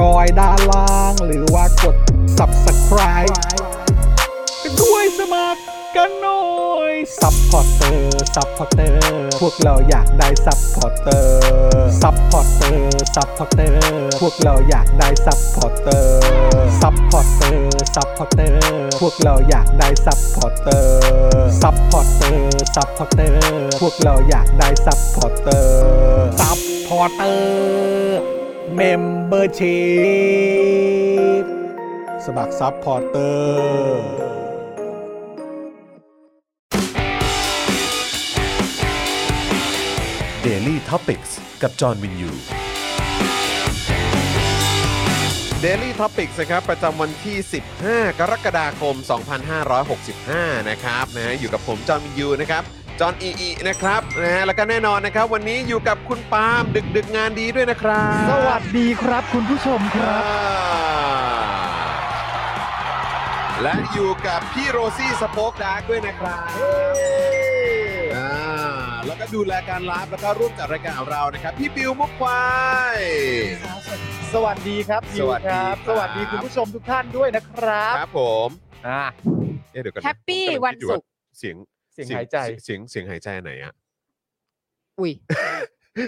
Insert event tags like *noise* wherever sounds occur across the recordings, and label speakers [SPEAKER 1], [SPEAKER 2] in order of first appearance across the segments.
[SPEAKER 1] จอยด้านล่าง หรือว่ากด subscribe ไปด้วยสมัครกันหน่อย ซัพพอร์เตอร์ ซัพพอร์เตอร์ พวกเราอยากได้ซัพพอร์เตอร์ ซัพพอร์เตอร์ ซัพพอร์เตอร์ พวกเราอยากได้ซัพพอร์เตอร์ ซัพพอร์เตอร์ ซัพพอร์เตอร์ พวกเราอยากได้ซัพพอร์เตอร์ ซัพพอร์เตอร์ ซัพพอร์เตอร์ พวกเราอยากได้ซัพพอร์เตอร์ ซัพพอร์เตอร์ เมมเบอร์ชีพสมัครซัพพอร์เตอร์
[SPEAKER 2] Daily t o p i c กกับจอห์นวินยู
[SPEAKER 3] Daily Topics นะครับ ประจำวันที่ 15 กรกฎาคม 2565 นะครับนะฮะอยู่กับผมจอห์นวินยูนะครับจอห์นอีอีนะครับนะฮะแล้วก็แน่นอนนะครับ วันนี้อยู่กับคุณปาล์มดึกดึกๆงานดีด้วยนะครับ
[SPEAKER 4] สวัสดีครับคุณผู้ชมค
[SPEAKER 3] อ่า
[SPEAKER 4] รับ
[SPEAKER 3] และอยู่กับพี่โรซี่สป็อกดาร์กด้วยนะครับอ่าแล้วก็ดูแลการไลฟ์แล้วก็ร่วมจัดรายการของเรานะครับ พี่บิวมุกควาย
[SPEAKER 4] สวัสดีครับ
[SPEAKER 3] สวัสดีค
[SPEAKER 4] ค
[SPEAKER 3] รั
[SPEAKER 4] รับ สวัสดีคุณผู้ชมทุกท่านด้วยนะครับ
[SPEAKER 3] ครับผม
[SPEAKER 4] อ่า
[SPEAKER 3] เอ๊ะเดี๋ยวกอนนะ
[SPEAKER 5] แฮปปี้
[SPEAKER 3] ผมกำลั
[SPEAKER 5] วัน
[SPEAKER 3] งคิดอยู่
[SPEAKER 5] ศุกร์
[SPEAKER 3] าเสียง
[SPEAKER 4] เสียงหายใจ
[SPEAKER 3] เสียงเสียงหายใจไหนอ่ะ
[SPEAKER 5] อุ้ย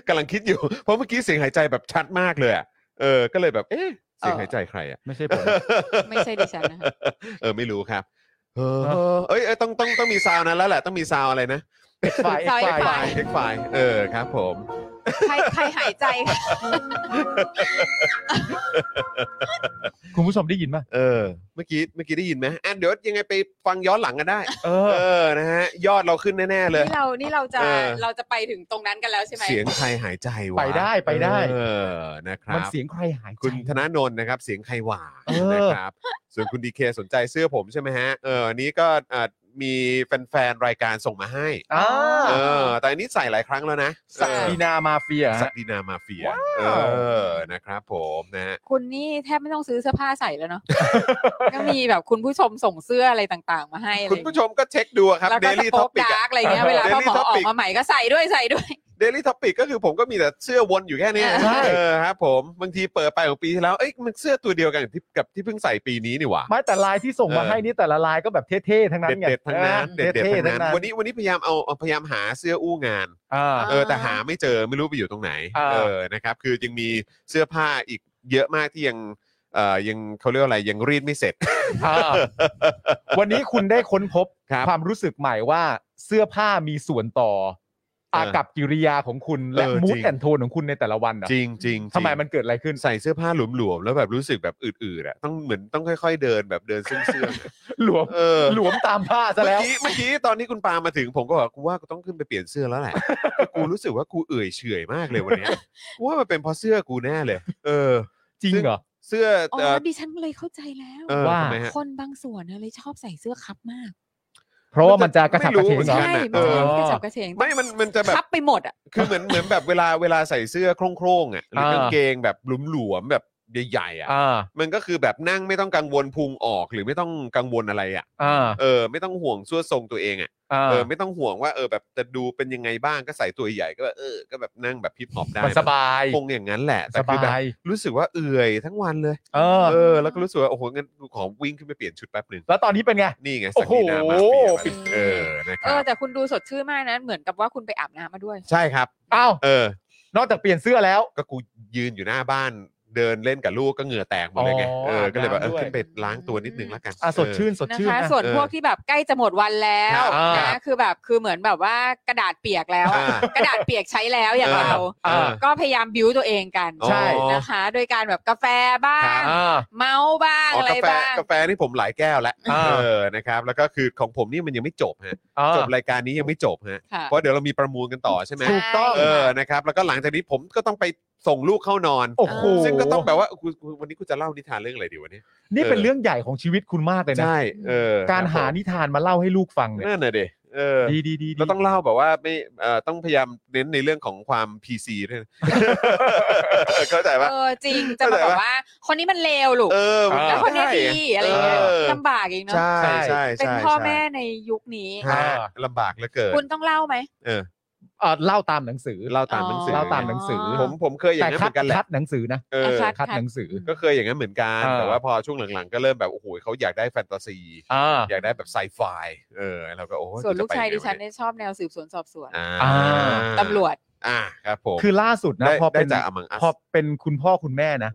[SPEAKER 3] กำลังคิดอยู่ เพราะเมื่อกี้เสียงหายใจแบบชัดมากเลยอะเออ ก็เลยแบบเอ๊ะเสียง
[SPEAKER 5] เออ
[SPEAKER 3] หายใจใครอ่ะ
[SPEAKER 4] ไม่ใช่ผม
[SPEAKER 5] ไม่ใช่ดิฉันนะ
[SPEAKER 3] *laughs* เออไม่รู้ครับ เออเอ้ยเอ้ยต้องต้องต้องมีซาวน์นั้นแล้วแหละต้องมีซาวน์อะไรนะ
[SPEAKER 4] ฝ่าย
[SPEAKER 5] ฝ่าย
[SPEAKER 4] ฝ่าย
[SPEAKER 3] เอ็กไฟเออครับผม
[SPEAKER 5] ใครใครหายใจ
[SPEAKER 4] คุณผู้ชมได้ยินป่ะ
[SPEAKER 3] เออ เมื่อกี้เมื่อกี้ได้ยินไหมอ่ะเดี๋ยวยังไงไปฟังย้อนหลังกันได้
[SPEAKER 4] เอ
[SPEAKER 3] เออ
[SPEAKER 4] อ
[SPEAKER 3] นะฮะยอดเราขึ้นแน่ๆเลย
[SPEAKER 5] นี่เรานี่เราจะ
[SPEAKER 3] เออ
[SPEAKER 5] เราจะไปถึงตรงนั้นกันแล้วใช่ไหม
[SPEAKER 3] เสียงใครหายใจวะ
[SPEAKER 4] ไปได้ไปได้
[SPEAKER 3] เออนะครับ
[SPEAKER 4] มันเสียงใครหายใจ
[SPEAKER 3] คุณธนาโนนนะครับ เสียงไขหว่า
[SPEAKER 4] เออ
[SPEAKER 3] นะครับ ส่วนคุณดีเคสนใจเสื้อผมใช่ไหมฮะเอออันนี้ก็อ่ามีแฟนๆ รายการส่งมาให้
[SPEAKER 4] อ่า
[SPEAKER 3] เออ แต่อันนี้ใส่หลายครั้งแล้วนะ
[SPEAKER 4] สักดีนามาเฟีย
[SPEAKER 3] เออสัก
[SPEAKER 4] ฮะ
[SPEAKER 3] ดินามาเฟีย
[SPEAKER 4] ว้าว
[SPEAKER 3] เออนะครับผมนะฮะ
[SPEAKER 5] คุณนี่แทบไม่ต้องซื้อเสื้อผ้าใส่แล้วเนาะ ก็มีแบบคุณผู้ชมส่งเสื้ออะไรต่างๆ มาให้อะไร
[SPEAKER 3] คุณผู้ชมก็เช็คดูครับ
[SPEAKER 5] แล้วก็
[SPEAKER 3] Daily
[SPEAKER 5] สป็อก
[SPEAKER 3] Topic
[SPEAKER 5] ดา
[SPEAKER 3] อะ
[SPEAKER 5] ร์กอะไรเงี้ยเวลาพ่อ
[SPEAKER 3] Daily
[SPEAKER 5] หมอออก
[SPEAKER 3] Topic
[SPEAKER 5] มาใหม่ก็ใส่ด้วยใส่ด้วย
[SPEAKER 3] Daily Topic ก็คือผมก็มีแต่เสื้อวนอยู่แค่เนี้ย
[SPEAKER 4] ใช่
[SPEAKER 3] เออครับผม บางทีเปิดไปของปีที่แล้ว เอ้ยมันเสื้อตัวเดียวกันกับที่กับที่เพิ่งใส่ปีนี้นี่หว่า
[SPEAKER 4] ไม่แต่ลายที่ส่งมา
[SPEAKER 3] เออ
[SPEAKER 4] ให้นี่แต่ละลายก็แบบเท่ๆทั้งนั้นไง
[SPEAKER 3] เด็ดๆทั้งนั้น
[SPEAKER 4] ออ
[SPEAKER 3] เด็ดๆทั้ง
[SPEAKER 4] เท่ๆ
[SPEAKER 3] นั้น วันนี้วันนี้พยายามเอาเอาพยายามหาเสื้ออู้งาน
[SPEAKER 4] อ่า
[SPEAKER 5] อ่า
[SPEAKER 3] เออแต่หาไม่เจอไม่รู้ไปอยู่ตรงไหน
[SPEAKER 4] อ่า
[SPEAKER 3] เออนะครับคือยังมีเสื้อผ้าอีกเยอะมากที่ยังเอ่อยังเขาเรียกว่าอะไรยังรีดไม่เสร็จ
[SPEAKER 4] อ่าวันนี้คุณได้ค้นพบ
[SPEAKER 3] ครับ
[SPEAKER 4] ความรู้สึกใหม่ว่าเสื้อผ้ามีส่วนต่อ อา
[SPEAKER 3] เออ
[SPEAKER 4] กับกิริยาของคุณและ
[SPEAKER 3] เออ
[SPEAKER 4] มู
[SPEAKER 3] จ
[SPEAKER 4] ด
[SPEAKER 3] ริง
[SPEAKER 4] แอนโทนของคุณในแต่ละวันเหรอ
[SPEAKER 3] จริงๆจริง
[SPEAKER 4] ทำไมมันเกิดอะไรขึ้น
[SPEAKER 3] ใส่เสื้อผ้าหลวมๆแล้วแบบรู้สึกแบบอืดๆอะต้องเหมือนต้องค่อยๆเดินแบบเดินเสื่อง
[SPEAKER 4] หลวม
[SPEAKER 3] ๆเออ
[SPEAKER 4] หลวมตามผ้าซะ
[SPEAKER 3] เมื่อ
[SPEAKER 4] แล้ว
[SPEAKER 3] กี้เมื่อกี้ตอนที่คุณปามาถึงผมก็บอกกูว่ากูต้องขึ้นไปเปลี่ยนเสื้อแล้วแหละกูรู้สึกว่ากูเอื่อยเฉอยมากเลยวันเนี้ย
[SPEAKER 4] *laughs*
[SPEAKER 3] กูว่ามันเป็นเพราะเสื้อกูแน่เลย เออ
[SPEAKER 4] จริงเหรอ
[SPEAKER 3] เสื้อ
[SPEAKER 5] อ๋
[SPEAKER 3] เอ่
[SPEAKER 5] อ
[SPEAKER 3] อ
[SPEAKER 5] ดิฉันเลยเข้าใจแล้ว
[SPEAKER 3] เออ
[SPEAKER 4] ว่า
[SPEAKER 3] ทำไมฮะ
[SPEAKER 5] คนบางส่วนน่ะเลยชอบใส่เสื้อคับมาก
[SPEAKER 4] เพราะว่ามันจะกระสับกระเฉง
[SPEAKER 3] น
[SPEAKER 4] เหรอ
[SPEAKER 5] ใช่
[SPEAKER 3] น่ะ
[SPEAKER 5] มันจะ
[SPEAKER 4] เออ
[SPEAKER 5] กระจับกระเฉง
[SPEAKER 3] ไม่มันมันจะแบบ
[SPEAKER 5] คับไปหมดอ่ะ
[SPEAKER 3] คือเหมือนเหมือนแบบเวลาเวลาใส่เสื้อโคร่งๆอ่ะหรือ
[SPEAKER 4] เออ
[SPEAKER 3] กางเกงแบบหลวมๆแบบใหญ่ๆอ่ะ
[SPEAKER 4] อ่า
[SPEAKER 3] มันก็คือแบบนั่งไม่ต้องกังวลพุงออกหรือไม่ต้องกังวลอะไรอ่ะ
[SPEAKER 4] อ่า
[SPEAKER 3] เออไม่ต้องห่วงส่วนทรงตัวเองอ่ะ
[SPEAKER 4] อ่า
[SPEAKER 3] เออไม่ต้องห่วงว่าเออแบบจะดูเป็นยังไงบ้างก็ใส่ตัวใหญ่ก็แบบเออก็แบบนั่งแบบพิบหอบได้
[SPEAKER 4] มันสบาย
[SPEAKER 3] คงอย่างนั้นแหละแต่
[SPEAKER 4] ส
[SPEAKER 3] คือแบบ
[SPEAKER 4] บาย
[SPEAKER 3] รู้สึกว่าเอื่อยทั้งวันเลย
[SPEAKER 4] เออ
[SPEAKER 3] เออแล้วก็รู้สึกว่าโอ้โหงั้นกูขอวิ่งขึ้นไปเปลี่ยนชุดแป๊บหนึ่ง
[SPEAKER 4] แล้วตอนนี้เป็นไง
[SPEAKER 3] นี่ไง
[SPEAKER 4] โอ้
[SPEAKER 3] สัก
[SPEAKER 4] โห
[SPEAKER 3] ดีนามาเฟียมา
[SPEAKER 5] ปิด
[SPEAKER 3] เออนะค
[SPEAKER 5] เอ
[SPEAKER 3] รั
[SPEAKER 5] อบ แต่คุณดูสดชื่นมากนะเหมือนกับว่าคุณไปอาบน้ำมาด้วย
[SPEAKER 3] ใช่ครับ
[SPEAKER 4] อ้าว
[SPEAKER 3] เออ
[SPEAKER 4] นอกจากเปลี่ยนเสื้อแล้ว
[SPEAKER 3] ก็กูยืนอยู่หน้าบ้านเดินเล่นกับลูกก็เหงื่อแตกหมดเลยไง
[SPEAKER 4] อ๋อ
[SPEAKER 3] เออ
[SPEAKER 4] อาบน้ำ
[SPEAKER 3] ก็เลยแบบเออ
[SPEAKER 4] ด้วย
[SPEAKER 3] ขึ้นไปล้างตัวนิดนึงละกัน
[SPEAKER 4] อ่ะสดชื่น
[SPEAKER 3] เอ
[SPEAKER 4] สด
[SPEAKER 5] นะ
[SPEAKER 4] ชื่น
[SPEAKER 5] คะ
[SPEAKER 4] นะ
[SPEAKER 5] ส่วน
[SPEAKER 3] เออ
[SPEAKER 5] พวกที่แบบใกล้จะหมดวันแล้ว
[SPEAKER 3] ครับ
[SPEAKER 5] นะคือแบบคือเหมือนแบบว่ากระดาษเปียกแล้ว
[SPEAKER 3] ออ่า
[SPEAKER 5] กระดาษเปียกใช้แล้วอย่างเรา
[SPEAKER 4] อ่า
[SPEAKER 5] ก็พยายามบิ้วตัวเองกัน
[SPEAKER 4] ใช่
[SPEAKER 5] นะคะ โดยการแบบกาแฟบ้าง
[SPEAKER 3] ครับ
[SPEAKER 4] อ่า
[SPEAKER 5] เมาส์บ้าง
[SPEAKER 3] อ๋อ
[SPEAKER 5] อะไร
[SPEAKER 3] กาแฟ
[SPEAKER 5] บ้าง
[SPEAKER 3] กาแฟนี่ผมหลายแก้วแล้ว
[SPEAKER 4] อ่า
[SPEAKER 3] เออนะครับแล้วก็คือของผมนี่มันยังไม่จบฮะ
[SPEAKER 4] อ่า
[SPEAKER 3] จบรายการนี้ยังไม่จบฮะ
[SPEAKER 5] ค่ะ
[SPEAKER 3] เพราะเดี๋ยวเรามีประมูลกันต่อใช่ไหม
[SPEAKER 4] ถูกต้อง
[SPEAKER 3] เออนะครับแล้วก็หลังจากนี้ผมก็ต้องไปส่งลูกเข้านอน
[SPEAKER 4] โอ้โห
[SPEAKER 3] ซึ่งก็ต้องแบบว่ากูกูวันนี้กูจะเล่านิทานเรื่องอะไรดีวันนี้
[SPEAKER 4] นี่เป็น
[SPEAKER 3] เออ
[SPEAKER 4] เรื่องใหญ่ของชีวิตคุณมากเลยนะ
[SPEAKER 3] ใช่เออ
[SPEAKER 4] การหานิทานมาเล่าให้ลูกฟังเนี่ย
[SPEAKER 3] นั่นน่ะเดเออ
[SPEAKER 4] ดีดีดีดี
[SPEAKER 3] เราต้องเล่าแบบว่าไม่เอ่อต้องพยายามเน้นในเรื่องของความ PC ด้วย
[SPEAKER 5] *laughs*
[SPEAKER 3] นะ เข้าใจปะ
[SPEAKER 5] เออจริงจะมา
[SPEAKER 3] เข้าใจ
[SPEAKER 5] แบ
[SPEAKER 3] ปะ
[SPEAKER 5] บว่า คนนี้มันเลวลูก
[SPEAKER 3] เออมั
[SPEAKER 5] แล้วคนนี้
[SPEAKER 3] ใช่
[SPEAKER 5] ดีอะไรเงี้ย
[SPEAKER 3] เออ
[SPEAKER 5] ลำบากอีกเนาะ
[SPEAKER 3] ใช่ใช่
[SPEAKER 5] เป็น
[SPEAKER 3] ใช่
[SPEAKER 5] พ่อ
[SPEAKER 3] ใช่
[SPEAKER 5] แม่ในยุคนี้
[SPEAKER 3] ฮะลำบากเหลือเกิน
[SPEAKER 5] คุณต้องเล่าไหม
[SPEAKER 3] เออ
[SPEAKER 4] เอ่อเล่าตามหนังสือ
[SPEAKER 3] เล่าตามหนังสือ
[SPEAKER 4] เล่าตามหนังสือ
[SPEAKER 3] ผมผมเคยอย่าง
[SPEAKER 4] แต่
[SPEAKER 3] นั้นเห
[SPEAKER 4] คั
[SPEAKER 3] มือน
[SPEAKER 4] ด
[SPEAKER 3] กันแหละ
[SPEAKER 4] คัดหนังสือนะ
[SPEAKER 3] เออ
[SPEAKER 5] คัด
[SPEAKER 4] คัดหนังสือ
[SPEAKER 3] ก็เคยอย่างนั้นเหมือนกัน
[SPEAKER 4] อ่า
[SPEAKER 3] แต่ว่าพอช่วงหลังๆ ก็เริ่มแบบโอ้โหเขาอยากได้แฟนตาซี
[SPEAKER 4] อ่า
[SPEAKER 3] อยากได้แบบไซไฟเออเราก็โอ้ย
[SPEAKER 5] ส่วนลูกชายดิฉัน
[SPEAKER 3] จะไปไงวะเนี่ย
[SPEAKER 5] เนี่ยชอบแนวสืบสวนสอบสวน
[SPEAKER 3] อ่า
[SPEAKER 4] อ่า
[SPEAKER 5] ตำรวจ
[SPEAKER 3] อ่าครับผม
[SPEAKER 4] คือล่าสุดนะ
[SPEAKER 3] ได้
[SPEAKER 4] พอเป็น
[SPEAKER 3] ได้จาก Among Us
[SPEAKER 4] พอเป็นคุณพ่อคุณแม่นะ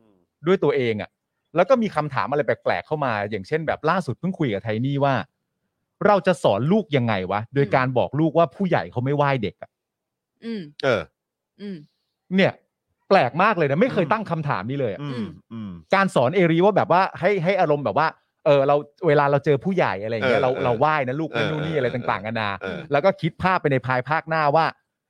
[SPEAKER 4] ด้วยตัวเองอะ่ะ แล้วก็มีคำถามอะไรแปลกๆเข้ามา อย่างเช่นแบบล่าสุดเพิ่งคุยกับไทนี่ว่า เราจะสอนลูกยังไงวะ โดยการบอกลูกว่าผู้ใหญ่เขาไม่ไหว้เด็กอะ
[SPEAKER 5] อืม
[SPEAKER 3] เออ
[SPEAKER 5] อืม
[SPEAKER 4] เนี่ย แปลกมากเลยนะไม่เคย
[SPEAKER 3] อืม
[SPEAKER 4] ตั้งคำถามนี้เลยอะ
[SPEAKER 3] อืมอืม
[SPEAKER 4] การสอนเอรีว่าแบบว่าให้ให้อารมณ์แบบว่า เออเราเวลาเราเจอผู้ใหญ่อะไรอย่างเงี้
[SPEAKER 3] เอ
[SPEAKER 4] ย
[SPEAKER 3] อ
[SPEAKER 4] เรา
[SPEAKER 3] เออ
[SPEAKER 4] เราไหว้นะลูก
[SPEAKER 3] เออ
[SPEAKER 4] นั่นนู่นนี่อะไร
[SPEAKER 3] เออ
[SPEAKER 4] ต่างๆกันานา
[SPEAKER 3] เออ
[SPEAKER 4] แล้วก็คิดภาพไปในภายภาคหน้าว่า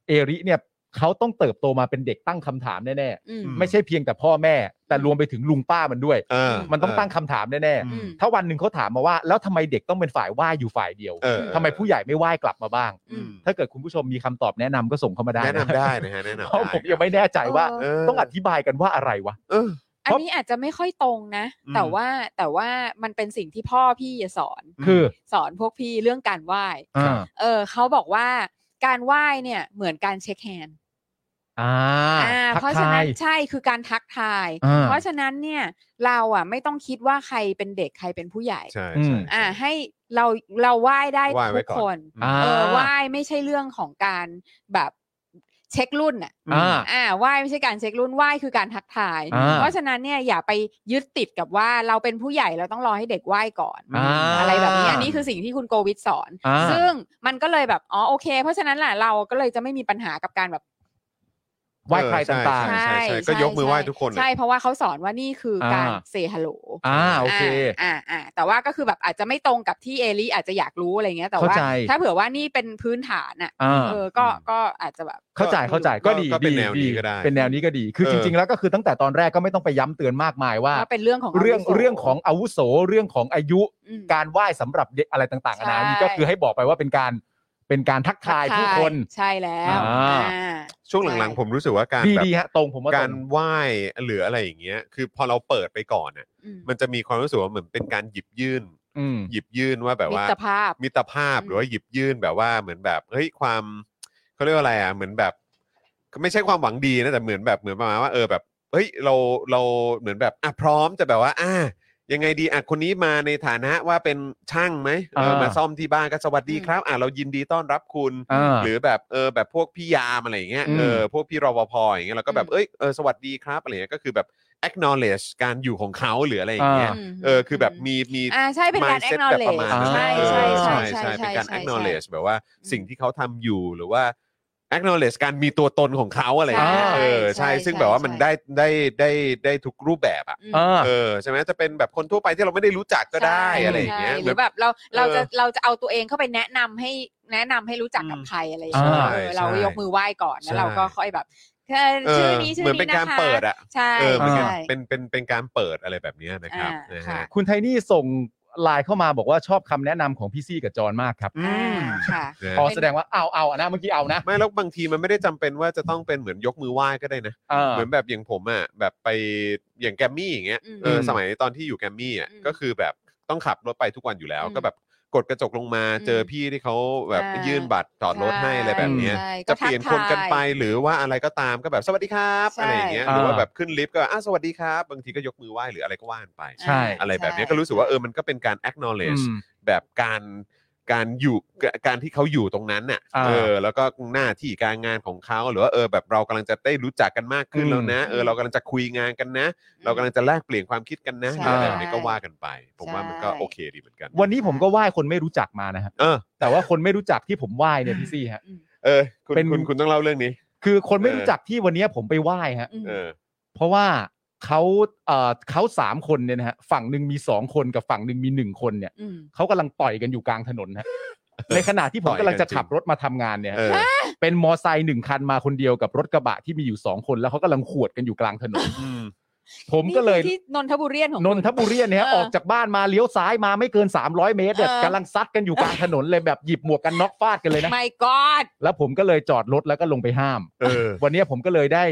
[SPEAKER 4] เอริเนี่ยเขาต้องเติบโตมาเป็นเด็กตั้งคำถามแน่
[SPEAKER 5] อืม
[SPEAKER 3] อื
[SPEAKER 4] ๆไม่ใช่เพียงแต่พ่อแม่ แต่รวมไปถึงลุงป้ามันด้วย
[SPEAKER 3] เออ
[SPEAKER 4] มันต้องตั้งคำถามแน่
[SPEAKER 5] อืม
[SPEAKER 4] ๆ ถ้าวันหนึ่งเขาถามมาว่า แล้วทำไมเด็กต้องเป็นฝ่ายไหว้อยู่ฝ่ายเดียว
[SPEAKER 3] เออ
[SPEAKER 4] ทำไมผู้ใหญ่ไม่ไหว้กลับมาบ้าง
[SPEAKER 5] อืม
[SPEAKER 4] ถ้าเกิดคุณผู้ชมมีคำตอบแนะนำก็ส่งเข้ามาได้
[SPEAKER 3] แนะนำได้นะฮะแนะนำ
[SPEAKER 4] เพราะ
[SPEAKER 3] ด้
[SPEAKER 4] ผมยังไม่แน่ใจว่า
[SPEAKER 3] เออ
[SPEAKER 4] ต้องอธิบายกันว่าอะไรวะ
[SPEAKER 3] เออ
[SPEAKER 5] อันนี้อาจจะไม่ค่อยตรงนะ
[SPEAKER 3] อืม
[SPEAKER 5] แต่ว่าแต่ว่ามันเป็นสิ่งที่พ่อพี่อะสอน
[SPEAKER 3] อืม
[SPEAKER 4] คือ
[SPEAKER 5] สอนพวกพี่เรื่องการไหว้
[SPEAKER 4] อ่า
[SPEAKER 5] เออเขาบอกว่าการไหว้เนี่ยเหมือนการเช็คแฮนด์
[SPEAKER 4] อ่า
[SPEAKER 5] อ่า
[SPEAKER 4] ทัก
[SPEAKER 5] เพราะฉะ
[SPEAKER 4] ทา
[SPEAKER 5] นั้
[SPEAKER 4] ย
[SPEAKER 5] นใช่คือการทักทาย
[SPEAKER 4] อ่า
[SPEAKER 5] เพราะฉะนั้นเนี่ยเราอ่ะไม่ต้องคิดว่าใครเป็นเด็กใครเป็นผู้ใหญ่
[SPEAKER 3] ใช่
[SPEAKER 4] อืม
[SPEAKER 3] ใช่
[SPEAKER 5] อ่าให้เราเราไหว้ได้
[SPEAKER 3] ไหว้ไว้
[SPEAKER 5] ทุก
[SPEAKER 3] ก่อน
[SPEAKER 5] คน
[SPEAKER 4] อ่า
[SPEAKER 5] เออไหว้ไม่ใช่เรื่องของการแบบเช็ครุ่นอ่ะ
[SPEAKER 4] อ่า
[SPEAKER 5] อ่าไหว้ไม่ใช่การเช็ครุ่นไหว้คือการทักทาย
[SPEAKER 4] อ่า
[SPEAKER 5] เพราะฉะนั้นเนี่ยอย่าไปยึดติดกับว่าเราเป็นผู้ใหญ่เราต้องรอให้เด็กไหว้ก่อน
[SPEAKER 4] อ่า
[SPEAKER 5] อะไรแบบนี้อันนี้คือสิ่งที่คุณโกวิทสอน
[SPEAKER 4] อ่า
[SPEAKER 5] ซึ่งมันก็เลยแบบอ๋อโอเค เพราะฉะนั้นแหละเราก็เลยจะไม่มีปัญหากับการแบบ
[SPEAKER 4] ไหว้ใคร
[SPEAKER 3] เออใช่
[SPEAKER 4] ต่าง
[SPEAKER 3] ใช่ใช่ใช่ก็
[SPEAKER 5] ใช่
[SPEAKER 3] ยกมือไหว้ทุกคนอะ
[SPEAKER 5] ใช่เพราะว่าเขาสอนว่านี่คือการ
[SPEAKER 4] อ่า
[SPEAKER 5] เซฮัลโหล
[SPEAKER 4] ๆ อ่าโอเค
[SPEAKER 5] อ่าอ่าแต่ว่าก็คือแบบอาจจะไม่ตรงกับที่เอลิอาจจะอยากรู้อะไรเงี้ยแต่ว่า
[SPEAKER 4] เข้าใจ
[SPEAKER 5] ถ้าเผื่อว่านี่เป็นพื้นฐานอ่ะ
[SPEAKER 4] อ่า
[SPEAKER 5] เออก็ก็อาจจะแบบ
[SPEAKER 4] เข้าใจเข้าใจ
[SPEAKER 3] ก็
[SPEAKER 4] ก็ดี
[SPEAKER 3] ก็เป็น
[SPEAKER 4] ดี
[SPEAKER 3] แนวนี้
[SPEAKER 4] ดี
[SPEAKER 3] ก็ได้
[SPEAKER 4] เป็นแนวนี้ก็ดี คือ
[SPEAKER 3] เออ
[SPEAKER 4] จริงๆแล้วก็คือตั้งแต่ตอนแรกก็ไม่ต้องไปย้ำเตือนมากมายว่า
[SPEAKER 5] ว่าเป็นเรื่องของาวุโส
[SPEAKER 4] เรื่องเรื่องของอาวุโสเรื่องของอายุ
[SPEAKER 5] อืม
[SPEAKER 4] การไหว้สำหรับเด็กอะไรต่างๆนานา
[SPEAKER 5] ใช่
[SPEAKER 4] นี่ก็คือให้บอกไปว่าเป็นการเป็นการทักทายผู้คน
[SPEAKER 5] ใช่แล้ว
[SPEAKER 4] อ่า
[SPEAKER 5] อ่า
[SPEAKER 3] ช่วงหลัง
[SPEAKER 5] ใช่
[SPEAKER 3] ๆผมรู้สึกว่าการ
[SPEAKER 4] ดี
[SPEAKER 3] แบบ
[SPEAKER 4] ดีฮะตรงผมว่าต
[SPEAKER 3] การ รง ไหว้หรืออะไรอย่างเงี้ย คือพอเราเปิดไปก่อนน่ะ
[SPEAKER 5] อืม
[SPEAKER 3] มันจะมีความรู้สึกว่าเหมือนเป็นการหยิบยื่น
[SPEAKER 4] อืม
[SPEAKER 3] หยิบยื่นว่าแบบ
[SPEAKER 5] มิ
[SPEAKER 3] ว่า
[SPEAKER 5] ตรภาพ
[SPEAKER 3] มิตรภาพ
[SPEAKER 5] อืม
[SPEAKER 3] หรือว่าหยิบยื่นแบบว่าเหมือนแบบเฮ้ยความเขาเรียกว่าอะไรอ่ะเหมือนแบบไม่ใช่ความหวังดีนะแต่เหมือนแบบเหมือนประมาณว่าเออแบบเฮ้ยเราเราเหมือนแบบอ่ะพร้อมจะแบบว่าอ่ะยังไงดีอ่ะคนนี้มาในฐานะว่าเป็นช่างไหมเออ
[SPEAKER 4] อ่าม
[SPEAKER 3] มาซ่อมที่บ้านก็สวัสดีครับอ่ะเรายินดีต้อนรับคุณ
[SPEAKER 4] อ่า
[SPEAKER 3] หรือแบบเออแบบพวกพี่ยามอะไรอย่างเงี้ย
[SPEAKER 4] อืม
[SPEAKER 3] เออพวกพี่รปภอย่างเงี้ยเราก็แบบเอ้ยเออสวัสดีครับอะไรเงี้ยก็คือแบบ acknowledge การอยู่ของเขาหรืออะไรอย่างเงี้ย
[SPEAKER 5] ม
[SPEAKER 3] เออคือแบบมีมี
[SPEAKER 5] อ่าใช่เป็นการ
[SPEAKER 3] mindset แบบประ
[SPEAKER 5] acknowledge
[SPEAKER 3] มาณนั้น
[SPEAKER 5] ใช่
[SPEAKER 3] เออ
[SPEAKER 5] ใช่ใช่
[SPEAKER 3] ใช่
[SPEAKER 5] ใช่
[SPEAKER 3] เป็นการ
[SPEAKER 5] ใช่
[SPEAKER 3] acknowledge แบบว่าสิ่งที่เขาทำอยู่หรือว่า acknowledge การมีตัวตนของเขาอะไรอย่างเงี้ย
[SPEAKER 5] ใช่
[SPEAKER 3] เออใช่
[SPEAKER 5] ใช่
[SPEAKER 3] ซึ่ง
[SPEAKER 5] ใช่
[SPEAKER 3] แบบว่ามัน
[SPEAKER 5] ใช่
[SPEAKER 3] ได้ได้ได้ได้ทุกรูปแบบอ่ะ
[SPEAKER 5] อืม
[SPEAKER 4] อ่า
[SPEAKER 3] เออใช่ไหมจะเป็นแบบคนทั่วไปที่เราไม่ได้รู้จักก็ได้
[SPEAKER 5] ใช่
[SPEAKER 3] อะไรอย่างเงี้ย
[SPEAKER 5] ใช่หรือแบบเราเราจะ
[SPEAKER 3] เออ
[SPEAKER 5] เราจะเอาตัวเองเข้าไปแนะนำให้แนะนำให้รู้จักกับใครอะไรอย่างเงี้ย
[SPEAKER 4] อ่า
[SPEAKER 5] เออเรา
[SPEAKER 3] ใช่
[SPEAKER 5] ยกมือไหว้ก่อนแล้ว
[SPEAKER 3] ใช่
[SPEAKER 5] เราก็ค่อยแบบเอ่อ
[SPEAKER 3] เอ
[SPEAKER 5] ชื่
[SPEAKER 3] อ
[SPEAKER 5] อนี้ชื่อ
[SPEAKER 3] เหมือน
[SPEAKER 5] นี้
[SPEAKER 3] เป็น
[SPEAKER 5] นะ
[SPEAKER 3] การ
[SPEAKER 5] คะ
[SPEAKER 3] เปิดอ่ะ
[SPEAKER 5] ใช่
[SPEAKER 3] เออเหมือนกัน
[SPEAKER 5] ใช่
[SPEAKER 3] เป็นเป็นเป็นการเปิดอะไรแบบเนี้ยนะครับ
[SPEAKER 5] อ่าน
[SPEAKER 3] นะ
[SPEAKER 5] ค่ะ
[SPEAKER 3] ฮะ
[SPEAKER 4] คุณไทนี่ส่งไลน์เข้ามาบอกว่าชอบคำแนะนำของพี่ซี่กับจอนมากครับ
[SPEAKER 5] อ่าค่ะ
[SPEAKER 3] นะ
[SPEAKER 4] พอแสดงว่าเอาเอาอ่ะนะเมื่อกี้เอานะ
[SPEAKER 3] ไม่แล้วบางทีมันไม่ได้จำเป็นว่าจะต้องเป็นเหมือนยกมือไหว้ก็ได้นะ
[SPEAKER 4] เออ
[SPEAKER 3] เหมือนแบบอย่างผมอ่ะแบบไปอย่างแกรมมี่อย่างเงี้ย
[SPEAKER 5] อืม
[SPEAKER 3] เออสมัยตอนที่อยู่แกรมมี่อ่ะ
[SPEAKER 5] อืม
[SPEAKER 3] ก็คือแบบต้องขับรถไปทุกวันอยู่แล้ว
[SPEAKER 5] อืม
[SPEAKER 3] ก็แบบกดกระจกลงมา
[SPEAKER 5] อืม
[SPEAKER 3] เจอพี่ที่เขาแบบ
[SPEAKER 5] อ่ายื่
[SPEAKER 3] ยื่นบัตรจอดรถให้อะไรแบบเนี้ย
[SPEAKER 5] ใช่ใช่
[SPEAKER 3] จะเปลี่ยนคนกันไป
[SPEAKER 5] ก็ทักทาย
[SPEAKER 3] หรือว่าอะไรก็ตามก็แบบสวัสดีครับ
[SPEAKER 5] ใช่
[SPEAKER 3] อะไรอย่างเงี้ย
[SPEAKER 4] อ่า
[SPEAKER 3] หรือว่าแบบขึ้นลิฟต์ก็อ่ะสวัสดีครับบางทีก็ยกมือไหว้หรืออะไรก็ว่ากันไป
[SPEAKER 4] ใช่
[SPEAKER 3] อะไรแบบเนี้ยก็รู้สึกว่าเออมันก็เป็นการ acknowledge
[SPEAKER 4] อืม
[SPEAKER 3] แบบการการอยู่การที่เขาอยู่ตรงนั้นน่ะ
[SPEAKER 4] อ่า
[SPEAKER 3] เออแล้วก็หน้าที่การงานของเขาหรือว่าเออแบบเรากำลังจะได้รู้จักกันมากขึ้น
[SPEAKER 4] อืม
[SPEAKER 3] แล้วนะเออเรากำลังจะคุยงานกันนะ เรากำลังจะแลกเปลี่ยนความคิดกันนะ
[SPEAKER 5] ใช่
[SPEAKER 3] หรืออะไรแบบนี้ก็ว่ากันไป ผมว่ามันก็
[SPEAKER 5] ใช่
[SPEAKER 3] โอเคดีเหมือนกัน
[SPEAKER 4] วันนี้ผมก็ไหว้คนไม่รู้จักมานะฮะ
[SPEAKER 3] เออ
[SPEAKER 4] แต่ว่าคนไม่รู้จักที่ผมไหว้เนี่ยพี่ซี่ฮะ
[SPEAKER 5] อืม
[SPEAKER 3] เออคุณ
[SPEAKER 4] เป็น
[SPEAKER 3] คุณคุณต้องเล่าเรื่องนี้
[SPEAKER 4] คือคนไม่
[SPEAKER 3] เออ
[SPEAKER 4] รู้จักที่วันเนี้ยผมไปไหว้ฮะ
[SPEAKER 5] อืม
[SPEAKER 3] เออ
[SPEAKER 4] เพราะว่า เขาเอ่อเขาสามคนเนี่ยนะฮะฝั่งหนึ่งมีสองคนกับฝั่งหนึ่งมีหนึ่งคนเนี่ย
[SPEAKER 5] อืม
[SPEAKER 4] เขากำลังต่อยกันอยู่กลางถนน
[SPEAKER 5] *laughs*
[SPEAKER 4] ฮะในขณะที่ผมกำลังจะขับรถมาทำงานเนี่ยฮะ
[SPEAKER 3] เออ
[SPEAKER 4] เป็นมอไซค์หนึ่งคันมาคนเดียวกับรถกระบะที่มีอยู่สองคนแล้วเขากำลังขวดกันอยู่กลางถน
[SPEAKER 5] *laughs*
[SPEAKER 4] น ผมก็เลย
[SPEAKER 5] นี่คือที่นนทบุรีของ
[SPEAKER 4] น
[SPEAKER 5] คุณ
[SPEAKER 4] นทบุรีเนี่ยฮะ
[SPEAKER 5] เออ
[SPEAKER 4] ออกจากบ้านมาเลี้ยวซ้ายมาไม่เกิน 300 เมตรเนี่ย
[SPEAKER 5] เออ
[SPEAKER 4] กำลังซัดกันอยู่กลางถนนเลยแบบหยิบหมวกกันน็อกฟาดกันเลยนะ
[SPEAKER 5] My God
[SPEAKER 4] แล้วผมก็เลยจอดรถแล้วก็ลงไปห้าม
[SPEAKER 3] เออ
[SPEAKER 4] วันเนี้ยผมก็เลยได้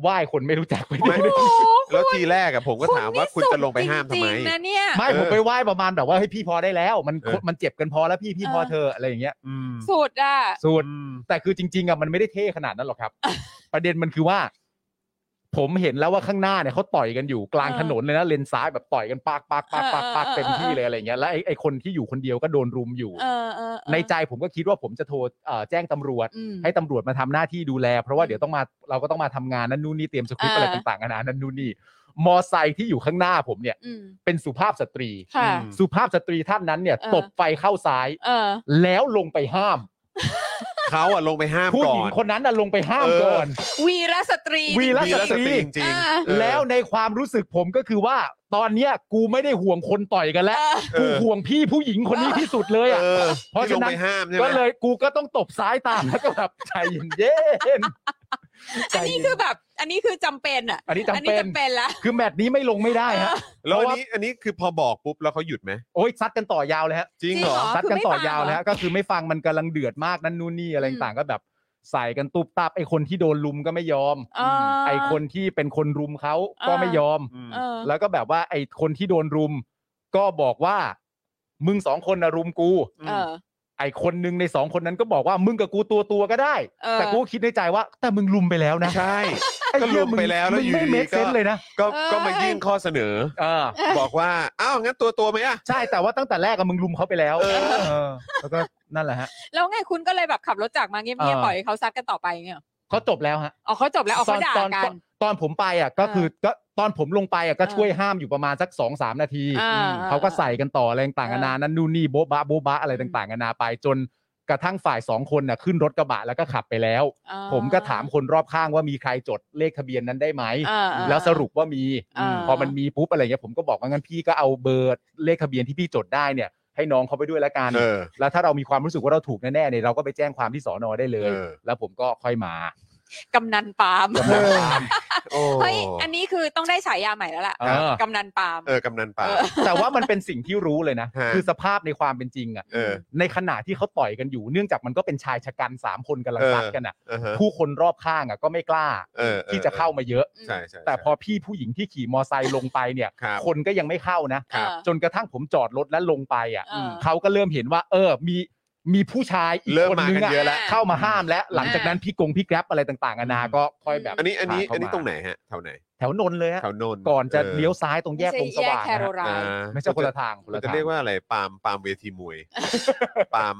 [SPEAKER 4] ไหว้คนไม่รู้จักไปด้วย
[SPEAKER 5] โอ้โห
[SPEAKER 3] แล้วทีแรกอะผมก็ถามว่าคุณจะลงไปห้ามทำ
[SPEAKER 5] จ
[SPEAKER 3] ไม
[SPEAKER 5] ริงๆนะเนี่ย *laughs*
[SPEAKER 4] ไม่ผมไปไหว้ประมาณแบบว่าเฮ้ยพี่พอได้แล้ว มัน
[SPEAKER 3] เออ
[SPEAKER 4] มันเจ็บกันพอแล้วพี่พี่พอ
[SPEAKER 5] เออ
[SPEAKER 4] เธอะอะไรอย่างเงี้ย
[SPEAKER 3] อืม
[SPEAKER 5] สุดอ่ะ
[SPEAKER 4] สุด
[SPEAKER 3] อืม
[SPEAKER 4] แต่คือจริงๆอ่ะมันไม่ได้เท่ขนาดนั้นหรอก
[SPEAKER 5] *laughs*
[SPEAKER 4] ครับ ประเด็นมันคือว่า ผมเห็นแล้วว่าข้างหน้าเนี่ยเขาต่อยกันอยู่กลาง
[SPEAKER 5] เออ
[SPEAKER 4] ถนนเลยนะเลนซ้ายแบบต่อยกันปากปากปากปากปาก
[SPEAKER 5] เออเออเออ
[SPEAKER 4] เต็มที่เลยอะไรเงี้ยแล้วไอ้ไอ้คนที่อยู่คนเดียวก็โดนรุมอยู่
[SPEAKER 5] เออเออเออ
[SPEAKER 4] ในใจผมก็คิดว่าผมจะโทรเอ่อแจ้งตำรวจ
[SPEAKER 5] อืม
[SPEAKER 4] ให้ตำรวจมาทำหน้าที่ดูแล เพราะว่าเดี๋ยวต้องมาเราก็ต้องมาทำงานนั่นนู่นนี่เตรียมสคริปต์อะไร
[SPEAKER 5] อ่า
[SPEAKER 4] ต่างๆนานานั่นนู่นนี่มอไซค์ที่อยู่ข้างหน้าผมเนี่ย
[SPEAKER 5] อืม
[SPEAKER 4] เป็นสุภาพสตรี
[SPEAKER 5] ค่ะ
[SPEAKER 3] อืม
[SPEAKER 4] สุภาพสตรีท่านนั้นเนี่ย
[SPEAKER 5] เออ
[SPEAKER 4] ตบไฟเข้าซ้าย
[SPEAKER 5] เออ
[SPEAKER 4] แล้วลงไปห้าม
[SPEAKER 3] เขาอะลงไปห้าม
[SPEAKER 4] ผู้
[SPEAKER 3] ก่อ
[SPEAKER 4] หญิง
[SPEAKER 3] น
[SPEAKER 4] คนนั้นน่ะลงไปห้าม
[SPEAKER 3] เออ
[SPEAKER 4] ก่อน
[SPEAKER 5] วีรสตรี
[SPEAKER 4] วี
[SPEAKER 3] วีรสตรีจริง
[SPEAKER 5] อ่า
[SPEAKER 3] เออ
[SPEAKER 4] แล้วในความรู้สึกผมก็คือว่า ตอนเนี้ยกูไม่ได้ห่วงคนต่อยกันแล้ว
[SPEAKER 5] เออ
[SPEAKER 3] เออ
[SPEAKER 4] กูห่วงพี่ผู้หญิงคนนี้ที่สุดเลยอ่ะ
[SPEAKER 3] เออ
[SPEAKER 4] เพราะ
[SPEAKER 3] ที่ล
[SPEAKER 4] ฉะ
[SPEAKER 3] ง
[SPEAKER 4] นั้น
[SPEAKER 3] ไปห้ามใช่ไหม
[SPEAKER 4] ก็เลยกูก็ต้องตบซ้ายตามแล้วก็แบบใจเย็นๆใจ
[SPEAKER 5] อันนี้
[SPEAKER 4] เย็น
[SPEAKER 5] คือแบบ อันนี้คือจำเป็นอ่ะ
[SPEAKER 4] อันนี้
[SPEAKER 5] อั
[SPEAKER 4] จำ
[SPEAKER 5] นี้
[SPEAKER 4] เป็น
[SPEAKER 5] จำเป็นละ
[SPEAKER 4] คือแมตช์นี้ไม่ลงไม่ได้ฮะ
[SPEAKER 3] แล้วอันนี้อันนี้คือพอบอกปุ๊บแล้วเขาหยุดไหม
[SPEAKER 4] โอ้ยซัดกันต่อยาวเลยฮะ
[SPEAKER 3] จริงเหรอ
[SPEAKER 5] จริงเหร
[SPEAKER 4] ซัดกัน
[SPEAKER 5] คือไม่
[SPEAKER 4] ต่อ
[SPEAKER 5] ฟัง
[SPEAKER 4] ยาวเลยฮะก็คือไม่ฟังมันกำลังเดือดมากนั่นนู่นนี่อะไร
[SPEAKER 5] อืม
[SPEAKER 4] ต่างๆก็แบบใส่กันตุบตับไอคนที่โดนลุมก็ไม่ยอม
[SPEAKER 5] เออ
[SPEAKER 4] ไอคนที่เป็นคนรุมเขาก็
[SPEAKER 5] อ่า
[SPEAKER 4] ไม่ยอม
[SPEAKER 5] เออ
[SPEAKER 4] แล้วก็แบบว่าไอคนที่โดนรุม ก็บอกว่า มึงสองคนนะรุมกู
[SPEAKER 5] เออ
[SPEAKER 4] ไอคนหนึ่งในสองคนนั้นก็บอกว่ามึงกับกูตัวตัวๆก็ได้
[SPEAKER 5] เออ
[SPEAKER 4] แต่กูก็คิดในใจว่า แต่มึงรุมไปแล้วนะ
[SPEAKER 3] ใช่
[SPEAKER 4] อ้เหี้ย
[SPEAKER 3] ก็รุมไปแล้วแล้ว
[SPEAKER 4] มึง
[SPEAKER 3] อยู่
[SPEAKER 4] ไม่
[SPEAKER 3] ดีๆ
[SPEAKER 4] เมค
[SPEAKER 3] ก็
[SPEAKER 4] เซนเลยนะ
[SPEAKER 3] ก็
[SPEAKER 5] เออ
[SPEAKER 3] ก็มายื่นข้อเสนอ
[SPEAKER 4] เออ
[SPEAKER 3] บอกว่าอ้าวงั้นตัวตัวไหมอะ
[SPEAKER 4] ใช่แต่ว่าตั้งแต่แรกอะมึงรุมเขาไปแล้ว
[SPEAKER 3] เออ
[SPEAKER 4] เออแล้วก็นั่นแหละฮะ
[SPEAKER 5] แล้วไงคุณก็เลยแบบขับรถจากมาเงี
[SPEAKER 4] เอย
[SPEAKER 5] บ
[SPEAKER 4] อ
[SPEAKER 5] ๆปล่อยให้เขาซัดกันต่อไปเงี้ยเหรอ
[SPEAKER 4] เขาจบแล้วฮะ
[SPEAKER 5] อ๋อเขาจบแล้วอ๋อ
[SPEAKER 4] ต
[SPEAKER 5] เขา
[SPEAKER 4] อน
[SPEAKER 5] ด่า
[SPEAKER 4] ตอน
[SPEAKER 5] กั
[SPEAKER 4] ตอน นตอนผมไปอะก็คือก็ตอนผมลงไปอะก็
[SPEAKER 5] เออ
[SPEAKER 4] ช่วยห้ามอยู่ประมาณสักสองสามนาที
[SPEAKER 5] อ่า
[SPEAKER 4] อืมเขาก็ใส่กันต่ออะไรต่างๆ
[SPEAKER 5] เอ
[SPEAKER 4] นา
[SPEAKER 5] อ
[SPEAKER 4] นานั่นนู่นนี่โบ๊ะบะโบ๊ะบะอะไรต่างๆนานาไปจนกระทั่งฝ่ายสองคนน่ะขึ้นรถกระบะแล้วก็ขับไปแล้ว
[SPEAKER 5] อ่า
[SPEAKER 4] ผมก็ถามคนรอบข้างว่ามีใครจดเลขทะเบียนนั้นได้ไหม
[SPEAKER 5] อ่าอ่า
[SPEAKER 4] แล้วสรุปว่ามี
[SPEAKER 5] อ่า
[SPEAKER 4] พอมันมีปุ๊บอะไรเงี้ยผมก็บอกว่างั้นพี่ก็เอาเบอร์เลขทะเบียนที่พี่จดได้เนี่ย ให้น้องเขาไปด้วยละกัน
[SPEAKER 3] เออ
[SPEAKER 4] แล้วถ้าเรามีความรู้สึกว่าเราถูกแน่ๆเนี่ยเราก็ไปแจ้งความที่สอนอได้เลย
[SPEAKER 3] เออ
[SPEAKER 4] แล้วผมก็ค่อยมาก
[SPEAKER 5] ำนันปาล์ม
[SPEAKER 4] กำลังตาม
[SPEAKER 3] โอ้
[SPEAKER 5] เฮ้ยอันนี้คือต้องได้ฉายาใหม่แล้วล่ะ
[SPEAKER 4] เออก
[SPEAKER 5] ำนันปาล์ม
[SPEAKER 3] เออกำนันป่า
[SPEAKER 5] เออ
[SPEAKER 4] แต่ว่ามันเป็นสิ่งที่รู้เลยนะ
[SPEAKER 3] ฮะ
[SPEAKER 4] คือสภาพในความเป็นจริงอ่ะ
[SPEAKER 3] เออ
[SPEAKER 4] ในขณะที่เขาต่อยกันอยู่ เนื่องจากมันก็เป็นชายชะกันสามคนกำลัง
[SPEAKER 3] เออ
[SPEAKER 4] ซัดกันอ่ะ
[SPEAKER 3] อ่าฮะ
[SPEAKER 4] ผู้คนรอบข้างอ่ะก็ไม่กล้า
[SPEAKER 3] เออเออ
[SPEAKER 4] ที่จะเข้ามาเยอะ
[SPEAKER 3] ใช่ใช่ใช่
[SPEAKER 4] แต่พอพี่ผู้หญิงที่ขี่มอไซค์ลงไปเนี่ย
[SPEAKER 3] ครับ
[SPEAKER 4] คนก็ยังไม่เข้านะ
[SPEAKER 5] ครับ
[SPEAKER 4] จนกระทั่งผมจอดรถและลงไปอ่ะ
[SPEAKER 5] เออ
[SPEAKER 4] เขาก็เริ่มเห็นว่า เออ มีมีผู้ชายอีก
[SPEAKER 3] เริ่ม
[SPEAKER 4] คน
[SPEAKER 3] มา
[SPEAKER 4] นึ
[SPEAKER 3] กั
[SPEAKER 4] ง
[SPEAKER 3] นเยอะแล้ว
[SPEAKER 4] อะเข้ามาห้ามและหลังจากนั้นพี่กงพี่แกร็บอะไรต่างๆนานาก็ค่อยแบบ
[SPEAKER 3] อันนี้อันนี้
[SPEAKER 4] ผ่าเข้ามา
[SPEAKER 3] อันนี้ตรงไหนฮะแถวไหน
[SPEAKER 4] แถวนนท์เลยฮะ
[SPEAKER 3] แถวนนท์
[SPEAKER 4] ก่อนจะ
[SPEAKER 3] ออ
[SPEAKER 4] เลี้ยวซ้ายตรงแยก
[SPEAKER 5] ไม่ใช่
[SPEAKER 4] ตรงสว่าง
[SPEAKER 5] แยกแค
[SPEAKER 4] นะ
[SPEAKER 5] โร
[SPEAKER 4] ฮะ
[SPEAKER 5] ไล
[SPEAKER 3] อ่า
[SPEAKER 4] ไม่ใช่คนละทางค
[SPEAKER 3] มั
[SPEAKER 4] น
[SPEAKER 3] น
[SPEAKER 4] ละ
[SPEAKER 3] จะ
[SPEAKER 4] ทาง
[SPEAKER 3] เรียกว่าอะไรปาล์มปาล์มเวทีม
[SPEAKER 4] *laughs*
[SPEAKER 3] วย ปาล์ม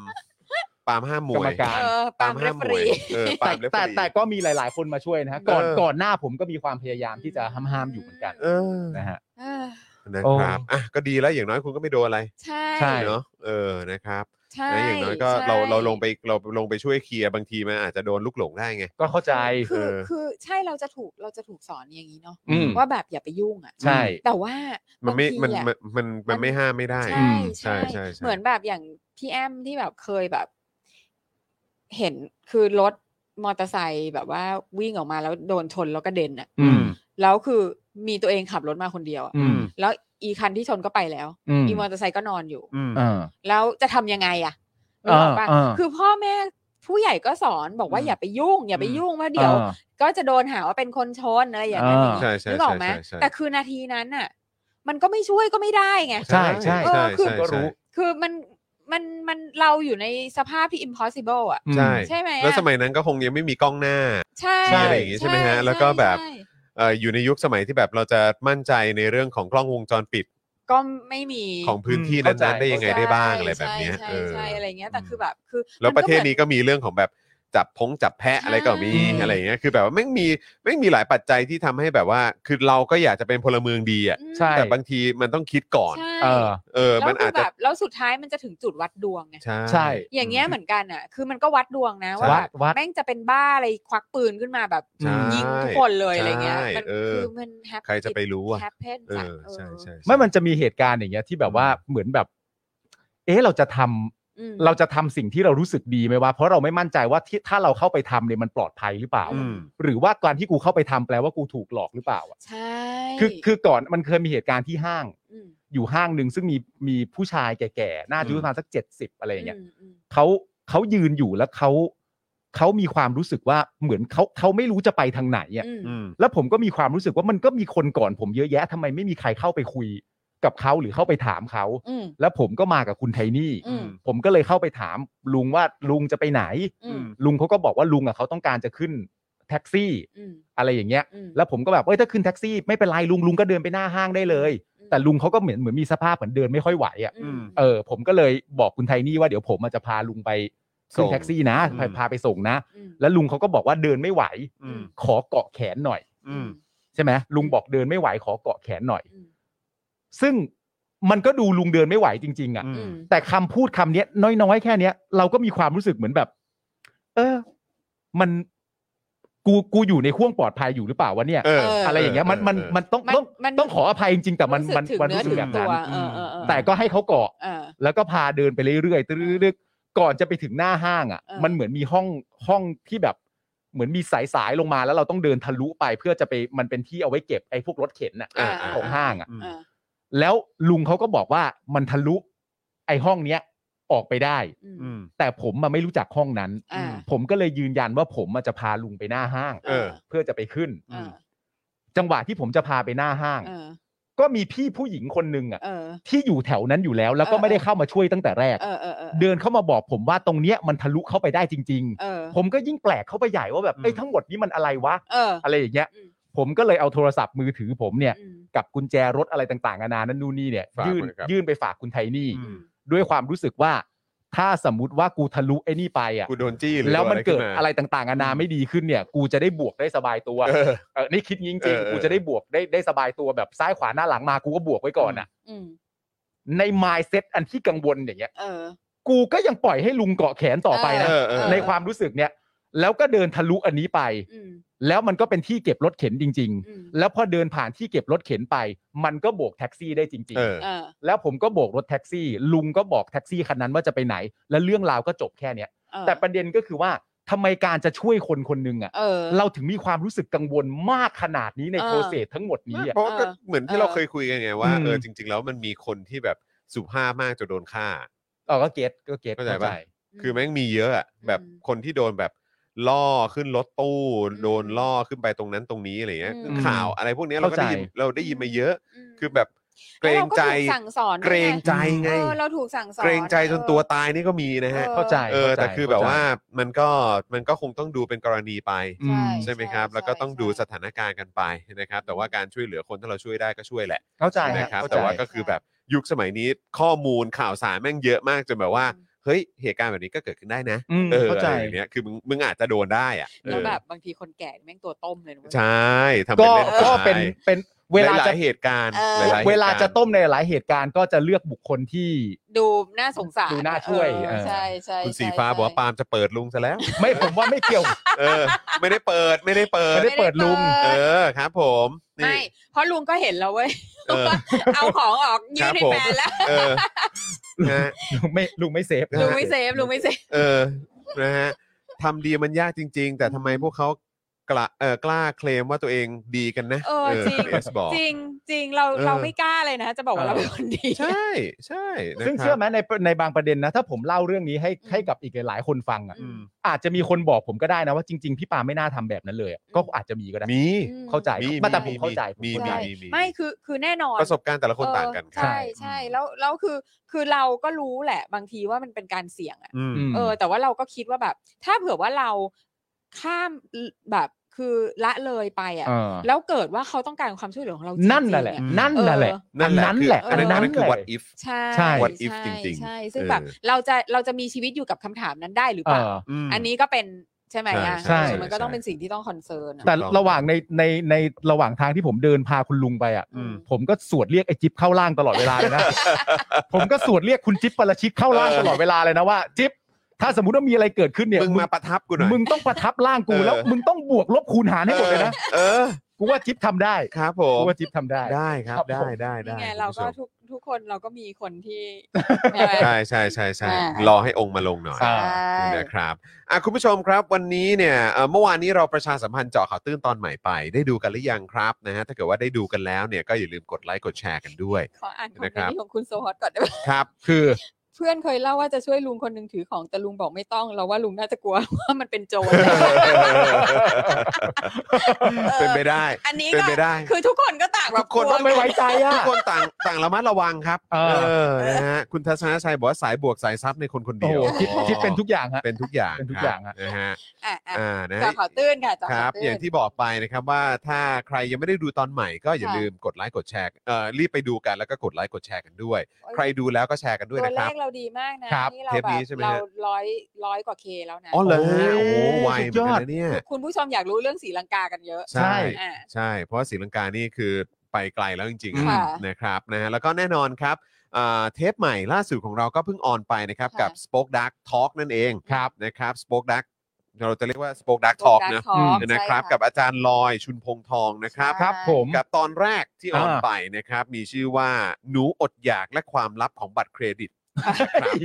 [SPEAKER 3] ปาล์มห้ามม
[SPEAKER 4] กร
[SPEAKER 3] ว
[SPEAKER 4] รม
[SPEAKER 3] ย
[SPEAKER 4] การ
[SPEAKER 5] เออปาล์มเร
[SPEAKER 3] ห้าม
[SPEAKER 5] ฟ
[SPEAKER 3] มว
[SPEAKER 5] รี
[SPEAKER 3] ยเออปา
[SPEAKER 4] แต่
[SPEAKER 3] ล์มเรฟ
[SPEAKER 4] แต่
[SPEAKER 3] รี
[SPEAKER 4] แต่ก็มีหลาย ๆ คนมาช่วยนะฮะก่อน
[SPEAKER 3] เออ
[SPEAKER 4] ก่อนหน้าผมก็มีความพยายามที่จะห้ามห้ามๆอยู่เหมือนกัน
[SPEAKER 3] เออ
[SPEAKER 4] นะฮะ
[SPEAKER 5] เออ
[SPEAKER 3] นะครับอ่ะก็ดีแล้วอย่างน้อยคุณก็ไม่โดนอะไร
[SPEAKER 5] ใช่
[SPEAKER 4] ใช่
[SPEAKER 3] เนาะเออนะครับ
[SPEAKER 5] ใช่
[SPEAKER 3] นะอย่างน้อยก็
[SPEAKER 5] ใช่
[SPEAKER 3] เราเราลงไปเราลงไปช่วยเคลียร์บางทีมันอาจจะโดนลูกหลงได้ไง
[SPEAKER 4] ก็เข้าใจ
[SPEAKER 5] คือ
[SPEAKER 3] เออ
[SPEAKER 5] คือใช่เราจะถูกเราจะถูกสอนอย่างนี้เนาะ
[SPEAKER 4] อืม
[SPEAKER 5] ว่าแบบอย่าไปยุ่งอ่ะ
[SPEAKER 4] ใช่
[SPEAKER 5] แต่ว่า
[SPEAKER 3] มันไม่
[SPEAKER 5] บา
[SPEAKER 3] มัน
[SPEAKER 5] งทีอะ
[SPEAKER 3] มันมันมันไม่ห้ามไม่ได้
[SPEAKER 5] ใช่
[SPEAKER 3] ใช่
[SPEAKER 5] ใช่
[SPEAKER 3] ใช่ใช่
[SPEAKER 5] เหมือนแบบอย่างพี่แอมที่แบบเคยแบบ เห็นคือรถมอเตอร์ไซค์แบบว่าวิ่งออกมาแล้วโดนชนแล้วก็เด็นอ่ะ
[SPEAKER 4] อืม
[SPEAKER 5] แล้วคือมีตัวเองขับรถมาคนเดียวอะ
[SPEAKER 4] อืม
[SPEAKER 5] แล้วอีคันที่ชนก็ไปแล้ว
[SPEAKER 4] อืม
[SPEAKER 5] อีมอเตอร์ไซค์ก็นอนอยู่
[SPEAKER 3] อืม
[SPEAKER 4] อ่า
[SPEAKER 5] แล้วจะทำยังไงอ่ะนึกออกปะ
[SPEAKER 4] อ่าอ่า
[SPEAKER 5] คือพ่อแม่ผู้ใหญ่ก็สอนบอกว่า
[SPEAKER 3] อืม
[SPEAKER 5] อย่าไปยุ่ง อย่าไป
[SPEAKER 3] อืม
[SPEAKER 5] ยุ่งว่าเดี๋ยว
[SPEAKER 4] อ่า
[SPEAKER 5] ก็จะโดนหาว่าเป็นคนชนอะไรอย่างนั้นอ
[SPEAKER 4] อ่า
[SPEAKER 5] ย่างนี้
[SPEAKER 3] ใช่ใช่
[SPEAKER 5] นึกอ
[SPEAKER 3] ใช่
[SPEAKER 5] อกไหม
[SPEAKER 3] ใช่ใช่
[SPEAKER 5] แต่คือนาทีนั้นน่ะ มันก็ไม่ช่วยก็ไม่ได้ไง
[SPEAKER 4] ใช่ใช่
[SPEAKER 3] ใช่
[SPEAKER 5] เออคือ
[SPEAKER 3] ใช่
[SPEAKER 4] ก็รู้
[SPEAKER 5] คือมันมันมันเราอยู่ในสภาพที่ impossible อ่ะ
[SPEAKER 3] ใช่
[SPEAKER 5] ใช่ไหมอะ
[SPEAKER 3] แล้วสมัยนั้นก็คงยังไม่มีกล้องหน้า
[SPEAKER 5] ใช่
[SPEAKER 3] ใช่อะไรอย่างงี้ใช่ไหมฮะแล้วก็แบบ
[SPEAKER 5] ใช่
[SPEAKER 3] เอ่ออยู่ในยุคสมัยที่แบบเราจะมั่นใจในเรื่องของกล้องวงจรปิด
[SPEAKER 5] ก็ไม่มี
[SPEAKER 3] ของพื้นที่
[SPEAKER 4] อืม
[SPEAKER 3] นั้นๆ
[SPEAKER 4] เข้าใจ
[SPEAKER 3] ได้ยังไงได้บ้างอะไร
[SPEAKER 5] ใช่
[SPEAKER 3] แบบเนี้ย
[SPEAKER 5] ใช่
[SPEAKER 3] เออ
[SPEAKER 5] ใช่อะไรเงี้ยแต่คือแบบคือ
[SPEAKER 3] แล้วประเทศ
[SPEAKER 5] มัหมือ
[SPEAKER 3] นี้ก็มีเรื่องของแบบ จับพงจับแพะ
[SPEAKER 5] ใช่
[SPEAKER 3] อะไรก็มีอะไรอย่างเงี้ยคือแบบว่าไม่งมีไม่งมีหลายปัจจัยที่ทำให้แบบว่า คือเราก็อยากจะเป็นพลเมืองดีอ่ะ
[SPEAKER 5] อืม
[SPEAKER 4] ใช่
[SPEAKER 3] แต่บางทีมันต้องคิดก่อน
[SPEAKER 5] ใช่
[SPEAKER 4] เออ
[SPEAKER 3] เออ
[SPEAKER 5] แล้ว
[SPEAKER 3] มัน
[SPEAKER 5] คื
[SPEAKER 3] อาจ
[SPEAKER 5] อแบ
[SPEAKER 3] จะ
[SPEAKER 5] บแล้วสุดท้ายมันจะถึงจุดวัดดวงไง
[SPEAKER 3] ใช่
[SPEAKER 4] ใช่
[SPEAKER 5] อย่างเงี้ยเหมือนกันอ่ะ คือมันก็วัดดวงนะว่า
[SPEAKER 4] วั
[SPEAKER 5] แบ
[SPEAKER 4] ด
[SPEAKER 5] บ
[SPEAKER 4] วัด
[SPEAKER 5] แม่งจะเป็นบ้าอะไรควักปืนขึ้นมาแบบ
[SPEAKER 3] ใช่
[SPEAKER 5] ยิงทุกคนเลย
[SPEAKER 3] ใช่
[SPEAKER 5] อะไรเงี้ยมัน
[SPEAKER 3] เออ
[SPEAKER 5] คือมันแฮป
[SPEAKER 3] ใครจะไปรู้อะ
[SPEAKER 5] แฮปเพน
[SPEAKER 3] เออใช่ใช่ใช่
[SPEAKER 4] ไม่มันจะมีเหตุการณ์อย่างเงี้ยที่แบบว่าเหมือนแบบ เอ๊ะเราจะทำเราจะทำสิ่งที่เรารู้สึกดีไหมวะเพราะเราไม่มั่นใจว่าที่ถ้าเราเข้าไปทำเนี่ยมันปลอดภัยหรือเปล่า
[SPEAKER 3] อืม
[SPEAKER 4] หรือว่าการที่กูเข้าไปทำแปลว่ากูถูกหลอกหรือเปล่าอะ
[SPEAKER 5] ใช่
[SPEAKER 4] คือคือก่อนมันเคยมีเหตุการณ์ที่ห้าง
[SPEAKER 5] ม
[SPEAKER 4] อยู่ห้างหนึ่งซึ่งมีมีผู้ชายแก่ๆน่าจะ
[SPEAKER 3] อืม
[SPEAKER 4] ประมาณสักเจ็ดสิบอะไรอย่างเงี้ย
[SPEAKER 5] มอืม
[SPEAKER 4] เขาเขายืนอยู่แล้วเขาเขามีความรู้สึกว่าเหมือนเขาเขาไม่รู้จะไปทางไหนอ่ะ
[SPEAKER 3] อืม
[SPEAKER 4] แล้วผมก็มีความรู้สึกว่ามันก็มีคนก่อนผมเยอะแยะทำไมไม่มีใครเข้าไปคุยกับเขาหรือเข้าไปถามเขา
[SPEAKER 5] อืม
[SPEAKER 4] แล้วผมก็มากับคุณไทนี่
[SPEAKER 5] อืม
[SPEAKER 4] ผมก็เลยเข้าไปถามลุงว่าลุงจะไปไหน
[SPEAKER 5] อืม
[SPEAKER 4] ลุงเขาก็บอกว่าลุงอ่ะเขาต้องการจะขึ้นแท็กซี่
[SPEAKER 5] อืม
[SPEAKER 4] อะไรอย่างเงี้ย
[SPEAKER 5] อืม
[SPEAKER 4] แล้วผมก็แบบเอ้ยถ้าขึ้นแท็กซี่ไม่เป็นไรลุงลุงก็เดินไปหน้าห้างได้เลย แต่ลุงเขาก็เหมือนเหมือนมีสภาพเหมือนเดินไม่ค่อยไหวอ่ะ
[SPEAKER 5] อืม
[SPEAKER 4] เออผมก็เลยบอกคุณไทนี่ว่าเดี๋ยวผมอาจจะพาลุงไปขึ้นแท็กซี่นะ
[SPEAKER 3] ส่ง
[SPEAKER 4] พาพาไปส่งนะ
[SPEAKER 5] อืม
[SPEAKER 4] แล้วลุงเขาก็บอกว่าเดินไม่ไหว
[SPEAKER 3] อืม
[SPEAKER 4] ขอเกาะแขนหน่อย
[SPEAKER 3] อืม
[SPEAKER 4] ใช่ไหมลุงบอกเดินไม่ไหวขอเกาะแขนหน่อย
[SPEAKER 5] อืม
[SPEAKER 4] ซึ่งมันก็ดูลุงเดินไม่ไหวจริง ๆ
[SPEAKER 3] อื
[SPEAKER 4] อะ่ะ
[SPEAKER 3] ม
[SPEAKER 5] อืม
[SPEAKER 4] แต่คำพูดคำเนี้ยน้อยๆแค่เนี้ยเราก็มีความรู้สึกเหมือนแบบ เออ มันกูกูอยู่ในห่วงปลอดภัยอยู่หรือเปล่าวะเนี่ย
[SPEAKER 3] เออ
[SPEAKER 5] เอออ
[SPEAKER 4] อะไรอย่างเงี้ยมันมันมันต้อง
[SPEAKER 5] มัน
[SPEAKER 4] ต้อง
[SPEAKER 5] มัน
[SPEAKER 4] ต้องขออภัยจริงๆแต่มัน
[SPEAKER 5] รู้สึกถึง
[SPEAKER 4] มันมัน
[SPEAKER 5] เนื้อ
[SPEAKER 4] รู้สึ
[SPEAKER 5] ถึง
[SPEAKER 4] กแบบ
[SPEAKER 5] ตั
[SPEAKER 4] นั้
[SPEAKER 5] ว
[SPEAKER 4] น
[SPEAKER 5] เออเออเออ
[SPEAKER 4] แต่ก็ให้เขาเกาะ
[SPEAKER 5] เออ
[SPEAKER 4] แล้วก็พาเดินไปเรื่อยๆตื้อๆก่อนจะไปถึงหน้าห้างอ่ะ
[SPEAKER 5] เออ
[SPEAKER 4] มันเหมือนมีห้องห้องที่แบบ เหมือนมีสายสายๆลงมาแล้วเราต้องเดินทะลุไปเพื่อจะไปมันเป็นที่เอาไว้เก็บไอ้พวกรถเข็นน่ะ
[SPEAKER 3] อ่า
[SPEAKER 4] ของห้างอ่ะ
[SPEAKER 5] เออ
[SPEAKER 4] แล้วลุงเขาก็บอกว่ามันทะลุไอ้ห้องเนี้ยออกไปได้
[SPEAKER 5] อืม
[SPEAKER 3] อืม
[SPEAKER 4] แต่ผมมาไม่รู้จักห้องนั้น
[SPEAKER 5] อ่า
[SPEAKER 4] ผมก็เลยยืนยันว่าผมอะจะพาลุงไปหน้าห้าง
[SPEAKER 3] เออ
[SPEAKER 4] เพื่อจะไปขึ้น
[SPEAKER 5] เออ
[SPEAKER 4] จังหวะที่ผมจะพาไปหน้าห้าง
[SPEAKER 5] เออ
[SPEAKER 4] ก็มีพี่ผู้หญิงคนหนึ่งอ่ะ
[SPEAKER 5] เออ
[SPEAKER 4] ที่อยู่แถวนั้นอยู่แล้ว แล้วก็
[SPEAKER 5] เออ
[SPEAKER 4] ไม่ได้เข้ามาช่วยตั้งแต่แรก
[SPEAKER 5] เออเออเออ
[SPEAKER 4] เดินเข้ามาบอกผมว่าตรงเนี้ยมันทะลุเข้าไปได้จริง
[SPEAKER 5] เออ
[SPEAKER 4] ๆ ผมก็ยิ่งแปลกเข้าไปใหญ่ว่าแบบเอ้ยทั้งหมดนี้มันอะไรวะ
[SPEAKER 5] เออ
[SPEAKER 4] อะไรอย่างเงี้ย
[SPEAKER 5] อืม
[SPEAKER 4] ผมก็เลยเอาโทรศัพท์มือถือผมเนี่ย
[SPEAKER 5] อืม
[SPEAKER 4] กับกุญแจรถอะไรต่างๆนานานั่นนู่นนี่เนี่ย
[SPEAKER 3] ฝาก
[SPEAKER 4] ยื่น
[SPEAKER 3] ไว้ครับ
[SPEAKER 4] ยื่นไปฝากคุณไทนี่
[SPEAKER 3] อืม
[SPEAKER 4] ด้วยความรู้สึกว่า ถ้าสมมติว่ากูทะลุไอ้นี่ไปอ่ะ
[SPEAKER 3] กูโดนจี้หรือ
[SPEAKER 4] แล้วมันเกิด
[SPEAKER 3] โา
[SPEAKER 4] อะไรต่างๆนานาไม่ดีขึ้นเนี่ย กูจะได้บวกได้สบายตัว
[SPEAKER 3] เออ
[SPEAKER 4] เออนี่คิดงี้จ
[SPEAKER 3] เอ
[SPEAKER 4] ริ
[SPEAKER 3] อง เออ
[SPEAKER 4] ๆกูจะได้บวกได้ได้สบายตัวแบบซ้ายขวาหน้าหลังมากูก็บวกไว้ก่อนอ่ะ
[SPEAKER 5] อืม
[SPEAKER 4] ในมายเซ็ตอันที่กังวลอย่างเงี้ย
[SPEAKER 5] เออ
[SPEAKER 4] กูก็ยังปล่อยให้ลุงเกาะแขนต่อไปนะ
[SPEAKER 3] เออเออ
[SPEAKER 4] ในความรู้สึกเนี่ย แล้วก็เดินทะลุอันนี้ไป
[SPEAKER 5] อืม
[SPEAKER 4] แล้วมันก็เป็นที่เก็บรถเข็นจริง ๆ
[SPEAKER 5] อืม
[SPEAKER 4] แล้วพอเดินผ่านที่เก็บรถเข็นไป มันก็โบกแท็กซี่ได้จริง
[SPEAKER 3] เออ
[SPEAKER 5] เออ
[SPEAKER 4] ๆ แล้วผมก็โบกรถแท็กซี่ ลุงก็บอกแท็กซี่คันนั้นว่าจะไปไหน แล้วเรื่องราวก็จบแค่เนี้ย
[SPEAKER 5] เออ
[SPEAKER 4] แต่ประเด็นก็คือว่าทำไมการจะช่วยคนคนหนึ่งอะ
[SPEAKER 5] เออ
[SPEAKER 4] เราถึงมีความรู้สึกกังวลมากขนาดนี้ใน
[SPEAKER 5] เออ
[SPEAKER 4] โปรเซสทั้งหมดนี้อะ
[SPEAKER 3] เพราะว่าก็เหมือนที่
[SPEAKER 5] เออ
[SPEAKER 3] เราเคยคุยกันไงว่า
[SPEAKER 4] อืม
[SPEAKER 3] เออจริง ๆ แล้วมันมีคนที่แบบสุภาพมากจนโดนฆ่า
[SPEAKER 4] เออก็เก็ตก็เก็ต
[SPEAKER 3] เข้าใจปะ คือแม่งมีเยอะอะแบบ
[SPEAKER 5] อืม
[SPEAKER 3] คนที่โดนแบบล่อขึ้นรถตู้
[SPEAKER 5] อืม
[SPEAKER 3] โดนล่อขึ้นไปตรงนั้นตรงนี้อะไรเงี้ย
[SPEAKER 5] อืม
[SPEAKER 3] ข่าวอะไรพวกเนี้ยเราก็ได้ยินเราได้ยินมาเยอะ
[SPEAKER 5] ม
[SPEAKER 3] คือแบบเกรงใจ
[SPEAKER 5] แล้วเราก็ถูกสั่งสอน
[SPEAKER 3] เกรงใจไง
[SPEAKER 5] เออเราถูกสั่งสอน
[SPEAKER 3] เกรงใจจนตัวตายนี่ก็มีนะฮะ
[SPEAKER 5] ออ
[SPEAKER 4] เข้าใจ
[SPEAKER 3] เออ
[SPEAKER 4] เข้าใจ
[SPEAKER 3] แต่คือแบบ
[SPEAKER 4] เข้ใจ
[SPEAKER 3] ว่ามันก็มันก็คงต้องดูเป็นกรณีไป
[SPEAKER 4] อื
[SPEAKER 5] ใช่
[SPEAKER 4] ม
[SPEAKER 3] ใช่ไหมครับ แล้วก็ต้อง
[SPEAKER 5] ใช่
[SPEAKER 3] ดูสถานการณ์กันไปนะครับ แต่ว่าการช่วยเหลือคนถ้าเราช่วยได้ก็ช่วยแหละ
[SPEAKER 4] เข้าใจ
[SPEAKER 3] นะครับ
[SPEAKER 4] เข้ใจ
[SPEAKER 3] แต่ว่าก็คือแบบยุคสมัยนี้ข้อมูลข่าวสารแม่งเยอะมากจนแบบว่า
[SPEAKER 5] อืม
[SPEAKER 3] เฮ้ยเหตุการณ์แบบนี้ก็เกิดขึ้นได้นะ
[SPEAKER 4] อืม
[SPEAKER 3] เออ
[SPEAKER 4] เข้าใจ
[SPEAKER 3] อะไรอย่างเนี้ยคือมึงมึงอาจจะโดนได้อะเอ
[SPEAKER 5] แล้ว
[SPEAKER 3] อ
[SPEAKER 5] แบบบางทีคนแก่แม่งตัวต้มเลยนะเว้ย
[SPEAKER 3] ใช่ทำเป็นเ
[SPEAKER 4] ก็
[SPEAKER 3] ล่นไป
[SPEAKER 4] ก็เป็นเป็นเวลา
[SPEAKER 3] หลา
[SPEAKER 4] จะ
[SPEAKER 3] ยๆเหตุการณ์
[SPEAKER 5] เออ
[SPEAKER 3] หยๆหตุกรณ์
[SPEAKER 4] เวลาจะต้มในหลายเหตุการณ์ก็จะเลือกบุคคลที่
[SPEAKER 5] ดูน่าสงสาร
[SPEAKER 4] ดูน่าช่วย
[SPEAKER 5] เออ
[SPEAKER 4] เออ
[SPEAKER 5] ใช่ใช่
[SPEAKER 3] คุณ
[SPEAKER 5] ใช่
[SPEAKER 3] สีฟ้า
[SPEAKER 5] ใช่
[SPEAKER 3] บอกว่าปาล์มจะเปิดลุงซะแล้ว
[SPEAKER 4] ไม่ *laughs* ผมว่าไม่เกี่ยว
[SPEAKER 3] เออ ไม่ได้เปิดไม่ได้เปิด
[SPEAKER 4] ไม่ได้เปิดลุง
[SPEAKER 5] ไม่
[SPEAKER 3] เอ
[SPEAKER 5] ได้เปิด
[SPEAKER 3] อครับ ผมนี่
[SPEAKER 5] ไม่ เพราะลุงก็เห็นแล้วเว้ย
[SPEAKER 3] เออ
[SPEAKER 5] ว่าเอาของออกยื
[SPEAKER 3] ครั
[SPEAKER 5] น
[SPEAKER 3] บ
[SPEAKER 5] ให้
[SPEAKER 3] ผม
[SPEAKER 5] แฟนแล้ว
[SPEAKER 3] เออนะฮะ
[SPEAKER 4] ลุงไม่ลุงไม่เซฟ
[SPEAKER 3] นะฮะ
[SPEAKER 5] ลุงไม่เซ *laughs* ฟลุงไม่เซฟ
[SPEAKER 3] เออนะฮะทำดีมันยากจริง ๆ แต่ทำไมพวกเขากล้าเออกล้าเคลมว่าตัวเองดีกันนะ
[SPEAKER 5] เออจริง
[SPEAKER 3] คุณเอสบอก
[SPEAKER 5] จริงจริงเรา
[SPEAKER 3] เออ
[SPEAKER 5] เราไม่กล้าเลยนะ จะบอกว่า
[SPEAKER 4] เออ
[SPEAKER 5] เราเป็นคนดี
[SPEAKER 3] ใช่ใช่นะ
[SPEAKER 4] ซึ่ง
[SPEAKER 3] ครับ
[SPEAKER 4] เชื่อไหมในในบางประเด็นนะ ถ้าผมเล่าเรื่องนี้ให้ให้กับอีกหลายๆคนฟังอ่ะ
[SPEAKER 5] อืม
[SPEAKER 4] อาจจะมีคนบอกผมก็ได้นะว่าจริง ๆ พี่ปาไม่น่าทำแบบนั้นเลยอะ
[SPEAKER 5] อืม
[SPEAKER 4] ก็อาจจะมีก็ได้
[SPEAKER 3] มี
[SPEAKER 4] เข้าใจ
[SPEAKER 3] มี
[SPEAKER 4] แต่ผมเข้าใจ
[SPEAKER 3] มีมี
[SPEAKER 4] ผมเข้าใจ
[SPEAKER 3] มีมี
[SPEAKER 5] ไม่คือคือแน่นอน
[SPEAKER 3] ประสบการณ์แต่ละคน
[SPEAKER 5] เออ
[SPEAKER 3] ต่างกันครับ
[SPEAKER 5] ใช่ใช่แล้วแล้วคือคือเราก็รู้แหละ บางทีว่ามันเป็นการเสี่ยงอ่ะ
[SPEAKER 3] อืม
[SPEAKER 4] อืม
[SPEAKER 5] เออ แต่ว่าเราก็คิดว่าแบบ ถ้าเผื่อว่าเราข้ามแบบคือละเลยไปอ่ะ
[SPEAKER 4] เออ
[SPEAKER 5] แล้วเกิดว่าเขาต้องการความช่วยเหลือของเราจริ
[SPEAKER 4] นั่น
[SPEAKER 5] งๆ
[SPEAKER 4] น่ะแหละ
[SPEAKER 5] อ
[SPEAKER 4] นั่นน่ะแหละ
[SPEAKER 5] เอ
[SPEAKER 3] นั่นแหละ
[SPEAKER 4] อัน
[SPEAKER 3] คืออันนั้น
[SPEAKER 4] นั้นแหละ
[SPEAKER 3] อันนั้นคือ
[SPEAKER 4] แหละ
[SPEAKER 3] what if
[SPEAKER 5] ใช่
[SPEAKER 4] ใช่
[SPEAKER 3] What if จริงๆ
[SPEAKER 5] ใช่ซึ่ง
[SPEAKER 3] เออ
[SPEAKER 5] แบบเราจะเราจะมีชีวิตอยู่กับคำถามนั้นได้หรือเปล่า
[SPEAKER 4] เออ
[SPEAKER 3] ม
[SPEAKER 5] อันนี้ก็เป็น ใช่ไหม
[SPEAKER 3] ใช่
[SPEAKER 5] อ่ะ
[SPEAKER 3] ใช่
[SPEAKER 5] เออมันก็ต้อง
[SPEAKER 3] ใช่
[SPEAKER 5] เป็นสิ่งที่ต้องคอนเซิร์นอะ
[SPEAKER 4] แต่ระหว่างในในในระหว่างทางที่ผมเดินพาคุณลุงไปอ่ะ
[SPEAKER 5] อืม
[SPEAKER 4] ผมก็สวดเรียกไอ้จิ๊บเข้าล่างตลอดเวลา
[SPEAKER 3] *laughs*
[SPEAKER 4] เลยนะ ผมก็สวดเรียกคุณจิ๊บปรชิกเข้าล่างตลอดเวลาเลยนะว่าจิ๊บถ้าสมมติว่ามีอะไรเกิดขึ้นเนี่ย
[SPEAKER 3] มึงมาประทับกูหน่อย
[SPEAKER 4] มึงต้องประทับล่างกูแล้ว
[SPEAKER 3] เออ
[SPEAKER 4] มึงต้องบวกลบคูณหารให้หมดเลยนะ
[SPEAKER 3] เออ
[SPEAKER 4] กูว่าจิ๊บทำได้
[SPEAKER 3] ครับผม
[SPEAKER 4] กูว่าจิ๊บทำได้
[SPEAKER 3] ได้ครับ
[SPEAKER 4] ครับ
[SPEAKER 3] ได้
[SPEAKER 4] ผม
[SPEAKER 3] ได้ได้
[SPEAKER 5] นี่ไงเราก็
[SPEAKER 3] คุณผู้ช
[SPEAKER 5] ทุกทุกคนเราก็มีคนที่ใช่ไหม
[SPEAKER 3] มใช่ใช่ใช่ใช่
[SPEAKER 5] อ่า
[SPEAKER 3] รอให้องค์มาลงหน่อย
[SPEAKER 4] อ่า
[SPEAKER 3] นะครับอ่ะคุณผู้ชมครับวันนี้เนี่ยเอ่อเมื่อวานนี้เราประชาสัมพันธ์เจาะข่าวตื้นตอนใหม่ไป ได้ดูกันหรือยังครับนะฮะถ้าเกิดว่าได้ดูกันแล้วเนี่ยก็อย่าลืมกดไลค์กดแชร์กันด้วย
[SPEAKER 5] ขออ่านคอมเมน
[SPEAKER 3] นะครับ
[SPEAKER 5] ต์ของคุณโซฮอตก่อนได้ไหม
[SPEAKER 3] ครับ
[SPEAKER 4] คือ
[SPEAKER 5] เพื่อนเคยเล่าว่าจะช่วยลุงคนหนึ่งถือของแต่ลุงบอกไม่ต้อง เราว่าลุงน่าจะกลัว *laughs* ว่ามันเป็นโจ
[SPEAKER 3] *laughs*
[SPEAKER 5] ร
[SPEAKER 3] *laughs* เป็นไปได้
[SPEAKER 5] อันนี้
[SPEAKER 3] เป็น
[SPEAKER 5] ก็
[SPEAKER 3] ไปได้
[SPEAKER 5] คือทุกคนก็ต่างแบบ
[SPEAKER 3] ทุกคนก็
[SPEAKER 5] ลัว
[SPEAKER 3] ไม่
[SPEAKER 4] ไม่ไว้ใจอ่ะ
[SPEAKER 3] ทุกคนต่างต่างระมัดระวังครับ
[SPEAKER 4] เออ
[SPEAKER 3] อนะฮะคุณทัศนชัยบอกว่าสายบวกสายซับในคนคน
[SPEAKER 4] โอ้
[SPEAKER 3] เดียว
[SPEAKER 4] โหจิ๊บจิ๊บเป็นทุกอย่างฮะ
[SPEAKER 3] เป็นทุกอย่าง
[SPEAKER 4] เป็นทุก
[SPEAKER 3] ครับ
[SPEAKER 4] อย่างฮะ
[SPEAKER 3] นะฮะ
[SPEAKER 5] อ่ะอ่ะ
[SPEAKER 3] อ่านะ
[SPEAKER 5] จอ
[SPEAKER 3] ฮะ
[SPEAKER 5] ข่าวตื้นค่ะจอ
[SPEAKER 3] ค
[SPEAKER 5] ข่า
[SPEAKER 3] รั
[SPEAKER 5] ว
[SPEAKER 3] บ
[SPEAKER 5] ตื้น
[SPEAKER 3] อย่างที่บอกไปนะครับว่าถ้าใครยังไม่ได้ดูตอนใหม่ก็อย่า
[SPEAKER 5] ค่ะ
[SPEAKER 3] ลืมกดไลค์กดแชร์เอ่อรีบไปดูกันแล้วก็กดไลค์กดแชร์กันด้วย ใครดูแล้วก็แชร์กันด้วย
[SPEAKER 5] ตัว
[SPEAKER 3] นะค
[SPEAKER 5] เล
[SPEAKER 3] รับ
[SPEAKER 5] ขเราดีมากนะครับ นี่เรา
[SPEAKER 3] เทป
[SPEAKER 5] แบ
[SPEAKER 3] นี้
[SPEAKER 5] บ
[SPEAKER 3] ใช่ไหมฮะ
[SPEAKER 5] เราร้อยร้อยกว่าเคแล้วนะ
[SPEAKER 3] อ๋อเหรอฮะ
[SPEAKER 4] โอ้
[SPEAKER 3] โอ้
[SPEAKER 4] โห
[SPEAKER 3] โหไวเหมือนกันนะเนี่ย
[SPEAKER 5] คุณผู้ชมอยากรู้เรื่องศรีลังกากันเยอะ
[SPEAKER 4] ใช่
[SPEAKER 3] ใช่
[SPEAKER 5] อ่ะ
[SPEAKER 3] ใช่ เพราะว่าศรีลังกานี่คือไปไกลแล้วจริงๆ
[SPEAKER 5] ค่ะ
[SPEAKER 3] นะครับนะฮะแล้วก็แน่นอนครับเอ่อเทปใหม่ล่าสุดของเราก็เพิ่งออนไปนะครับ
[SPEAKER 5] ค่ะ
[SPEAKER 3] กับ Spoke Dark Talk นั่นเอง
[SPEAKER 4] ครับ
[SPEAKER 3] นะครับ Spoke Dark เราจะเรียกว่า Spoke Dark Talk นะ
[SPEAKER 5] Talk
[SPEAKER 4] อืม
[SPEAKER 5] ใช่
[SPEAKER 3] นะครับกับอาจารย์ลอยชุนพงษ์ทองนะครับ
[SPEAKER 4] ครับผม
[SPEAKER 3] กับตอนแรกที่อ
[SPEAKER 4] อ่า
[SPEAKER 3] อนไปนะครับ มีชื่อว่าหนูอดอยากและความลับของบัตรเครดิตนะครับ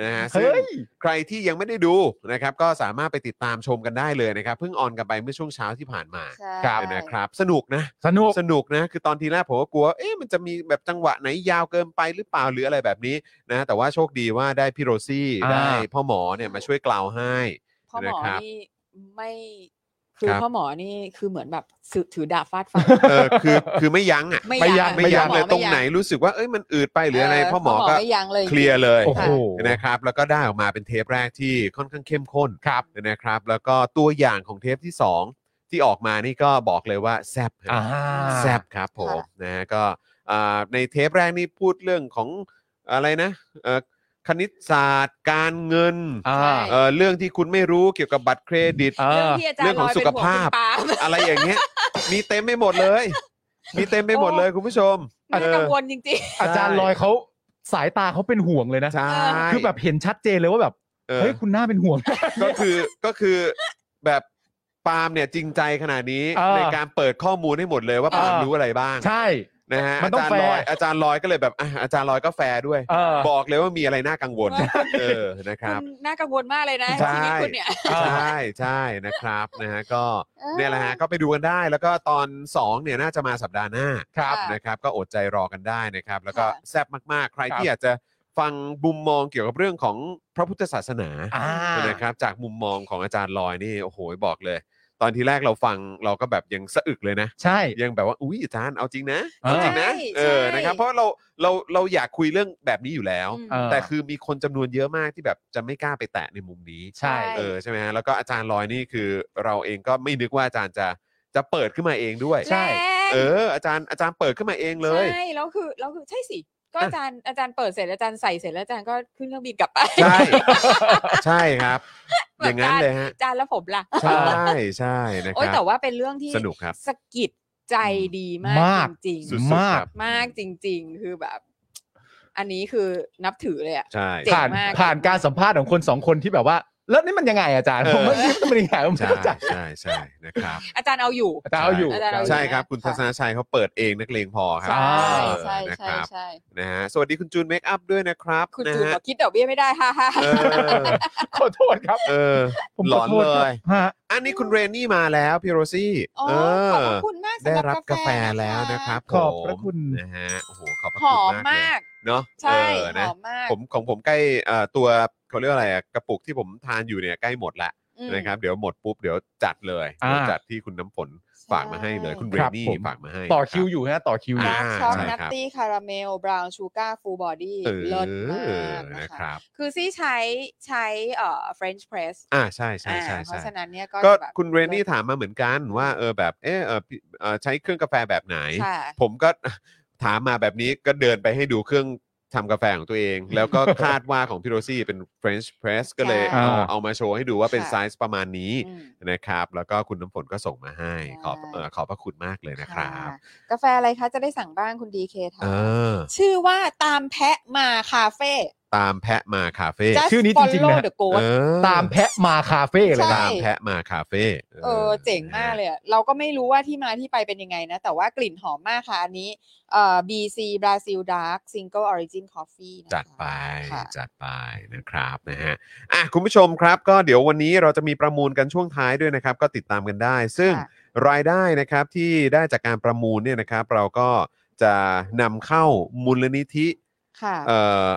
[SPEAKER 3] นะฮะซึ่ง
[SPEAKER 4] เฮ้ย
[SPEAKER 3] ใครที่ยังไม่ได้ดูนะครับ ก็สามารถไปติดตามชมกันได้เลยนะครับ เพิ่งออนกันไปเมื่อช่วงเช้าที่ผ่านมา
[SPEAKER 5] ใช่
[SPEAKER 4] ครับ
[SPEAKER 3] นะครับ สนุกนะ
[SPEAKER 4] สนุก
[SPEAKER 3] สนุกนะ คือตอนทีแรกผมก็กลัวว่าเอ๊ะมันจะมีแบบจังหวะไหนยาวเกินไปหรือเปล่าหรืออะไรแบบนี้นะ แต่ว่าโชคดีว่าได้พี่โรซี่
[SPEAKER 4] อ่า
[SPEAKER 3] ได้พ่อหมอเนี่ยมาช่วยกล่าว
[SPEAKER 4] *laughs*
[SPEAKER 3] ให้
[SPEAKER 5] พ่อหมอ
[SPEAKER 3] นะครับ
[SPEAKER 5] นี่ไม่คือ
[SPEAKER 3] ครับ
[SPEAKER 5] พ่อหมอนี่คือเหมือนแบบสืถือดาบฟาด
[SPEAKER 3] *laughs*
[SPEAKER 5] ฟัน
[SPEAKER 3] เออคือคือไม่ยั้งอ่ะ
[SPEAKER 4] ไม่ยั้ง
[SPEAKER 3] ไม่ยั้ง
[SPEAKER 5] หอ
[SPEAKER 3] เลยตรงไหน
[SPEAKER 5] ยั้
[SPEAKER 3] รู้สึกว่าเอ้ยมันอืดไปหรืออะไรพ่อหมอก็
[SPEAKER 5] ไม่ยั้งเลย
[SPEAKER 3] เคลียร์เลย
[SPEAKER 4] โอ้โห
[SPEAKER 3] นะครับแล้วก็ได้ออกมาเป็นเทปแรกที่ค่อนข้างเข้มข้น
[SPEAKER 4] ครับ
[SPEAKER 3] นะครับ แล้วก็ตัวอย่างของเทปที่ 2 ที่ออกมานี่ก็บอกเลยว่าแซบ
[SPEAKER 4] อ่า
[SPEAKER 3] แซบครับผมนะฮะก็อ่าในเทปแรกนี่พูดเรื่องของอะไรนะเอ่อคณิตศาสตร์ การเงิน
[SPEAKER 4] อ่า
[SPEAKER 3] เอ่อเรื่องที่คุณไม่รู้เกี่ยวกับบัตรเครดิต
[SPEAKER 4] เอ
[SPEAKER 5] เรื่อง
[SPEAKER 4] อ
[SPEAKER 5] ที่อาจาร
[SPEAKER 3] เรื่
[SPEAKER 5] ย์
[SPEAKER 3] องของ
[SPEAKER 5] ลย
[SPEAKER 3] สุขภาพ
[SPEAKER 5] เป็นห่วงคุณปาล์ม
[SPEAKER 3] อะไรอย่างเงี้ย มีเต็มไปหมดเลย มีเต็มไปหมดเลยคุณผู้ชม
[SPEAKER 5] น่ *laughs* ากังวลจริง
[SPEAKER 4] อาจารย์ลอยเขาสายตาเขาเป็นห่วงเลยนะ
[SPEAKER 3] ใช่
[SPEAKER 4] คือแบบเห็นชัดเจนเลยว่าแบบ
[SPEAKER 3] เออ
[SPEAKER 4] เฮ้ย คุณหน้าเป็นห่วง
[SPEAKER 3] ก็คือก็คือแบบปาล์มเนี่ยจริงใจขนาดนี้
[SPEAKER 4] เออ
[SPEAKER 3] ในการเปิดข้อมูลให้หมดเลยว่าปาล์ม
[SPEAKER 4] เออ
[SPEAKER 3] รู้อะไรบ้าง
[SPEAKER 4] ใช่
[SPEAKER 3] นะฮะ
[SPEAKER 4] มั
[SPEAKER 3] อาน
[SPEAKER 4] ต้อง
[SPEAKER 3] จารย์
[SPEAKER 4] แฟ
[SPEAKER 3] ล
[SPEAKER 4] ร์
[SPEAKER 3] อยอาจารย์ลอยก็เลยแบบอ่ะอาจารย์ลอยก็แฟร์ด้วย
[SPEAKER 4] เออ
[SPEAKER 3] บอกเลยว่ามีอะไรน่ากังวล
[SPEAKER 5] ใช่
[SPEAKER 3] เออนะ
[SPEAKER 5] ๆ
[SPEAKER 3] ครับ
[SPEAKER 5] คุณน่ากังวลมากเลยนะ
[SPEAKER 3] ใช่
[SPEAKER 5] ชีวิตคุณเนี่ย
[SPEAKER 4] เออ
[SPEAKER 3] ใช่ใช่นะครับนะฮะก็เนี่ยแหละฮะก็ไปดูกันได้แล้วก็ตอนสองเนี่ยน่าจะมาสัปดาห์หน้า
[SPEAKER 4] ครับ
[SPEAKER 5] ค่ะ
[SPEAKER 3] นะครับ ก็อดใจรอกันได้นะครับ แล้วก็
[SPEAKER 5] ค่ะ
[SPEAKER 3] แซ่บมากๆ ใครที่อยากจะฟังมุมมองเกี่ยวกับเรื่องของพระพุทธศาสนา
[SPEAKER 4] อ่า
[SPEAKER 3] นะครับจากมุมมองของอาจารย์ลอยนี่โอ้โหบอกเลย ตอนที่แรกเราฟังเราก็แบบยังสะอึกเลยนะ
[SPEAKER 4] ใช่
[SPEAKER 3] ยังแบบว่าอุ้ยอาจารย์เอาจริงนะ
[SPEAKER 4] เออ
[SPEAKER 3] เอาจริงนะ
[SPEAKER 5] ใช่
[SPEAKER 3] เออ
[SPEAKER 5] ใช่
[SPEAKER 3] นะครับเพราะเราเราเราอยากคุยเรื่องแบบนี้อยู่แล้ว
[SPEAKER 5] อืม
[SPEAKER 4] เออ
[SPEAKER 3] แต่คือมีคนจำนวนเยอะมากที่แบบจะไม่กล้าไปแตะในมุมนี้
[SPEAKER 4] ใช่
[SPEAKER 3] เออใช่ไหมฮะแล้วก็อาจารย์ลอยนี่คือเราเองก็ไม่นึกว่าอาจารย์จะจะเปิดขึ้นมาเองด้วย
[SPEAKER 4] ใช่
[SPEAKER 3] เอออาจารย์อาจารย์เปิดขึ้นมาเองเลย
[SPEAKER 5] ใช่แล้วคือแล้วคือใช่สิก็
[SPEAKER 3] อ่ะ
[SPEAKER 5] อาจารย์อาจารย์เปิดเสร็จอาจารย์ใส่เสร็จแล้วอาจารย์ก็ขึ้นเครื่องบินกลับไป
[SPEAKER 3] ใช่ ใช่ครับ อย่างนั้นเลยฮะ
[SPEAKER 5] อาจารย์แล้วผมล่ะ
[SPEAKER 3] ใช่ใช่นะค
[SPEAKER 5] โอ้ย
[SPEAKER 3] รั
[SPEAKER 5] แต่
[SPEAKER 3] บ
[SPEAKER 5] ว่าเป็นเรื่องที่
[SPEAKER 3] สนุกครับ
[SPEAKER 5] สะกิดใจดีมาก
[SPEAKER 4] มาก
[SPEAKER 5] จริง
[SPEAKER 3] สุด
[SPEAKER 4] มาก
[SPEAKER 5] ๆมากจริง ๆ คือแบบ อันนี้คือนับถือเลยอะ
[SPEAKER 3] ใช่
[SPEAKER 5] เจ๋ง
[SPEAKER 4] ผ่าน
[SPEAKER 5] มาก
[SPEAKER 4] ผ่านการสัมภาษณ์ของคนสองคนที่แบบว่า แล้วนี่มันยังไงอาจารย์
[SPEAKER 3] เออ
[SPEAKER 4] ผมว่านี่มันเป็นยังไงผมไม่
[SPEAKER 3] ใช่
[SPEAKER 4] เข้าใจ
[SPEAKER 3] ใช่ใช่นะครับ
[SPEAKER 5] อาจารย์เอาอยู่
[SPEAKER 4] อาจารย์เอาอยู่
[SPEAKER 5] อาจารย์เอาอยู่
[SPEAKER 3] ใช่ครับ คุณทัศนชัยเขาเปิดเองนักเลงพอครั
[SPEAKER 5] ใช่
[SPEAKER 3] เออ
[SPEAKER 5] ใช่
[SPEAKER 3] นะ
[SPEAKER 5] ใช่
[SPEAKER 3] ครับ
[SPEAKER 5] ใช่
[SPEAKER 3] นะฮะสวัสดีคุณจูนเมคอัพด้วยนะครับ
[SPEAKER 5] คุณ
[SPEAKER 3] นะ
[SPEAKER 5] จูน
[SPEAKER 3] ฮะ
[SPEAKER 5] บอกคิดดอกเบี้ยไม่ได้ *laughs* ฮ่าฮ่า
[SPEAKER 3] เออ
[SPEAKER 4] ขอโทษครับ
[SPEAKER 3] เออ
[SPEAKER 4] ผม
[SPEAKER 3] หล
[SPEAKER 4] ขอ
[SPEAKER 3] อน
[SPEAKER 4] โทษ
[SPEAKER 3] เล
[SPEAKER 4] ครับ
[SPEAKER 3] ย
[SPEAKER 4] ฮะ
[SPEAKER 3] อันนี้คุณเรนนี่มาแล้วพี่โรซี่
[SPEAKER 5] อ๋อ
[SPEAKER 3] เอ
[SPEAKER 5] ขอบ
[SPEAKER 3] อ
[SPEAKER 5] พระคุณมาก
[SPEAKER 3] ได้
[SPEAKER 5] สำห
[SPEAKER 3] รั
[SPEAKER 5] รั
[SPEAKER 3] บบกาแฟแล้วนะครับ
[SPEAKER 4] ขอบ
[SPEAKER 3] ผม
[SPEAKER 4] พระคุณ
[SPEAKER 3] นะฮะโอ้โหขอบพระค
[SPEAKER 5] ห
[SPEAKER 3] ุณ
[SPEAKER 5] อม
[SPEAKER 3] มาม
[SPEAKER 5] าก ก
[SPEAKER 3] เลยเนาะ
[SPEAKER 5] ใช่
[SPEAKER 3] เออ
[SPEAKER 5] ห
[SPEAKER 3] นะ
[SPEAKER 5] อมมาก
[SPEAKER 3] ผมของผมใกล้เอ่อตัวเขาเรียกว่าอะไรอะกระปุกที่ผมทานอยู่เนี่ยใกล้หมดละ
[SPEAKER 5] อืม
[SPEAKER 3] นะครับเดี๋ยวหมดปุ๊บเดี๋ยวจัดเลย
[SPEAKER 4] อ่า
[SPEAKER 3] เดี๋ยวจัดที่คุณน้ำฝนฝากมาให้เลยคุณเร
[SPEAKER 4] คน รับ
[SPEAKER 3] นี่
[SPEAKER 4] ผม
[SPEAKER 3] ฝากมาให้
[SPEAKER 4] ต่อ
[SPEAKER 3] รับ
[SPEAKER 4] คิวอยู่ฮะต่อคิวอยู่
[SPEAKER 5] ดาร์ก
[SPEAKER 3] อ่า
[SPEAKER 5] ช็อก
[SPEAKER 3] ใช่
[SPEAKER 5] นัต
[SPEAKER 3] ครับ
[SPEAKER 5] ตี้คาราเมล บราวน์ชูการ์ฟูลบอดี้
[SPEAKER 3] เออ
[SPEAKER 5] เลิศมากนะ
[SPEAKER 3] นะคะ ครับ
[SPEAKER 5] คือซี่ใช้ใช้เอ่อ French press
[SPEAKER 3] อ่าใช่ใช่
[SPEAKER 5] อ่า
[SPEAKER 3] ใช่
[SPEAKER 5] เพ
[SPEAKER 3] ใช่
[SPEAKER 5] ราะฉะนั้นเนี่ยก็
[SPEAKER 3] ก็
[SPEAKER 5] แบบ
[SPEAKER 3] คุณเรนนี่ถามมาเหมือนกันว่าเออแบบเออเออพี่เออใช้เครื่องกาแฟแบบไหน *laughs*
[SPEAKER 5] ค่ะ
[SPEAKER 3] ผมก็ ถามมาแบบนี้ก็เดินไปให้ดูเครื่อง ทำกาแฟของตัวเอง แล้วก็คาดว่าของพี่โรซี่เป็น French press ก็เลย
[SPEAKER 5] ใช่
[SPEAKER 3] เอาเอามาโชว์ให้ดูว่าเป็น
[SPEAKER 5] ค่ะ
[SPEAKER 3] ไซส์ประมาณนี้
[SPEAKER 5] อืม
[SPEAKER 3] นะครับ แล้วก็คุณน้ำฝนก็ส่งมาให้ ขอบ
[SPEAKER 5] ใช่
[SPEAKER 3] เอ่อขอบพระคุณมากเลยนะครับ
[SPEAKER 5] ค่ะกาแฟอะไรคะ จะได้สั่งบ้างคุณดีเคท
[SPEAKER 3] เออ
[SPEAKER 5] ชื่อว่าตามแพะมาคาเฟ่
[SPEAKER 3] ตามแพะมาคาเฟ่
[SPEAKER 5] Just
[SPEAKER 4] ชื่อนี้จริงๆนะ
[SPEAKER 5] Follow the Goat
[SPEAKER 3] เออ
[SPEAKER 4] ตามแพะมาคาเฟ่เลย
[SPEAKER 5] ใช่
[SPEAKER 4] นะ
[SPEAKER 3] ตามแพะมาคาเฟ่
[SPEAKER 5] เออเจ๋งมากเลยอะเราก็ไม่รู้ว่าที่มาที่ไปเป็นยังไงนะ แต่ว่ากลิ่นหอมมากค่ะ อันนี้เอ่อ BC Brazil Dark Single Origin Coffee นะคะ
[SPEAKER 3] จัดไป
[SPEAKER 5] ค่ะ
[SPEAKER 3] จัดไปนะครับนะฮะอ่ะคุณผู้ชมครับ ก็เดี๋ยววันนี้เราจะมีประมูลกันช่วงท้ายด้วยนะครับ ก็ติดตามกันได้ ซึ่ง
[SPEAKER 5] ค่ะ
[SPEAKER 3] รายได้นะครับที่ได้จากการประมูลเนี่ยนะครับ เราก็จะนำเข้ามูลนิธิ
[SPEAKER 5] ค่ะ
[SPEAKER 3] เอ่อ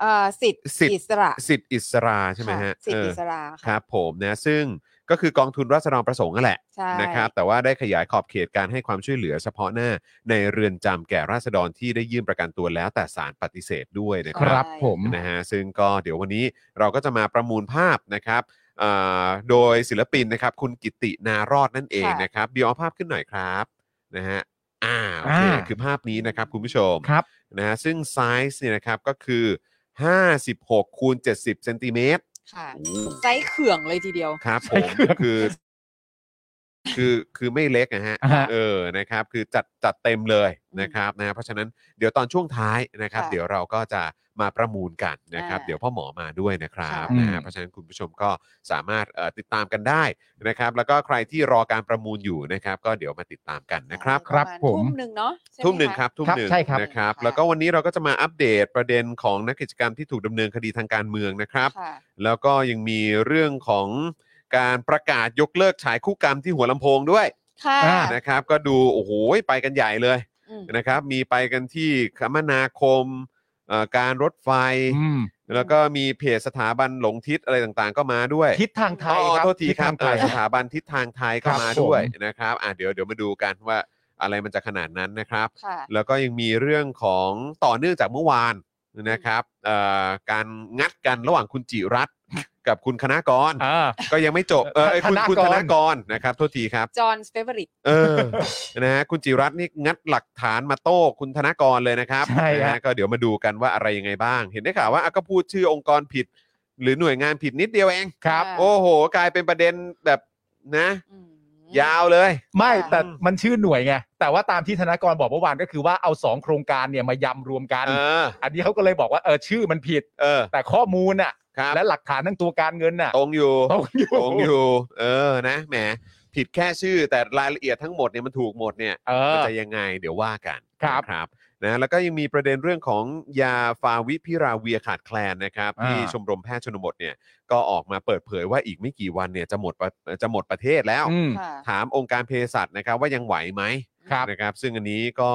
[SPEAKER 5] เอ่อสิทธิ์
[SPEAKER 3] สิทธิ์
[SPEAKER 5] อิสระ
[SPEAKER 3] สิทธิ์อิสราใช่ไหม
[SPEAKER 5] ค่
[SPEAKER 3] ฮะ
[SPEAKER 5] สิท
[SPEAKER 3] เอ
[SPEAKER 5] ธิ์
[SPEAKER 3] อ
[SPEAKER 5] อิสระ
[SPEAKER 3] ค
[SPEAKER 5] ค่ะ
[SPEAKER 3] รับผมนะซึ่งก็คือกองทุนราษฎรประสงค์นั่นแหละ
[SPEAKER 5] ใช่
[SPEAKER 3] นะครับแต่ว่าได้ขยายขอบเขตการให้ความช่วยเหลือเฉพาะหน้าในเรือนจำแก่ราษฎรที่ได้ยื่นประกันตัวแล้วแต่ศาลปฏิเสธด้วยนะค
[SPEAKER 4] ค
[SPEAKER 3] รั
[SPEAKER 4] รั
[SPEAKER 3] บบ
[SPEAKER 4] ผม
[SPEAKER 3] นะฮะซึ่งก็เดี๋ยววันนี้เราก็จะมาประมูลภาพนะครับเอ่อโดยศิลปินนะครับคุณกิตินารอดนั่นเองนะครับเดี๋ยวเอาภาพขึ้นหน่อยครับนะฮะอ่าโอเค
[SPEAKER 4] อ่า
[SPEAKER 3] คือภาพนี้นะครับคุณผู้ชม
[SPEAKER 4] ครับ
[SPEAKER 3] นะฮะซึ่งไซส์เนี่ยนะครับก็คือ 56คูณ70เซนติเมตร
[SPEAKER 5] ค่ะไซส์เขื่องเลยทีเดียว
[SPEAKER 3] ครับผ
[SPEAKER 4] ใช้
[SPEAKER 3] ม
[SPEAKER 4] เครื่อง
[SPEAKER 3] คือ คือคือไม่เล็กนะฮะ
[SPEAKER 4] อ่าฮะ
[SPEAKER 3] เออนะครับ คือจัดจัดเต็มเลย
[SPEAKER 5] อืม
[SPEAKER 3] นะครับนะเพราะฉะนั้นเดี๋ยวตอนช่วงท้ายนะครับ
[SPEAKER 5] ค่ะ
[SPEAKER 3] เดี๋ยวเราก็จะมาประมูลกันนะครับ
[SPEAKER 5] อ่า
[SPEAKER 3] เดี๋ยวพ่อหมอมาด้วยนะครับ
[SPEAKER 5] ค่ะ
[SPEAKER 3] นะฮะ
[SPEAKER 4] อืม
[SPEAKER 3] เพราะฉะนั้นคุณผู้ชมก็สามารถเอ่อติดตามกันได้นะครับ แล้วก็ใครที่รอการประมูลอยู่นะครับ ก็เดี๋ยวมาติดตามกันนะครับ
[SPEAKER 5] ปะาณ
[SPEAKER 4] ครับผม
[SPEAKER 5] ทุ่มหนึ่งเนาะใช่ไม
[SPEAKER 3] ทุ่มหนึ่ง
[SPEAKER 5] ะ
[SPEAKER 3] ครับทุ่ม
[SPEAKER 4] ครับ
[SPEAKER 3] หนึ่ง
[SPEAKER 4] ใช่ครับ
[SPEAKER 3] นะครับ
[SPEAKER 5] ค่ะ
[SPEAKER 3] แล้วก็วันนี้เราก็จะมาอัปเดตประเด็นของนักกิจกรรมที่ถูกดำเนินคดีทางการเมืองนะครับ
[SPEAKER 5] ค่ะ
[SPEAKER 3] แล้วก็ยังมีเรื่องของการประกาศยกเลิกฉายคู่กรรมที่หัวลำโพงด้วย
[SPEAKER 5] ค่ะ
[SPEAKER 4] อ่า
[SPEAKER 3] นะครับ ก็ดูโอ้โหไปกันใหญ่เลย
[SPEAKER 5] อืม
[SPEAKER 3] นะครับ มีไปกันที่คมนาคมเอ่อการรถไฟ
[SPEAKER 4] อืม
[SPEAKER 3] แล้วก็มีเพจสถาบันหลงทิศอะไรต่างๆ ก็มาด้วย
[SPEAKER 4] ทิศทางไทย
[SPEAKER 3] อ๋อ
[SPEAKER 4] ครับ
[SPEAKER 3] โทษที
[SPEAKER 4] ทิศ
[SPEAKER 3] ครั
[SPEAKER 4] ทา
[SPEAKER 3] บ
[SPEAKER 4] ง
[SPEAKER 3] เอ
[SPEAKER 4] ไท
[SPEAKER 3] อย สถาบันทิศทางไทยก็
[SPEAKER 4] ครับ
[SPEAKER 3] มาด้วย
[SPEAKER 4] ผม
[SPEAKER 3] นะครับอ่ะเดี๋ยวเดี๋ยวมาดูกันว่าอะไรมันจะขนาดนั้นนะครับ
[SPEAKER 5] ค่ะ
[SPEAKER 3] แล้วก็ยังมีเรื่องของต่อเนื่องจากเมื่อวานนะครับเอ่อการงัดกันระหว่างคุณจิรัตน์ กับคุณคณากร
[SPEAKER 4] อ่า
[SPEAKER 3] ก็ยังไม่จบเออเอ้ยคุณคุณ
[SPEAKER 4] ธ
[SPEAKER 3] คน
[SPEAKER 4] ากร
[SPEAKER 3] ณากรนะครับโทษทีครับ
[SPEAKER 5] จอห์นสเปเวอริต
[SPEAKER 3] เออ นะฮะคุณจิรัตน์นี่งัดหลักฐานมาโต้คุณธนากรเลยนะครับ
[SPEAKER 4] ใช่ฮะ
[SPEAKER 3] นะฮะก็เดี๋ยวมาดูกันว่าอะไรยังไงบ้าง เห็นได้ข่าวว่าอ่ะก็พูดชื่อองค์กรผิด หรือหน่วยงานผิดนิดเดียวเอง
[SPEAKER 4] ครับ
[SPEAKER 5] อ่า
[SPEAKER 3] โอ้โห กลายเป็นประเด็นแบบนะ
[SPEAKER 5] อืม
[SPEAKER 3] ยาวเลย
[SPEAKER 4] ไม่
[SPEAKER 5] ค่ะ
[SPEAKER 4] แต่มันชื่อหน่วยไง แต่ว่าตามที่ธนากรบอกเมื่อวานก็คือว่าเอาสองโครงการเนี่ยมายำรวมกัน
[SPEAKER 3] เออ
[SPEAKER 4] อันนี้เขาก็เลยบอกว่าเออชื่อมันผิด
[SPEAKER 3] เออ
[SPEAKER 4] แต่ข้อมูลน่ะ
[SPEAKER 3] ครับ
[SPEAKER 4] และหลักฐานทั้งตัวการเงินน่ะ
[SPEAKER 3] ตรงอยู่
[SPEAKER 4] ตรงอยู่
[SPEAKER 3] ตรงอยู่ เออ นะ แหม ผิดแค่ชื่อ แต่รายละเอียดทั้งหมดเนี่ยมันถูกหมดเนี่ย
[SPEAKER 4] เอ
[SPEAKER 3] มัน
[SPEAKER 4] อ
[SPEAKER 3] จะยังไง เดี๋ยวว่ากัน
[SPEAKER 4] ครับ
[SPEAKER 3] นะครับ นะ แล้วก็ยังมีประเด็นเรื่องของยาฟาวิพิราเวียขาดแคลนนะครับ ที่ชมรมแพทย์ชนบทเนี่ย ก็ออกมาเปิดเผยว่าอีกไม่กี่วันเนี่ยจะหมดประจะหมดประเทศแล้ว
[SPEAKER 4] อืม
[SPEAKER 5] ค่ะ
[SPEAKER 3] ถามองค์การเภสัชนะครับว่ายังไหวไหม
[SPEAKER 4] ครับ
[SPEAKER 3] นะครับซึ่งอันนี้ก็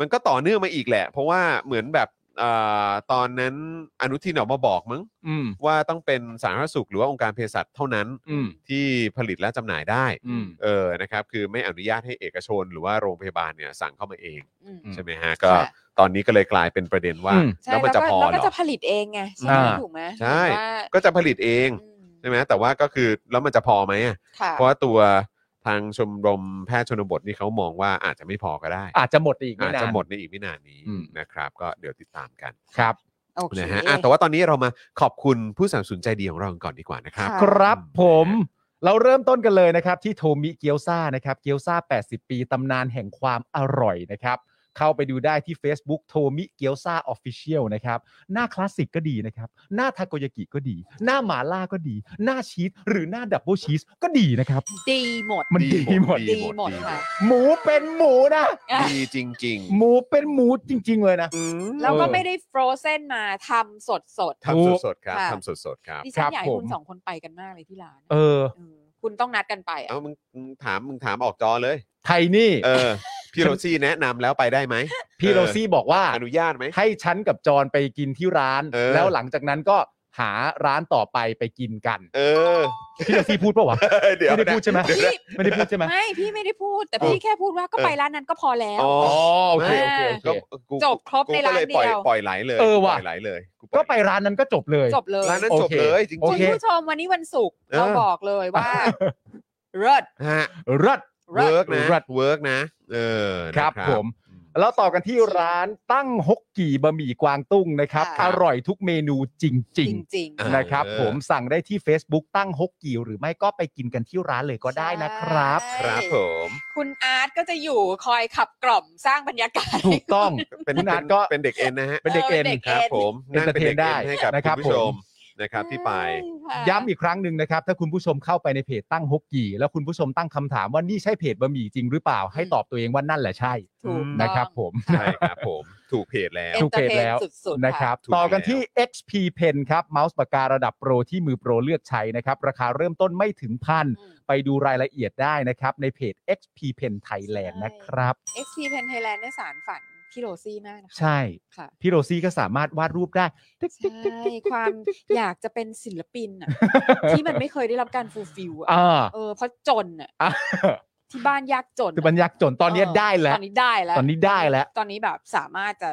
[SPEAKER 3] มันก็ต่อเนื่องมาอีกแหละ เพราะว่าเหมือนแบบเออตอนนั้นอนุทินออกมาบอกมั้ง
[SPEAKER 4] อืม
[SPEAKER 3] ว่าต้องเป็นสาธารณสุขหรือว่าองค์การเภสัชเท่านั้น
[SPEAKER 4] อืม
[SPEAKER 3] ที่ผลิตและจำหน่ายได้
[SPEAKER 4] อืม
[SPEAKER 3] เออนะครับคือไม่อนุญาตให้เอกชนหรือว่าโรงพยาบาลเนี่ยสั่งเข้ามาเอง
[SPEAKER 5] อืม
[SPEAKER 3] ใช่ไหมฮะก็
[SPEAKER 5] ค่ะ
[SPEAKER 3] ตอนนี้ก็เลยกลายเป็นประเด็นว่า
[SPEAKER 4] อืม
[SPEAKER 5] ใช่
[SPEAKER 3] แล้วมันจะพอ
[SPEAKER 5] เรา
[SPEAKER 3] เหร
[SPEAKER 5] ก็
[SPEAKER 3] อ
[SPEAKER 5] จะผลิตเองไงใช่ไหม
[SPEAKER 4] อ่า
[SPEAKER 5] ถูกไหม
[SPEAKER 3] ใช่
[SPEAKER 5] เห็นว่า
[SPEAKER 3] ก็จะผลิตเอง
[SPEAKER 5] อืม
[SPEAKER 3] ใช่ไหมแต่ว่าก็คือแล้วมันจะพอไหมอะ
[SPEAKER 5] ค่ะ
[SPEAKER 3] เพราะว่าตัวทางชมรมแพทย์ชนบทนี่เขามองว่าอาจจะไม่พอก็ได้
[SPEAKER 4] อาจจะหมดอีกไม่
[SPEAKER 3] อาจ
[SPEAKER 4] นาน
[SPEAKER 3] จะหมดในอีกไม่นานนี้
[SPEAKER 4] อืม
[SPEAKER 3] นะครับ ก็เดี๋ยวติดตามกัน
[SPEAKER 4] ครับ
[SPEAKER 5] โอเค
[SPEAKER 3] นะฮะอ่ะแต่ว่าตอนนี้เรามาขอบคุณผู้สนับสนุนใจดีของเรากันก่อนดีกว่านะครับ
[SPEAKER 5] ค่ะ
[SPEAKER 4] ครับผมเราเริ่มต้นกันเลยนะครับที่โทมิเกียวซานะครับเกียวซา80 ปีตำนานแห่งความอร่อยนะครับเข้าไปดูได้ที่ Facebook โทมิเกียวซาออฟฟิเชียลนะครับหน้าคลาสสิกก็ดีนะครับ หน้าทาโกยากิก็ดี หน้าหมาล่าก็ดี หน้าชีสหรือหน้าดับเบิลชีสก็ดีนะครับ
[SPEAKER 5] ดีหมด
[SPEAKER 4] มัน
[SPEAKER 3] ดี
[SPEAKER 4] ดี
[SPEAKER 3] ห
[SPEAKER 4] ห
[SPEAKER 3] ม
[SPEAKER 4] ม
[SPEAKER 3] ด
[SPEAKER 4] ด
[SPEAKER 5] ดีหมดค่ะ
[SPEAKER 4] หมูเป็นหมูนะ
[SPEAKER 3] ดีจริง
[SPEAKER 4] หมูเป็นหมูจริง ๆ เลยนะ
[SPEAKER 3] ๆ
[SPEAKER 5] แล้วก็
[SPEAKER 4] เออ
[SPEAKER 5] ไม่ได้ฟรอเซนมาทำสดสด
[SPEAKER 3] ทำสดๆครับ
[SPEAKER 5] ค่ะ
[SPEAKER 3] ทำสดๆครับ
[SPEAKER 5] ดิฉันอยากให้
[SPEAKER 4] ผม
[SPEAKER 5] คุณสองคนไปกันมากเลยที่ร้าน
[SPEAKER 4] เออ
[SPEAKER 5] เออคุณต้องนัดกันไปอ่ะ
[SPEAKER 3] เอ้ามึงมึงถามมึงถามออกจอเลย
[SPEAKER 4] ไทนี่
[SPEAKER 3] เอ
[SPEAKER 5] *laughs*
[SPEAKER 3] อ พี่โรซี่แนะนำแล้วไปได้ไหม
[SPEAKER 4] พี่โรซี่บอกว่า
[SPEAKER 3] อนุญาตไหม
[SPEAKER 4] ให้ฉันกับจอนไปกินที่ร้าน
[SPEAKER 3] เออ
[SPEAKER 4] แล้วหลังจากนั้นก็หาร้านต่อไปไปกินกัน
[SPEAKER 3] เออ
[SPEAKER 4] พี่โรซี่พูดปะวะ
[SPEAKER 3] เดี๋ยว
[SPEAKER 4] ไม่
[SPEAKER 3] นะ
[SPEAKER 4] ได้พูดใช่ไหม
[SPEAKER 3] เยวนะ
[SPEAKER 4] ไม่ได้พูดใช่ไหม
[SPEAKER 5] ไม่พี่ไม่ได้พูด แต่พี่แค่พูดว่าก็ไป
[SPEAKER 3] เออ
[SPEAKER 5] ร้านนั้นก็พอแล้ว
[SPEAKER 3] อ๋อ
[SPEAKER 4] อ๋อโอเคโอเค
[SPEAKER 5] ไม่
[SPEAKER 4] โอเค
[SPEAKER 3] ก็กู
[SPEAKER 5] จบครบ
[SPEAKER 3] กู
[SPEAKER 5] ใน
[SPEAKER 3] ก็
[SPEAKER 5] ร้าน
[SPEAKER 3] เลย
[SPEAKER 5] เดี
[SPEAKER 3] ปล่อย
[SPEAKER 5] ยว
[SPEAKER 3] ปล่อยไหลเลย
[SPEAKER 4] เออว่ะ
[SPEAKER 3] ปล่ยไหลเลย
[SPEAKER 4] ก็ไปร้านนั้นก็จบเลย
[SPEAKER 5] จบเลย
[SPEAKER 3] ร้านนั้น
[SPEAKER 4] โอ
[SPEAKER 3] จบ
[SPEAKER 4] เค
[SPEAKER 3] เลยจริงๆ
[SPEAKER 4] โอ
[SPEAKER 5] คุณ
[SPEAKER 4] เค
[SPEAKER 5] ผู้ชมวันนี้วันศุกร์
[SPEAKER 3] เออ
[SPEAKER 5] เราบอกเลยว่าเลิศ
[SPEAKER 3] ฮะ
[SPEAKER 4] เลิศ
[SPEAKER 5] เลิ
[SPEAKER 3] เวิ
[SPEAKER 5] ศ
[SPEAKER 3] ร์กนะ
[SPEAKER 4] รัด
[SPEAKER 3] เวิร์กนะ เออ
[SPEAKER 4] ครับ
[SPEAKER 3] นะ
[SPEAKER 4] ผม แล้วต่อกันที่ร้านตั้งฮกกี่บะหมี่กวางตุ้งนะครับ
[SPEAKER 5] ค่ะ
[SPEAKER 4] อร่อยทุกเมนูจ
[SPEAKER 5] จ
[SPEAKER 4] ริง
[SPEAKER 5] ริง
[SPEAKER 3] อ่า
[SPEAKER 4] ๆ นะครับ
[SPEAKER 3] เออ
[SPEAKER 4] ผมสั่งได้ที่ Facebook ตั้งฮกกี่หรือไม่ก็ไปกินกันที่ร้านเลยก็ได้นะครับ
[SPEAKER 5] ใช่
[SPEAKER 3] ครับผม
[SPEAKER 5] คุณอาร์ตก็จะอยู่คอยขับกล่อมสร้างบรรยากาศ
[SPEAKER 4] ถูกต้อง
[SPEAKER 3] เป็น
[SPEAKER 4] คุณอาร์ตก็
[SPEAKER 3] เป็นเด็กเอ็นนะฮะ
[SPEAKER 4] เป็นเด็กเอ็น
[SPEAKER 5] เออเป็นเด็ก
[SPEAKER 3] ครับผมนั่งเป็นเด็กเอ็นให้กับ
[SPEAKER 4] นะครับ
[SPEAKER 3] คุณ
[SPEAKER 4] ผ
[SPEAKER 3] ผู้ชม
[SPEAKER 4] ม
[SPEAKER 3] นะครับที่ไป
[SPEAKER 5] ใช่ค่ะ
[SPEAKER 4] ย้ำอีกครั้งหนึ่งนะครับ ถ้าคุณผู้ชมเข้าไปในเพจตั้งฮกกี่แล้วคุณผู้ชมตั้งคำถามว่านี่ใช่เพจบะหมี่จริงหรือเปล่า ให้ตอบตัวเองว่านั่นแหละใช่
[SPEAKER 5] ถูกต้อง
[SPEAKER 4] นะครับผม
[SPEAKER 3] ใช่ครับผม ถูกเพจแล้ว
[SPEAKER 5] เอ็น
[SPEAKER 4] ถูก
[SPEAKER 5] เตอ
[SPEAKER 4] เพ
[SPEAKER 5] ร์เทน
[SPEAKER 4] จแล้ว
[SPEAKER 5] สุดๆ
[SPEAKER 4] นะครับ
[SPEAKER 3] ถูก
[SPEAKER 4] ต่อกัน
[SPEAKER 3] แล้ว
[SPEAKER 4] ที่ XP Pen ครับเมาส์ปากการะดับโปรที่มือโปรเลือกใช้นะครับ ราคาเริ่มต้นไม่ถึงพัน
[SPEAKER 5] อืม
[SPEAKER 4] ไปดูรายละเอียดได้นะครับ ในเพจ XP Pen Thailand
[SPEAKER 5] ใช่
[SPEAKER 4] นะครับ
[SPEAKER 5] XP Pen Thailand ได้สารฝันพี่โรซี่มากนะคะ
[SPEAKER 4] ใช่
[SPEAKER 5] ค่ะ
[SPEAKER 4] พี่โรซี่ก็สามารถวาดรูปได้ติ๊กติ๊ก
[SPEAKER 5] ใช่
[SPEAKER 4] ติ๊กติ๊กติ๊ก
[SPEAKER 5] ความ *laughs*
[SPEAKER 4] ติ๊กติ๊ก
[SPEAKER 5] อยากจะเป็นศิลปิน
[SPEAKER 4] *laughs*
[SPEAKER 5] อ่ะ ที่มันไม่เคยได้รับการฟูลฟิลอ่ะ
[SPEAKER 4] อ่า
[SPEAKER 5] เออเพราะจนอ่ะ
[SPEAKER 4] อ่า
[SPEAKER 5] *laughs* ที่บ้านยากจน
[SPEAKER 4] คือมันยากจนตอนเนี้ย
[SPEAKER 5] เ
[SPEAKER 4] ได้แล้ว
[SPEAKER 5] ตอนนี้ได้แล้ว
[SPEAKER 4] ตอนนี้ได้แล้ว
[SPEAKER 5] ตอนนี้แบบสามารถจะ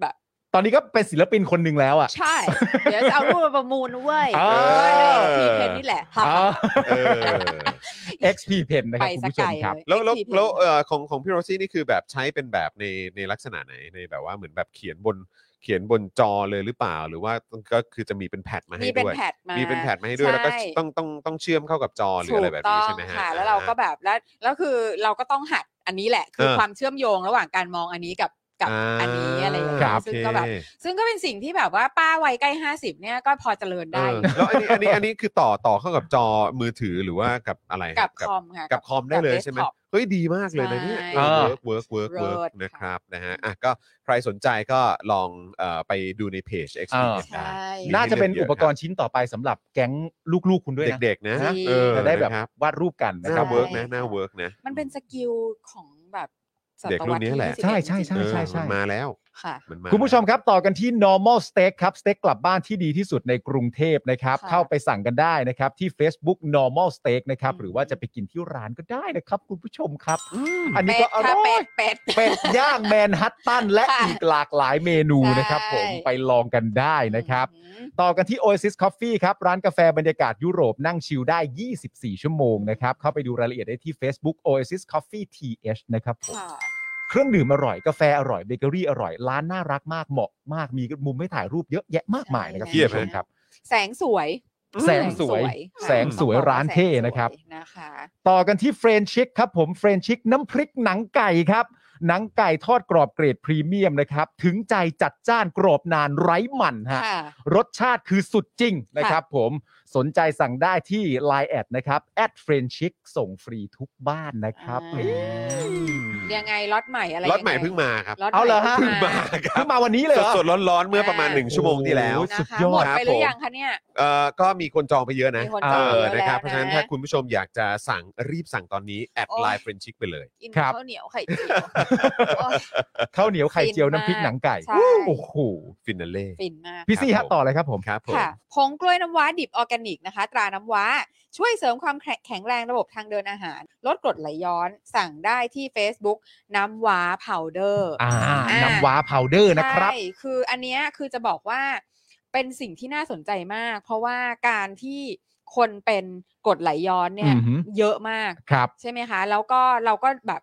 [SPEAKER 5] แบบ
[SPEAKER 4] ตอนนี้ก็เป็นศิลปินคนหนึ่งแล้วอ่ะ
[SPEAKER 5] ใช่ เดี๋ยวจะเอารูปมาประมูลนะเว้ย
[SPEAKER 4] เออ
[SPEAKER 5] พีเพนนี่แหละ
[SPEAKER 4] อ่า
[SPEAKER 3] เออ
[SPEAKER 4] XP Pen นะครับ
[SPEAKER 5] ไป
[SPEAKER 4] คุณ
[SPEAKER 5] สัก
[SPEAKER 4] ผู้ชมครับ
[SPEAKER 5] ไกลเย
[SPEAKER 3] แล้วแล้ว
[SPEAKER 5] XP
[SPEAKER 3] แล้วเอ่อของของพี่โรซี่นี่คือแบบใช้เป็นแบบในในลักษณะไหนในแบบว่าเหมือนแบบเขียนบนเขียนบนจอเลยหรือเปล่า หรือว่าก็คือจะมีเป็นแพดมาให้
[SPEAKER 5] มีเป็น
[SPEAKER 3] ด้วย
[SPEAKER 5] แพดมามี
[SPEAKER 3] มีเป็นแพดมาให้ด้วยแล้วก็
[SPEAKER 5] ใช่
[SPEAKER 3] ต้องต้องต้องเชื่อมเข้ากับจอหรืออะไรแบบนี้ใช่ไหม
[SPEAKER 5] ถูก
[SPEAKER 3] ฮะ
[SPEAKER 5] ต้องค่ะ แล้วเราก็แบบแล้วแล้วคือเราก็ต้องหัดอันนี้แหละ คือ
[SPEAKER 3] เออ
[SPEAKER 5] ความเชื่อมโยงระหว่างการมองอันนี้กับกับอันนี้อะไรอย่างเงี้
[SPEAKER 4] ครั
[SPEAKER 5] ย
[SPEAKER 4] บ
[SPEAKER 5] ซึ่งก็แบบ
[SPEAKER 3] โอเค
[SPEAKER 5] ซึ่งก็เป็นสิ่งที่แบบว่าป้าวัยใกล้ห้าสิบเนี่ยก็พอเจริญได้อยู่
[SPEAKER 3] เออแล้วอันนี้อันนี้อันนี้คือต่อต่อเข้ากับจอมือถือหรือว่ากับอะไรฮะ
[SPEAKER 5] กับคอมค่ะ
[SPEAKER 3] กับคอมได้เลยใช่ไหม
[SPEAKER 5] desktop
[SPEAKER 3] เฮ้ยดีมากเลยนะเนี่ย
[SPEAKER 5] ใช่
[SPEAKER 3] เออ work work work work
[SPEAKER 5] Word
[SPEAKER 3] นะครับนะฮะอ่ะก็ใครสนใจก็ลองเอ่อไปดูในเพจ
[SPEAKER 4] เอ
[SPEAKER 3] Experience
[SPEAKER 4] อ
[SPEAKER 5] ใช่
[SPEAKER 3] ได้ มี
[SPEAKER 4] น่าจะเป็น
[SPEAKER 3] ให้เลือ
[SPEAKER 4] อุ
[SPEAKER 3] กเยอะ
[SPEAKER 4] ปกรณ์ชิ้นต่อไปสำหรับแก๊งลูกๆคุณด้วยนะ
[SPEAKER 3] เด็กๆนะ
[SPEAKER 5] จริง
[SPEAKER 3] เออ
[SPEAKER 4] จะได้แบบ
[SPEAKER 3] นครับ
[SPEAKER 4] วาดรูปกันนะ
[SPEAKER 3] น่า
[SPEAKER 4] ครับ
[SPEAKER 3] เวิร์กนะน่าเวิร์กนะ
[SPEAKER 5] มันเป็นสกิลของแบบศต
[SPEAKER 3] เด็กรุ่
[SPEAKER 5] วร
[SPEAKER 3] น
[SPEAKER 5] รษ
[SPEAKER 3] นี้
[SPEAKER 5] ที่
[SPEAKER 3] แหละ
[SPEAKER 5] 21
[SPEAKER 4] ใช่ใช่
[SPEAKER 5] จ
[SPEAKER 4] ใช่
[SPEAKER 3] เออ
[SPEAKER 5] ริ
[SPEAKER 3] ง
[SPEAKER 4] ใช่ใช่
[SPEAKER 3] มันมาแล้ว
[SPEAKER 5] ๆค่ะ
[SPEAKER 3] มันมา
[SPEAKER 4] คุณผู้ชม
[SPEAKER 3] แล้ว
[SPEAKER 4] ครับ ต่อกันที่ normal steak ครับ สเต็กกลับบ้านที่ดีที่สุดในกรุงเทพนะครับ
[SPEAKER 5] ค่ะ
[SPEAKER 4] เข้าไปสั่งกันได้นะครับ ที่ Facebook normal steak นะครับ
[SPEAKER 5] อืม
[SPEAKER 4] หรือว่าจะไปกินที่ร้านก็ได้นะครับ คุณผู้ชมครับ
[SPEAKER 3] ม
[SPEAKER 4] อันนี้
[SPEAKER 5] เป็
[SPEAKER 4] ก็
[SPEAKER 5] ด
[SPEAKER 4] อ
[SPEAKER 5] ค่ะ
[SPEAKER 4] ร่อ
[SPEAKER 5] เป็
[SPEAKER 4] ย
[SPEAKER 5] ดเป็ด
[SPEAKER 4] เป็ด
[SPEAKER 5] *laughs*
[SPEAKER 4] ย่างแมนฮัตตันและ
[SPEAKER 5] ค่ะ
[SPEAKER 4] อีกหลากหลายเมนู
[SPEAKER 5] ใช่
[SPEAKER 4] นะครับ ผมไปลองกันได้นะครับ
[SPEAKER 5] อืม
[SPEAKER 4] ต่อกันที่ Oasis Coffee ครับ ร้านกาแฟบรรยากาศยุโรปนั่งชิลได้ 24 ชั่วโมงนะครับ เข้าไปดูรายละเอียดได้ที่ Facebook Oasis Coffee TH นะครับผม
[SPEAKER 5] ค่ะ
[SPEAKER 4] เครื่องดื่มอร่อยกาแฟอร่อยเบเกอรี่อร่อย ร้านน่ารักมากเหมาะมากมีมุมให้ถ่ายรูปเยอะแยะมากมายนะครับ
[SPEAKER 5] ใช่
[SPEAKER 4] เพียบเลยครับ
[SPEAKER 5] แสงสวย
[SPEAKER 4] แสงสวย
[SPEAKER 5] ค่ะ
[SPEAKER 4] แสงสวย
[SPEAKER 5] ต้องบอก
[SPEAKER 4] ร้านเท่นะครับ
[SPEAKER 5] แสงสวยนะคะ
[SPEAKER 4] ต่อกันที่เฟรนชิกครับผมเฟรนชิกน้ำพริกหนังไก่ครับ หนังไก่ทอดกรอบเกรดพรีเมียมนะครับ ถึงใจจัดจ้านกรอบนานไร้มันฮะ
[SPEAKER 5] ค่ะ
[SPEAKER 4] รสชาติคือสุดจริงนะครับผมสนใจสั่งได้ที่ Line แอดนะครับแอดเฟรนชิกส่งฟรีทุกบ้านนะครับ
[SPEAKER 5] อ่า
[SPEAKER 4] เอ๊ะ
[SPEAKER 5] ยังไงล็อตใหม่อะไร
[SPEAKER 3] รถใหม่
[SPEAKER 5] ยัไ
[SPEAKER 3] เพิ่งมาครับ
[SPEAKER 5] ล็อต
[SPEAKER 4] เอาเหรอ
[SPEAKER 5] ใม่
[SPEAKER 4] ฮะ
[SPEAKER 3] เพิ่
[SPEAKER 5] พิ่
[SPEAKER 3] ง
[SPEAKER 5] ง
[SPEAKER 3] มา
[SPEAKER 5] มา
[SPEAKER 3] ครั
[SPEAKER 4] เพิ่
[SPEAKER 3] บ
[SPEAKER 4] งมาวันนี้เลยเหรอ
[SPEAKER 3] สดๆร้อนๆเมื่อประมาณหนึ่งชั่วโมงที่แล้ว
[SPEAKER 4] โอ้
[SPEAKER 5] นะคะ
[SPEAKER 4] สุดยอด
[SPEAKER 5] หมด
[SPEAKER 3] ครับ
[SPEAKER 5] ไปหรื
[SPEAKER 3] ผม
[SPEAKER 5] อยังคะเนี่ย
[SPEAKER 3] เอ่อก็มีคนจองไปเยอะนะ
[SPEAKER 5] มีคน
[SPEAKER 3] เอ
[SPEAKER 5] จอง
[SPEAKER 3] อ
[SPEAKER 5] เยอะ
[SPEAKER 3] นะครับเพ
[SPEAKER 5] แล้วนะ
[SPEAKER 3] ราะฉะนั้นถ้าคุณผู้ชมอยากจะสั่งรีบสั่งตอนนี้ แอดไลน์เฟรนชิกไปเลย
[SPEAKER 5] กิน
[SPEAKER 4] ครับ
[SPEAKER 5] ข้าวเหนียวไข่เจียวโอ๊ย
[SPEAKER 4] ข้าวเหนียวไข่เจียวน้ำพริกหนังไก่
[SPEAKER 5] ใช่
[SPEAKER 4] โอ้โห
[SPEAKER 3] ฟินาเล่
[SPEAKER 5] ฟินมาก
[SPEAKER 4] พี่ซี่
[SPEAKER 3] ครั
[SPEAKER 4] ฮะ
[SPEAKER 3] บผม
[SPEAKER 4] ต่อเลยครับผม
[SPEAKER 3] ครับผม
[SPEAKER 5] ค่ะผงกล้วยน้ำว้าดิบออร์แกนิกนะคะ ตราน้ำว้า ช่วยเสริมความแข็งแรงระบบทางเดินอาหาร ลดกรดไหลย้อน สั่งได้ที่ Facebook น้ำว้าพาวเดอร์
[SPEAKER 4] อ่า
[SPEAKER 5] อ่า
[SPEAKER 4] น้ำว้าพาวเดอร์นะครับ
[SPEAKER 5] ใช่ คืออันเนี้ยคือจะบอกว่าเป็นสิ่งที่น่าสนใจมาก เพราะว่าการที่คนเป็นกรดไหลย้อนเนี่ย
[SPEAKER 4] อือหือ
[SPEAKER 5] เยอะมาก
[SPEAKER 4] ครับ
[SPEAKER 5] ใช่ไหมคะ แล้วก็เราก็แบบ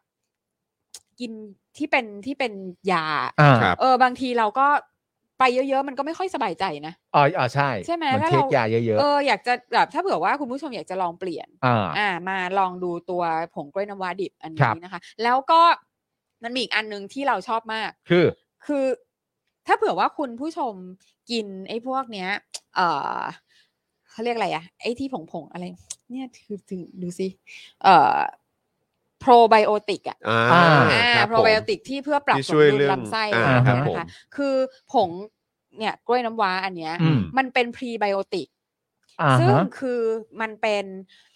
[SPEAKER 5] กินที่เป็นที่เป็นยา
[SPEAKER 4] อ่า
[SPEAKER 3] ครับ
[SPEAKER 5] เออบางทีเราก็ไปเยอะๆ มันก็ไม่ค่อยสบายใจนะ
[SPEAKER 4] อ่าอ่าใช่
[SPEAKER 5] ใช่ไหม
[SPEAKER 4] เหมือน
[SPEAKER 5] ถ้า
[SPEAKER 4] เท
[SPEAKER 5] เรา
[SPEAKER 4] คยาเยอะ
[SPEAKER 5] เอออยากจะแบบถ้าเผื่อว่าคุณผู้ชมอยากจะลองเปลี่ยน
[SPEAKER 4] ๆอ่า
[SPEAKER 5] อ่า มาลองดูตัวผงกล้วยน้ำว้าดิบอัน
[SPEAKER 4] ครั
[SPEAKER 5] นี้
[SPEAKER 4] บ
[SPEAKER 5] นะคะ แล้วก็มันมีอีกอันหนึงที่เราชอบมาก
[SPEAKER 4] คือ
[SPEAKER 5] คือ ถ้าเผื่อว่าคุณผู้ชมกินไอ้พวกเนี้ย เออเขาเรียกอะไรอะไอ้ที่ผงผงๆอะไร เนี่ยคือถึงดูสิเอ่อโปรไบโอติกอะ
[SPEAKER 3] อ่า
[SPEAKER 4] อ่า
[SPEAKER 3] ค
[SPEAKER 5] อ่า
[SPEAKER 3] รับ
[SPEAKER 5] โปรไบโอติกที่เพื่อปรับ
[SPEAKER 3] ที่
[SPEAKER 5] สม
[SPEAKER 3] ช่วย
[SPEAKER 5] ดุล
[SPEAKER 3] เรื่อง
[SPEAKER 5] ลำไส้
[SPEAKER 3] อ่า
[SPEAKER 5] อะไร
[SPEAKER 3] ครับ
[SPEAKER 5] เงี้ย
[SPEAKER 3] ผม
[SPEAKER 5] นะคะ คือผงเนี่ยกล้วยน้ำว้าอันเนี้ย
[SPEAKER 4] อืม
[SPEAKER 5] มันเป็นพรีไบโอติก
[SPEAKER 4] อ่า
[SPEAKER 5] ซึ่ง
[SPEAKER 4] ฮะ
[SPEAKER 5] คือมันเป็น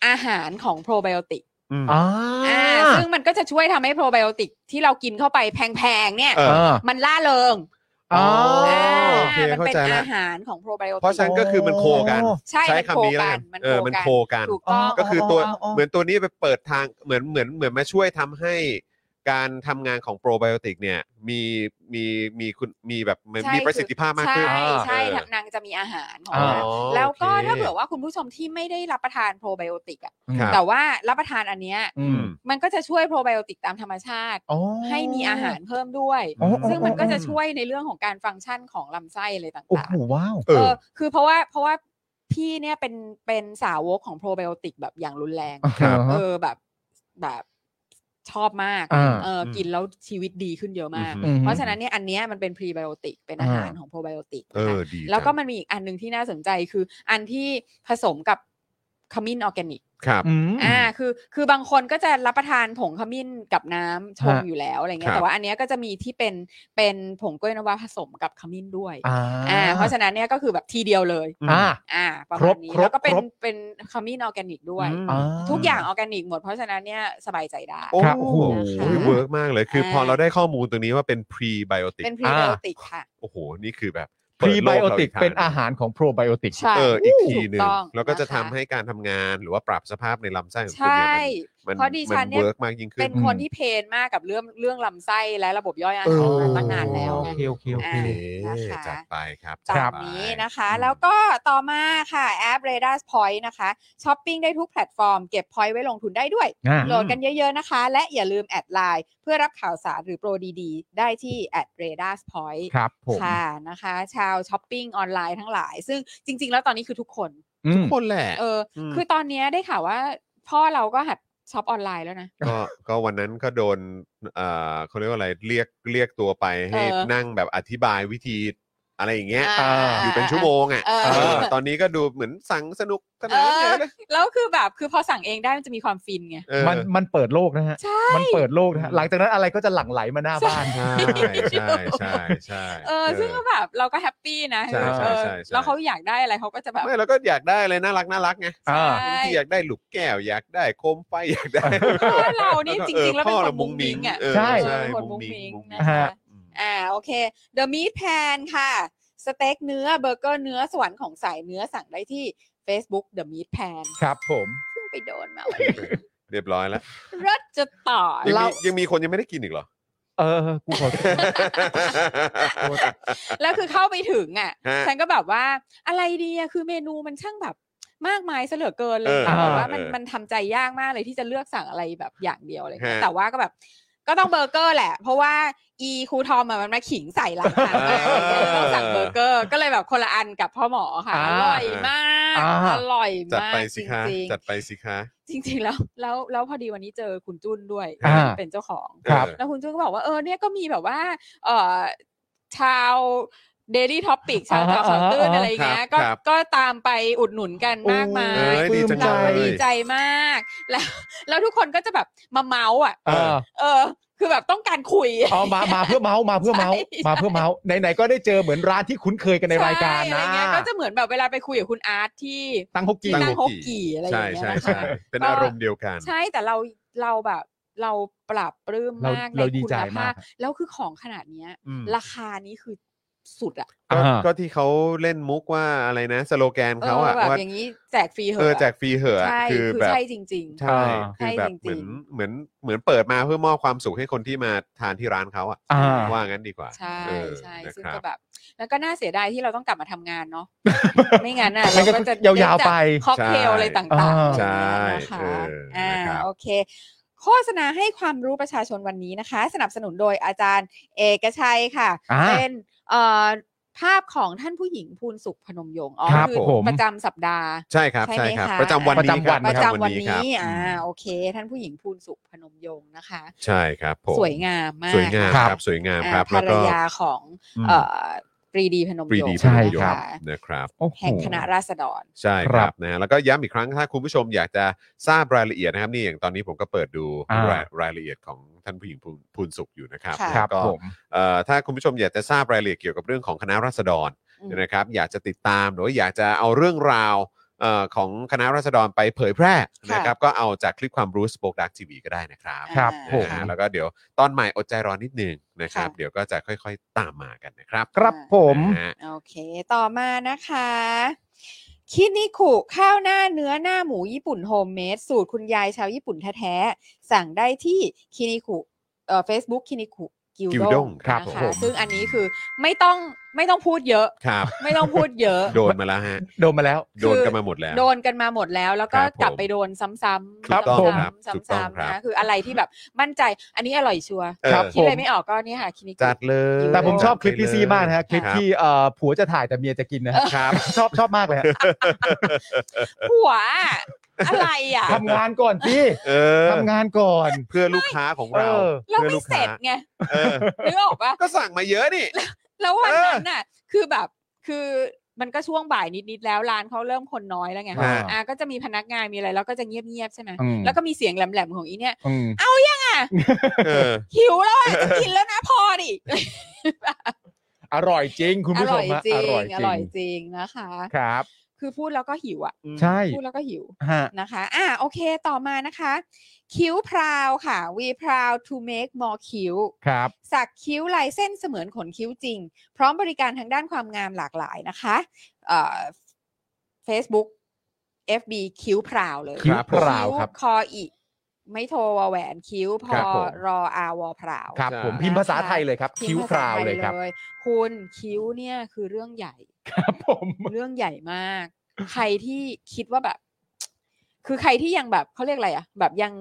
[SPEAKER 5] อาหารของโปรไบโอติก
[SPEAKER 4] อ่า
[SPEAKER 5] อ่า ซึ่งมันก็จะช่วยทำให้โปรไบโอติกที่เรากินเข้าไปแพงๆ เนี่ย
[SPEAKER 3] เออ
[SPEAKER 4] อ่า
[SPEAKER 5] มันล่าเริง
[SPEAKER 3] อ๋อ
[SPEAKER 5] อ่า
[SPEAKER 3] โอเค
[SPEAKER 5] มัน
[SPEAKER 3] เข้า
[SPEAKER 5] เป็น
[SPEAKER 3] ใจละ
[SPEAKER 5] อาหารของโปรไบโอ
[SPEAKER 3] เพราะ
[SPEAKER 5] ติ
[SPEAKER 3] ฉะนั้นก็คือมันโคกัน
[SPEAKER 5] ใช่มัน
[SPEAKER 3] คำ
[SPEAKER 5] โค
[SPEAKER 3] นี้แล้ว
[SPEAKER 5] กั
[SPEAKER 3] กัน น
[SPEAKER 5] มัน
[SPEAKER 3] เออมัน
[SPEAKER 5] โค
[SPEAKER 3] โค
[SPEAKER 5] กั
[SPEAKER 3] กั
[SPEAKER 5] น
[SPEAKER 3] น
[SPEAKER 5] ถูกต้อง
[SPEAKER 3] ก็คือตัว
[SPEAKER 4] าาา
[SPEAKER 3] เหมือนตัวนี้ไปเปิดทางเหมือนเหมือนเหมือนมาช่วยทำให้ การทำงานของโปรไบโอติกเนี่ยมีมีมีคุณมีแบบมัน
[SPEAKER 5] ใช่
[SPEAKER 3] มีประสิทธิภาพมากขึ้น
[SPEAKER 5] ใช่ใช่
[SPEAKER 3] เออ
[SPEAKER 5] นางจะมีอาหารของ
[SPEAKER 4] อ๋อ
[SPEAKER 5] นางแล้วก็
[SPEAKER 3] โอเค
[SPEAKER 5] ถ้าเผื่อว่าคุณผู้ชมที่ไม่ได้รับประทานโปรไบโอติกอ่ะ
[SPEAKER 3] ครับ
[SPEAKER 5] แต่ว่ารับประทานอันเนี้ย
[SPEAKER 4] อืม
[SPEAKER 5] มันก็จะช่วยโปรไบโอติกตามธรรมชาติ
[SPEAKER 4] อ๋อ
[SPEAKER 5] ให้มีอาหารเพิ่มด้วย
[SPEAKER 4] อ๋อ
[SPEAKER 5] ซึ่งมันก็จะ
[SPEAKER 4] อ๋อ
[SPEAKER 5] ช่วยในเรื่องของการฟังก์ชันของลำไส้อะไร
[SPEAKER 4] โอ้
[SPEAKER 5] ต่าง
[SPEAKER 4] โหว้าว
[SPEAKER 5] ๆเออคือเพราะว่าเพราะว่าพี่เนี่ยเป็นเป็นสาวกของโปรไบโอติกแบบอย่างรุนแรง
[SPEAKER 3] ครับ
[SPEAKER 5] เออแบบแบบชอบมาก
[SPEAKER 4] อ่า
[SPEAKER 5] เอออ
[SPEAKER 3] ม
[SPEAKER 5] กินแล้วชีวิตดีขึ้นเยอะมาก
[SPEAKER 3] อือฮึ
[SPEAKER 5] เพราะฉะนั้นเนี่ยอันเนี้ยมันเป็นพรีไบโอติกเป็นอาหารของโปรไบโอติก
[SPEAKER 3] เอ
[SPEAKER 5] นะคะ
[SPEAKER 3] อดี
[SPEAKER 5] แล้วก็
[SPEAKER 3] จัง
[SPEAKER 5] มันมีอีกอันหนึ่งที่น่าสนใจคือ อันที่ผสมกับขมิ้นออร์แกนิก
[SPEAKER 3] ครับ
[SPEAKER 4] อืม
[SPEAKER 5] อ่าคือคือบางคนก็จะรับประทานผงขมิ้นกับน้ำชง
[SPEAKER 4] ฮะ
[SPEAKER 5] อยู่แล้วอะไรเงี้
[SPEAKER 3] ครั
[SPEAKER 5] ย
[SPEAKER 3] บ
[SPEAKER 5] แต่ว่าอันเนี้ยก็จะมีที่เป็นเป็นผงกล้วยน้ำว้าผสมกับขมิ้นด้วย
[SPEAKER 4] อ่า
[SPEAKER 5] อ่าเพราะฉะนั้นเนี่ยก็คือแบบทีเดียวเลย
[SPEAKER 4] อ่า
[SPEAKER 5] อ่าประ
[SPEAKER 4] คร
[SPEAKER 5] มาณ
[SPEAKER 4] บ
[SPEAKER 5] นี้
[SPEAKER 4] ครบ
[SPEAKER 5] แล้วก็เป็น
[SPEAKER 4] ครบ
[SPEAKER 5] เป็นขมิ้นออร์แกนิกด้วย
[SPEAKER 3] อืม
[SPEAKER 4] อ่า
[SPEAKER 5] ทุกอย่างออร์แกนิกหมดเพราะฉะนั้นเนี่ยสบายใจได้
[SPEAKER 3] โอ้
[SPEAKER 4] ครับโอ้
[SPEAKER 3] โห
[SPEAKER 4] โห
[SPEAKER 3] เวิร์กมากเลยคืออา พอเราได้ข้อมูลตรงนี้ว่าเป็นพรีไบโอติก
[SPEAKER 5] เป็นพรีไบโอติกค่ะ
[SPEAKER 3] โอ้โห นี่คือแบบ
[SPEAKER 4] พรีไบโอติก
[SPEAKER 3] ดโล
[SPEAKER 4] เป็น
[SPEAKER 3] ร
[SPEAKER 4] อาหารของโปรไบโอติก
[SPEAKER 5] ใช่
[SPEAKER 3] เอออีกทีหนึ่ง
[SPEAKER 5] ถูต้อง
[SPEAKER 3] แล้วก็จะ
[SPEAKER 5] นค
[SPEAKER 3] ทำให้การทำงานหรือว่าปรับสภาพในลำไส้ของ
[SPEAKER 5] ใช
[SPEAKER 3] คุณเนี่ย่ มัน
[SPEAKER 5] เพราะดิ
[SPEAKER 3] มั
[SPEAKER 5] ฉั
[SPEAKER 3] น
[SPEAKER 5] นเนี่ย
[SPEAKER 3] เวิร์กมากยิ่งขึ้
[SPEAKER 5] เป็น นคนที่เพนมากกับเรื่องเรื่องลำไส้และระบบย่อยอาหารมาตั้งนานแล้ว
[SPEAKER 4] โอ
[SPEAKER 5] ไง
[SPEAKER 4] เคโอเคโอ
[SPEAKER 5] อ่า
[SPEAKER 4] เค
[SPEAKER 3] โอเค
[SPEAKER 5] นะคะ
[SPEAKER 3] จัดไปครับ
[SPEAKER 5] ตาม
[SPEAKER 3] จัดไป
[SPEAKER 5] นี้นะคะ แล้วก็ต่อมาค่ะแอป r a d a r Point นะคะช้อปปิ้งได้ทุกแพลตฟอร์ม เก็บ point ไว้ลงทุนได้ด้วย
[SPEAKER 4] อ่า
[SPEAKER 5] โหลดกันเยอะ ๆ นะคะ และอย่าลืมแอดไลน์เพื่อรับข่าวสารหรือโปรดีๆ ได้ที่แอด r a d a r Point
[SPEAKER 4] ครับผม
[SPEAKER 5] ค่ะนะคะ ชาวช้อปปิ้งออนไลน์ทั้งหลาย ซึ่งจริง ๆ แล้วตอนนี้คือทุกคน
[SPEAKER 4] อืม
[SPEAKER 3] คนแหละ
[SPEAKER 5] เอออ
[SPEAKER 3] ม
[SPEAKER 5] คือตอนเนี้ยได้ข่าวว่าพ่อเราก็หัดช็อปออนไลน์แล้วนะ
[SPEAKER 3] ก็ก็วันนั้นก็โดนเอ่อเขาเรียกว่าอะไรเรียกเรียกตัวไปให้
[SPEAKER 5] เออ
[SPEAKER 3] นั่งแบบอธิบายวิธีอะไรอย่างเงี้ย
[SPEAKER 5] อ่า
[SPEAKER 3] อยู่เป็นชั่วโมงอ่ะ
[SPEAKER 5] เออ
[SPEAKER 3] เออตอนนี้ก็ดูเหมือนสั่งสนุก
[SPEAKER 5] เอน
[SPEAKER 3] สาน
[SPEAKER 5] อ
[SPEAKER 3] ใหญ่เลย
[SPEAKER 5] แล้วคือแบบคือพอสั่งเองได้มันจะมีความฟินไง
[SPEAKER 3] เออ
[SPEAKER 4] มันมันเปิดโลกนะฮะ
[SPEAKER 5] ใช่
[SPEAKER 4] มันเปิดโลกนะฮะ หลังจากนั้นอะไรก็จะหลั่งไหลมาหน้าบ้าน
[SPEAKER 3] ใช่ใช่ใช่ใช่
[SPEAKER 5] เออซึ่งก็แบบเราก็แฮปปี้นะ
[SPEAKER 3] ใช่ใช่ใช่ใช่
[SPEAKER 5] เออแล้วเขาอยากได้อะไรเขาก็จะแบบ
[SPEAKER 3] ไม่แล้วก็อยากได้อะไรน่ารักน่ารักไง
[SPEAKER 4] อ่า
[SPEAKER 5] ใช่
[SPEAKER 3] ที่อยากได้หลุกแก้วอยากได้โคมไฟอยาก
[SPEAKER 5] *laughs*
[SPEAKER 3] ได้
[SPEAKER 5] พ่อเรานี่จริงๆแล้วเป็น
[SPEAKER 3] พ่อ
[SPEAKER 5] ค
[SPEAKER 3] เรา
[SPEAKER 5] น
[SPEAKER 3] มุ้ง
[SPEAKER 5] มุ้ง
[SPEAKER 3] มิ้
[SPEAKER 5] มิ้
[SPEAKER 3] ง
[SPEAKER 5] งอ่ะ
[SPEAKER 3] เออ
[SPEAKER 4] ใช่
[SPEAKER 5] เอ
[SPEAKER 3] ใช่
[SPEAKER 5] อคน
[SPEAKER 3] มุ้
[SPEAKER 5] มุ้
[SPEAKER 3] ง
[SPEAKER 5] ง
[SPEAKER 3] มิ้ง
[SPEAKER 5] มิ้ง
[SPEAKER 3] มุ้ง
[SPEAKER 5] นะ
[SPEAKER 3] มิ้ง
[SPEAKER 4] ฮะ
[SPEAKER 5] คะ
[SPEAKER 3] อืม
[SPEAKER 5] อ่าโอเค The Meat Pan ค่ะ สเต็กเนื้อเบอร์เกอร์เนื้อสวรรค์ของสายเนื้อสั่งได้ที่ Facebook The Meat Pan
[SPEAKER 4] ครับผม
[SPEAKER 5] เพิ่งไปโดนมา
[SPEAKER 3] เรียบร้อยแล้ว
[SPEAKER 5] รถจะต่อ
[SPEAKER 3] ยัง
[SPEAKER 5] เรา
[SPEAKER 3] มียังมีคนยังไม่ได้กินอีกเห
[SPEAKER 5] *laughs*
[SPEAKER 3] รอ
[SPEAKER 4] เออ กูขอ
[SPEAKER 5] แล้วคือเข้าไปถึงอ่ะ
[SPEAKER 3] ฮะ
[SPEAKER 5] ฉันก็แบบว่าอะไรดีอะคือเมนูมันช่างแบบมากมายเสยเหลือเกินเลย
[SPEAKER 3] เออ
[SPEAKER 5] แบบว่ามัน
[SPEAKER 3] เออ
[SPEAKER 5] มันทำใจยากมากเลยที่จะเลือกสั่งอะไรแบบอย่างเดียวอะไรเงี้ย
[SPEAKER 3] ฮะ
[SPEAKER 5] แต่ว่าก็แบบก็ต้องเบอร์เกอร์แหละ เพราะว่าอีครูทอมอะมันมาขิงใส่หลังทางมาอะไรเงี้ยก็ต้องสั่งเบอร์เกอร์ก็เลยแบบคนละอันกับพ่อหมอค่ะอ
[SPEAKER 4] อ่า
[SPEAKER 5] ร่อยมาก
[SPEAKER 4] อ่า
[SPEAKER 5] อร่อย
[SPEAKER 3] จัด
[SPEAKER 5] มาก
[SPEAKER 3] ไป
[SPEAKER 5] จ
[SPEAKER 3] สิคะ
[SPEAKER 5] ริง
[SPEAKER 3] จัดไปสิคะ
[SPEAKER 5] ๆจริง ๆ แล้วแล้วแล้วพอดีวันนี้เจอคุณจุ้นด้วย
[SPEAKER 4] อ่า
[SPEAKER 5] เป็นเจ้าของ
[SPEAKER 4] ครับ
[SPEAKER 5] แล้วคุณจุ้นก็บอกว่าเออเนี่ยก็มีแบบว่าเออชาวเดลี่ท็อปิกชาว
[SPEAKER 4] อ่า
[SPEAKER 5] ข่าวข่าวตื้น
[SPEAKER 4] อ่า
[SPEAKER 5] อะไรอย่างเงี้ย
[SPEAKER 3] ครั
[SPEAKER 5] ก็
[SPEAKER 3] บครับ
[SPEAKER 5] ก็ตามไปอุดหนุนกันมากมา
[SPEAKER 3] เอ้
[SPEAKER 5] ย
[SPEAKER 3] ยดีจัง
[SPEAKER 5] เรา
[SPEAKER 3] เลย
[SPEAKER 5] ดีใจมากแล้วแล้วทุกคนก็จะแบบมาเมาส์อ่ะ
[SPEAKER 4] เออ
[SPEAKER 5] เออ คือแบบต้องการคุย
[SPEAKER 4] เอามามาเพื่อเมาส์มาเพื่อเมาส์
[SPEAKER 5] ใช่ใช่
[SPEAKER 4] มาเพื่อเมาส์ไหนๆก็ได้เจอเหมือนร้านที่คุ้นเคยกันในรายการ
[SPEAKER 5] ใช่
[SPEAKER 4] นะ
[SPEAKER 5] อไเงี้ยก็จะเหมือนแบบเวลาไปคุยกับคุณอาร์ตที่
[SPEAKER 4] ตั้งฮก
[SPEAKER 5] ที่
[SPEAKER 4] กี้
[SPEAKER 3] ตั้
[SPEAKER 5] นั่
[SPEAKER 3] ง
[SPEAKER 5] ง
[SPEAKER 3] ฮ
[SPEAKER 5] ฮ
[SPEAKER 3] ก
[SPEAKER 5] ก
[SPEAKER 3] กี้
[SPEAKER 5] กี่อะไรอ
[SPEAKER 3] ใช่
[SPEAKER 5] ย่างเงี้ย
[SPEAKER 3] ใช่
[SPEAKER 5] นะคะ
[SPEAKER 3] ใช่เป็นอารมณ์เดียวกัน
[SPEAKER 5] ใช่แต่เราเราแบบเราปรับปลื้ม
[SPEAKER 4] เรา
[SPEAKER 5] มากใน
[SPEAKER 4] เราดี
[SPEAKER 5] คุ
[SPEAKER 4] ใจ
[SPEAKER 5] ณ
[SPEAKER 4] มา
[SPEAKER 5] ภาพ
[SPEAKER 4] กครับ
[SPEAKER 5] แล้วคือของขนาดเนี้ย
[SPEAKER 3] อืม
[SPEAKER 5] ราคานี้คือสุดอะ
[SPEAKER 3] ก็
[SPEAKER 4] อ่า
[SPEAKER 3] ก็ที่เขาเล่นมุกว่าอะไรนะ สโลแกนเขาอะ
[SPEAKER 5] แบบ
[SPEAKER 3] ว่า
[SPEAKER 5] อย่างนี้แจกฟรีเหอะ
[SPEAKER 3] เออแจกฟรีเหอะ
[SPEAKER 5] ใช่
[SPEAKER 3] คื
[SPEAKER 5] คือ
[SPEAKER 3] อแบบ
[SPEAKER 5] ใช่จริง
[SPEAKER 3] ใช่
[SPEAKER 5] ใช่
[SPEAKER 3] คือแบบ
[SPEAKER 5] จริงๆ
[SPEAKER 3] เหมือนเหมือนเหมือนเปิดมาเพื่อมอบความสุขให้คนที่มาทานที่ร้านเขาอะ
[SPEAKER 4] อ่า
[SPEAKER 3] ว่างั้นดีกว่า
[SPEAKER 5] ๆ ใช่
[SPEAKER 3] เออ
[SPEAKER 5] ใช่
[SPEAKER 3] นะ
[SPEAKER 5] ซึ่ง
[SPEAKER 3] ครับ
[SPEAKER 5] ก็แบบ แล้วก็น่าเสียดายที่เราต้องกลับมาทำงานเนาะ
[SPEAKER 3] *laughs*
[SPEAKER 5] ไม่งั้นอ่ะเราก็จะ
[SPEAKER 4] ยาวๆไป
[SPEAKER 5] เจอค็อกเทลอะไรต่างๆ
[SPEAKER 4] ใช่
[SPEAKER 5] อะไรอย่างเงี้ยนะคะ
[SPEAKER 3] ใช่เอออ่
[SPEAKER 5] อ่า
[SPEAKER 3] นะครับ
[SPEAKER 5] โอเค โฆษณาให้ความรู้ประชาชนวันนี้นะคะ สนับสนุนโดยอาจารย์เอกชัยค่ะ
[SPEAKER 4] อ่า
[SPEAKER 5] เป็นเอ่อภาพของท่านผู้หญิงภูนสุขพนมยงค์อ๋อ
[SPEAKER 4] ครับ
[SPEAKER 5] คือ
[SPEAKER 4] ผม
[SPEAKER 5] ประจำสัปดาห์
[SPEAKER 3] ใช่ครับ
[SPEAKER 5] ใช่
[SPEAKER 3] ใช่
[SPEAKER 5] ไหม
[SPEAKER 3] ครับ
[SPEAKER 5] คะ
[SPEAKER 3] ประจำวันนี้คบ
[SPEAKER 5] ประจำวัน
[SPEAKER 3] ครั
[SPEAKER 5] นี้
[SPEAKER 3] บ
[SPEAKER 5] อ่าโอเค ท่านผู้หญิงภูนสุขพนมยงค์นะคะ
[SPEAKER 3] ใช่ครับผม
[SPEAKER 5] สวยงามมาก
[SPEAKER 3] สวยงาม
[SPEAKER 5] นะะ
[SPEAKER 3] ครับ สวยงาม
[SPEAKER 5] อ่า
[SPEAKER 3] ครับ
[SPEAKER 5] ภร
[SPEAKER 3] แล้ว
[SPEAKER 5] ร
[SPEAKER 3] ก็
[SPEAKER 5] ยาของ
[SPEAKER 3] ม
[SPEAKER 5] เอ่อปรีดีพนม
[SPEAKER 3] ปรี
[SPEAKER 5] ยง
[SPEAKER 3] ดี
[SPEAKER 5] ค์
[SPEAKER 4] ใช่
[SPEAKER 3] พนมยง
[SPEAKER 5] นะ
[SPEAKER 4] รับ
[SPEAKER 5] คะ
[SPEAKER 3] นะครับ
[SPEAKER 4] โอ้โห
[SPEAKER 5] แห่งคณะราษฎร
[SPEAKER 3] ใช่ค
[SPEAKER 4] ครั
[SPEAKER 3] รับบ นะแล้วก็ย้ำอีกครั้งถ้าคุณผู้ชมอยากจะทราบรายละเอียดนะครับ นี่อย่างตอนนี้ผมก็เปิดดู
[SPEAKER 4] อ่าร
[SPEAKER 3] รายรายละเอียดของท่านผู้หญิงพูนพูนสุขอยู่นะครับ
[SPEAKER 5] ค่ะ
[SPEAKER 4] ครับ
[SPEAKER 3] แล้วก็
[SPEAKER 4] ผม
[SPEAKER 3] เอ่อถ้าคุณผู้ชมอยากจะทราบรายละเอียดเกี่ยวกับเรื่องของคณะราษฎร
[SPEAKER 5] อืม
[SPEAKER 3] นะครับ อยากจะติดตามหรือว่าอยากจะเอาเรื่องราวเอ่อของคณะราษฎรไปเผยแพร่
[SPEAKER 5] ค่ะ
[SPEAKER 3] นะครับ ก็เอาจากคลิปความรู้สป o อคดักทีวีก็ได้นะครับ
[SPEAKER 4] ครับ
[SPEAKER 3] นะ
[SPEAKER 4] ผม
[SPEAKER 3] ฮะแล้วก็เดี๋ยวตอนใหม่อดใจรอนิดนึงนะครับ
[SPEAKER 5] ค่ะ
[SPEAKER 3] เดี๋ยวก็จะค่อยๆตามมากันนะครับ
[SPEAKER 4] ครับผม
[SPEAKER 3] นะฮะ
[SPEAKER 5] โอเค ต่อมานะคะ คินิคุข้าวหน้าเนื้อหน้าหมูญี่ปุ่นโฮมเมดสูตรคุณยายชาวญี่ปุ่นแท้ๆ สั่งได้ที่คินิคุ เฟซบุ๊กคินิคุกิล
[SPEAKER 3] Gildong ครับ
[SPEAKER 5] นะ
[SPEAKER 3] ผม
[SPEAKER 5] คะซึ่งอันนี้คือไม่ต้องไม่ต้องพูดเยอะ
[SPEAKER 3] ครับ
[SPEAKER 5] ไม่ต้องพูดเยอะ
[SPEAKER 3] โดนมาแล้วฮะ
[SPEAKER 4] โดนมาแล้ว
[SPEAKER 3] โดนกันมาหมดแล้ว
[SPEAKER 5] โดนกันมาหมดแล้ว แล้วก็
[SPEAKER 3] ครับผม
[SPEAKER 5] กลับไปโดนซ้ำๆซ้
[SPEAKER 4] ครับ
[SPEAKER 5] ำ
[SPEAKER 4] ผม
[SPEAKER 5] ๆ
[SPEAKER 3] ถูกต้อง
[SPEAKER 5] ซ้ำ
[SPEAKER 3] ครับ
[SPEAKER 5] ๆนะคืออะไรที่แบบมั่นใจ อันนี้อร่อยชัวร์
[SPEAKER 3] เออ
[SPEAKER 4] ครับ
[SPEAKER 5] คิดอะไรไม่ออกก็เนี่ยค่ะคินิคุ
[SPEAKER 3] จัดเลย
[SPEAKER 4] แต่ผมชอบคลิปพี่ซีมากนะ
[SPEAKER 3] ครั
[SPEAKER 4] ฮะคลิป
[SPEAKER 3] ครับ
[SPEAKER 4] ที่เอ่อผัวจะถ่ายแต่เมียจะกินนะฮะ
[SPEAKER 3] ครับ
[SPEAKER 4] ชอบชอบมากเลยฮะ
[SPEAKER 5] ผัวอะไรอ่ะ
[SPEAKER 4] ทำงานก่อนพี่
[SPEAKER 3] เออ
[SPEAKER 4] ทำงานก่อน
[SPEAKER 3] เพื่อลูกค้าของเรา
[SPEAKER 4] เออ
[SPEAKER 5] เรา
[SPEAKER 3] พื่อ
[SPEAKER 5] ไม่
[SPEAKER 3] ลูก
[SPEAKER 5] เสร็
[SPEAKER 3] ค้า
[SPEAKER 5] จไง
[SPEAKER 3] เออ
[SPEAKER 5] นึกออกปะ
[SPEAKER 3] ก็สั่งมาเยอะนี่
[SPEAKER 5] แล้ววันนั้นน่ะ คือแบบคือมันก็ช่วงบ่ายนิดๆแล้วร้านเขาเริ่มคนน้อยแล้วไง
[SPEAKER 3] อ่า
[SPEAKER 5] อ่าก็จะมีพนักงานมีอะไรแล้วก็จะเงียบๆใช่ไหม
[SPEAKER 4] อืม
[SPEAKER 5] แล้วก็มีเสียงแหลมๆของอีเนี่ย
[SPEAKER 4] อืม
[SPEAKER 3] เออ
[SPEAKER 5] หิวแล้วอ่ะจะกินแล้วนะพอดิ
[SPEAKER 4] อร่อยจริง คุณ
[SPEAKER 5] อ
[SPEAKER 4] ผู้ช
[SPEAKER 5] ร่
[SPEAKER 4] ม
[SPEAKER 5] อย
[SPEAKER 4] ฮะ
[SPEAKER 5] จริงอ
[SPEAKER 4] อ
[SPEAKER 5] ร่
[SPEAKER 4] ร่
[SPEAKER 5] อ
[SPEAKER 4] อย ยจริง
[SPEAKER 5] จริงนะคะ
[SPEAKER 4] ครับ
[SPEAKER 5] คือพูดแล้วก็หิวอ่ะ
[SPEAKER 4] ใช่
[SPEAKER 5] พูดแล้วก็หิว
[SPEAKER 4] ฮะ
[SPEAKER 5] นะคะอ่าโอเค ต่อมานะคะ คิ้วพราวค่ะ we proud to make more คิ้ว
[SPEAKER 4] ครับ
[SPEAKER 5] สักคิ้วลายเส้นเสมือนขนคิ้วจริง พร้อมบริการทางด้านความงามหลากหลายนะคะเอ่อ Facebook FB คิ้วพราวเลย
[SPEAKER 4] คิ้วพราวครับ
[SPEAKER 5] คออีไม่โทรวาแหวนคิ้วพ
[SPEAKER 4] ค
[SPEAKER 5] อ
[SPEAKER 4] รับผม
[SPEAKER 5] รออาวอพราว
[SPEAKER 4] ครับ
[SPEAKER 3] ใช่
[SPEAKER 4] ผมพิมพ์ภาษาไทยเลยครับ
[SPEAKER 5] พิมพ์
[SPEAKER 4] คิ้วพราวเลยครับ
[SPEAKER 5] ภษไทยคุณคิ้วเนี่ยคือเรื่องใหญ่
[SPEAKER 4] ครับผม
[SPEAKER 5] เรื่องใหญ่มาก ใครที่คิดว่าแบบ คือใครที่ยังแบบเขาเรียกอะไรอะแบบยัง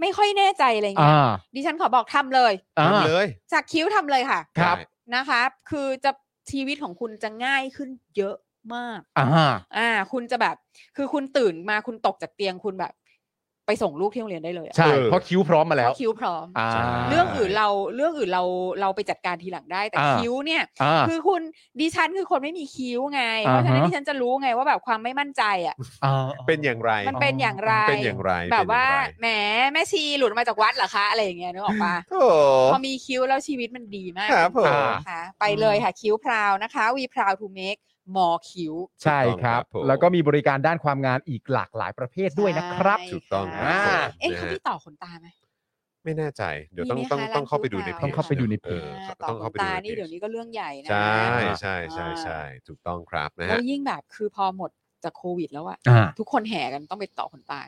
[SPEAKER 5] ไม่ค่อยแน่ใจอะไรเงี้
[SPEAKER 4] อ่าย
[SPEAKER 5] ดิฉันขอบอกทำเลย
[SPEAKER 4] อ่า
[SPEAKER 3] ทำเลย
[SPEAKER 5] สักคิ้วทำเลยค่ะ
[SPEAKER 4] ครับ
[SPEAKER 3] ได้
[SPEAKER 5] นะคะ คือจะชีวิตของคุณจะง่ายขึ้นเยอะมาก
[SPEAKER 4] อ่า
[SPEAKER 5] อ่า คุณจะแบบ คือคุณตื่นมาคุณตกจากเตียงคุณแบบ ไปส่งลูกที่โรงเรียนได้เลยอะ
[SPEAKER 4] ใช่
[SPEAKER 3] เออ
[SPEAKER 4] เพราะคิ้วพร้อมมา
[SPEAKER 5] เพ
[SPEAKER 4] แล้ว
[SPEAKER 5] ราะคิ้วพร้อม
[SPEAKER 4] อ่า
[SPEAKER 5] เรื่องอื่นเราเรื่องอื่นเราเราไปจัดการทีหลังได้แต่
[SPEAKER 4] อ่า
[SPEAKER 5] คิ้วเนี่ย
[SPEAKER 4] อ่า
[SPEAKER 5] คือคุณดิฉันคือคนไม่มีคิ้วไง เพราะฉะนั้น
[SPEAKER 4] อ่าฮะ
[SPEAKER 5] ดิฉันจะรู้ไงว่าแบบความไม่มั่นใจอ่ะ
[SPEAKER 4] อ่า
[SPEAKER 3] เป็นอย่างไร
[SPEAKER 5] มันเป็นอย่างไร
[SPEAKER 3] เป็นอย่างไร
[SPEAKER 5] แบบว่า
[SPEAKER 3] เป็นอย่างไร
[SPEAKER 5] แหมแม่ชีหลุดมาจากวัดเหรอคะอะไรอย่างเงี้ยนึกออกปะ
[SPEAKER 3] โอ้โห
[SPEAKER 5] พอมีคิ้วแล้วชีวิตมันดีมาก
[SPEAKER 3] ครับผม
[SPEAKER 5] นะคะไปเลยค่ะคิ้วพราวนะคะ we proud to make more คิ้ว
[SPEAKER 4] ใช่
[SPEAKER 3] ถูกต้อง
[SPEAKER 4] ค
[SPEAKER 3] ครั
[SPEAKER 4] รับ
[SPEAKER 3] บผม
[SPEAKER 4] แล้วก็มีบริการด้านความงามอีกหลากหลายประเภทด้วยนะครับ
[SPEAKER 5] ใช่
[SPEAKER 3] ถูกต้อง
[SPEAKER 5] ค่ะ
[SPEAKER 4] อ่า
[SPEAKER 5] เอ๊ะ
[SPEAKER 3] นะ
[SPEAKER 5] เขา
[SPEAKER 3] ฮะ
[SPEAKER 5] มีต่อขนตาไหม
[SPEAKER 3] ไม่แน่ใจ เดี๋ยวต้อง
[SPEAKER 5] มีไหมคะ
[SPEAKER 3] ต้อง
[SPEAKER 5] ร้าน
[SPEAKER 3] ต้องเข้าไปดูใน
[SPEAKER 5] คิ้ว
[SPEAKER 3] เพจ
[SPEAKER 5] พราว
[SPEAKER 4] ต้องเข้าไปดูในเพ
[SPEAKER 3] อ
[SPEAKER 4] จ
[SPEAKER 3] อ
[SPEAKER 5] อ่าต่อ
[SPEAKER 3] ต้อง
[SPEAKER 5] ข
[SPEAKER 3] เข้าน ไปดู
[SPEAKER 5] ตา
[SPEAKER 3] ใน
[SPEAKER 5] นี่
[SPEAKER 3] เพ
[SPEAKER 5] เดี๋ย
[SPEAKER 3] จ
[SPEAKER 5] วนี้ก็เรื่องใหญ่นะ
[SPEAKER 3] ใช่ใช่ใช่ใช่ถูกต้องครับนะ
[SPEAKER 5] แล้ว
[SPEAKER 3] ฮะ
[SPEAKER 5] ยิ่งแบบคือพอหมดจากโควิดแล้วอะ
[SPEAKER 4] อ่า
[SPEAKER 5] ทุกคนแห่กันต้องไปต่อขนตา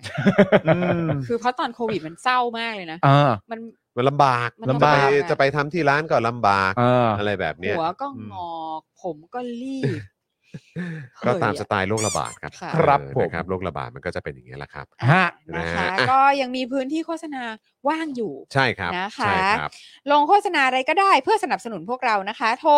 [SPEAKER 4] อืม
[SPEAKER 5] คือเพราะตอนโควิดมันเศร้ามากเลยนะ
[SPEAKER 4] อ่า
[SPEAKER 5] มัน
[SPEAKER 3] มันลำบาก
[SPEAKER 5] มัน
[SPEAKER 3] จะ
[SPEAKER 5] ลำ
[SPEAKER 3] ไป
[SPEAKER 5] บากอะ
[SPEAKER 3] จะไปทำที่ร้านก็ลำบาก
[SPEAKER 4] อ่า
[SPEAKER 3] อะไรแบบเนี้ย
[SPEAKER 5] หัวก็งอกผมก็รีบ
[SPEAKER 3] ก็ตาม
[SPEAKER 5] เฮ้ย
[SPEAKER 3] ส
[SPEAKER 5] อะ
[SPEAKER 3] ไตล์โรคระบาดครับ
[SPEAKER 5] ค่ะ
[SPEAKER 4] ครับ
[SPEAKER 3] เออ
[SPEAKER 4] ผม
[SPEAKER 3] นะครับโรคระบาดมันก็จะเป็นอย่างนี้ยแหละครับ
[SPEAKER 4] ฮะ
[SPEAKER 5] นะ
[SPEAKER 3] นะคะ ฮะ
[SPEAKER 5] ก็ยังมีพื้นที่โฆษณาว่างอยู่
[SPEAKER 3] ใช่ครับ
[SPEAKER 5] นะคะ
[SPEAKER 3] ใช่ครับ
[SPEAKER 5] ลงโฆษณาอะไรก็ได้เพื่อสนับสนุนพวกเรานะคะ โทร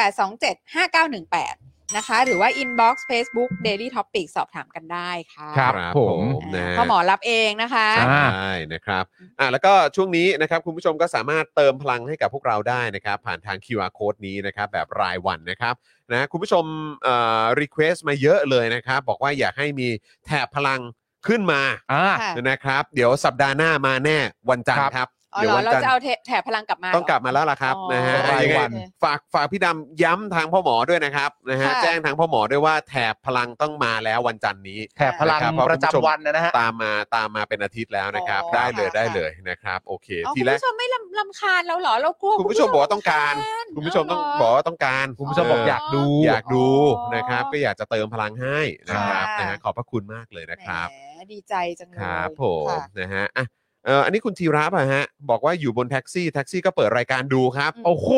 [SPEAKER 5] 0858275918 นะคะ หรือว่า inbox Facebook Daily Topic สอบถามกันได้ค่ะ
[SPEAKER 4] ครับ ผม
[SPEAKER 3] นะฮะ
[SPEAKER 5] พ่อหมอรับเองนะคะ
[SPEAKER 4] ใช่ อ่า
[SPEAKER 3] ใช่นะครับอ่ะแล้วก็ช่วงนี้นะครับคุณผู้ชมก็สามารถเติมพลังให้กับพวกเราได้นะครับ ผ่านทาง QR Code นี้นะครับแบบรายวันนะครับนะคุณผู้ชมเอ่อรีเควสมาเยอะเลยนะครับ บอกว่าอยากให้มีแถบพลังขึ้นมา
[SPEAKER 4] อ่า
[SPEAKER 5] ค่ะ
[SPEAKER 3] นะครับ เดี๋ยวสัปดาห์หน้ามาแน่วันจันท
[SPEAKER 4] ครั
[SPEAKER 3] ร์
[SPEAKER 4] บ
[SPEAKER 3] ครับ
[SPEAKER 5] อ๋อ
[SPEAKER 3] เดี๋ย
[SPEAKER 5] เห
[SPEAKER 3] ว
[SPEAKER 5] รอ
[SPEAKER 3] วัน
[SPEAKER 5] เรา
[SPEAKER 3] จันท
[SPEAKER 5] จะเอา
[SPEAKER 3] ร์
[SPEAKER 5] เทแถบพลังกลับมาเหร
[SPEAKER 3] ต้องกลับมาแล้วล่ะครับ
[SPEAKER 5] อ๋อ
[SPEAKER 3] นะฮะ
[SPEAKER 4] ราย
[SPEAKER 3] ยังไง
[SPEAKER 4] วัน
[SPEAKER 3] ฝากฝากพี่ดำย้ำทางพ่อหมอด้วยนะครับนะฮะ
[SPEAKER 5] ค่ะ
[SPEAKER 3] แจ้งทางพ่อหมอด้วยว่าแถบพลังต้องมาแล้ววันจันทร์นี้
[SPEAKER 4] แถบพลัง
[SPEAKER 3] นะครับเพราะ
[SPEAKER 4] ประ
[SPEAKER 3] คุณผู้ชม
[SPEAKER 4] จำวันนะฮะ
[SPEAKER 3] *laughs* ตามมาตามมาเป็นอาทิตย์แล้วนะครับ
[SPEAKER 5] อ๋อ
[SPEAKER 3] ได้เลย
[SPEAKER 5] ค่ะ
[SPEAKER 3] ได้เลยนะครับโอเค
[SPEAKER 5] เอาคุ
[SPEAKER 3] ที
[SPEAKER 5] ณ
[SPEAKER 3] แรก
[SPEAKER 5] ผู้ชมไม่ลำลำคาญเราเหรอเรากลัว
[SPEAKER 3] คุณผู้ชมบอกว่าต้องการ
[SPEAKER 5] ำญ
[SPEAKER 3] คุณผู้ชมต้อง
[SPEAKER 5] เาเห
[SPEAKER 3] บ
[SPEAKER 5] ร
[SPEAKER 3] อกว่าต้องการ
[SPEAKER 4] คุณผู้ชมบอกอยากดู
[SPEAKER 3] อยากดู
[SPEAKER 5] อ๋อ
[SPEAKER 3] นะครับ ก็อยากจะเติมพลังให้นะครับ
[SPEAKER 5] ค่ะ
[SPEAKER 3] นะฮะขอบพระคุณมากเลยนะครับ
[SPEAKER 5] แหมดีใจจังเลย
[SPEAKER 3] ครับผม
[SPEAKER 5] ค่ะ
[SPEAKER 3] นะฮะอ่ะเอ่ออันนี้คุณธีระป่ะฮะ บอกว่าอยู่บนแท็กซี่แท็กซี่ก็เปิดรายการดูครับ
[SPEAKER 5] อืม
[SPEAKER 4] โอ้โห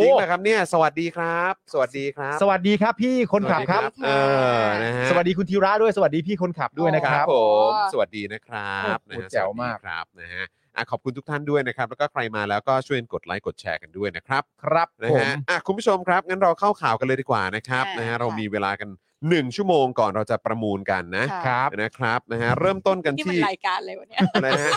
[SPEAKER 3] จริงนะครับเนี่ยสวัสดีครับ สวัสดีครับ
[SPEAKER 4] สวัสดีครับพี่คนขับครับ
[SPEAKER 3] สวัสดีเออนะฮะ
[SPEAKER 4] สวัสดีคุณธีระด้วยสวัสดีพี่คนขับด้วยนะค
[SPEAKER 3] ค
[SPEAKER 4] รั
[SPEAKER 3] รับ บผมสวัสดีนะครับ
[SPEAKER 4] โอ้
[SPEAKER 3] นะ
[SPEAKER 4] โห
[SPEAKER 3] ฮะ
[SPEAKER 4] แจ๋วมาก
[SPEAKER 3] สสดีครับนะฮะอ่ะขอบคุณทุกท่านด้วยนะครับ แล้วก็ใครมาแล้วก็ช่วยกดไลค์กดแชร์กันด้วยนะครับ
[SPEAKER 4] ครับ
[SPEAKER 3] นะ
[SPEAKER 4] ผม
[SPEAKER 3] ฮะอ่ะคุณผู้ชมครับ งั้นเราเข้าข่าวกันเลยดีกว่านะครับ
[SPEAKER 5] อ่าน
[SPEAKER 3] นะฮะ
[SPEAKER 5] ค่ะ
[SPEAKER 3] เรามีเวลากัน 1 ชั่วโมงก่อนเราจะประมูลกันนะ
[SPEAKER 5] ค่ะ
[SPEAKER 4] ครับ
[SPEAKER 3] นะครับ นะฮะ เริ่มต้นกัน
[SPEAKER 5] นี่มัน
[SPEAKER 3] ที่
[SPEAKER 5] รายการเลยวะเนี่ย
[SPEAKER 3] อะไร
[SPEAKER 5] *laughs*
[SPEAKER 3] นะฮะ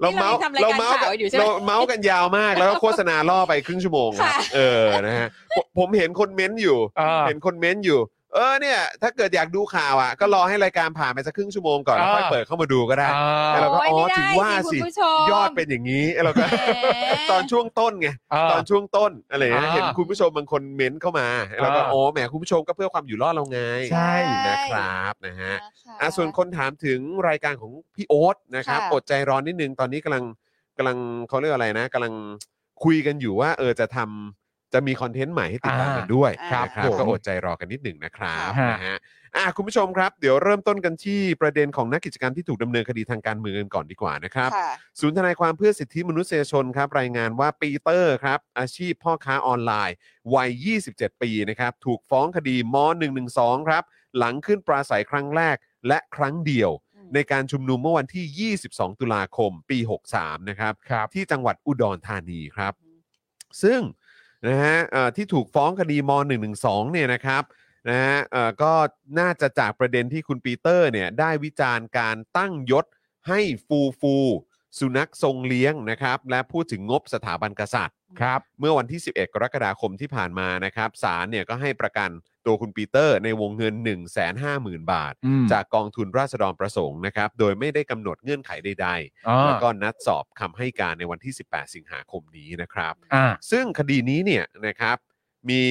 [SPEAKER 3] เราเมาส์
[SPEAKER 5] ทำรายการ
[SPEAKER 3] เราเมาส์
[SPEAKER 5] ข่าวอยู่ใช่ไหม
[SPEAKER 3] เราเมาส์กันยาวมาก แล้วก็โฆษณาล่อไปครึ่งชั่วโมง
[SPEAKER 5] ค่ะ
[SPEAKER 3] ครับเออ นะฮะผมผมเห็นคนเม้นต์อยู่
[SPEAKER 4] อ่า
[SPEAKER 3] เห็นคนเม้นต์อยู่ เออ เนี่ย ถ้าเกิดอยากดูข่าวอ่ะ ก็รอให้รายการผ่านไปสักครึ่งชั่วโมงก่อนแล้วค่อย
[SPEAKER 4] อ่า
[SPEAKER 3] เปิดเข้ามาดูก็ได้
[SPEAKER 4] อ่า
[SPEAKER 3] แล้วเราก็
[SPEAKER 5] โย
[SPEAKER 3] อ๋อ
[SPEAKER 5] ไม่
[SPEAKER 3] ถึง
[SPEAKER 5] ได้
[SPEAKER 3] ว่าสิ
[SPEAKER 5] คุณผู้ชม
[SPEAKER 3] ยอดเป็นอย่างนี้เราก็
[SPEAKER 5] *laughs* แหม
[SPEAKER 3] ตอนช่วงต้นไง
[SPEAKER 4] อ่า
[SPEAKER 3] ตอนช่วงต้นอะไรอย่างเงี้ย
[SPEAKER 4] อ่า
[SPEAKER 3] เห็นคุณผู้ชมบางคนเม้นเข้ามาแล้วก็
[SPEAKER 4] อ่า
[SPEAKER 3] อ๋อแหมคุณผู้ชมก็เพื่อความอยู่รอดเราไง
[SPEAKER 4] ใช่
[SPEAKER 3] นะครับนะฮะ
[SPEAKER 5] นะคะ
[SPEAKER 3] อ่ะส่วนคนถามถึงรายการของพี่โอ๊ตนะครับ
[SPEAKER 5] ค่ะ
[SPEAKER 3] อดใจรอนิดนึงตอนนี้กำลังกำลังเขาเรียกอะไรนะกำลังคุยกันอยู่ว่า เออจะทำ จะมีคอนเทนต์ใหม่ให้ติดตามกันด้วย
[SPEAKER 4] ครับ
[SPEAKER 3] นะ
[SPEAKER 4] ผม
[SPEAKER 3] ก็อดใจรอกันนิดหนึ่งนะครับ
[SPEAKER 4] ฮะ
[SPEAKER 3] นะฮะอ่ะคุณผู้ชมครับ เดี๋ยวเริ่มต้นกันที่ประเด็นของนักกิจกรรมที่ถูกดำเนินคดีทางการเมืองกันก่อนดีกว่านะครับ
[SPEAKER 5] ค่ะ
[SPEAKER 3] ศูนย์ทนายความเพื่อสิทธิมนุษยชนครับ รายงานว่าปีเตอร์ครับ อาชีพพ่อค้าออนไลน์ วัย 27 ปีนะครับ ถูกฟ้องคดีม .112 ครับ หลังขึ้นปราศัยครั้งแรกและครั้งเดียว
[SPEAKER 5] อืม
[SPEAKER 3] ในการชุมนุมเมื่อวันที่ 22 ตุลาคม ปี 63 นะครับ
[SPEAKER 4] ครับ
[SPEAKER 3] ที่จังหวัดอุดรธานีครับ ซึ่งนะฮะเอ่อที่ถูกฟ้องคดีม .112 เนี่ยนะครับนะฮะเอ่อก็น่าจะจากประเด็นที่คุณปีเตอร์เนี่ยได้วิจารณ์การตั้งยศให้ฟูฟูสุนัขทรงเลี้ยงนะครับและพูดถึงงบสถาบันกษัตริย์
[SPEAKER 4] ครับ
[SPEAKER 3] เมื่อวันที่ 11 กรกฎาคมที่ผ่านมานะครับศาลเนี่ยก็ให้ประกันตัวคุณปีเตอร์ในวงเงิน 150,000 บาท
[SPEAKER 4] อืม
[SPEAKER 3] จากกองทุนราษฎรประสงค์นะครับโดยไม่ได้กำหนดเงื่อนไขใด ๆ
[SPEAKER 4] อ่า
[SPEAKER 3] แล้วก็นัดสอบคำให้การในวันที่ 18 สิงหาคมนี้นะครับ
[SPEAKER 4] อ่า
[SPEAKER 3] ซึ่งคดีนี้เนี่ยนะครับมี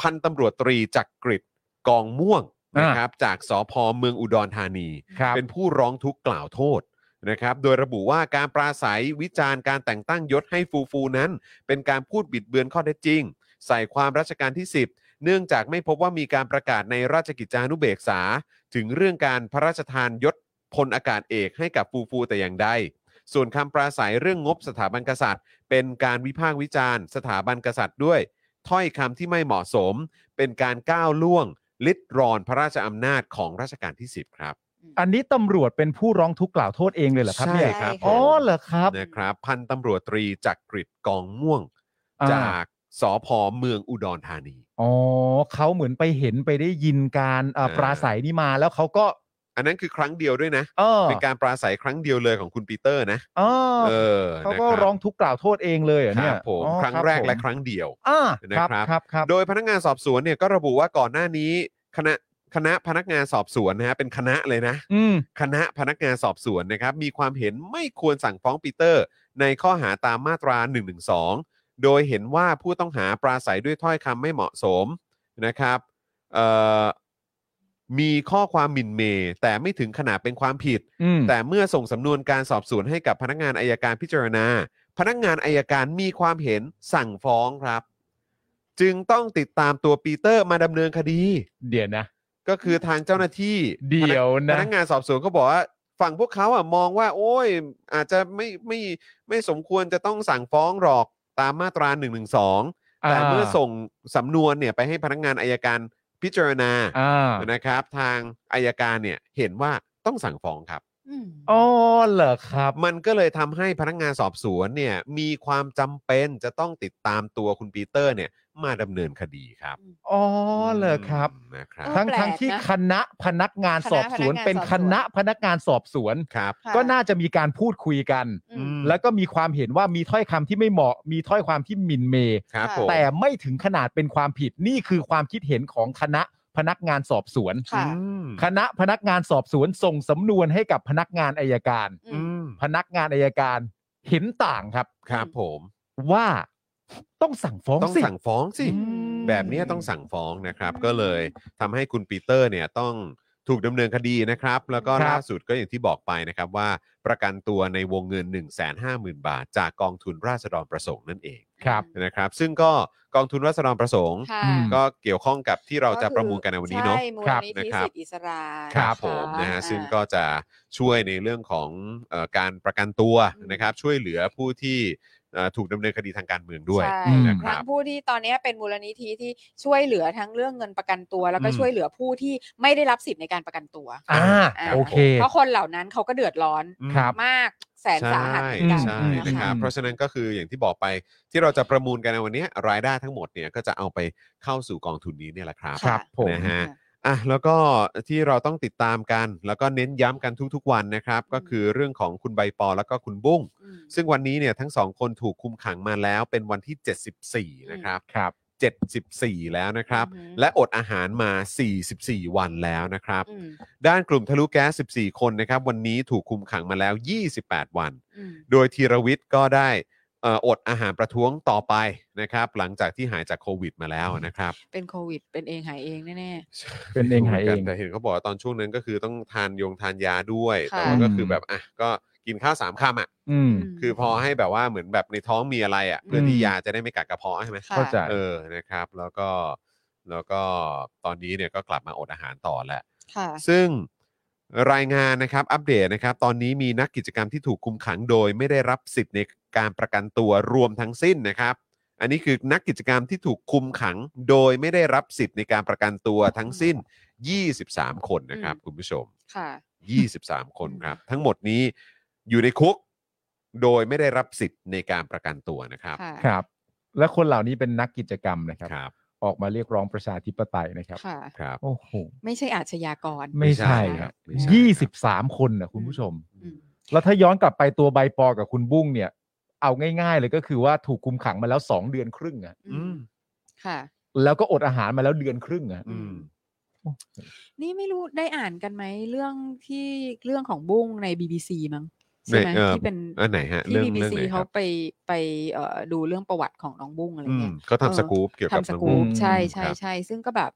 [SPEAKER 3] พันตำรวจตรีจักกริดกองม่วง
[SPEAKER 4] อ่าน
[SPEAKER 3] นะครับจากสพเมืองอุดรธานี
[SPEAKER 4] ครับ
[SPEAKER 3] เป็นผู้ร้องทุกข์กล่าวโทษนะครับโดยระบุว่าการปราศัยวิจารณ์การแต่งตั้งยศให้ฟูฟูนั้น เป็นการพูดบิดเบือนข้อเท็จจริง ใส่ความรัชการที่ 10 เนื่องจากไม่พบว่ามีการประกาศในราชกิจจานุเบกษา ถึงเรื่องการพระราชทานยศพลอากาศเอกให้กับฟูฟูแต่อย่างใด ส่วนคำปราศัยเรื่องงบสถาบันกษัตริย์ เป็นการวิพากษ์วิจารณ์ สถาบันกษัตริย์ด้วย ถ้อยคำที่ไม่เหมาะสม เป็นการก้าวล่วง ลิดรอนพระราชอำนาจของรัชกาลที่ 10 ครับ
[SPEAKER 4] อันนี้ตำรวจเป็นผู้ร้องทุกข์กล่าวโทษเองเลยเหรอครับ
[SPEAKER 3] ใช่
[SPEAKER 4] เนี่ย
[SPEAKER 3] ครับ
[SPEAKER 4] อ๋อเหรอครับ
[SPEAKER 3] นะครับพันตำรวจตรีจักกริดกองม่วง
[SPEAKER 4] อ่า
[SPEAKER 3] จากสพเมืองอุดรธานี
[SPEAKER 4] อ๋อเขาเหมือนไปเห็นไปได้ยินการเอ่อ
[SPEAKER 3] เออ
[SPEAKER 4] ปราศัยนี่มาแล้วเขาก็
[SPEAKER 3] อันนั้นคือครั้งเดียวด้วยนะ
[SPEAKER 4] เออ
[SPEAKER 3] เป็นการปราศัยครั้งเดียวเลยของคุณปีเตอร์นะ
[SPEAKER 4] เออ
[SPEAKER 3] เออ
[SPEAKER 4] เขา
[SPEAKER 3] นะ
[SPEAKER 4] ก็
[SPEAKER 3] คบ
[SPEAKER 4] ร้องทุกข์กล่าวโทษเองเลยเหรอ
[SPEAKER 3] ค
[SPEAKER 4] เนี่
[SPEAKER 3] รั
[SPEAKER 4] ย
[SPEAKER 3] บผม
[SPEAKER 4] อ๋อ
[SPEAKER 3] ครั้งแรก
[SPEAKER 4] บผม
[SPEAKER 3] และครั้งเดียว
[SPEAKER 4] อ่า
[SPEAKER 3] นะ
[SPEAKER 4] ค
[SPEAKER 3] ครั
[SPEAKER 4] รับ บครับครับ
[SPEAKER 3] โดยพนักงานสอบสวนเนี่ยก็ระบุว่าก่อนหน้านี้คณะคณะพนักงานสอบสวนนะฮะเป็นคณะเลยนะ
[SPEAKER 4] อืม
[SPEAKER 3] คณะพนักงานสอบสวนนะครับมีความเห็นไม่ควรสั่งฟ้องปีเตอร์ ในข้อหาตามมาตรา1นึโดยเห็นว่าผู้ต้องหาปราศัยด้วยถ้อยคำไม่เหมาะสมนะครับเอ่อมีข้อความหมิ่นเมย์แต่ไม่ถึงขนาดเป็นความผิด
[SPEAKER 4] อืม
[SPEAKER 3] แต่เมื่อส่งสำนวนการสอบสวนให้กับพนักงานอายการพิจารณา พนักงานอายการมีความเห็นสั่งฟ้องครับ จึงต้องติดตามตัวปีเตอร์มาดำเนินคดี
[SPEAKER 4] เดี๋ยวนะ
[SPEAKER 3] ก็คือทางเจ้าหน้าที่
[SPEAKER 4] เดี๋ยวนะ
[SPEAKER 3] พนักพนักงานสอบสวนก็บอกว่าฝั่งพวกเขาอ่ะมองว่า โอ้ย อาจจะไม่ไม่ไม่สมควรจะต้องสั่งฟ้องหรอกตามมาตรา1นึแต่เมื่อส่งสำนวนเนี่ยไปให้พนักงานอายการพิจารณา
[SPEAKER 4] อ่า
[SPEAKER 3] นะครับ ทางอายการเนี่ยเห็นว่าต้องสั่งฟ้องครับ
[SPEAKER 5] อืม
[SPEAKER 4] อ๋อเหรอครับ
[SPEAKER 3] มันก็เลยทำให้พนักงานสอบสวนเนี่ยมีความจำเป็นจะต้องติดตามตัวคุณปีเตอร์เนี่ยมาดำเนินคดีครับ
[SPEAKER 4] อ๋อเหรอครับ
[SPEAKER 3] มนะครับ
[SPEAKER 4] ทั้งทั้งที่คณะพนักงานสอบสวนเป็นคณะพนักงานสอบสวน
[SPEAKER 3] ครับ
[SPEAKER 5] ค่ะ
[SPEAKER 4] ก็น่าจะมีการพูดคุยกัน
[SPEAKER 5] อืม
[SPEAKER 4] แล้วก็มีความเห็นว่ามีถ้อยคำที่ไม่เหมาะ มีถ้อยความที่หมิ่นเมย์
[SPEAKER 3] ครับ
[SPEAKER 5] ค่ะ
[SPEAKER 3] ผม
[SPEAKER 4] แต่ไม่ถึงขนาดเป็นความผิดนี่คือความคิดเห็นของคณะพนักงานสอบสวน
[SPEAKER 5] ค่ะ
[SPEAKER 3] อืม
[SPEAKER 4] คณะพนักงานสอบสวนส่งสำนวนให้กับพนักงานอายการ
[SPEAKER 5] อืม
[SPEAKER 3] ม
[SPEAKER 4] พนักงานอายการเห็นต่างครับ
[SPEAKER 3] ครับผม
[SPEAKER 4] ว่าต้องสั่งฟ้อง
[SPEAKER 3] ต้อง
[SPEAKER 4] สิ
[SPEAKER 3] สั่งฟ้องสิ แบบเนี้ยต้องสั่งฟ้องนะครับ ก็เลยทำให้คุณปีเตอร์เนี่ยต้องถูกดำเนินคดีนะครับ แล้วก็
[SPEAKER 4] ครับ
[SPEAKER 3] ล่าสุดก็อย่างที่บอกไปนะครับว่าประกันตัวในวงเงิน 150,000 บาท จากกองทุนราษฎรประสงค์นั่นเอง
[SPEAKER 4] ครับ
[SPEAKER 3] นะครับ ซึ่งก็กองทุนราษฎรประสงค์
[SPEAKER 5] ค่ะ
[SPEAKER 4] อืม
[SPEAKER 3] ก็เกี่ยวข้องกับที่เราจะประมูลกันในวันนี้เนาะ
[SPEAKER 5] ใช่มูลนิธิ
[SPEAKER 3] ครับ
[SPEAKER 5] สิทธิอิสระ
[SPEAKER 3] ครับผมนะฮะ
[SPEAKER 5] อ่า
[SPEAKER 3] ซึ่งก็จะช่วยในเรื่องของเอ่อการประกันตัวนะครับ ช่วยเหลือผู้ที่เอ่อถูกดำเนินคดีทางการเมืองด้วย
[SPEAKER 5] ใช่
[SPEAKER 4] อืม
[SPEAKER 3] นะครับ
[SPEAKER 5] ทั้งผู้ที่ตอนนี้เป็นมูลนิธิที่ช่วยเหลือทั้งเรื่องเงินประกันตัว แล้วก็
[SPEAKER 3] อืม
[SPEAKER 5] ช่วยเหลือผู้ที่ไม่ได้รับสิทธิ์ในการประกันตัว
[SPEAKER 4] อ่า
[SPEAKER 5] า
[SPEAKER 4] โอเค
[SPEAKER 5] เพราะคนเหล่านั้นเขาก็เดือดร้อน
[SPEAKER 4] ครับ
[SPEAKER 5] มากแสนสาหัสเหมือนกัน
[SPEAKER 3] ใช่
[SPEAKER 4] อืม
[SPEAKER 3] นะครับ
[SPEAKER 4] อืม
[SPEAKER 3] เพราะฉะนั้นก็คืออย่างที่บอกไปที่เราจะประมูลกันในวันนี้รายได้ทั้งหมดเนี่ยก็จะเอาไปเข้าสู่กองทุนนี้เนี่ยแหละครับ
[SPEAKER 5] ะ
[SPEAKER 4] ครับผม
[SPEAKER 3] นะฮะ อ่ะแล้วก็ที่เราต้องติดตามกัน แล้วก็เน้นย้ำกันทุกๆวันนะครับ ก็คือเรื่องของคุณใบปอแล้วก็คุณบุ้ง
[SPEAKER 5] อืม
[SPEAKER 3] ซึ่งวันนี้เนี่ยทั้งสองคนถูกคุมขังมาแล้วเป็นวันที่ 74 นะครับ
[SPEAKER 4] ครับ
[SPEAKER 3] 74 แล้วนะครับ
[SPEAKER 5] อือหือ
[SPEAKER 3] และอดอาหารมา 44 วันแล้วนะครับ
[SPEAKER 5] อืม
[SPEAKER 3] ด้านกลุ่มทะลุแก๊ส 14 คนนะครับ วันนี้ถูกคุมขังมาแล้ว 28 วัน
[SPEAKER 5] อืม
[SPEAKER 3] โดยธีรวิทย์ก็ได้เอ่ออดอาหารประท้วงต่อไปนะครับ หลังจากที่หายจากโควิดมาแล้วนะครับ
[SPEAKER 5] เป็นโควิด เป็นเองหายเองแน่
[SPEAKER 4] เป็นเองหายเอง
[SPEAKER 3] แต่เห็นเขาบอกว่าตอนช่วงนั้นก็คือต้องทานยงทานยาด้วย
[SPEAKER 5] ค่ะ
[SPEAKER 3] แต่ว่าก็คือแบบอ่ะก็ กินข้าวสามคำอ่ะ
[SPEAKER 4] อืม
[SPEAKER 5] ม
[SPEAKER 3] คือพอให้แบบว่าเหมือนแบบในท้องมีอะไรอ่ะเพื่อที่
[SPEAKER 4] อืม
[SPEAKER 3] ยาจะได้ไม่กัดกระเพาะใช่ไหม
[SPEAKER 5] ค่ะ
[SPEAKER 4] เข้าใจ
[SPEAKER 3] เออ นะครับ แล้วก็ แล้วก็ ตอนนี้เนี่ยก็กลับมาอดอาหารต่อแหละ
[SPEAKER 5] ค่ะ
[SPEAKER 3] ซึ่งรายงานนะครับ อัปเดตนะครับ ตอนนี้มีนักกิจกรรมที่ถูกคุมขังโดย ไม่ได้รับสิทธิ์ในการประกันตัวรวมทั้งสิ้นนะครับ อันนี้คือนักกิจกรรมที่ถูกคุมขัง โดยไม่ได้รับสิทธิ์ในการประกันตัวทั้งสิ้น 23 คนนะครับ คุณผู้ชม
[SPEAKER 5] ค่ะ
[SPEAKER 3] 23 คนครับ ทั้งหมดนี้อยู่ในคุก โดยไม่ได้รับสิทธิ์ในการประกันตัวนะครับ
[SPEAKER 5] ค่ะ
[SPEAKER 4] ครับ และคนเหล่านี้เป็นนักกิจกรรมนะครับ
[SPEAKER 3] ครับ
[SPEAKER 4] ออกมาเรียกร้องประชาธิปไตยนะครับ
[SPEAKER 5] ค่ะ
[SPEAKER 3] ครับ
[SPEAKER 4] โอ้โห
[SPEAKER 5] ไม่ใช่อาชญากร
[SPEAKER 4] ไม่
[SPEAKER 5] ไม่
[SPEAKER 4] ใช่
[SPEAKER 5] ใช่
[SPEAKER 4] ครับ
[SPEAKER 5] ไม่ใช่
[SPEAKER 4] ยี่สิบสามคนนะคุณผู้ชม
[SPEAKER 5] อืม
[SPEAKER 4] แล้วถ้าย้อนกลับไปตัวใบปอกับคุณบุ้งเนี่ย เอาง่าย ๆ เลยก็คือว่าถูกคุมขังมาแล้วสองเดือนครึ่งอะ
[SPEAKER 5] อืมค่ะ
[SPEAKER 4] แล้วก็อดอาหารมาแล้วเดือนครึ่งอะ
[SPEAKER 5] อืม นี่ไม่รู้ได้อ่านกันไหมเรื่องที่เรื่องของบุ้งใน BBC มั้งใช่ไหม
[SPEAKER 3] ในเอ่อ
[SPEAKER 5] ที่เป็น
[SPEAKER 3] อันไหนฮะ
[SPEAKER 5] ที่
[SPEAKER 3] เรื่องเรื่อง
[SPEAKER 5] BBC
[SPEAKER 3] ไหนค
[SPEAKER 5] เขา
[SPEAKER 3] รับ
[SPEAKER 5] ไปไปเอ่อดูเรื่องประวัติของน้องบุ้งอะไร
[SPEAKER 3] อืม
[SPEAKER 5] เงี้ย
[SPEAKER 3] เขา
[SPEAKER 5] เออ
[SPEAKER 3] ทำสกู๊ปเกี่ยวกับ
[SPEAKER 5] ทำส
[SPEAKER 3] น้อง
[SPEAKER 5] กู๊ป
[SPEAKER 3] อืม
[SPEAKER 5] ใช่ใช่
[SPEAKER 3] ครับ
[SPEAKER 5] ใช่ซึ่งก็แบบ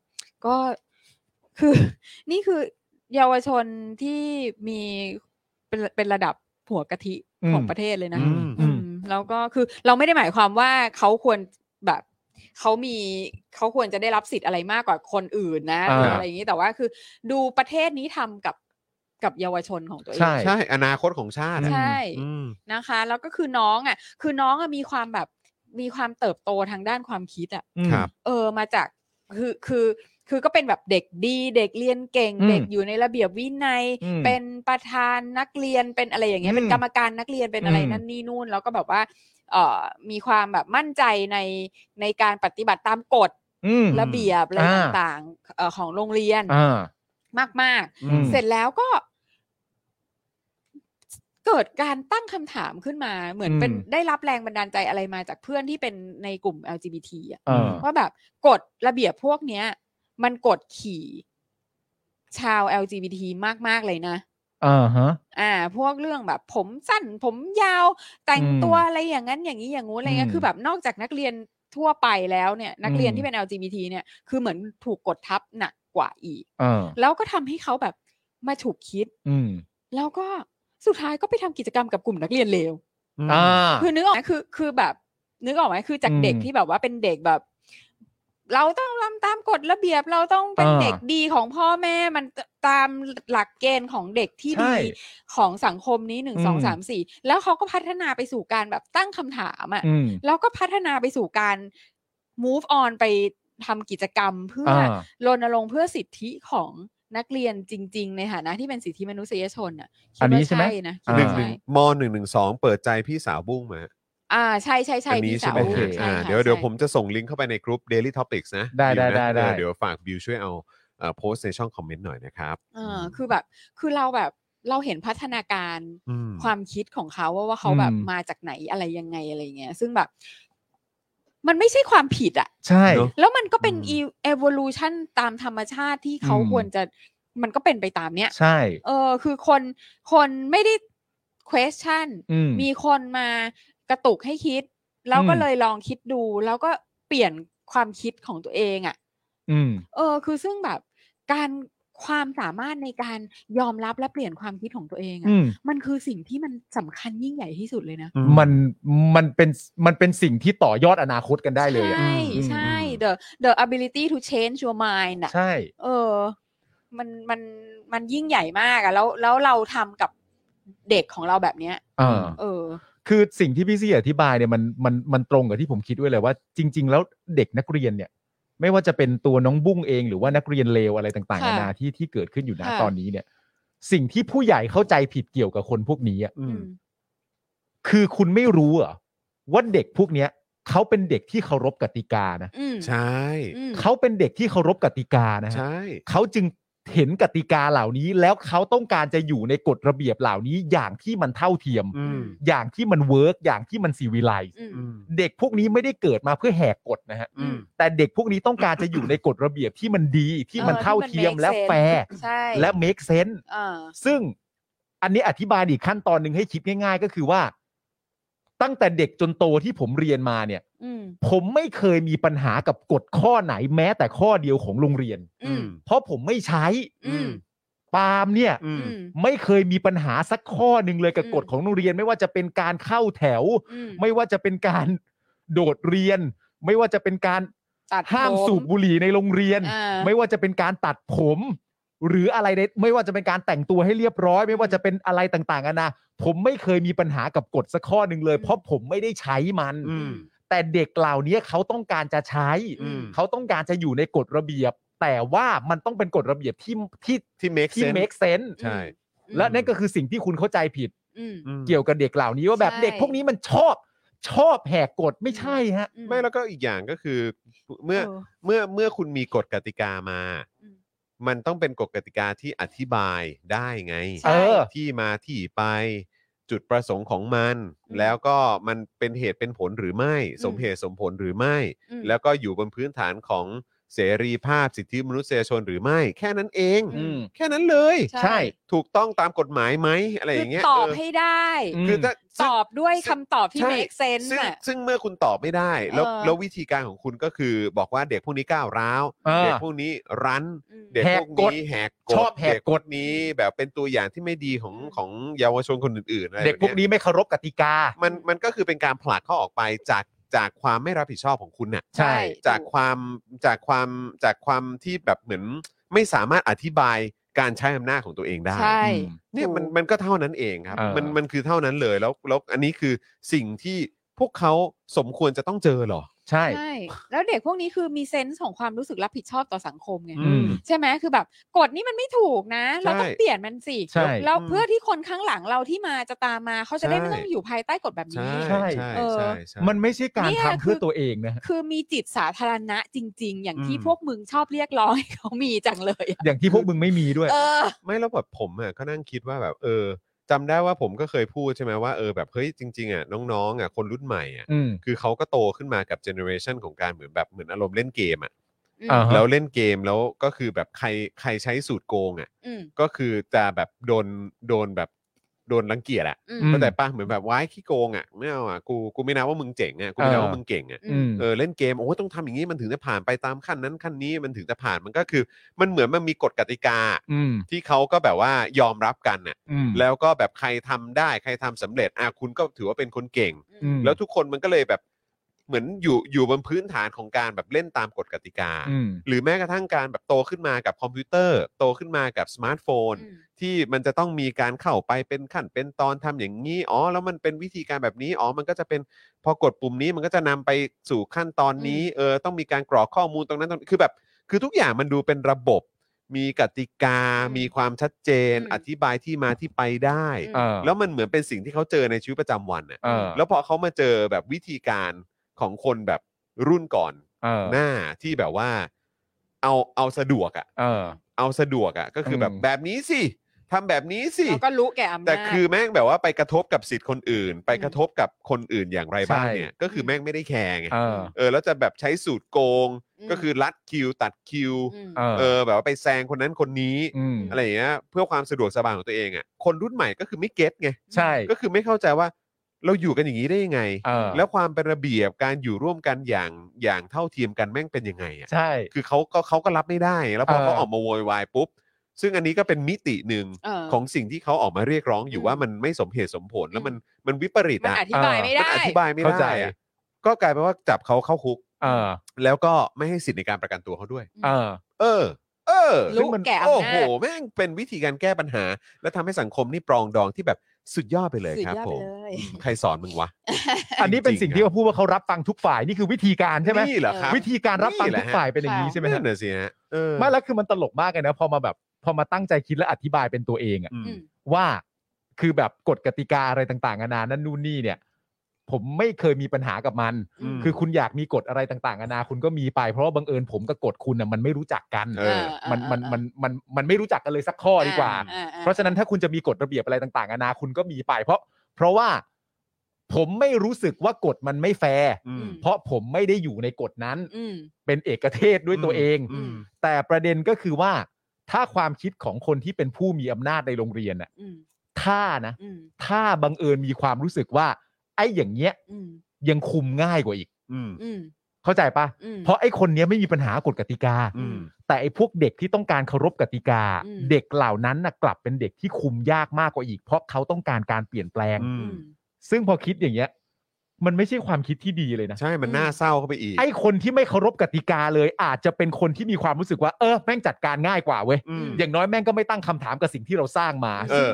[SPEAKER 5] ก็ *laughs* คือ *laughs* นี่คือเยาวชนที่มีเป็นเป็นระดับหัวกะทิของประเทศเลยนะ
[SPEAKER 3] อืม
[SPEAKER 5] อืมแล้วก็คือเราไม่ได้หมายความว่าเขาควรแบบเขามีเขาควรจะได้รับสิทธิ์อะไรมากกว่าคนอื่นนะ
[SPEAKER 4] อ่า
[SPEAKER 5] หรืออะไรอย่างนี้แต่ว่าคือ ดูประเทศนี้ทำกับกับเยาวชนของตัวเอง
[SPEAKER 4] ใช่
[SPEAKER 3] ใช่ อนาคตของชาติอะ
[SPEAKER 5] ใช่
[SPEAKER 3] อืม
[SPEAKER 5] นะคะ แล้วก็คือน้องอ่ะ คือน้องอะมีความแบบมีความเติบโตทางด้านความคิดอ่ะ
[SPEAKER 4] อืม
[SPEAKER 3] ครับ
[SPEAKER 5] เออมาจากคือคือคือก็เป็นแบบเด็กดีเด็กเรียนเก่ง
[SPEAKER 4] อืม
[SPEAKER 5] เด็กอยู่ในระเบียบวินัย
[SPEAKER 4] อืม
[SPEAKER 5] เป็นประธานนักเรียนเป็นอะไรอย่างเงี้ย
[SPEAKER 4] อืม
[SPEAKER 5] เป็นกรรมการนักเรียนเป็นอะไร
[SPEAKER 4] อืม
[SPEAKER 5] นั่นนี่นู่น แล้วก็แบบว่าเออมีความแบบมั่นใจในในการปฏิบัติตามกฎ
[SPEAKER 4] อืม
[SPEAKER 5] ระเบียบอะไร
[SPEAKER 4] อ่า
[SPEAKER 5] ต่างๆเอ่อของโรงเรียน
[SPEAKER 4] อ่า
[SPEAKER 5] มาก
[SPEAKER 4] อืม
[SPEAKER 5] ๆ เสร็จแล้วก็ เกิดการตั้งคำถามขึ้นมา เหมือนเป็น
[SPEAKER 4] อืม
[SPEAKER 5] ได้รับแรงบันดาลใจอะไรมาจากเพื่อนที่เป็นในกลุ่ม LGBT อ่ะ
[SPEAKER 4] เออ
[SPEAKER 5] ว่าแบบกฎระเบียบพวกเนี้ย มันกดขี่ชาว LGBT มาก ๆ เลยนะ
[SPEAKER 4] อ่าฮะ
[SPEAKER 5] อ่า พวกเรื่องแบบ ผมสั้นผมยาวแต่ง
[SPEAKER 4] อืม
[SPEAKER 5] ตัวอะไรอย่างนั้นอย่างนี้อย่างงู้นอะไรเงี้ย
[SPEAKER 4] อืม
[SPEAKER 5] คือแบบนอกจากนักเรียนทั่วไปแล้วเนี่ย นักเรียน
[SPEAKER 4] อืม
[SPEAKER 5] ที่เป็น LGBT เนี่ยคือเหมือนถูกกดทับหนักกว่าอีก
[SPEAKER 4] เออ
[SPEAKER 5] แล้วก็ทำให้เขาแบบมาฉุกคิด
[SPEAKER 4] อืม
[SPEAKER 5] แล้วก็สุดท้ายก็ไปทำกิจกรรมกับกลุ่มนักเรียนเลว
[SPEAKER 4] อ่า
[SPEAKER 5] คือนึกออกไหมคือคือแบบ นึกออกไหมคือจากเด็ก
[SPEAKER 4] อืม
[SPEAKER 5] ที่แบบว่าเป็นเด็กแบบ เราต้องทำตามกฎระเบียบเราต้องเป็น
[SPEAKER 4] อ่า
[SPEAKER 5] เด็กดีของพ่อแม่มันตามหลักเกณฑ์ของเด็กที่
[SPEAKER 4] ใช่
[SPEAKER 5] ดีของสังคมนี้หนึ่งสอง
[SPEAKER 4] อืม
[SPEAKER 5] สามสี่แล้วเขาก็พัฒนาไปสู่การแบบตั้งคำถามอะ่ะ
[SPEAKER 4] อืม
[SPEAKER 5] แล้วก็พัฒนาไปสู่การ move on ไปทำกิจกรรมเพื่อ
[SPEAKER 4] อ่า
[SPEAKER 5] อรณรงค์เพื่อสิทธิของนักเรียนจริง ๆ ในฐานะที่เป็นสิทธิมนุษยชนอ่ะคิด
[SPEAKER 4] อันนี้
[SPEAKER 5] ว่า
[SPEAKER 4] ใช่ไหม
[SPEAKER 5] นะคิด
[SPEAKER 3] ห
[SPEAKER 5] ว่า
[SPEAKER 3] นึ่งห
[SPEAKER 5] ใช่
[SPEAKER 3] นึ่งมหนึ่งหนึ่งสองเปิดใจพี่สาวบุ้งมา
[SPEAKER 5] อ่าใช่ใช่ใช่
[SPEAKER 3] อันนี้
[SPEAKER 5] พี่
[SPEAKER 3] ใช่
[SPEAKER 5] สาว
[SPEAKER 3] ไหม
[SPEAKER 4] โอเค
[SPEAKER 3] ฮะ
[SPEAKER 5] ใช่
[SPEAKER 3] อ่า
[SPEAKER 5] ค่ะ
[SPEAKER 3] เดี๋ยวเดี๋ยว
[SPEAKER 5] ใช่
[SPEAKER 3] ผมจะส่งลิงก์เข้าไปในกลุ่ม Daily Topics นะ
[SPEAKER 4] ได้
[SPEAKER 3] บิวนะ
[SPEAKER 4] ได้ได้
[SPEAKER 3] เอ
[SPEAKER 4] ได้
[SPEAKER 3] อเดี๋ยวฝากบิวช่วยเอาเอ่อโพสต์ในช่องคอมเมนต์หน่อยนะครับ
[SPEAKER 5] เออคือแบบคือเราแบบเราเห็นพัฒนาการ
[SPEAKER 3] ม
[SPEAKER 5] ความคิดของเขาว่าว่าเขาแบบ
[SPEAKER 4] อืม
[SPEAKER 5] มาจากไหนอะไรยังไงอะไรเงี้ย ซึ่งแบบ มันไม่ใช่ความผิดอะ
[SPEAKER 4] ใช่
[SPEAKER 3] เนอะ
[SPEAKER 5] แล้วมันก็เป็น
[SPEAKER 3] อืม
[SPEAKER 5] อีเอวลูชันตามธรรมชาติที่เขา
[SPEAKER 4] อืม
[SPEAKER 5] ควรจะมันก็เป็นไปตามเนี้ย
[SPEAKER 4] ใช่
[SPEAKER 5] เออ คือคนคนไม่ได้ question
[SPEAKER 4] อืม
[SPEAKER 5] มีคนมากระตุกให้คิด แล้วก็
[SPEAKER 4] อืม
[SPEAKER 5] เลยลองคิดดู แล้วก็เปลี่ยนความคิดของตัวเองอะ
[SPEAKER 4] อืม
[SPEAKER 5] เออคือซึ่งแบบการความสามารถในการยอมรับและเปลี่ยนความคิดของตัวเองอะ
[SPEAKER 4] อืม
[SPEAKER 5] มันคือสิ่งที่มันสำคัญยิ่งใหญ่ที่สุดเลยนะ
[SPEAKER 3] อื
[SPEAKER 4] มันมันเป็นมันเป็นสิ่งที่ต่อยอดอนาคตกันได้เลยอะ
[SPEAKER 5] ใช่
[SPEAKER 4] อืม
[SPEAKER 5] ใช่ the the ability to change your mind อะ
[SPEAKER 4] ใช่
[SPEAKER 5] เออ มันมันมันยิ่งใหญ่มากอะแล้วแล้วเราทำกับเด็กของเราแบบเนี้ย
[SPEAKER 4] เออ
[SPEAKER 5] เออ
[SPEAKER 4] คือสิ่งที่พี่ซี่อธิบายเนี่ยมันมันมันตรงกับที่ผมคิดไว้เลยว่า จริง ๆ แล้วเด็กนักเรียนเนี่ย ไม่ว่าจะเป็นตัวน้องบุ้งเองหรือว่านักเรียนเลวอะไรต่างๆ
[SPEAKER 5] ค่ะ
[SPEAKER 4] นานาที่ที่เกิดขึ้นอยู่นะ
[SPEAKER 5] ค่ะ
[SPEAKER 4] ตอนนี้เนี่ย สิ่งที่ผู้ใหญ่เข้าใจผิดเกี่ยวกับคนพวกนี้อะ
[SPEAKER 5] อ
[SPEAKER 3] อืม
[SPEAKER 5] ม
[SPEAKER 4] คือคุณไม่รู้เหรอว่าเด็กพวกเนี้ยเขาเป็นเด็กที่เคารพกติกานะ
[SPEAKER 5] อืม
[SPEAKER 3] ใช่
[SPEAKER 5] อืม
[SPEAKER 4] เขาเป็นเด็กที่เคารพกติกานะฮะ
[SPEAKER 3] ใช่
[SPEAKER 4] เขาจึงเห็นกติกาเหล่านี้แล้วเขาต้องการจะอยู่ในกฎระเบียบเหล่านี้อย่างที่มันเท่าเทียม
[SPEAKER 3] อืม
[SPEAKER 4] อย่างที่มันเวิร์กอย่างที่มันสีวิไลซ์
[SPEAKER 5] อืม
[SPEAKER 3] อืม
[SPEAKER 4] เด็กพวกนี้ไม่ได้เกิดมาเพื่อแหกกฎนะฮะ
[SPEAKER 5] อืม
[SPEAKER 4] แต่เด็กพวกนี้ต้องการจะอยู่ในกฎระเบียบที่มันดีที่มัน
[SPEAKER 5] ออ
[SPEAKER 4] เท่าเทียม
[SPEAKER 5] ที่น
[SPEAKER 4] และ
[SPEAKER 5] make sense
[SPEAKER 4] แฟร์
[SPEAKER 5] ใช่
[SPEAKER 4] และเมคเซนส์
[SPEAKER 5] เออ
[SPEAKER 4] ซึ่งอันนี้อธิบายอีกขั้นตอนหนึ่งให้คิดง่าย ๆ ก็คือว่า ตั้งแต่เด็กจนโตที่ผมเรียนมาเนี่ย
[SPEAKER 5] อืม
[SPEAKER 4] ผมไม่เคยมีปัญหากับกฎข้อไหนแม้แต่ข้อเดียวของโรงเรียน
[SPEAKER 5] อืม
[SPEAKER 4] เพราะผมไม่ใช้
[SPEAKER 5] อืม
[SPEAKER 4] ไป ปาล์มเนี่ย
[SPEAKER 3] อืม
[SPEAKER 5] อืม
[SPEAKER 4] ไม่เคยมีปัญหาสักข้อหนึ่งเลยกับ
[SPEAKER 5] อืม
[SPEAKER 4] กฎของโรงเรียน ไม่ว่าจะเป็นการเข้าแถว
[SPEAKER 5] อืม
[SPEAKER 4] ไม่ว่าจะเป็นการโดดเรียน ไม่ว่าจะเป็นการ
[SPEAKER 5] ตัด
[SPEAKER 4] ห้าม
[SPEAKER 5] ผ
[SPEAKER 4] สูบบุหรี่ในโรงเรียน
[SPEAKER 5] อ่า
[SPEAKER 4] ไม่ว่าจะเป็นการตัดผม หรืออะไรใดไม่ว่าจะเป็นการแต่งตัวให้เรียบร้อย ไม่ว่าจะเป็นอะไรต่างๆนานาผมไม่เคยมีปัญหากับกฎสักข้อหนึ่งเลย
[SPEAKER 5] อืม
[SPEAKER 4] เพราะผมไม่ได้ใช้มัน
[SPEAKER 3] อืม
[SPEAKER 4] แต่เด็กเหล่านี้เขาต้องการจะใช้
[SPEAKER 5] อืม
[SPEAKER 4] เขาต้องการจะอยู่ในกฎระเบียบ แต่ว่ามันต้องเป็นกฎระเบียบที่ที่
[SPEAKER 3] ที่ make
[SPEAKER 4] ที่
[SPEAKER 3] sense
[SPEAKER 4] make sense
[SPEAKER 3] ใช่
[SPEAKER 5] อืม
[SPEAKER 4] และนั่นก็คือสิ่งที่คุณเข้าใจผิด
[SPEAKER 5] อืม
[SPEAKER 3] อืม
[SPEAKER 4] เกี่ยวกับเด็กเหล่านี้ว่าแบบ
[SPEAKER 5] ใช่
[SPEAKER 4] เด็กพวกนี้มันชอบชอบแหกกฎไม่ใช่ฮะ
[SPEAKER 5] อื
[SPEAKER 3] ไม่แล้วก็อีกอย่างก็คือเมื่อ
[SPEAKER 5] เออ
[SPEAKER 3] เมื่อเมื่อคุณมีกฎกติกามา
[SPEAKER 5] อืม
[SPEAKER 3] มันต้องเป็นกฎกติกาที่อธิบายได้ไง
[SPEAKER 5] ใช่
[SPEAKER 4] เออ
[SPEAKER 3] ที่มาที่ไปจุดประสงค์ของมัน
[SPEAKER 5] อืม
[SPEAKER 3] แล้วก็มันเป็นเหตุเป็นผลหรือไม่
[SPEAKER 5] อืม
[SPEAKER 3] สมเหตุสมผลหรือไม่
[SPEAKER 5] อืม
[SPEAKER 3] แล้วก็อยู่บนพื้นฐานของเสรีภาพสิทธิมนุษยชนหรือไม่ แค่นั้นเอง
[SPEAKER 5] อืม
[SPEAKER 3] แค่นั้นเลย
[SPEAKER 5] ใช่
[SPEAKER 4] ใช่
[SPEAKER 3] ถูกต้องตามกฎหมายไหมอะไรอย่างเงี้ย
[SPEAKER 5] คืตอบ
[SPEAKER 3] เ
[SPEAKER 5] ให้ได้
[SPEAKER 4] อืม
[SPEAKER 3] คือถ้า
[SPEAKER 5] ต
[SPEAKER 3] ซึ่ง
[SPEAKER 5] อบด้วย
[SPEAKER 3] ซึ่
[SPEAKER 5] คำ
[SPEAKER 3] ง
[SPEAKER 5] ตอบที่
[SPEAKER 3] ใช่
[SPEAKER 5] make sense
[SPEAKER 3] ซึ่ง
[SPEAKER 5] น่ะ
[SPEAKER 3] ซึ่งเมื่อคุณตอบไม่ได้ แล้ว
[SPEAKER 5] เออ
[SPEAKER 3] แล้ววิธีการของคุณก็คือบอกว่าเด็กพวกนี้ก้าวร้าว
[SPEAKER 4] เออ
[SPEAKER 3] เด็กพวกนี้รั้น
[SPEAKER 5] อืม
[SPEAKER 3] เด็กพวกนี้แหกกฎ
[SPEAKER 4] ชอบแหกกฎ
[SPEAKER 3] เด็พวนี้แบบเป็นตัวอย่างที่ไม่ดีของของเยาวชนคนอื่นๆอะไร
[SPEAKER 4] เด็กพวก
[SPEAKER 3] แบบนี้ย
[SPEAKER 4] นี้ไม่เคารพกติกา
[SPEAKER 3] มันมันก็คือเป็นการผลักเขาออกไปจากจากความไม่รับผิดชอบของคุณน่ะ
[SPEAKER 4] ใช่
[SPEAKER 3] จากความจากความจากความที่แบบเหมือนไม่สามารถอธิบายการใช้อำนาจของตัวเองได้
[SPEAKER 5] ใช่
[SPEAKER 4] อืม
[SPEAKER 3] เนี่ยมัน
[SPEAKER 5] ถูก
[SPEAKER 3] มันก็เท่านั้นเองครับ
[SPEAKER 4] เออ
[SPEAKER 3] มันมันคือเท่านั้นเลยแล้วแล้วอันนี้คือสิ่งที่พวกเขาสมควรจะต้องเจอเหรอ
[SPEAKER 4] ใช่
[SPEAKER 5] ใช่ แล้วเด็กพวกนี้คือมีเซนส์ของความรู้สึกรับผิดชอบต่อสังคมไง
[SPEAKER 4] อืม
[SPEAKER 5] ใช่ไหมคือแบบกฎนี้มันไม่ถูกนะ เราต้อง
[SPEAKER 3] ใช่
[SPEAKER 5] เปลี่ยนมันสิ
[SPEAKER 4] ใช่
[SPEAKER 5] แล้ว
[SPEAKER 3] อืม
[SPEAKER 5] เพื่อที่คนข้างหลังเราที่มาจะตามมา เขาจะได้ไม่
[SPEAKER 3] ใช่
[SPEAKER 5] ต้องอยู่ภายใต้กฎแบบ
[SPEAKER 3] ใช่
[SPEAKER 5] นี้
[SPEAKER 4] ใช่
[SPEAKER 3] ใช่
[SPEAKER 5] เออ
[SPEAKER 3] ใช่ใช่
[SPEAKER 4] มันไม่ใช่การ
[SPEAKER 5] เนี่ย
[SPEAKER 4] ทำเพื่อ
[SPEAKER 5] คือ
[SPEAKER 4] ตัวเองนะฮะ
[SPEAKER 5] คือมีจิตสาธารณะจริง ๆ อย่างที่
[SPEAKER 3] อืม
[SPEAKER 5] พวกมึงชอบเรียกร้องให้เขามีจังเลยอะ
[SPEAKER 4] อย่างที่พวกมึงไม่มีด้วย
[SPEAKER 5] เออ
[SPEAKER 3] ไม่แล้วแบบผมอ่ะก็นั่งคิดว่าแบบเออจำได้ว่าผมก็เคยพูดใช่ไหมว่าเออแบบเฮ้ยจริงๆอ่ะน้องๆอ่ะคนรุ่นใหม่อ่ะ
[SPEAKER 4] อืม
[SPEAKER 3] คือเขาก็โตขึ้นมากับเจเนอเรชันของการเหมือนแบบเหมือนอารมณ์เล่นเกมอ่ะ
[SPEAKER 5] อื
[SPEAKER 4] อ่าม ฮะ
[SPEAKER 3] แล้วเล่นเกมแล้วก็คือแบบใครใครใช้สูตรโกงอ่ะ
[SPEAKER 5] อืม
[SPEAKER 3] ก็คือจะแบบโดนโดนแบบโดนรังเกียจอ่ะ
[SPEAKER 5] อืม
[SPEAKER 4] ม
[SPEAKER 3] เข้าใจปะเหมือนแบบว้ายขี้โกงอ่ะไม่เอาอ่ะกูกูไม่นับว่ามึงเจ๋งอ่ะกูไม่นับว่ามึงเก่งอ่ะ
[SPEAKER 4] อืม
[SPEAKER 3] เออเล่นเกมโอ้ยต้องทำอย่างนี้มันถึงจะผ่านไปตามขั้นนั้นขั้นนี้มันถึงจะผ่านมันก็คือ มันเหมือนมันมีกฎกติกา
[SPEAKER 4] อืม
[SPEAKER 3] ที่เขาก็แบบว่ายอมรับกันน่ะ
[SPEAKER 4] อืม
[SPEAKER 3] แล้วก็แบบใครทำได้ใครทำสำเร็จอ่ะคุณก็ถือว่าเป็นคนเก่ง
[SPEAKER 4] อืม
[SPEAKER 3] แล้วทุกคนมันก็เลยแบบเหมือนอยู่อยู่บนพื้นฐานของการแบบเล่นตามกฎกติกา
[SPEAKER 4] อืม
[SPEAKER 3] หรือแม้กระทั่งการแบบโตขึ้นมากับคอมพิวเตอร์ โตขึ้นมากับสมาร์ทโฟน
[SPEAKER 5] อืม
[SPEAKER 3] ที่มันจะต้องมีการเข้าไปเป็นขั้นเป็นตอนทำอย่างนี้อ๋อแล้วมันเป็นวิธีการแบบนี้อ๋อมันก็จะเป็นพอกดปุ่มนี้มันก็จะนำไปสู่ขั้นตอนนี้เออต้องมีการกรอกข้อมูลตรงนั้นตรงนี้คือแบบ คือทุกอย่างมันดูเป็นระบบ มีกติกา
[SPEAKER 5] อืม
[SPEAKER 3] มีความชัดเจน
[SPEAKER 5] อืม
[SPEAKER 3] อธิบายที่มาที่ไปได้
[SPEAKER 5] อืม
[SPEAKER 4] เออ
[SPEAKER 3] แล้วมันเหมือนเป็นสิ่งที่เขาเจอในชีวิตประจำวันน่ะ
[SPEAKER 4] เออ
[SPEAKER 3] แล้วพอเขามาเจอแบบวิธีการของคนแบบรุ่นก่อน
[SPEAKER 4] เออ
[SPEAKER 3] หน้าที่แบบว่าเอาเอาสะดวกอะ
[SPEAKER 4] เออ
[SPEAKER 3] เอาสะดวกอะ่ะก็คือแบบ
[SPEAKER 4] อืม
[SPEAKER 3] แบบนี้สิทำแบบนี้สิ
[SPEAKER 5] เราก็รู้แก่อำนาจ
[SPEAKER 3] แต่คือแม่งแบบว่าไปกระทบกับสิทธิ์คนอื่น ไปกระทบกับคนอื่นอย่างไรบ้าง
[SPEAKER 4] ใช่
[SPEAKER 3] เนี่ยก็คือแม่งไม่ได้แคร์ไง
[SPEAKER 4] เออ
[SPEAKER 3] เออแล้วจะแบบใช้สูตรโกง
[SPEAKER 5] อืม
[SPEAKER 3] ก็คือลัดคิว ตัดคิว
[SPEAKER 5] ม
[SPEAKER 4] เออ
[SPEAKER 3] เออแบบว่าไปแซงคนนั้นคนนี้
[SPEAKER 4] อืม
[SPEAKER 3] อะไรอย่างเงี้ยเพื่อความสะดวกสบายของตัวเองอะ่ะคนรุ่นใหม่ก็คือไม่เก็ตไง
[SPEAKER 4] ใช่
[SPEAKER 3] ก็คือไม่เข้าใจว่าเราอยู่กันอย่างนี้ได้ยังไง
[SPEAKER 4] เออ
[SPEAKER 3] แล้วความเป็นระเบียบการอยู่ร่วมกันอย่างอย่างเท่าเทียมกันแม่งเป็นยังไงอ่ะ
[SPEAKER 4] ใช่
[SPEAKER 3] คือเขาก็เขาก็รับไม่ได้ แล้วพอ
[SPEAKER 4] เออ
[SPEAKER 3] เขาออกมาโวยวายปุ๊บ ซึ่งอันนี้ก็เป็นมิติหนึ่ง
[SPEAKER 5] เออ
[SPEAKER 3] ของสิ่งที่เขาออกมาเรียกร้องอยู่
[SPEAKER 5] อืม
[SPEAKER 3] ว่ามันไม่สมเหตุสมผลแล้วมัน
[SPEAKER 5] อื
[SPEAKER 3] มันวิปริต
[SPEAKER 5] มัน
[SPEAKER 3] อ่ะ
[SPEAKER 5] อธิบายไม่
[SPEAKER 3] มัน
[SPEAKER 5] ได้
[SPEAKER 3] อธิบายไม่
[SPEAKER 4] เข้าใจ
[SPEAKER 3] ได้อะก็กลายเป็นว่าจับเขาเข้าคุก
[SPEAKER 4] เออ
[SPEAKER 3] แล้วก็ไม่ให้สิทธิ์ในการประกันตัวเขาด้วย
[SPEAKER 4] เออ
[SPEAKER 3] เออ เออ
[SPEAKER 5] รู้
[SPEAKER 3] ซึ่งมั
[SPEAKER 5] แก่อำนาจ
[SPEAKER 3] โอ้โหแม่งเป็นวิธีการแก้ปัญหา และทำให้สังคมนี่ปรองดองที่แบบสุดยอดไปเลย
[SPEAKER 5] สุด
[SPEAKER 3] ครับ
[SPEAKER 5] ยอด
[SPEAKER 3] ผ
[SPEAKER 5] ไป
[SPEAKER 3] ม
[SPEAKER 5] เลย
[SPEAKER 3] อืมใครสอนมึงวะ
[SPEAKER 4] อันนี้เป็นสิ่งที่
[SPEAKER 3] จริ
[SPEAKER 4] เขาพูดว่าเขารับฟังทุกฝ่ายนี่คือวิธีการใช่ไหม
[SPEAKER 3] นี่เหรอครับ
[SPEAKER 4] วิธีการรับฟังทุกฝ่ายเป็นอย่างนี้
[SPEAKER 5] นี่แหละฮะ
[SPEAKER 4] ใช่ไหม
[SPEAKER 3] นั่
[SPEAKER 4] ฮะ
[SPEAKER 3] นน่ะสิฮะเออ
[SPEAKER 4] ไม่แล้วคือมันตลกมากเลยนะพอมาแบบพอมาตั้งใจคิดและอธิบายเป็นตัวเองอะ
[SPEAKER 3] อืม
[SPEAKER 5] อืม
[SPEAKER 4] ว่าคือแบบกฎกติกาอะไรต่างๆนานานั่นนู่นนี่เนี่ย ผมไม่เคยมีปัญหากับมัน
[SPEAKER 3] อืม
[SPEAKER 4] คือคุณอยากมีกฎอะไรต่างๆนานาคุณก็มีไป เพราะว่าบังเอิญผมกับกฎคุณน่ะมันไม่รู้จักกัน
[SPEAKER 3] เออ
[SPEAKER 4] มันมันมันมันมันไม่รู้จักกันเลยสักข้อดีกว่า
[SPEAKER 5] อ่อ่อ่
[SPEAKER 4] เพราะฉะนั้นถ้าคุณจะมีกฎระเบียบอะไรต่างๆนานาคุณก็มีไป เพราะ เพราะว่าผมไม่รู้สึกว่ากฎมันไม่แฟร์
[SPEAKER 3] อืม
[SPEAKER 4] เพราะผมไม่ได้อยู่ในกฎนั้น
[SPEAKER 5] อืม
[SPEAKER 4] เป็นเอกเทศด้วยตัวเอง
[SPEAKER 5] อืม
[SPEAKER 4] แต่ประเด็นก็คือว่า ถ้าความคิดของคนที่เป็นผู้มีอำนาจในโรงเรียนน่ะ
[SPEAKER 5] อืม
[SPEAKER 4] ถ้านะ
[SPEAKER 5] อืม
[SPEAKER 4] ถ้าบังเอิญมีความรู้สึกว่า ไอ้อย่างเงี้ย
[SPEAKER 5] อืม
[SPEAKER 4] ยังคุมง่ายกว่าอีก
[SPEAKER 3] อืม
[SPEAKER 5] อืม
[SPEAKER 4] เข้าใจปะ
[SPEAKER 5] อืม
[SPEAKER 4] เพราะไอ้คนเนี้ยไม่มีปัญหากฎกติกา
[SPEAKER 3] อืม
[SPEAKER 4] แต่ไอ้พวกเด็กที่ต้องการเคารพกติกา
[SPEAKER 5] อืม
[SPEAKER 4] เด็กเหล่านั้นนะกลับเป็นเด็กที่คุมยากมากกว่าอีก เพราะเขาต้องการการเปลี่ยนแปลง
[SPEAKER 5] อืม
[SPEAKER 4] ซึ่งพอคิดอย่างเงี้ย มันไม่ใช่ความคิดที่ดีเลยนะ
[SPEAKER 3] ใช่มันน่าเศร้าเข้าไปอีก
[SPEAKER 4] ไอ้คนที่ไม่เคารพกติกาเลย อาจจะเป็นคนที่มีความรู้สึกว่าเออแม่งจัดการง่ายกว่าเว้ย
[SPEAKER 3] อืม
[SPEAKER 4] อย่างน้อยแม่งก็ไม่ตั้งคำถามกับสิ่งที่เราสร้างมา
[SPEAKER 3] เออ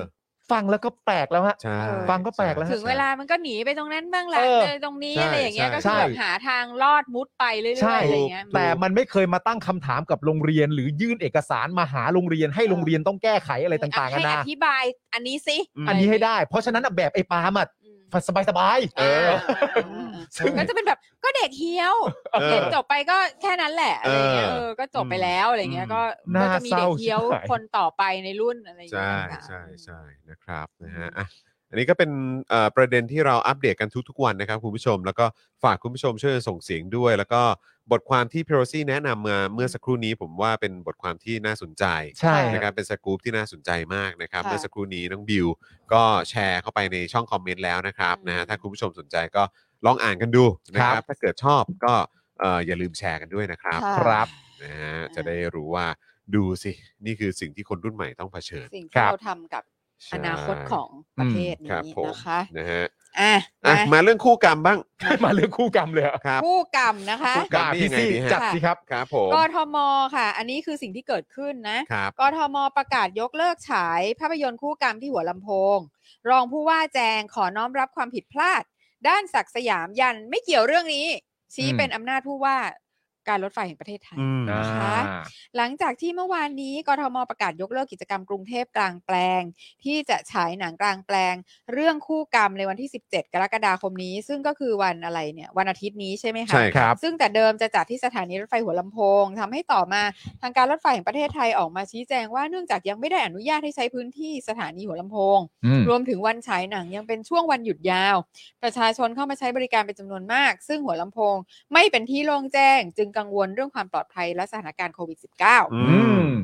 [SPEAKER 4] ฟังแล้วก็แปลกแล้วฮะ
[SPEAKER 3] ใช่
[SPEAKER 5] เออ
[SPEAKER 4] ฟังก็แปลกแล้วฮะ
[SPEAKER 5] ถึงเวลามันก็หนีไปตรงนั้นบ้างแหละ
[SPEAKER 4] เออ
[SPEAKER 5] เจอตรงนี้
[SPEAKER 3] ใช่
[SPEAKER 5] อะไรอย่างเงี้ย
[SPEAKER 3] ใช่
[SPEAKER 5] ก็คือแบบหาทางลอดมุดไปเรื่
[SPEAKER 4] ใช่
[SPEAKER 5] อยๆอะไรอย่างเงี้ย
[SPEAKER 4] แต่มันไม่เคยมาตั้งคำถามกับโรงเรียน หรือยื่นเอกสารมาหาโรงเรียนให้
[SPEAKER 5] เออ
[SPEAKER 4] โรงเรียนต้องแก้ไขอะไรต่างๆกั
[SPEAKER 5] ให้
[SPEAKER 4] นนะ
[SPEAKER 5] อธิบายอันนี้สิ
[SPEAKER 3] อืม
[SPEAKER 4] อันนี้ให้ได้ เพราะฉะนั้นอะแบบไอ้ปาล์มอะ
[SPEAKER 5] อืม
[SPEAKER 4] สบายสบายๆ
[SPEAKER 3] เออ ซึ่ง
[SPEAKER 5] ก็จะเป็นแบบก็เด็กเฮี้ยว
[SPEAKER 3] เอ
[SPEAKER 5] เด็
[SPEAKER 3] อ
[SPEAKER 5] กจบไปก็แค่นั้นแหละอะไรเงี้ย
[SPEAKER 3] เออ
[SPEAKER 5] เออก็จบไปแล้วอะไรเงี้ยก็
[SPEAKER 4] อืมน่า
[SPEAKER 5] ก็จะมี
[SPEAKER 4] เศ
[SPEAKER 5] เด็
[SPEAKER 4] ร้าก
[SPEAKER 5] เฮี้ยว
[SPEAKER 4] ชิบหาย
[SPEAKER 5] คนต่อไปในรุ่นอะไรอย่าง
[SPEAKER 3] ใช่
[SPEAKER 5] เงี้ยค่ะ
[SPEAKER 3] ใช่ใช่นะครับนะฮะอ่ะอันนี้ก็เป็นเอ่อประเด็นที่เราอัปเดตกันทุกๆวันนะครับคุณผู้ชม แล้วก็ฝากคุณผู้ชมช่วยส่งเสียงด้วย แล้วก็บทความที่พิโรซี่แนะนำมาเมื่อสักครู่นี้ผมว่าเป็นบทความที่น่าสนใจ
[SPEAKER 4] ใช่
[SPEAKER 3] นะค
[SPEAKER 4] ค
[SPEAKER 3] รั
[SPEAKER 4] รับบ
[SPEAKER 3] เป็นสกู๊ปที่น่าสนใจมากนะครับเมื่อสักครู่นี้น้องบิวก็แชร์เข้าไปในช่องคอมเมนต์แล้วนะครับนะฮะถ้าคุณผู้ชมสนใจก็ลองอ่านกันดูนะครับถ้าเกิดชอบก็เอ่ออย่าลืมแชร์กันด้วยนะครับ
[SPEAKER 5] ค่ะ
[SPEAKER 4] ครับ
[SPEAKER 3] นะฮะจะได้รู้ว่าดูสินี่คือสิ่งที่คนรุ่นใหม่ต้องเผชิญ
[SPEAKER 5] สิ่ง
[SPEAKER 4] ค
[SPEAKER 5] ที่
[SPEAKER 4] รับ
[SPEAKER 5] เราทำกับอนาคตของประเทศ
[SPEAKER 3] ครับ
[SPEAKER 5] นี้
[SPEAKER 3] ผม
[SPEAKER 5] นะคะ
[SPEAKER 3] นะฮะ
[SPEAKER 5] อ่ะ
[SPEAKER 3] อ่ะ
[SPEAKER 5] มา
[SPEAKER 3] มาเรื่องคู่กรรมบ้าง
[SPEAKER 4] มาเรื่องคู่กรรมเลยอะ
[SPEAKER 3] ครับ
[SPEAKER 5] คู่กรรมนะคะ
[SPEAKER 3] คู่กรรม
[SPEAKER 4] ด่าพี่ซี่
[SPEAKER 3] ยังไงดีฮะ
[SPEAKER 4] จัดสิครับ
[SPEAKER 3] ครับผม
[SPEAKER 5] กทมค่ะ อันนี้คือสิ่งที่เกิดขึ้นนะ
[SPEAKER 3] ครับ
[SPEAKER 5] กทมประกาศยกเลิกฉายภาพยนตร์คู่กรรมที่หัวลำโพง รองผู้ว่าแจงขอน้อมรับความผิดพลาด ด้านศักดิ์สยามยันไม่เกี่ยวเรื่องนี้ ชี้
[SPEAKER 4] อืม
[SPEAKER 5] เป็นอำนาจผู้ว่าการรถไฟแห่งประเทศไทย
[SPEAKER 3] อืม
[SPEAKER 4] อ่า
[SPEAKER 5] นะคะ หลังจากที่เมื่อวานนี้กทมประกาศยกเลิกกิจกรรมกรุงเทพกลางแปลง ที่จะฉายหนังกลางแปลง เรื่องคู่กรรมในวันที่ 17 กรกฎาคมนี้ ซึ่งก็คือวันอะไรเนี่ยวันอาทิตย์นี้ใช่ไหมคะ
[SPEAKER 3] ใช่ครับ
[SPEAKER 5] ซึ่งแต่เดิมจะจัดที่สถานีรถไฟหัวลำโพงทำให้ต่อมาทางการรถไฟแห่งประเทศไทยออกมาชี้แจงว่าเนื่องจากยังไม่ได้อนุญาตให้ใช้พื้นที่สถานีหัวลำโพง
[SPEAKER 4] อืม
[SPEAKER 5] รวมถึงวันฉายหนังยังเป็นช่วงวันหยุดยาว ประชาชนเข้ามาใช้บริการเป็นจำนวนมาก ซึ่งหัวลำโพงไม่เป็นที่โล่งแจ้ง จึงกังวลเรื่องความปลอดภัยและสถานการณ์โควิด -19
[SPEAKER 3] อื
[SPEAKER 4] อื
[SPEAKER 3] ม
[SPEAKER 4] ม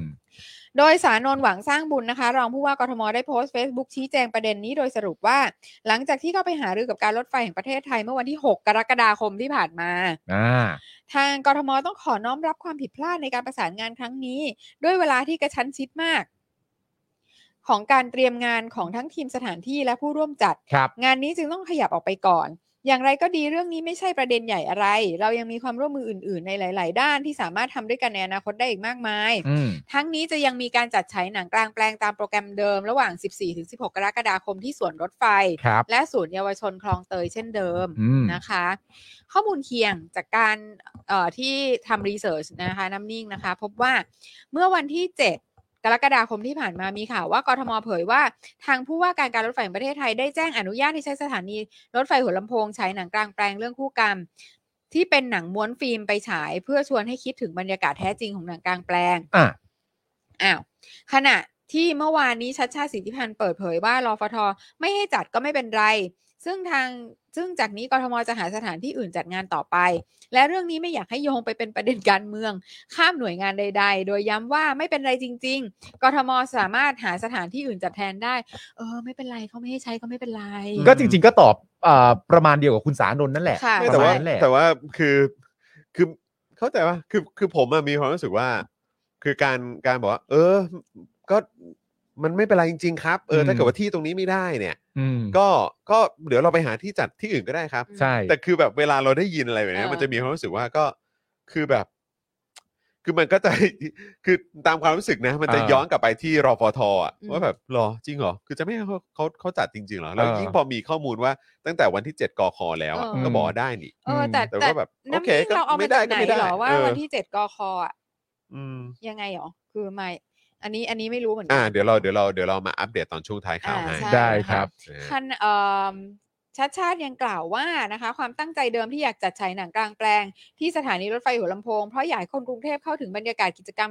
[SPEAKER 5] โดยสารนนท์หวังสร้างบุญนะคะ รองผู้ว่ากทมได้โพสต์ Facebook ชี้แจงประเด็นนี้โดยสรุปว่า หลังจากที่เข้าไปหารือกับการรถไฟแห่งประเทศไทยเมื่อวันที่ 6 กรกฎาคมที่ผ่านมา
[SPEAKER 4] อ่า
[SPEAKER 5] ทางกรทมต้องขอน้อมรับความผิดพลาดในการประสานงานครั้งนี้ ด้วยเวลาที่กระชั้นชิดมาก ของการเตรียมงานของทั้งทีมสถานที่และผู้ร่วมจัด
[SPEAKER 4] ครับ
[SPEAKER 5] งานนี้จึงต้องขยับออกไปก่อน อย่างไรก็ดีเรื่องนี้ไม่ใช่ประเด็นใหญ่อะไร เรายังมีความร่วมมืออื่น ๆ ในหลาย ๆ ด้านที่สามารถทำด้วยกันในอนาคตได้อีกมากมาย
[SPEAKER 4] อืม
[SPEAKER 5] ทั้งนี้จะยังมีการจัดฉายหนังกลางแปลงตามโปรแกรมเดิม ระหว่าง 14-16 กรกฎาคมที่สวนรถไฟ
[SPEAKER 4] ครับ
[SPEAKER 5] และศูนย์เยาวชนคลองเตยเช่นเดิม
[SPEAKER 4] อืม
[SPEAKER 5] นะคะ ข้อมูลเคียงจากการเอ่อที่ทำรีเสิร์ชนะคะน้ำนิ่งนะคะ พบว่าเมื่อวันที่ 7 กรกฎาคมที่ผ่านมามีข่าวว่ากรทมเผยว่า ทางผู้ว่าการการรถไฟแห่งประเทศไทยได้แจ้งอนุญาตให้ใช้สถานีรถไฟหัวลำโพงฉายหนังกลางแปลงเรื่องคู่กรรม ที่เป็นหนังม้วนฟิล์มไปฉาย เพื่อชวนให้คิดถึงบรรยากาศแท้จริงของหนังกลางแปลง
[SPEAKER 4] อ่ะ
[SPEAKER 5] อ้าวขณะที่เมื่อวานนี้ชัดชาติสิทธิพันธ์เปิดเผยว่ารอฟทไม่ให้จัดก็ไม่เป็นไร ซึ่งทางซึ่งจากนี้กทมจะหาสถานที่อื่นจัดงานต่อไป และเรื่องนี้ไม่อยากให้โยงไปเป็นประเด็นการเมือง ข้ามหน่วยงานใด ๆ โดยย้ำว่าไม่เป็นไรจริง ๆกทมสามารถหาสถานที่อื่นจัดแทนได้ เออ ไม่เป็นไรเขาไม่ให้ใช้ก็ไม่เป็นไร
[SPEAKER 4] ก็จริง ๆ ก็ตอบอ่าประมาณเดียวกับคุณสารนนท์นั่นแหละ
[SPEAKER 5] ค่ะ
[SPEAKER 3] ไม่
[SPEAKER 4] ป
[SPEAKER 3] แต่
[SPEAKER 4] ระ
[SPEAKER 3] ว่า
[SPEAKER 4] มาณนั้นหละ
[SPEAKER 3] แต่ว่าคือคือเข้าใจว่าคือคือผมอะมีความรู้สึกว่า คือการการบอกว่า เออ ก็มันไม่เป็นไรจริง ๆ ครับ เออ
[SPEAKER 4] อืม
[SPEAKER 3] ถ้าเกิดว่าที่ตรงนี้ไม่ได้เนี่ย
[SPEAKER 4] อืม
[SPEAKER 3] ก็ก็เดี๋ยวเราไปหาที่จัดที่อื่นก็ได้ครับ
[SPEAKER 4] ใช่
[SPEAKER 3] แต่คือแบบเวลาเราได้ยินอะไรแบบเนี้ย
[SPEAKER 5] เออ
[SPEAKER 3] มันจะมีความรู้สึกว่าก็คือแบบ คือมันก็จะ *laughs* คือตามความรู้สึกนะ มันจะ
[SPEAKER 4] เออ
[SPEAKER 3] ย้อนกลับไปที่รอฟทอ่ะ
[SPEAKER 5] อืม
[SPEAKER 3] ว่าแบบหรอจริงเหรอคือจะไม่ให้เขาเขาเขาจัดจริงๆเหรอแล้ว
[SPEAKER 4] เออ
[SPEAKER 3] ยิ่งพอมีข้อมูลว่าตั้งแต่วันที่เจ็ดกอคอแล้วอะ
[SPEAKER 5] เออ
[SPEAKER 3] ก็บอกว่าได้นี่
[SPEAKER 5] เออแต่
[SPEAKER 3] แต่
[SPEAKER 5] แต่
[SPEAKER 3] ว่าแบบโอ
[SPEAKER 5] น้ำ
[SPEAKER 3] เค
[SPEAKER 5] นิ่ง
[SPEAKER 3] ก็
[SPEAKER 5] เราเอา
[SPEAKER 3] ไม่
[SPEAKER 5] มา
[SPEAKER 3] ได้
[SPEAKER 5] จาก
[SPEAKER 3] ก็
[SPEAKER 5] ไหน
[SPEAKER 3] ไม่ได้
[SPEAKER 5] เหรอว่า
[SPEAKER 3] เออ
[SPEAKER 5] วันที่เจ็ดกคอะ
[SPEAKER 3] อืม
[SPEAKER 5] ยังไงหรอคือไม่อันนี้อันนี้ไม่รู้เหมือนกั
[SPEAKER 3] อ่าเดี๋ยวเราเดี๋ยวเราเดี๋ยวเรามาอัปเดตตอนช่วงท้ายข่าวให้
[SPEAKER 5] อ่าใช่
[SPEAKER 4] ได้ครับ
[SPEAKER 3] นะฮะ
[SPEAKER 5] คันเอ่มชัดชาติยังกล่าวว่านะคะ ความตั้งใจเดิมที่อยากจัดฉายหนังกลางแปลง ที่สถานีรถไฟหัวลำโพง เพราะอยากให้คนกรุงเทพเข้าถึงบรรยากาศกิจกรรม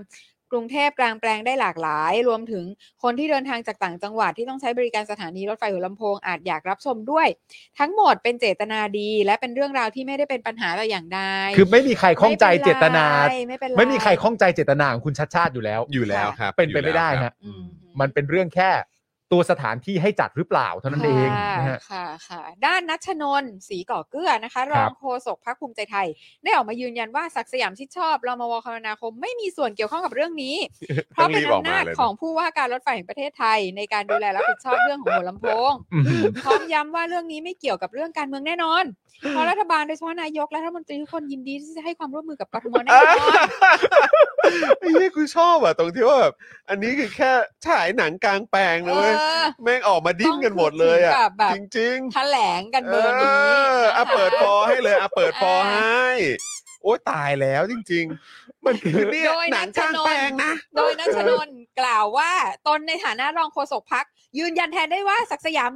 [SPEAKER 5] กรุงเทพกลางแปลงได้หลากหลาย รวมถึงคนที่เดินทางจากต่างจังหวัดที่ต้องใช้บริการสถานีรถไฟหัวลำโพงอาจอยากรับชมด้วย ทั้งหมดเป็นเจตนาดี และเป็นเรื่องราวที่ไม่ได้เป็นปัญหาแต่อย่างใด
[SPEAKER 4] คือไม่มีใครข้องใจเจตนา
[SPEAKER 5] ไม่เป็นไร
[SPEAKER 4] ไม่มีใครข้องใจเจตนาของคุณชัดชาติอยู่แล้ว
[SPEAKER 3] อยู่แล้วครับ
[SPEAKER 4] เป็นไปไม่ได้
[SPEAKER 3] อยู่แล้ว
[SPEAKER 4] ฮะ
[SPEAKER 5] อืม
[SPEAKER 4] มันเป็นเรื่องแค่ ตัวสถานที่ให้จัดหรือเปล่าเท่านั้นเอง
[SPEAKER 5] ค่ะ
[SPEAKER 4] นะฮะ
[SPEAKER 5] ค่ะค่ะ ด้านนัชนนท์ศรีก่อเกื้อนะคะร
[SPEAKER 4] ครั
[SPEAKER 5] อบ งโฆษกพรรคภูมิใจไทย ได้ออกมายืนยันว่าศักดิ์สยามชิดชอบรมวคมนาคมไม่มีส่วนเกี่ยวข้องกับเรื่อง
[SPEAKER 3] *laughs*
[SPEAKER 5] นี้ เพราะเป็นอำนาจของผู้ว่าการรถไฟแห่งประเทศไทย ในการดูแลรับผิดชอบเรื่องของหัวลำโพง
[SPEAKER 4] อื้อหือ
[SPEAKER 5] พร้อมย้ำว่าเรื่องนี้ไม่เกี่ยวกับเรื่องการเมืองแน่นอน เพราะรัฐบาลโดยเฉพาะนายกและรัฐมนตรีทุกคนยินดีที่จะให้ความร่วมมือกับกทมแน่นอน
[SPEAKER 3] ไอ้ที่กูชอบอ่ะตรงที่ว่าแบบอันนี้คือแค่ฉายหนังกลางแปลง
[SPEAKER 5] เอ
[SPEAKER 3] นะเว้ย
[SPEAKER 5] อ
[SPEAKER 3] แม่งออกมาดิ้นกันหมดเลยอ่ะ
[SPEAKER 5] ต้องถึงกับแบบ
[SPEAKER 3] จริง
[SPEAKER 5] แถลงกัน
[SPEAKER 3] ๆ
[SPEAKER 5] เบอร์นี้
[SPEAKER 3] เออ
[SPEAKER 5] นะคะ
[SPEAKER 3] อ่ะเปิดพอให้เลยอ่ะเปิดพอ
[SPEAKER 5] เออ
[SPEAKER 3] ให้ โอ้ยตายแล้วจริง ๆ มันคือเนี่ย
[SPEAKER 5] โดย
[SPEAKER 3] หนัง
[SPEAKER 5] นัช
[SPEAKER 3] กลาง
[SPEAKER 5] น
[SPEAKER 3] แปล
[SPEAKER 5] น
[SPEAKER 3] งนะ
[SPEAKER 5] โดยนัชนนท์กล่าวว่าตนในฐานะรองโฆษกพัก ยืนยันแทนได้ว่าศักดิ์สยาม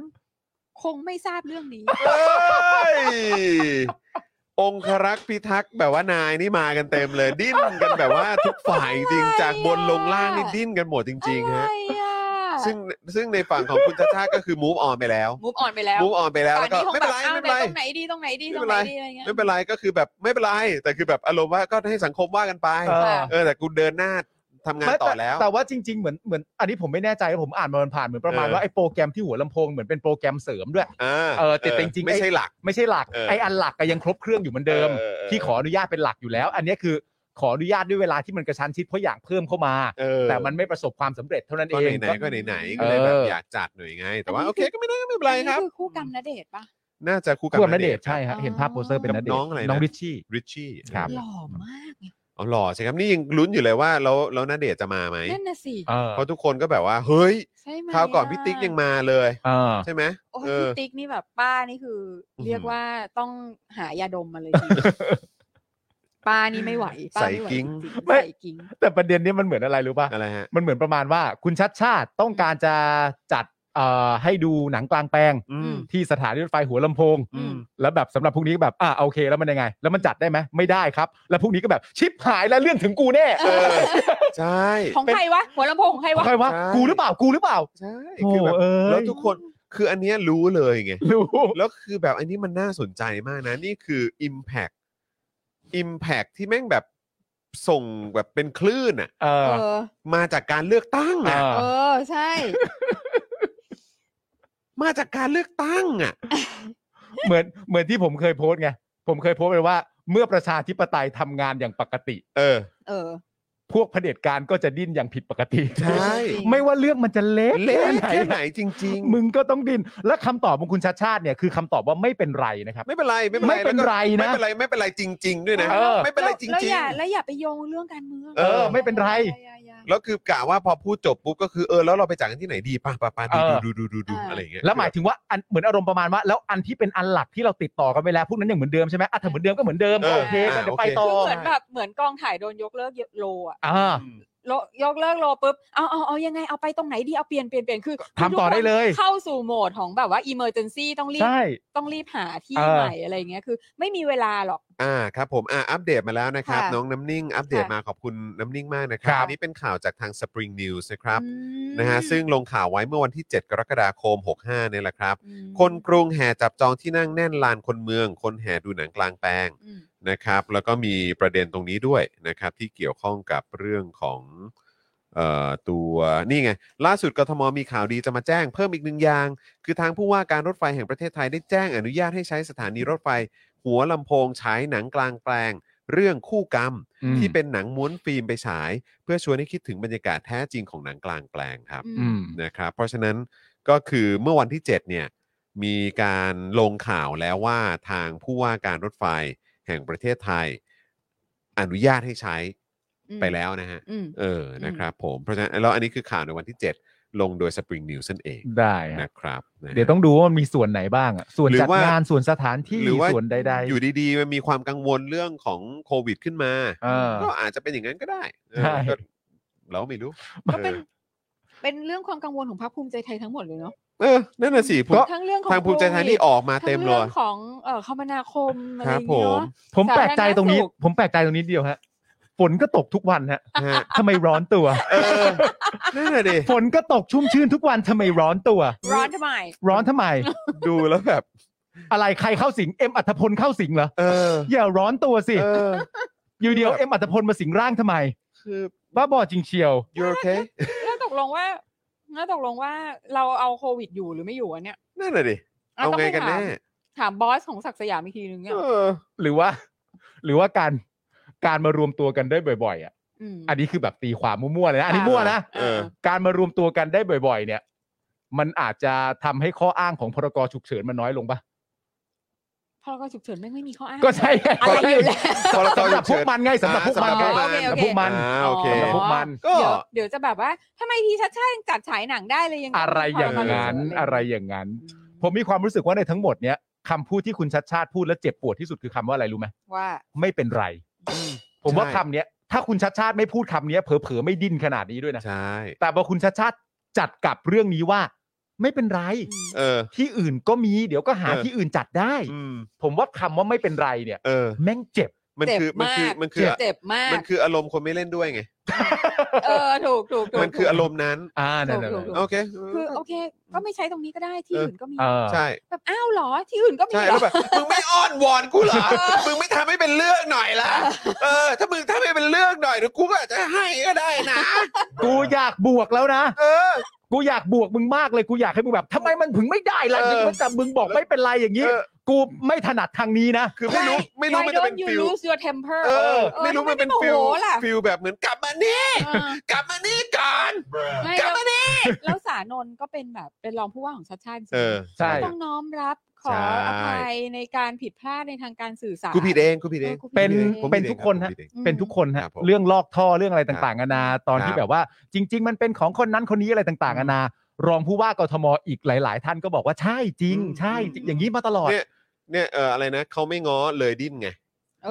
[SPEAKER 5] คงไม่ทราบเรื่องนี้
[SPEAKER 3] เอ้ยองครักษ์พิทักษ์แบบว่านายนี่มากันเต็มเลย ดิ้นกันแบบว่าทุกฝ่ายจริงๆจากบนลงล่างนี่ดิ้นกันหมดจริงๆฮะ
[SPEAKER 5] อะไรอ่ะ
[SPEAKER 3] ซึ่งซึ่งในฝั่งของคุณชาชาติก็คือ move on ไปแล้ว
[SPEAKER 5] มูฟออนไปแล้ว
[SPEAKER 3] move on ไปแล้ว
[SPEAKER 5] ป่า
[SPEAKER 3] แล้วก็
[SPEAKER 5] นี้คง
[SPEAKER 3] ไม่
[SPEAKER 5] แบ
[SPEAKER 3] เป็น
[SPEAKER 5] บ
[SPEAKER 3] ไร
[SPEAKER 5] อ้าว
[SPEAKER 3] ไม่
[SPEAKER 5] ไห
[SPEAKER 3] เป็น นไร
[SPEAKER 5] ตรงไหนดีตรงไหน
[SPEAKER 3] ไม่เป็น
[SPEAKER 5] ดีตรง
[SPEAKER 3] ไร
[SPEAKER 5] ไหนดีอะไรเงี้ย
[SPEAKER 3] ไม่เป็นไรก็คือแบบไม่เป็นไรแต่คือแบบอารมณ์ว่าก็ให้สังคมว่ากันไป
[SPEAKER 4] เออ
[SPEAKER 3] เออแต่กูเดินหน้าทำงาน
[SPEAKER 4] ไม่
[SPEAKER 3] ต่อแล้ว
[SPEAKER 4] ต่ว่าจริงๆเหมือนเหมือนอันนี้ผมไม่แน่ใจว่าผมอ่านมาผ่านๆเหมือนประมาณ
[SPEAKER 3] เออ
[SPEAKER 4] ว่าไอ้โปรแกรมที่หัวลำโพงเหมือนเป็นโปรแกรมเสริมด้วย
[SPEAKER 3] อ่า
[SPEAKER 4] เออแต่จริงๆ
[SPEAKER 3] ไม่ใช่หลัก
[SPEAKER 4] ไม่ใช่หลัก
[SPEAKER 3] เออ
[SPEAKER 4] ไอ้อันหลักก็ยังครบเครื่องอยู่เหมือนเดิม
[SPEAKER 3] เออเออเออ
[SPEAKER 4] ที่ขออนุญาตเป็นหลักอยู่แล้ว อันเนี้ยคือขออนุญาตด้วยเวลาที่มันกระชั้นชิดเพราะอยากเพิ่มเข้ามา
[SPEAKER 3] เออ
[SPEAKER 4] แต่มันไม่ประสบความสำเร็จเท่านั้น
[SPEAKER 3] ก็
[SPEAKER 4] เอง
[SPEAKER 3] ไหนๆก็ไหนๆก็เลยแบบอยากจัดหน่อยไง แต่ว่าโอเคก็ไม่ได้ก็ไม่เป็นไรครับ
[SPEAKER 5] คือคู่กรรมณเดชน์ปะ
[SPEAKER 3] น่าจะคู่กับ
[SPEAKER 4] ควบณเดชน์
[SPEAKER 3] ครั
[SPEAKER 4] ใช่
[SPEAKER 3] บ
[SPEAKER 4] ฮะ
[SPEAKER 5] อ๋อ
[SPEAKER 4] เห็นภาพโปสเตอร์เป็น
[SPEAKER 3] กับ
[SPEAKER 4] ณเดช
[SPEAKER 3] น้องอะไรนะ
[SPEAKER 4] น้องริชชี่
[SPEAKER 3] ริชชี่
[SPEAKER 4] ครับ
[SPEAKER 5] หล่อมากเนี่ย
[SPEAKER 3] เอาหล่อใช่ครับนี่ยังลุ้นอยู่เลยว่าแล้วแล้วนาเดชน์จะมาไหม
[SPEAKER 5] นั่นน่ะสิ
[SPEAKER 4] เออ
[SPEAKER 3] เพราะทุกคนก็แบบว่า เฮ้ย
[SPEAKER 5] ใช่ไหม
[SPEAKER 3] คราวก่อนพี่
[SPEAKER 5] ะ
[SPEAKER 3] ติ๊กยังมาเลย
[SPEAKER 4] เออ
[SPEAKER 3] ใช่ไหม
[SPEAKER 5] โอ้ย
[SPEAKER 3] เออ
[SPEAKER 5] พี่ติ๊กนี่แบบป้านี่คือ
[SPEAKER 3] อืม
[SPEAKER 5] เรียกว่าต้องหายาดมมา
[SPEAKER 3] *laughs*
[SPEAKER 5] เลยทีป้านี่ไม่ไหวป้า
[SPEAKER 3] ใส่
[SPEAKER 5] ไม่ไหว
[SPEAKER 3] กิ้ง
[SPEAKER 5] จริงๆ
[SPEAKER 4] ไม่
[SPEAKER 5] ใส่กิ้ง
[SPEAKER 4] แต่ประเด็นเนี้ยมันเหมือนอะไรรู้ป่ะ
[SPEAKER 3] อะไรฮะ
[SPEAKER 4] มันเหมือนประมาณว่าคุณชัดชาติต้องการจะจัดเอ่อให้ดูหนังกลางแปลง
[SPEAKER 3] อืม
[SPEAKER 4] ที่สถานีรถไฟหัวลำโพง
[SPEAKER 5] อืม
[SPEAKER 4] แล้วแบบสำหรับพวกนี้ก็แบบอ่าโอเคแล้วมันยังไง แล้วมันจัดได้ไหมไม่ได้ครับ แล้วพวกนี้ก็แบบชิปหายแล้วเรื่องถึงกูแน่
[SPEAKER 3] เออ ใช่
[SPEAKER 5] ของใครวะ หัวลำโพงของใครวะ
[SPEAKER 4] ใครวะกูหรือเปล่ากูหรือเปล่า
[SPEAKER 3] ใช่
[SPEAKER 4] โอ้
[SPEAKER 3] คือแบบ
[SPEAKER 4] เอ้ย
[SPEAKER 3] แล้วทุกคนคืออันเนี้ยรู้เลยไง
[SPEAKER 4] รู้
[SPEAKER 3] *laughs* แล้วคือแบบอันนี้มันน่าสนใจมากนะ นี่คือ Impact Impact ที่แม่งแบบส่งแบบเป็นคลื่นอ่ะ
[SPEAKER 4] เอ
[SPEAKER 5] เอ
[SPEAKER 4] อ
[SPEAKER 5] อ
[SPEAKER 3] มาจากการเลือกตั้ง
[SPEAKER 4] เอ
[SPEAKER 3] อ่ะ
[SPEAKER 4] อ
[SPEAKER 5] เออ ใช่
[SPEAKER 3] มาจากการเลือกตั้งอ่ะ
[SPEAKER 4] เหมือนเหมือนที่ผมเคยโพสต์ไงผมเคยโพสต์ไปว่า เมื่อประชาธิปไตยทำงานอย่างปกติ
[SPEAKER 3] เอ
[SPEAKER 4] *laughs*
[SPEAKER 3] อ
[SPEAKER 5] เออ
[SPEAKER 4] พวกเผด็จการก็จะดิ้นอย่างผิดปกติ
[SPEAKER 3] ใช่
[SPEAKER 5] จริง
[SPEAKER 4] ไม่ว่าเรื่องมันจะเละ
[SPEAKER 3] เละ
[SPEAKER 4] แค่
[SPEAKER 3] แค่
[SPEAKER 4] ไห
[SPEAKER 3] ไห
[SPEAKER 4] น
[SPEAKER 3] นจริง ๆ
[SPEAKER 4] มึงก็ต้องดิ้นและคำตอบของคุณชาติชาติเนี่ยคือคำตอบว่าไม่เป็นไรนะครับ
[SPEAKER 3] ไม่เป็นไรไม่เป็น
[SPEAKER 4] ไม่
[SPEAKER 3] ไร
[SPEAKER 4] เป็นไร
[SPEAKER 3] แล้วก็ไม่เป็
[SPEAKER 4] นะ
[SPEAKER 3] นไรไม่เป็นไรจริง ๆ ด้วยนะ
[SPEAKER 4] เออ
[SPEAKER 3] ไม่เป็นไรจ
[SPEAKER 5] แล้ว
[SPEAKER 3] ริ
[SPEAKER 5] อง ย่าแล้วอย่าไปโยงเรื่องการเมือง
[SPEAKER 3] เออ
[SPEAKER 4] ไม่เป็นไร
[SPEAKER 5] อย่าอย่าอย่า
[SPEAKER 3] ๆ แล้วคือกะว่าพอพูดจบปุ๊บก็คือเออแล้วเราไปจากกันที่ไหนดีป่ะป่ะป่ะดู
[SPEAKER 4] เออ
[SPEAKER 3] ดูดูดูดู
[SPEAKER 5] อ่า
[SPEAKER 3] อะไรอย่างเงี้ย
[SPEAKER 4] แล้วหมายถึงว่าอันเหมือนอารมณ์ประมาณว่าแล้วอันที่เป็นอันหลักที่เราติดต่อกันไปแล้วพวกนั้นยังเหมือนเดิมใช่ไหมอ่ะถ้าเหมือนเดิมก็เหมือนเดิมก็โอเคก็เดี๋ยวไปต่อ
[SPEAKER 5] คือเหมือนแบบเหมือนกองถ่ายโดนยกเลิกโลอะ
[SPEAKER 4] อ่า
[SPEAKER 3] อืม
[SPEAKER 5] โลยกเลิกโลปุ๊บ เอาเอาเอายังไง เอาไปตรงไหนดี เอาเปลี่ยนเปลี่ยนเปลี่ยนคือ
[SPEAKER 4] ทำต่อได้เลย
[SPEAKER 5] เข้าสู่โหมดของแบบว่า emergency ต้องรีบ
[SPEAKER 4] ใช่
[SPEAKER 5] ต้องรีบหาที่
[SPEAKER 4] เออ
[SPEAKER 5] ใหม่อะไรอย่างเงี้ย คือ ไม่มีเวลาหรอก
[SPEAKER 3] อ่าครับผมอ่าอัปเดตมาแล้วนะครับ
[SPEAKER 5] ค่ะ
[SPEAKER 3] น้องน้ำนิ่ง อัปเดต
[SPEAKER 5] ค่ะ
[SPEAKER 3] มาขอบคุณน้ำนิ่งมากนะครับ
[SPEAKER 5] ครับ
[SPEAKER 3] อันนี้เป็นข่าวจากทาง Spring News นะครับ
[SPEAKER 5] อืม
[SPEAKER 3] นะฮะซึ่งลงข่าวไว้เมื่อวันที่ 7 กรกฎาคม 65เนี่ยแหละครับ
[SPEAKER 5] อืม
[SPEAKER 3] คนกรุงแห่จับจองที่นั่งแน่นลานคนเมือง คนแห่ดูหนังกลางแปลง
[SPEAKER 5] อืม
[SPEAKER 3] นะครับแล้วก็มีประเด็นตรงนี้ด้วยนะครับที่เกี่ยวข้องกับเรื่องของเอ่อตัวนี่ไง ล่าสุดกทมมีข่าวดีจะมาแจ้งเพิ่มอีกหนึ่งอย่าง คือทางผู้ว่าการรถไฟแห่งประเทศไทยได้แจ้งอนุญาตให้ใช้สถานีรถไฟ หัวลำโพงฉายหนังกลางแปลง เรื่องคู่กรรม
[SPEAKER 4] อืม
[SPEAKER 3] ที่เป็นหนังม้วนฟิล์มไปฉาย เพื่อชวนให้คิดถึงบรรยากาศแท้จริงของหนังกลางแปลงครับ
[SPEAKER 4] อืม
[SPEAKER 3] นะครับเพราะฉะนั้นก็คือเมื่อวันที่ 7 เนี่ย มีการลงข่าวแล้วว่าทางผู้ว่าการรถไฟแห่งประเทศไทย อนุญาตให้ใช้
[SPEAKER 5] อืม
[SPEAKER 3] ไปแล้วนะฮะ
[SPEAKER 5] อืม
[SPEAKER 3] เออนะครับผมเพราะฉะนั้นแล้วอันนี้คือข่าวในวันที่ 7 ลงโดย Spring News นั่นเอง
[SPEAKER 4] ได้ฮะ
[SPEAKER 3] นะครับนะฮะ
[SPEAKER 4] เดี๋ยวต้องดูว่ามันมีส่วนไหนบ้างอะส่วน
[SPEAKER 3] หรือ
[SPEAKER 4] จัด
[SPEAKER 3] ว่าง
[SPEAKER 4] งานส่วนสถานที่
[SPEAKER 3] หรือว่า
[SPEAKER 4] ส่วนใด ๆ
[SPEAKER 3] อยู่ดีๆ มันมีความกังวลเรื่องของโควิดขึ้นมา
[SPEAKER 4] เออ
[SPEAKER 3] ก็อาจจะเป็นอย่างนั้นก็ได้เออ
[SPEAKER 4] ใช่
[SPEAKER 3] ก็เราไม่รู้
[SPEAKER 5] ก็เป็น
[SPEAKER 3] เออ
[SPEAKER 5] เป็นเรื่องความกังวลของพรรคภูมิใจไทยทั้งหมดเลยเนาะ
[SPEAKER 3] เออนั่นน่ะสิผม
[SPEAKER 5] ทั้งเรื่องของ
[SPEAKER 3] ทางภูมิใจไทย
[SPEAKER 5] โควิด
[SPEAKER 3] นี่ออกมาเต็มเล
[SPEAKER 5] ทั้ง
[SPEAKER 3] ย
[SPEAKER 5] เรื่องของเอ่อคมนาคมอะ
[SPEAKER 3] ค
[SPEAKER 5] ไรอ
[SPEAKER 3] รับ
[SPEAKER 5] ย่าง
[SPEAKER 3] ผ
[SPEAKER 5] เงี้
[SPEAKER 3] ม
[SPEAKER 5] ยเนาะ
[SPEAKER 4] ผมแปลกใจตรงนี้
[SPEAKER 5] สาธารณสุข
[SPEAKER 4] ผมแปลกใจตรงนี้เดียวฮะฝนก็ตกทุกวันฮะ
[SPEAKER 3] ฮะ
[SPEAKER 4] ทำไมร้อนตัว
[SPEAKER 3] เออนั่นแหละดิ
[SPEAKER 4] ฝนก็ตกชุ่มชื่นทุกวันทำไมร้อนตัว
[SPEAKER 5] ร้อนทำไม
[SPEAKER 4] ร้อนทำไม
[SPEAKER 3] ดูแล้วแบบ
[SPEAKER 4] อะไรใครเข้าสิงเอ็มอัธพลเข้าสิงเหรอ
[SPEAKER 3] เออ
[SPEAKER 4] อย่าร้อนตัวสิ
[SPEAKER 3] เออ
[SPEAKER 4] อยู่เดียวเอ็มอัธพลมาสิงร่างทำไม
[SPEAKER 3] คือ
[SPEAKER 4] บ้าบอจริงเชียว
[SPEAKER 3] you okay
[SPEAKER 5] แล้วตกลงว่า แล้วตกลงว่าเราเอาโควิดอยู่หรือไม่อยู่อันเนี้ย
[SPEAKER 3] นั่นแหละดิ
[SPEAKER 5] ะ
[SPEAKER 3] เอา
[SPEAKER 5] ต้
[SPEAKER 3] ไง
[SPEAKER 5] ป
[SPEAKER 3] กันแน่
[SPEAKER 5] ถามถามบอสของศักดิ์สยามอีกทีนึงอ่ะ
[SPEAKER 3] เออ
[SPEAKER 4] หรือว่า หรือว่าการการมารวมตัวกันได้บ่อยๆอ่ะ
[SPEAKER 5] ม
[SPEAKER 4] อันนี้คือแบบตีความมั่วๆเลยนะอันนี้
[SPEAKER 5] ค่ะ
[SPEAKER 4] มั่วนะ
[SPEAKER 3] เออ
[SPEAKER 4] การมารวมตัวกันได้บ่อย ๆ เนี่ย มันอาจจะทำให้ข้ออ้างของพรกฉุกเฉินมันน้อยลงปะ
[SPEAKER 5] พอก็ฉุกเฉินไม่งไม่มีข้ออ้าง
[SPEAKER 4] ก็ใช่ไง
[SPEAKER 5] อะไรอยู่แล้ว
[SPEAKER 3] พรก
[SPEAKER 4] สำหรับพ
[SPEAKER 3] ฉุ
[SPEAKER 4] วก
[SPEAKER 3] เฉิ
[SPEAKER 4] มันไงสำหรับพวกมันไง
[SPEAKER 3] อ่า
[SPEAKER 4] สำหรับพวกมัน
[SPEAKER 3] อ่าโอเค
[SPEAKER 4] สำหรับพวกมัน
[SPEAKER 3] ก็
[SPEAKER 5] เดี๋ยวเดี๋ยวจะแบบว่าทำไมทีชัดชาติยังจัดฉายหนังได้เลยยัง
[SPEAKER 4] อะไรอย่างนั้น
[SPEAKER 5] ม่พ
[SPEAKER 4] อะไรอย่างนั้น
[SPEAKER 5] อืม
[SPEAKER 4] ผมมีความรู้สึกว่าในทั้งหมดเนี้ยคำพูดที่คุณชัดชาติพูดและเจ็บปวดที่สุดคือคำว่าอะไรรู้ไหม
[SPEAKER 5] ว่า
[SPEAKER 4] ไม่เป็นไร ผมว่า
[SPEAKER 3] ใช่
[SPEAKER 4] คำเนี้ย ถ้าคุณชัดชาติไม่พูดคำเนี้ยเผลอๆไม่ดิ้นขนาดนี้ด้วยนะ
[SPEAKER 3] ใช่
[SPEAKER 4] แต่พอคุณชัดชาติจัดกลับเรื่องนี้ว่า ไม่เป็นไร
[SPEAKER 3] เออ
[SPEAKER 4] ที่อื่นก็มีเดี๋ยวก็หา
[SPEAKER 3] เออ
[SPEAKER 4] ที่อื่นจัดได้
[SPEAKER 3] อืม
[SPEAKER 4] ผมว่าคำว่าไม่เป็นไรเนี่ย
[SPEAKER 3] เออ
[SPEAKER 4] แม่งเจ็บ
[SPEAKER 3] มันคือ
[SPEAKER 5] เจ็บ
[SPEAKER 3] มันคือ
[SPEAKER 5] มาก
[SPEAKER 3] มันคือ
[SPEAKER 5] เจ็บมาก
[SPEAKER 3] มันคืออารมณ์คนไม่เล่นด้วยไง
[SPEAKER 5] เออถูกถูกถูก
[SPEAKER 3] มันคืออารมณ์นั้น
[SPEAKER 4] อ่านั่น
[SPEAKER 5] ถูก
[SPEAKER 4] ๆ
[SPEAKER 3] โอเค
[SPEAKER 5] คือโอเค ก็ไม่ใช้ตรงนี้ก็ได้ที่
[SPEAKER 3] เอออื่
[SPEAKER 5] อื่นก็มี
[SPEAKER 4] ๆเออ
[SPEAKER 3] ใช่
[SPEAKER 5] แบบอ้าวเหรอที่อื่นก็มี
[SPEAKER 3] ใช่
[SPEAKER 5] เหร
[SPEAKER 3] แล้
[SPEAKER 5] อ
[SPEAKER 3] วแบบ มึงไม่อ้อนวอนกูเหรอ
[SPEAKER 5] เออ
[SPEAKER 3] มึงไม่ทำให้เป็นเรื่องหน่อยล่ะ เออ ถ้ามึงถ้าไม่เป็นเรื่องหน่อยเดี๋ยวกูก็อาจจะให้ก็ได้นะ
[SPEAKER 4] กูอยากบวกแล้วนะ
[SPEAKER 3] เออ
[SPEAKER 4] กูอยากบวกมึงมากเลยกูอยากให้มึงแบบทำไมมันถึงไม่ได้ล่ะ
[SPEAKER 3] เออ
[SPEAKER 4] แต่มึงบอกไม่เป็นไรอย่างนี้
[SPEAKER 3] เออ
[SPEAKER 4] กูไม่ถนัดทางนี้นะ
[SPEAKER 3] คือไม่รู้ ไม่รู้
[SPEAKER 5] Why
[SPEAKER 3] มันจะเป็น
[SPEAKER 5] don't you
[SPEAKER 3] ฟิล
[SPEAKER 5] lose your temper
[SPEAKER 3] เออ
[SPEAKER 5] เออ
[SPEAKER 3] ไม่รู้
[SPEAKER 5] ทำไม
[SPEAKER 3] มันเป็น
[SPEAKER 5] ไม่
[SPEAKER 3] ฟิล
[SPEAKER 5] โมโหล่ะ
[SPEAKER 3] ฟิลแบบเหมือนกลับมานี่
[SPEAKER 5] เอ
[SPEAKER 3] *laughs*
[SPEAKER 5] อก
[SPEAKER 3] ลับมานี่ก่อน
[SPEAKER 5] ไม่
[SPEAKER 3] กลับ
[SPEAKER 5] แล้ว
[SPEAKER 3] มานี่
[SPEAKER 5] แล้วสานนท์ก็เป็นแบบเป็นรองผู้ว่าของชัดชาติจริงๆ
[SPEAKER 3] เออ
[SPEAKER 4] ใช่
[SPEAKER 5] ต้องน้อมรับขอ
[SPEAKER 3] ใช่
[SPEAKER 5] อภัยในการผิดพลาดในทางการสื่อสาร
[SPEAKER 3] กูผิดเองกูผิดเอง
[SPEAKER 5] ออกูผิด
[SPEAKER 4] เป็น
[SPEAKER 5] อง
[SPEAKER 3] ผม
[SPEAKER 4] เป็น
[SPEAKER 3] ผิดเอง
[SPEAKER 4] ทุกค
[SPEAKER 3] ค
[SPEAKER 4] น
[SPEAKER 3] รับผมผิดเอ
[SPEAKER 4] ฮะ
[SPEAKER 3] ง
[SPEAKER 4] เป็นทุกคนฮะ
[SPEAKER 3] ครับผม
[SPEAKER 4] เรื่องลอกท่อเรื่องอะไรต่างๆ
[SPEAKER 3] ครับ
[SPEAKER 4] นานาตอนที่
[SPEAKER 3] ครับ
[SPEAKER 4] แบบว่า จริง ๆ มันเป็นของคนนั้นคนนี้อะไรต่างๆนานารองผู้ว่ากทมอีกหลาย ๆ ท่านก็บอกว่าใช่จริง ใช่จริงอย่างนี้มาตลอด
[SPEAKER 3] เนี่ยเนี่ยเอออะไรนะเขาไม่ง้อเลยดิ้นไง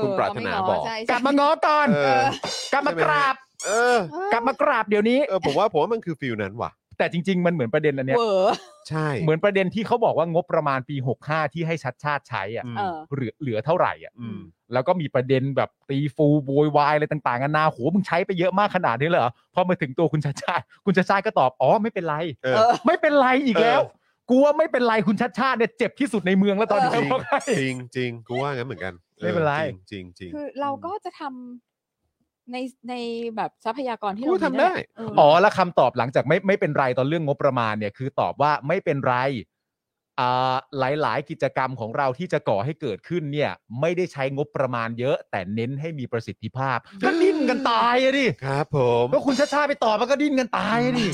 [SPEAKER 3] คุณปรารถนาบอก
[SPEAKER 5] เเไม่ง้ใช่
[SPEAKER 4] กลับมาง้อก่อน
[SPEAKER 3] เออ
[SPEAKER 4] กลับมา
[SPEAKER 3] ใช่ไหม
[SPEAKER 4] กราบ
[SPEAKER 3] เออ
[SPEAKER 5] เออก
[SPEAKER 4] ลับมากราบเดี๋ยวนี้
[SPEAKER 3] เออผมว่าผมว่ามันคือฟิลนั้นว่ะ
[SPEAKER 4] แต่จริง ๆ มันเหมือนประเด็นอันเนี้ย
[SPEAKER 5] เวอร์
[SPEAKER 3] ใช่
[SPEAKER 4] เหมือนประเด็นที่เขาบอกว่างบประมาณปี 65 ที่ให้ชัดชาติใช้อ่ะ
[SPEAKER 3] อืม
[SPEAKER 5] เออ
[SPEAKER 4] เหลือเหลือเท่าไหร่อ่ะ
[SPEAKER 3] อืม
[SPEAKER 4] แล้วก็มีประเด็นแบบตีฟูโวยวายอะไรต่างๆนานาโหมึงใช้ไปเยอะมากขนาดนี้เลยเหรอพอมาถึงตัวคุณชัดชาติ คุณชัดชาติก็ตอบอ๋อไม่เป็นไร
[SPEAKER 3] เออ
[SPEAKER 5] เออ
[SPEAKER 4] ไม่เป็นไรอีกแล้ว
[SPEAKER 3] เออ
[SPEAKER 4] กูว่าไม่เป็นไรคุณชัดชาติเนี่ยเจ็บที่สุดในเมืองแล้วตอนนี้
[SPEAKER 5] เออ
[SPEAKER 4] เพราะใคร
[SPEAKER 3] จริงจริงกูว่างั้นเหมือนกันออ
[SPEAKER 4] ไม่เป็นไร
[SPEAKER 3] จริงจริงจริง
[SPEAKER 5] คือเราก็จะทำในในแบบทรัพยากรที่
[SPEAKER 3] กู
[SPEAKER 5] เรา
[SPEAKER 3] ทำได้
[SPEAKER 5] เออ
[SPEAKER 4] อ๋อแล้วคำตอบหลังจากไม่ไม่เป็นไรตอนเรื่องงบประมาณเนี่ยคือตอบว่าไม่เป็นไรอ่าหลาย ๆ กิจกรรมของเราที่จะก่อให้เกิดขึ้นเนี่ย ไม่ได้ใช้งบประมาณเยอะ แต่เน้นให้มีประสิทธิภาพก็ดิ้นกันตายอะดิ
[SPEAKER 3] ครับผม
[SPEAKER 4] ก็คุณชาชาติไปตอบมันก็ดิ้นกันตายอะดิ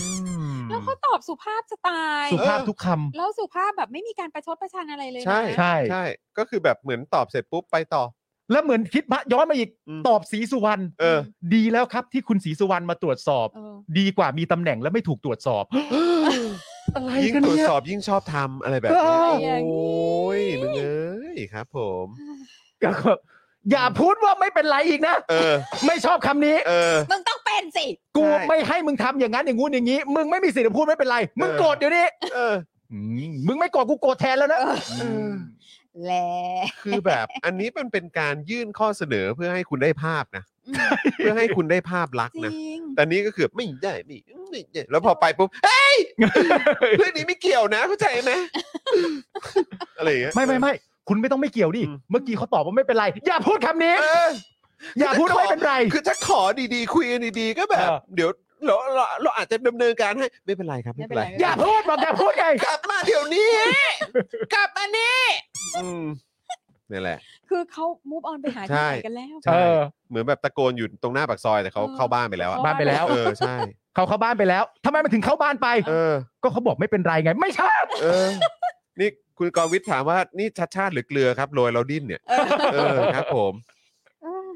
[SPEAKER 5] แล้วเขาตอบสุภาพจะตาย
[SPEAKER 4] สุภาพทุกคำ
[SPEAKER 5] แล้วสุภาพแบบไม่มีการประชดประชันอะไรเลยนะ
[SPEAKER 3] ใช่
[SPEAKER 4] ใช่
[SPEAKER 3] ใช่ก็คือแบบเหมือนตอบเสร็จปุ๊บไปต่อ
[SPEAKER 4] แล้วเหมือนคิดมาย้อนมาอีก
[SPEAKER 3] อืม
[SPEAKER 4] ตอบสีสุวรรณ
[SPEAKER 3] เออ
[SPEAKER 4] ดีแล้วครับที่คุณสีสุวรรณมาตรวจสอบ
[SPEAKER 5] เออ
[SPEAKER 4] ดีกว่ามีตำแหน่งและไม่ถูกตรวจสอบ อะไร
[SPEAKER 3] ยิ่ง
[SPEAKER 4] กัน
[SPEAKER 3] ตรวจ
[SPEAKER 4] เนี่ย
[SPEAKER 3] สอบยิ่งชอบทำอะไรแบบนี้
[SPEAKER 4] เออ
[SPEAKER 3] โอ้ยมึงเอ้ยครับ ผม
[SPEAKER 4] ก็อย่าพูดว่าไม่เป็นไรอีกนะ
[SPEAKER 3] เออ
[SPEAKER 4] ไม่ชอบคำนี้
[SPEAKER 3] เออ
[SPEAKER 5] มึงต้องเป็นสิ
[SPEAKER 4] กู
[SPEAKER 3] ใช่
[SPEAKER 4] ไม่ให้มึงทำอย่างนั้นอย่างงู้นอย่างนี้ มึงไม่มีสิทธิ์จะพูดไม่เป็นไร มึง
[SPEAKER 3] เออ
[SPEAKER 4] โกรธเดี๋ยวนี้
[SPEAKER 3] เออ
[SPEAKER 4] อืมมึงไม่โกรธกูโกรธแทนแล้วนะ
[SPEAKER 5] เออ
[SPEAKER 3] เออ
[SPEAKER 5] แล
[SPEAKER 3] คือแบบ อันนี้มันเป็นการยื่นข้อเสนอเพื่อให้คุณได้ภาพนะ
[SPEAKER 5] อืม
[SPEAKER 3] เพื่อให้คุณได้ภาพลักษ
[SPEAKER 5] จ
[SPEAKER 3] ณ์นะ
[SPEAKER 5] ริง
[SPEAKER 3] แต่นี้ก็คือไม่ได้ไม่ไม่ได้แล้วพอไปปุ๊บเฮ้ยเรื่องนี้ไม่เกี่ยวนะเข้าใจไหม อะไรอย่างเงี้ย
[SPEAKER 4] ไม่ไม่ไม่คุณไม่ต้องไม่เกี่ยวดิ
[SPEAKER 3] อืม
[SPEAKER 4] เมื่อกี้เขาตอบว่าไม่เป็นไร อย่าพูดคำนี้
[SPEAKER 3] เออ
[SPEAKER 4] อย่าพูดว่าไม่เป็นไร
[SPEAKER 3] คือถ้าขอดีๆ คุยกันดีๆ ก็แบบ
[SPEAKER 4] เออ
[SPEAKER 3] เดี๋ยวเราเราเราอาจจะดำเนินการให้ไม่เป็นไรครับไม่เป็นไร
[SPEAKER 5] ไม่เป็น
[SPEAKER 4] อ
[SPEAKER 5] ไร
[SPEAKER 4] ย่าพูดบอกอย่าพูดไง
[SPEAKER 3] กลับมาเดี๋ยวนี้ กลับมานี่อืมนี่แหละ
[SPEAKER 5] คือเขา move on ไปหา
[SPEAKER 3] ใช่
[SPEAKER 5] ที่ไหนกันแล้ว
[SPEAKER 3] ใช่
[SPEAKER 4] เออ
[SPEAKER 3] เหมือนแบบตะโกนอยู่ตรงหน้าปากซอยแต่เขา
[SPEAKER 5] เออ
[SPEAKER 3] เข้าบ้านไปแล้วอะ
[SPEAKER 4] บ้านไปแล้ว
[SPEAKER 3] เออใช่
[SPEAKER 4] เขาเข้าบ้านไปแล้วทำไมมันถึงเข้าบ้านไป
[SPEAKER 3] เออ
[SPEAKER 4] ก็เขาบอกไม่เป็นไรไง ไม่ชอบ
[SPEAKER 3] เออ นี่คุณกรวิทย์ถามว่านี่ชัดชาติหรือเกลือครับโรยเราดิ้นเนี่ย
[SPEAKER 5] เออ
[SPEAKER 3] เออครับ ผม
[SPEAKER 5] เออ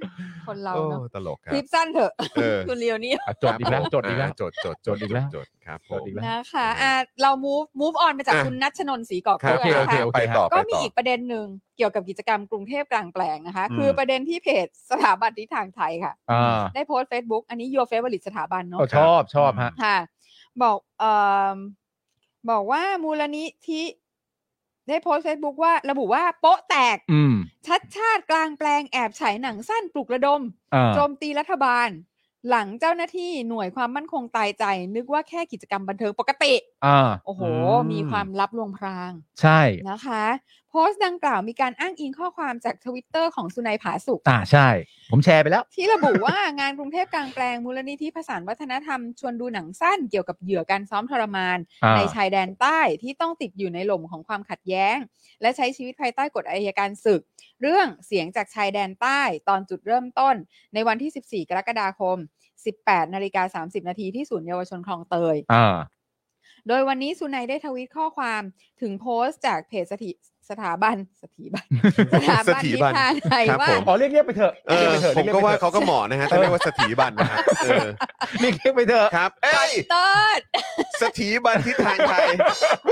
[SPEAKER 5] คนเรา
[SPEAKER 3] โอ้
[SPEAKER 5] เนาะ
[SPEAKER 3] ตลกครั
[SPEAKER 5] คลิ
[SPEAKER 3] บ
[SPEAKER 5] ปสั้นเถอะ
[SPEAKER 3] เออ
[SPEAKER 5] คุณเลียวนี่
[SPEAKER 4] อ่ะจดอีกแล้วจดอีกแล้ว
[SPEAKER 3] าจดจด
[SPEAKER 4] จดอีกแล้ว
[SPEAKER 3] จดครับผ
[SPEAKER 4] จด
[SPEAKER 3] ม
[SPEAKER 4] อีกแล้ว
[SPEAKER 5] นะคะอ่ะเรา move move on มาจาก
[SPEAKER 3] อ่ะ
[SPEAKER 5] คุณนัชชนนท์ศรีกอบ
[SPEAKER 3] ครับ
[SPEAKER 5] เก
[SPEAKER 4] โอ
[SPEAKER 5] ลื
[SPEAKER 4] เโอ
[SPEAKER 5] อค่ะ
[SPEAKER 4] เโอเค
[SPEAKER 3] ไปต่อ
[SPEAKER 5] ก็
[SPEAKER 3] ไป
[SPEAKER 5] มี
[SPEAKER 3] ต่อ
[SPEAKER 5] อีกประเด็นหนึ่งเกี่ยวกับกิจกรรมกรุงเทพกลางแปลงนะคะ
[SPEAKER 3] อืม
[SPEAKER 5] คือประเด็นที่เพจสถาบันทิศทางไทยค่ะ
[SPEAKER 4] อ่า
[SPEAKER 5] ได้โพสต์ Facebook อันนี้ Your Favorite สถาบันเนาะ
[SPEAKER 4] เอาชอบชอบฮะ
[SPEAKER 5] ค่ะ บอกเอ่อบอกว่ามูลนิธิได้โพสต์ Facebook ว่าระบุว่าโป๊ะแตก
[SPEAKER 4] อืม
[SPEAKER 5] ชัดชาติกลางแปลงแอบฉายหนังสั้นปลุกระดม
[SPEAKER 4] อ่า
[SPEAKER 5] โจมตีรัฐบาล หลังเจ้าหน้าที่หน่วยความมั่นคงตายใจ นึกว่าแค่กิจกรรมบันเทิงปกติ
[SPEAKER 4] อ่า
[SPEAKER 5] โอ้โห
[SPEAKER 3] อืม
[SPEAKER 5] มีความลับลวงพราง
[SPEAKER 4] ใช่
[SPEAKER 5] นะคะ โพสต์ดังกล่าวมีการอ้างอิงข้อความจากทวิตเตอร์ของสุนัยผาสุก
[SPEAKER 4] อ่าใช่ ผมแชร์ไปแล้ว
[SPEAKER 5] ที่ระบุว่างานกรุงเทพกลางแปลงมูลนิธิผสานวัฒนธรรม ชวนดูหนังสั้นเกี่ยวกับเหยื่อการซ้อมทรมาน
[SPEAKER 4] อ่า
[SPEAKER 5] ในชายแดนใต้ที่ต้องติดอยู่ในหล่มของความขัดแย้ง และใช้ชีวิตภายใต้กฎอายการศึก เรื่องเสียงจากชายแดนใต้ตอนจุดเริ่มต้น ในวันที่ 14 กรกฎาคม 18 นาฬิกา 30 นาทีที่ศูนย์เยาวชนคลองเตย
[SPEAKER 4] อ่า
[SPEAKER 5] โดยวันนี้สุนัยได้ทวีตข้อความถึงโพสต์จากเพจสถิสถาบันสถาบันสถาบั
[SPEAKER 3] ส
[SPEAKER 5] น
[SPEAKER 3] ถา
[SPEAKER 5] นิ
[SPEAKER 3] บัน
[SPEAKER 5] ทานไทย
[SPEAKER 3] ครับ
[SPEAKER 5] ว่า
[SPEAKER 3] ผม
[SPEAKER 4] ขอเรียกเรียกไปเถอะ
[SPEAKER 3] เออ
[SPEAKER 4] เรียกไปเถอะ
[SPEAKER 3] ผม
[SPEAKER 4] เรีย
[SPEAKER 3] ก็
[SPEAKER 4] ไปถ
[SPEAKER 3] ว่า
[SPEAKER 4] อะ
[SPEAKER 3] เขาก็เหมาะนะฮะถ้าเรียกว่าสถีบันนะฮะเออ
[SPEAKER 4] เรียกเรียกไปเถอะ
[SPEAKER 3] ครับเอ้ย
[SPEAKER 5] เติร์ด
[SPEAKER 3] สถีบันทิศทางไทยเ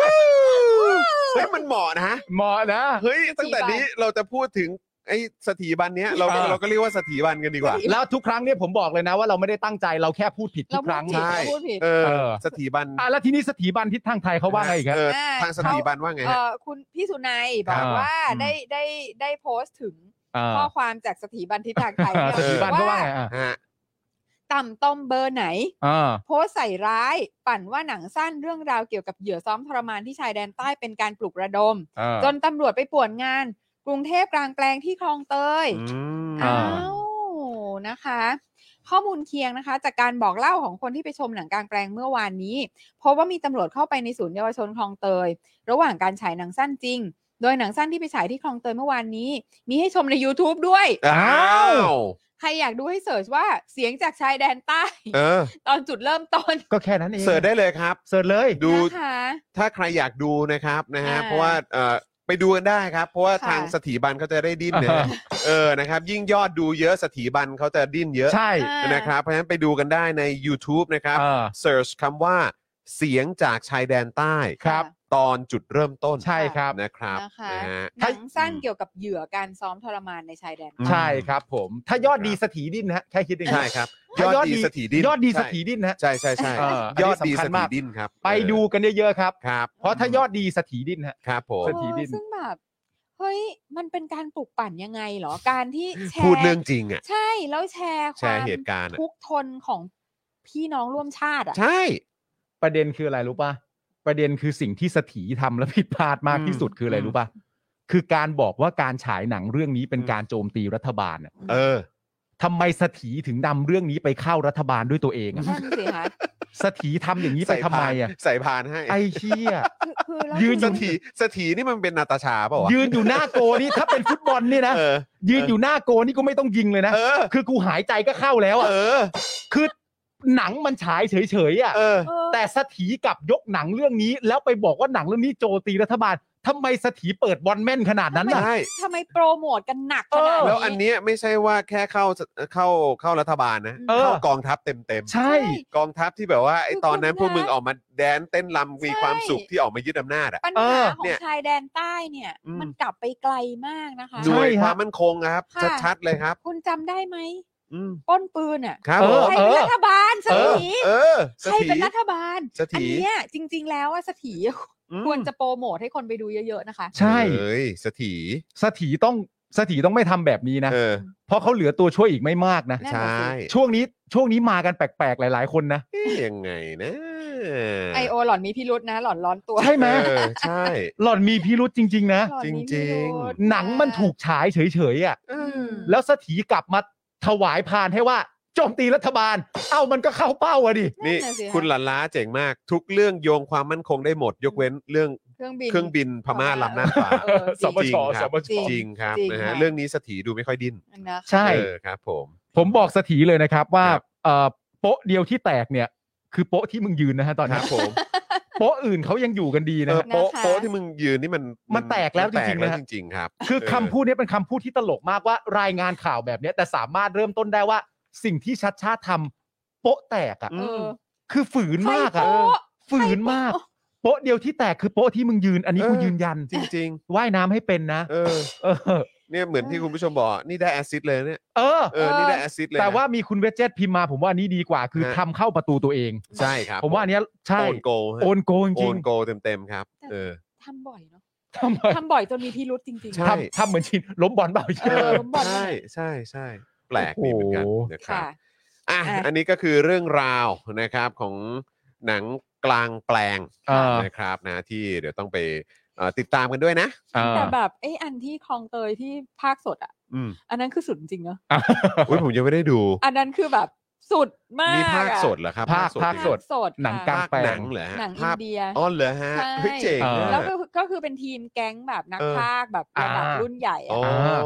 [SPEAKER 3] ฮ้ยมันเหมาะนะ
[SPEAKER 4] เหมาะนะ
[SPEAKER 3] เฮ้ย ตั้งแต่นี้เราจะพูดถึงไอ้สถีบันเนี้ยเรา
[SPEAKER 4] อ่า
[SPEAKER 3] เราก็เรียกว่าสถีบันกันดีกว่า
[SPEAKER 4] แล้วทุกครั้งเนี่ยผมบอกเลยนะว่าเราไม่ได้ตั้งใจเราแค่พูดผิดทุกครั้ง
[SPEAKER 5] เราพูดผิ
[SPEAKER 3] ใช่
[SPEAKER 5] พูดผิด
[SPEAKER 3] เออ
[SPEAKER 4] เออ
[SPEAKER 3] สถีบัน
[SPEAKER 4] อ่ะแล้วทีนี้สถีบันทิศทางไทยเขาว่าไงอีกครับ
[SPEAKER 3] เออทางสถีบันว่าไง
[SPEAKER 5] เอ่
[SPEAKER 3] ฮะ
[SPEAKER 5] อคุณพี่สุนัยบอ
[SPEAKER 4] ครั
[SPEAKER 5] ก
[SPEAKER 4] บ
[SPEAKER 5] ว่า
[SPEAKER 4] อืม
[SPEAKER 5] ได้ได้ได้โพสต์ถึง
[SPEAKER 4] อ่า
[SPEAKER 5] ข้อความจากสถาบันทิศทางไทย
[SPEAKER 4] อ่า
[SPEAKER 5] เนี่ย
[SPEAKER 4] *laughs* สถีบันเขาว่าไงอ่ะ
[SPEAKER 3] ฮะ
[SPEAKER 5] ต่ำต้มเบอร์ไหน
[SPEAKER 4] อ่า
[SPEAKER 5] โพสต์ใส่ร้ายปั่นว่าหนังสั้นเรื่องราวเกี่ยวกับเหยื่อซ้อมทรมานที่ชายแดนใต้เป็นการปลุกระดม
[SPEAKER 4] อ่า
[SPEAKER 5] จนตำรวจไปป่วนงาน กรุงเทพกลางแปลงที่คลองเตย
[SPEAKER 3] อืม
[SPEAKER 4] อ่า
[SPEAKER 5] อ้าวนะคะ ข้อมูลเคียงนะคะ จากการบอกเล่าของคนที่ไปชมหนังกลางแปลงเมื่อวานนี้พบว่ามีตำรวจเข้าไปในศูนย์เยาวชนคลองเตย ระหว่างการฉายหนังสั้นจริง โดยหนังสั้นที่ไปฉายที่คลองเตยเมื่อวานนี้ มีให้ชมใน YouTube ด้วย
[SPEAKER 3] อ้าว
[SPEAKER 5] ใครอยากดูให้เสิร์ชว่าเสียงจากชายแดนใต้
[SPEAKER 3] เออ
[SPEAKER 5] ตอนจุดเริ่มต้น
[SPEAKER 4] ก็แค่นั้นเอง
[SPEAKER 3] เสิร์ชได้เลยครับ
[SPEAKER 4] เสิร์ชเลย
[SPEAKER 3] ดู
[SPEAKER 5] นะคะ
[SPEAKER 3] ถ้าใครอยากดูนะครับนะฮะ
[SPEAKER 5] อ่า
[SPEAKER 3] เพราะว่าเออไปดูกันได้ครับ เพราะว่า
[SPEAKER 5] ค่ะ
[SPEAKER 3] ทางสถีบันเขาจะได้ดิ้นนะฮะเออนะครับ ยิ่งยอดดูเยอะสถีบันเขาจะดิ้นเยอะ
[SPEAKER 4] ใช่
[SPEAKER 5] อ่า
[SPEAKER 3] นะครับเพราะฉะนั้นไปดูกันได้ใน YouTube นะครับ
[SPEAKER 4] เออ
[SPEAKER 3] Search คำว่าเสียงจากชายแดนใต้
[SPEAKER 4] ครับ
[SPEAKER 3] ตอนจุดเริ่มต้น
[SPEAKER 4] ใช่ครับ
[SPEAKER 3] นะครับ
[SPEAKER 5] นะคะ
[SPEAKER 3] นะฮะ
[SPEAKER 5] หนังสั้น
[SPEAKER 3] อืม
[SPEAKER 5] เกี่ยวกับเหยื่อการซ้อมทรมานในชายแดน
[SPEAKER 3] อืม
[SPEAKER 5] ใต้
[SPEAKER 4] ใช่ครับผม ถ้ายอดดีสถีดินนะฮะแค่คิดเอง
[SPEAKER 3] ใช่ครับย
[SPEAKER 4] ถ้า
[SPEAKER 3] อดดีสถีดิ้น
[SPEAKER 4] ยอดดีส
[SPEAKER 3] ใช่
[SPEAKER 4] ถีดินนะฮะ
[SPEAKER 3] ใช่ใช่ใช่
[SPEAKER 4] เอออันนี้
[SPEAKER 3] ยอดดี
[SPEAKER 4] สำ
[SPEAKER 3] ส
[SPEAKER 4] คัญ
[SPEAKER 3] ถี
[SPEAKER 4] มาก
[SPEAKER 3] ดิ้นครับ
[SPEAKER 4] ไปดูกันเยอะๆครับ
[SPEAKER 3] ครับ
[SPEAKER 4] เพราะถ้ายอดดีสถีดินฮะ
[SPEAKER 3] ครับผม
[SPEAKER 4] เศรษฐีดิน
[SPEAKER 5] เออซึ่งแบบเฮ้ยมันเป็นการปลุกปั่นยังไงเหรอการที่แชร์
[SPEAKER 3] พูดเรื่องจริงอ่ะ
[SPEAKER 5] ใช่แล้วแชร์ค
[SPEAKER 3] แช
[SPEAKER 5] วา
[SPEAKER 3] ร์
[SPEAKER 5] ม
[SPEAKER 3] เหตุการณ์อะ
[SPEAKER 5] ทุกข์ทนของพี่น้องร่วมชาติอ่ะ
[SPEAKER 3] ใช่
[SPEAKER 4] ประเด็นคืออะไรรู้ป่ะ ประเด็นคือสิ่งที่สถีทำและ *laughs* ผิดพลาดมากที่สุดคืออะไรรู้ป่ะ คือการบอกว่าการฉายหนังเรื่องนี้เป็นการโจมตีรัฐบาลน่ะ
[SPEAKER 3] เออ
[SPEAKER 4] ทำไมสถีถึงนำเรื่องนี้ไปเข้ารัฐบาลด้วยตัวเองอะ
[SPEAKER 5] นั่นสิคะ
[SPEAKER 4] สถีทำอย่างนี้ไป
[SPEAKER 3] ใส่
[SPEAKER 4] ทำไมอ่ะ
[SPEAKER 3] พานใส่พานให้
[SPEAKER 4] ไอ้เชี่ย
[SPEAKER 5] คือคือแล้ว
[SPEAKER 4] ยืน
[SPEAKER 3] ส
[SPEAKER 5] คือ
[SPEAKER 3] ถีสถีนี่มันเป็นนาตาชาเปล่าวะ
[SPEAKER 4] ยืนอยู่หน้าโกนี่ถ้าเป็นฟุตบอลนี่นะ
[SPEAKER 3] เออ
[SPEAKER 4] ยืนอยู่หน้าโกนี่ก็ไม่ต้องยิงเลยนะ
[SPEAKER 3] เออ
[SPEAKER 4] คือกูหายใจก็เข้าแล้วอ่ะ
[SPEAKER 3] เออ
[SPEAKER 4] คือหนังมันฉายเฉยๆอ่ะ
[SPEAKER 3] เออ
[SPEAKER 5] เออ
[SPEAKER 4] แต่สถีกลับยกหนังเรื่องนี้ แล้วไปบอกว่าหนังเรื่องนี้โจมตีรัฐบาลทำไมสถีเปิดบอลแม่นขนาดนั้นน่ะ
[SPEAKER 3] ใช่
[SPEAKER 5] ทำไมโปรโมทกันหนักขนาดนี้
[SPEAKER 3] แล้วอันเนี้ยไม่ใช่ว่าแค่เข้าเข้าเข้ารัฐบาลนะ
[SPEAKER 5] เออ
[SPEAKER 3] เข้ากองทัพเต็มเต็มๆ
[SPEAKER 4] ใช่
[SPEAKER 3] กองทัพที่แบบว่าไอ้
[SPEAKER 5] คือ
[SPEAKER 3] ตอนนั้น
[SPEAKER 5] คนนะ
[SPEAKER 3] พวกมึงออกมาแดนเต้นรำมี
[SPEAKER 5] ใช่
[SPEAKER 3] ความสุขที่ออกมายึดอำนาจอ่ะ
[SPEAKER 5] ปัญ
[SPEAKER 4] เอ
[SPEAKER 5] หา
[SPEAKER 4] อ
[SPEAKER 5] ขอ
[SPEAKER 3] เนี่
[SPEAKER 5] ง
[SPEAKER 3] ย
[SPEAKER 5] ชายแดนใต้เนี่ย
[SPEAKER 3] อืม
[SPEAKER 5] มันกลับไปไกลมากนะคะ
[SPEAKER 3] หน่วย
[SPEAKER 4] ใช่ฮะ
[SPEAKER 3] ความมั่นคงนะครับ
[SPEAKER 5] ค่ะ
[SPEAKER 3] ชัดๆเลยครับ
[SPEAKER 5] คุณจำได้ไหม
[SPEAKER 3] อืม
[SPEAKER 5] ปล้นปืนอ่ะ
[SPEAKER 3] ครับ
[SPEAKER 4] เอ
[SPEAKER 3] ผ
[SPEAKER 4] อ
[SPEAKER 3] ม
[SPEAKER 5] ใครเป็นรัฐบาลส
[SPEAKER 3] เออ
[SPEAKER 5] ถี
[SPEAKER 3] เออส
[SPEAKER 5] ใคร
[SPEAKER 3] ถี
[SPEAKER 5] เป็นรัฐบาล
[SPEAKER 3] สถี
[SPEAKER 5] อันเนี้ยจริง ๆ แล้วว่าสถี
[SPEAKER 3] อืม
[SPEAKER 5] ควรจะโปรโมทให้คนไปดูเยอะๆนะคะ
[SPEAKER 4] ใช่
[SPEAKER 3] เอ้ยสถี
[SPEAKER 4] สถีต้องสถีต้องไม่ทำแบบนี้นะ
[SPEAKER 3] เออ
[SPEAKER 4] เพราะเขาเหลือตัวช่วยอีกไม่มากนะ
[SPEAKER 5] นั่น
[SPEAKER 3] ใช
[SPEAKER 5] น่ะสิ
[SPEAKER 3] ่
[SPEAKER 4] ช่วงนี้ช่วงนี้มากันแปลกๆหลาย ๆคนนะ
[SPEAKER 3] เอ๊ะยังไงนะ
[SPEAKER 5] ไอโอหล่อนมีพิรุษนะ หล่อนร้อนตัว
[SPEAKER 4] ใช่ไหม
[SPEAKER 3] เออใช่
[SPEAKER 4] หล่อนมีพิรุษจริง ๆ นะ
[SPEAKER 5] หล่อนมี
[SPEAKER 3] จริ
[SPEAKER 5] พิ
[SPEAKER 3] ง
[SPEAKER 5] รุธ
[SPEAKER 4] หนังมันถูกฉายเฉยๆอ่ะ
[SPEAKER 5] อืม
[SPEAKER 4] แล้วสถีกลับมาถวายพานให้ว่าโจมตีรัฐบาล เอ้ามันก็เข้าเป้าอะดิ
[SPEAKER 3] นี่
[SPEAKER 5] ะสิะ
[SPEAKER 3] คุณหลันล้าเจ๋งมาก ทุกเรื่องโยงความมั่นคงได้หมด ยกเว้นเรื่อง
[SPEAKER 5] เครื่องบิน
[SPEAKER 3] เครื่องบินพม่าลำหน้าฟ้า
[SPEAKER 5] เออจริง
[SPEAKER 3] จริง
[SPEAKER 4] สปช
[SPEAKER 3] ค
[SPEAKER 4] ส
[SPEAKER 3] รับ
[SPEAKER 4] ปช
[SPEAKER 5] จริง
[SPEAKER 3] จริงครับ
[SPEAKER 5] จริง
[SPEAKER 3] นะฮะ
[SPEAKER 5] ค่ะ
[SPEAKER 3] เรื่องนี้สถีดูไม่ค่อยดิ้น
[SPEAKER 5] นะคะ
[SPEAKER 4] ใช่
[SPEAKER 3] เออครับ ผม
[SPEAKER 4] ผมบอกสถีเลยนะครับว่า
[SPEAKER 3] ครับ
[SPEAKER 4] เอ่อโป๊ะเดียวที่แตกเนี่ย คือโป๊ะที่มึงยืนนะฮะตอน
[SPEAKER 3] ค
[SPEAKER 4] นี้
[SPEAKER 3] รับผม
[SPEAKER 4] โป๊ะอื่นเขายังอยู่กันดี
[SPEAKER 3] เอ
[SPEAKER 4] นะ
[SPEAKER 3] อ
[SPEAKER 4] ฮะ
[SPEAKER 3] โป๊ะ
[SPEAKER 5] นะคะ
[SPEAKER 3] โป๊ะที่มึงยืนนี่มัน
[SPEAKER 4] มันแตกแล้ว
[SPEAKER 3] มัน
[SPEAKER 4] จริงๆนะฮะ
[SPEAKER 3] จริงๆครับ
[SPEAKER 4] คือคำพูดเนี้เป็นคำพูดที่ตลกมากว่ารายงานข่าวแบบเนี้ยแต่สามารถเริ่มต้นได้ว่า สิ่งที่ชัดชาติทำโป๊ะแตกอ่ะ
[SPEAKER 3] อื
[SPEAKER 5] เอ
[SPEAKER 3] ม
[SPEAKER 5] อ
[SPEAKER 4] คือฝืนมากอ่ะ
[SPEAKER 5] ใครโป๊ะ
[SPEAKER 4] ฝืนมาก โป๊ะเดียวที่แตกคือโป๊ะที่มึงยืน อันนี้
[SPEAKER 3] เออ
[SPEAKER 4] กูยืนยัน
[SPEAKER 3] จริง
[SPEAKER 4] ว่ายน้ำให้เป็นนะ
[SPEAKER 3] ๆ เออ
[SPEAKER 4] เออ
[SPEAKER 3] เนี่ยเหมือนที่คุณผู้ชมบอกนี่ได้แอสซิสต์เลยเนี่ย
[SPEAKER 4] เออ
[SPEAKER 3] เออนี่ได้แอสซิสต์เลยนะ
[SPEAKER 4] แต่ว่ามีคุณเวจเจตพิมพ์มา ผมว่าอันนี้ดีกว่า คือ
[SPEAKER 3] ฮะ
[SPEAKER 4] ทำเข้าประตูตัวเอง
[SPEAKER 3] ใช่ครับ
[SPEAKER 4] ผมว่าอันเนี้ยใช่
[SPEAKER 3] โอนโกลฮะ
[SPEAKER 4] โอนโกงจ
[SPEAKER 3] โอ
[SPEAKER 4] ริง
[SPEAKER 3] นโกลเต็มๆครับ เออ
[SPEAKER 5] ทำบ่อยเนาะ
[SPEAKER 4] ทำไม
[SPEAKER 5] ทำบ่อยจนมีพิรุษจริง
[SPEAKER 3] ใช่
[SPEAKER 4] ทำทำเหมือนชินล้มบอลเปล่า
[SPEAKER 5] เออ บ่น
[SPEAKER 3] ใช่ใช่ใช่แปลกดีเหมือนกัน
[SPEAKER 4] โอ้โห
[SPEAKER 3] นะ
[SPEAKER 5] ๆ
[SPEAKER 3] ครั
[SPEAKER 5] ค่ะ
[SPEAKER 3] บอ่ะ
[SPEAKER 5] อ่ะ
[SPEAKER 3] อันนี้ก็คือเรื่องราวนะครับของหนังกลางแปลง
[SPEAKER 4] เออ
[SPEAKER 3] นะครับนะที่เดี๋ยวต้องไป เอ่อติดตามกันด้วยนะ
[SPEAKER 4] อ่า
[SPEAKER 5] แต่แบบไอ้อันที่คลองเตยที่ภาคสดอ่ะ
[SPEAKER 3] อืม
[SPEAKER 5] อันนั้นคือสุดจริงเนาะ
[SPEAKER 3] อุ้ยผมยังไม่ได้ดู
[SPEAKER 5] อันนั้นคือแบบสุดมาก
[SPEAKER 3] มีภาค
[SPEAKER 5] อะ
[SPEAKER 3] สดเหรอครับ
[SPEAKER 4] ภาคภาค
[SPEAKER 3] ภาค
[SPEAKER 4] ส
[SPEAKER 3] ส
[SPEAKER 4] ด
[SPEAKER 3] ด
[SPEAKER 5] สด
[SPEAKER 4] หนังกลาง
[SPEAKER 3] ภาค
[SPEAKER 4] แปล
[SPEAKER 3] หนั
[SPEAKER 4] ง
[SPEAKER 3] งเหรอฮะ
[SPEAKER 5] หนังอิ
[SPEAKER 3] ภาน ค
[SPEAKER 5] เดีย
[SPEAKER 3] อ๋อเหรอฮะ
[SPEAKER 5] ใช่
[SPEAKER 3] เฮ้ยเจ๋ง
[SPEAKER 4] เออ
[SPEAKER 3] อะ
[SPEAKER 5] แล้วก็ก็คือเป็นทีมแก๊งแบบนัก
[SPEAKER 3] เออ
[SPEAKER 5] ภาคแบบระดับ
[SPEAKER 4] อ่ารุ่
[SPEAKER 5] รุ่นใหญ่อะ
[SPEAKER 3] โอ้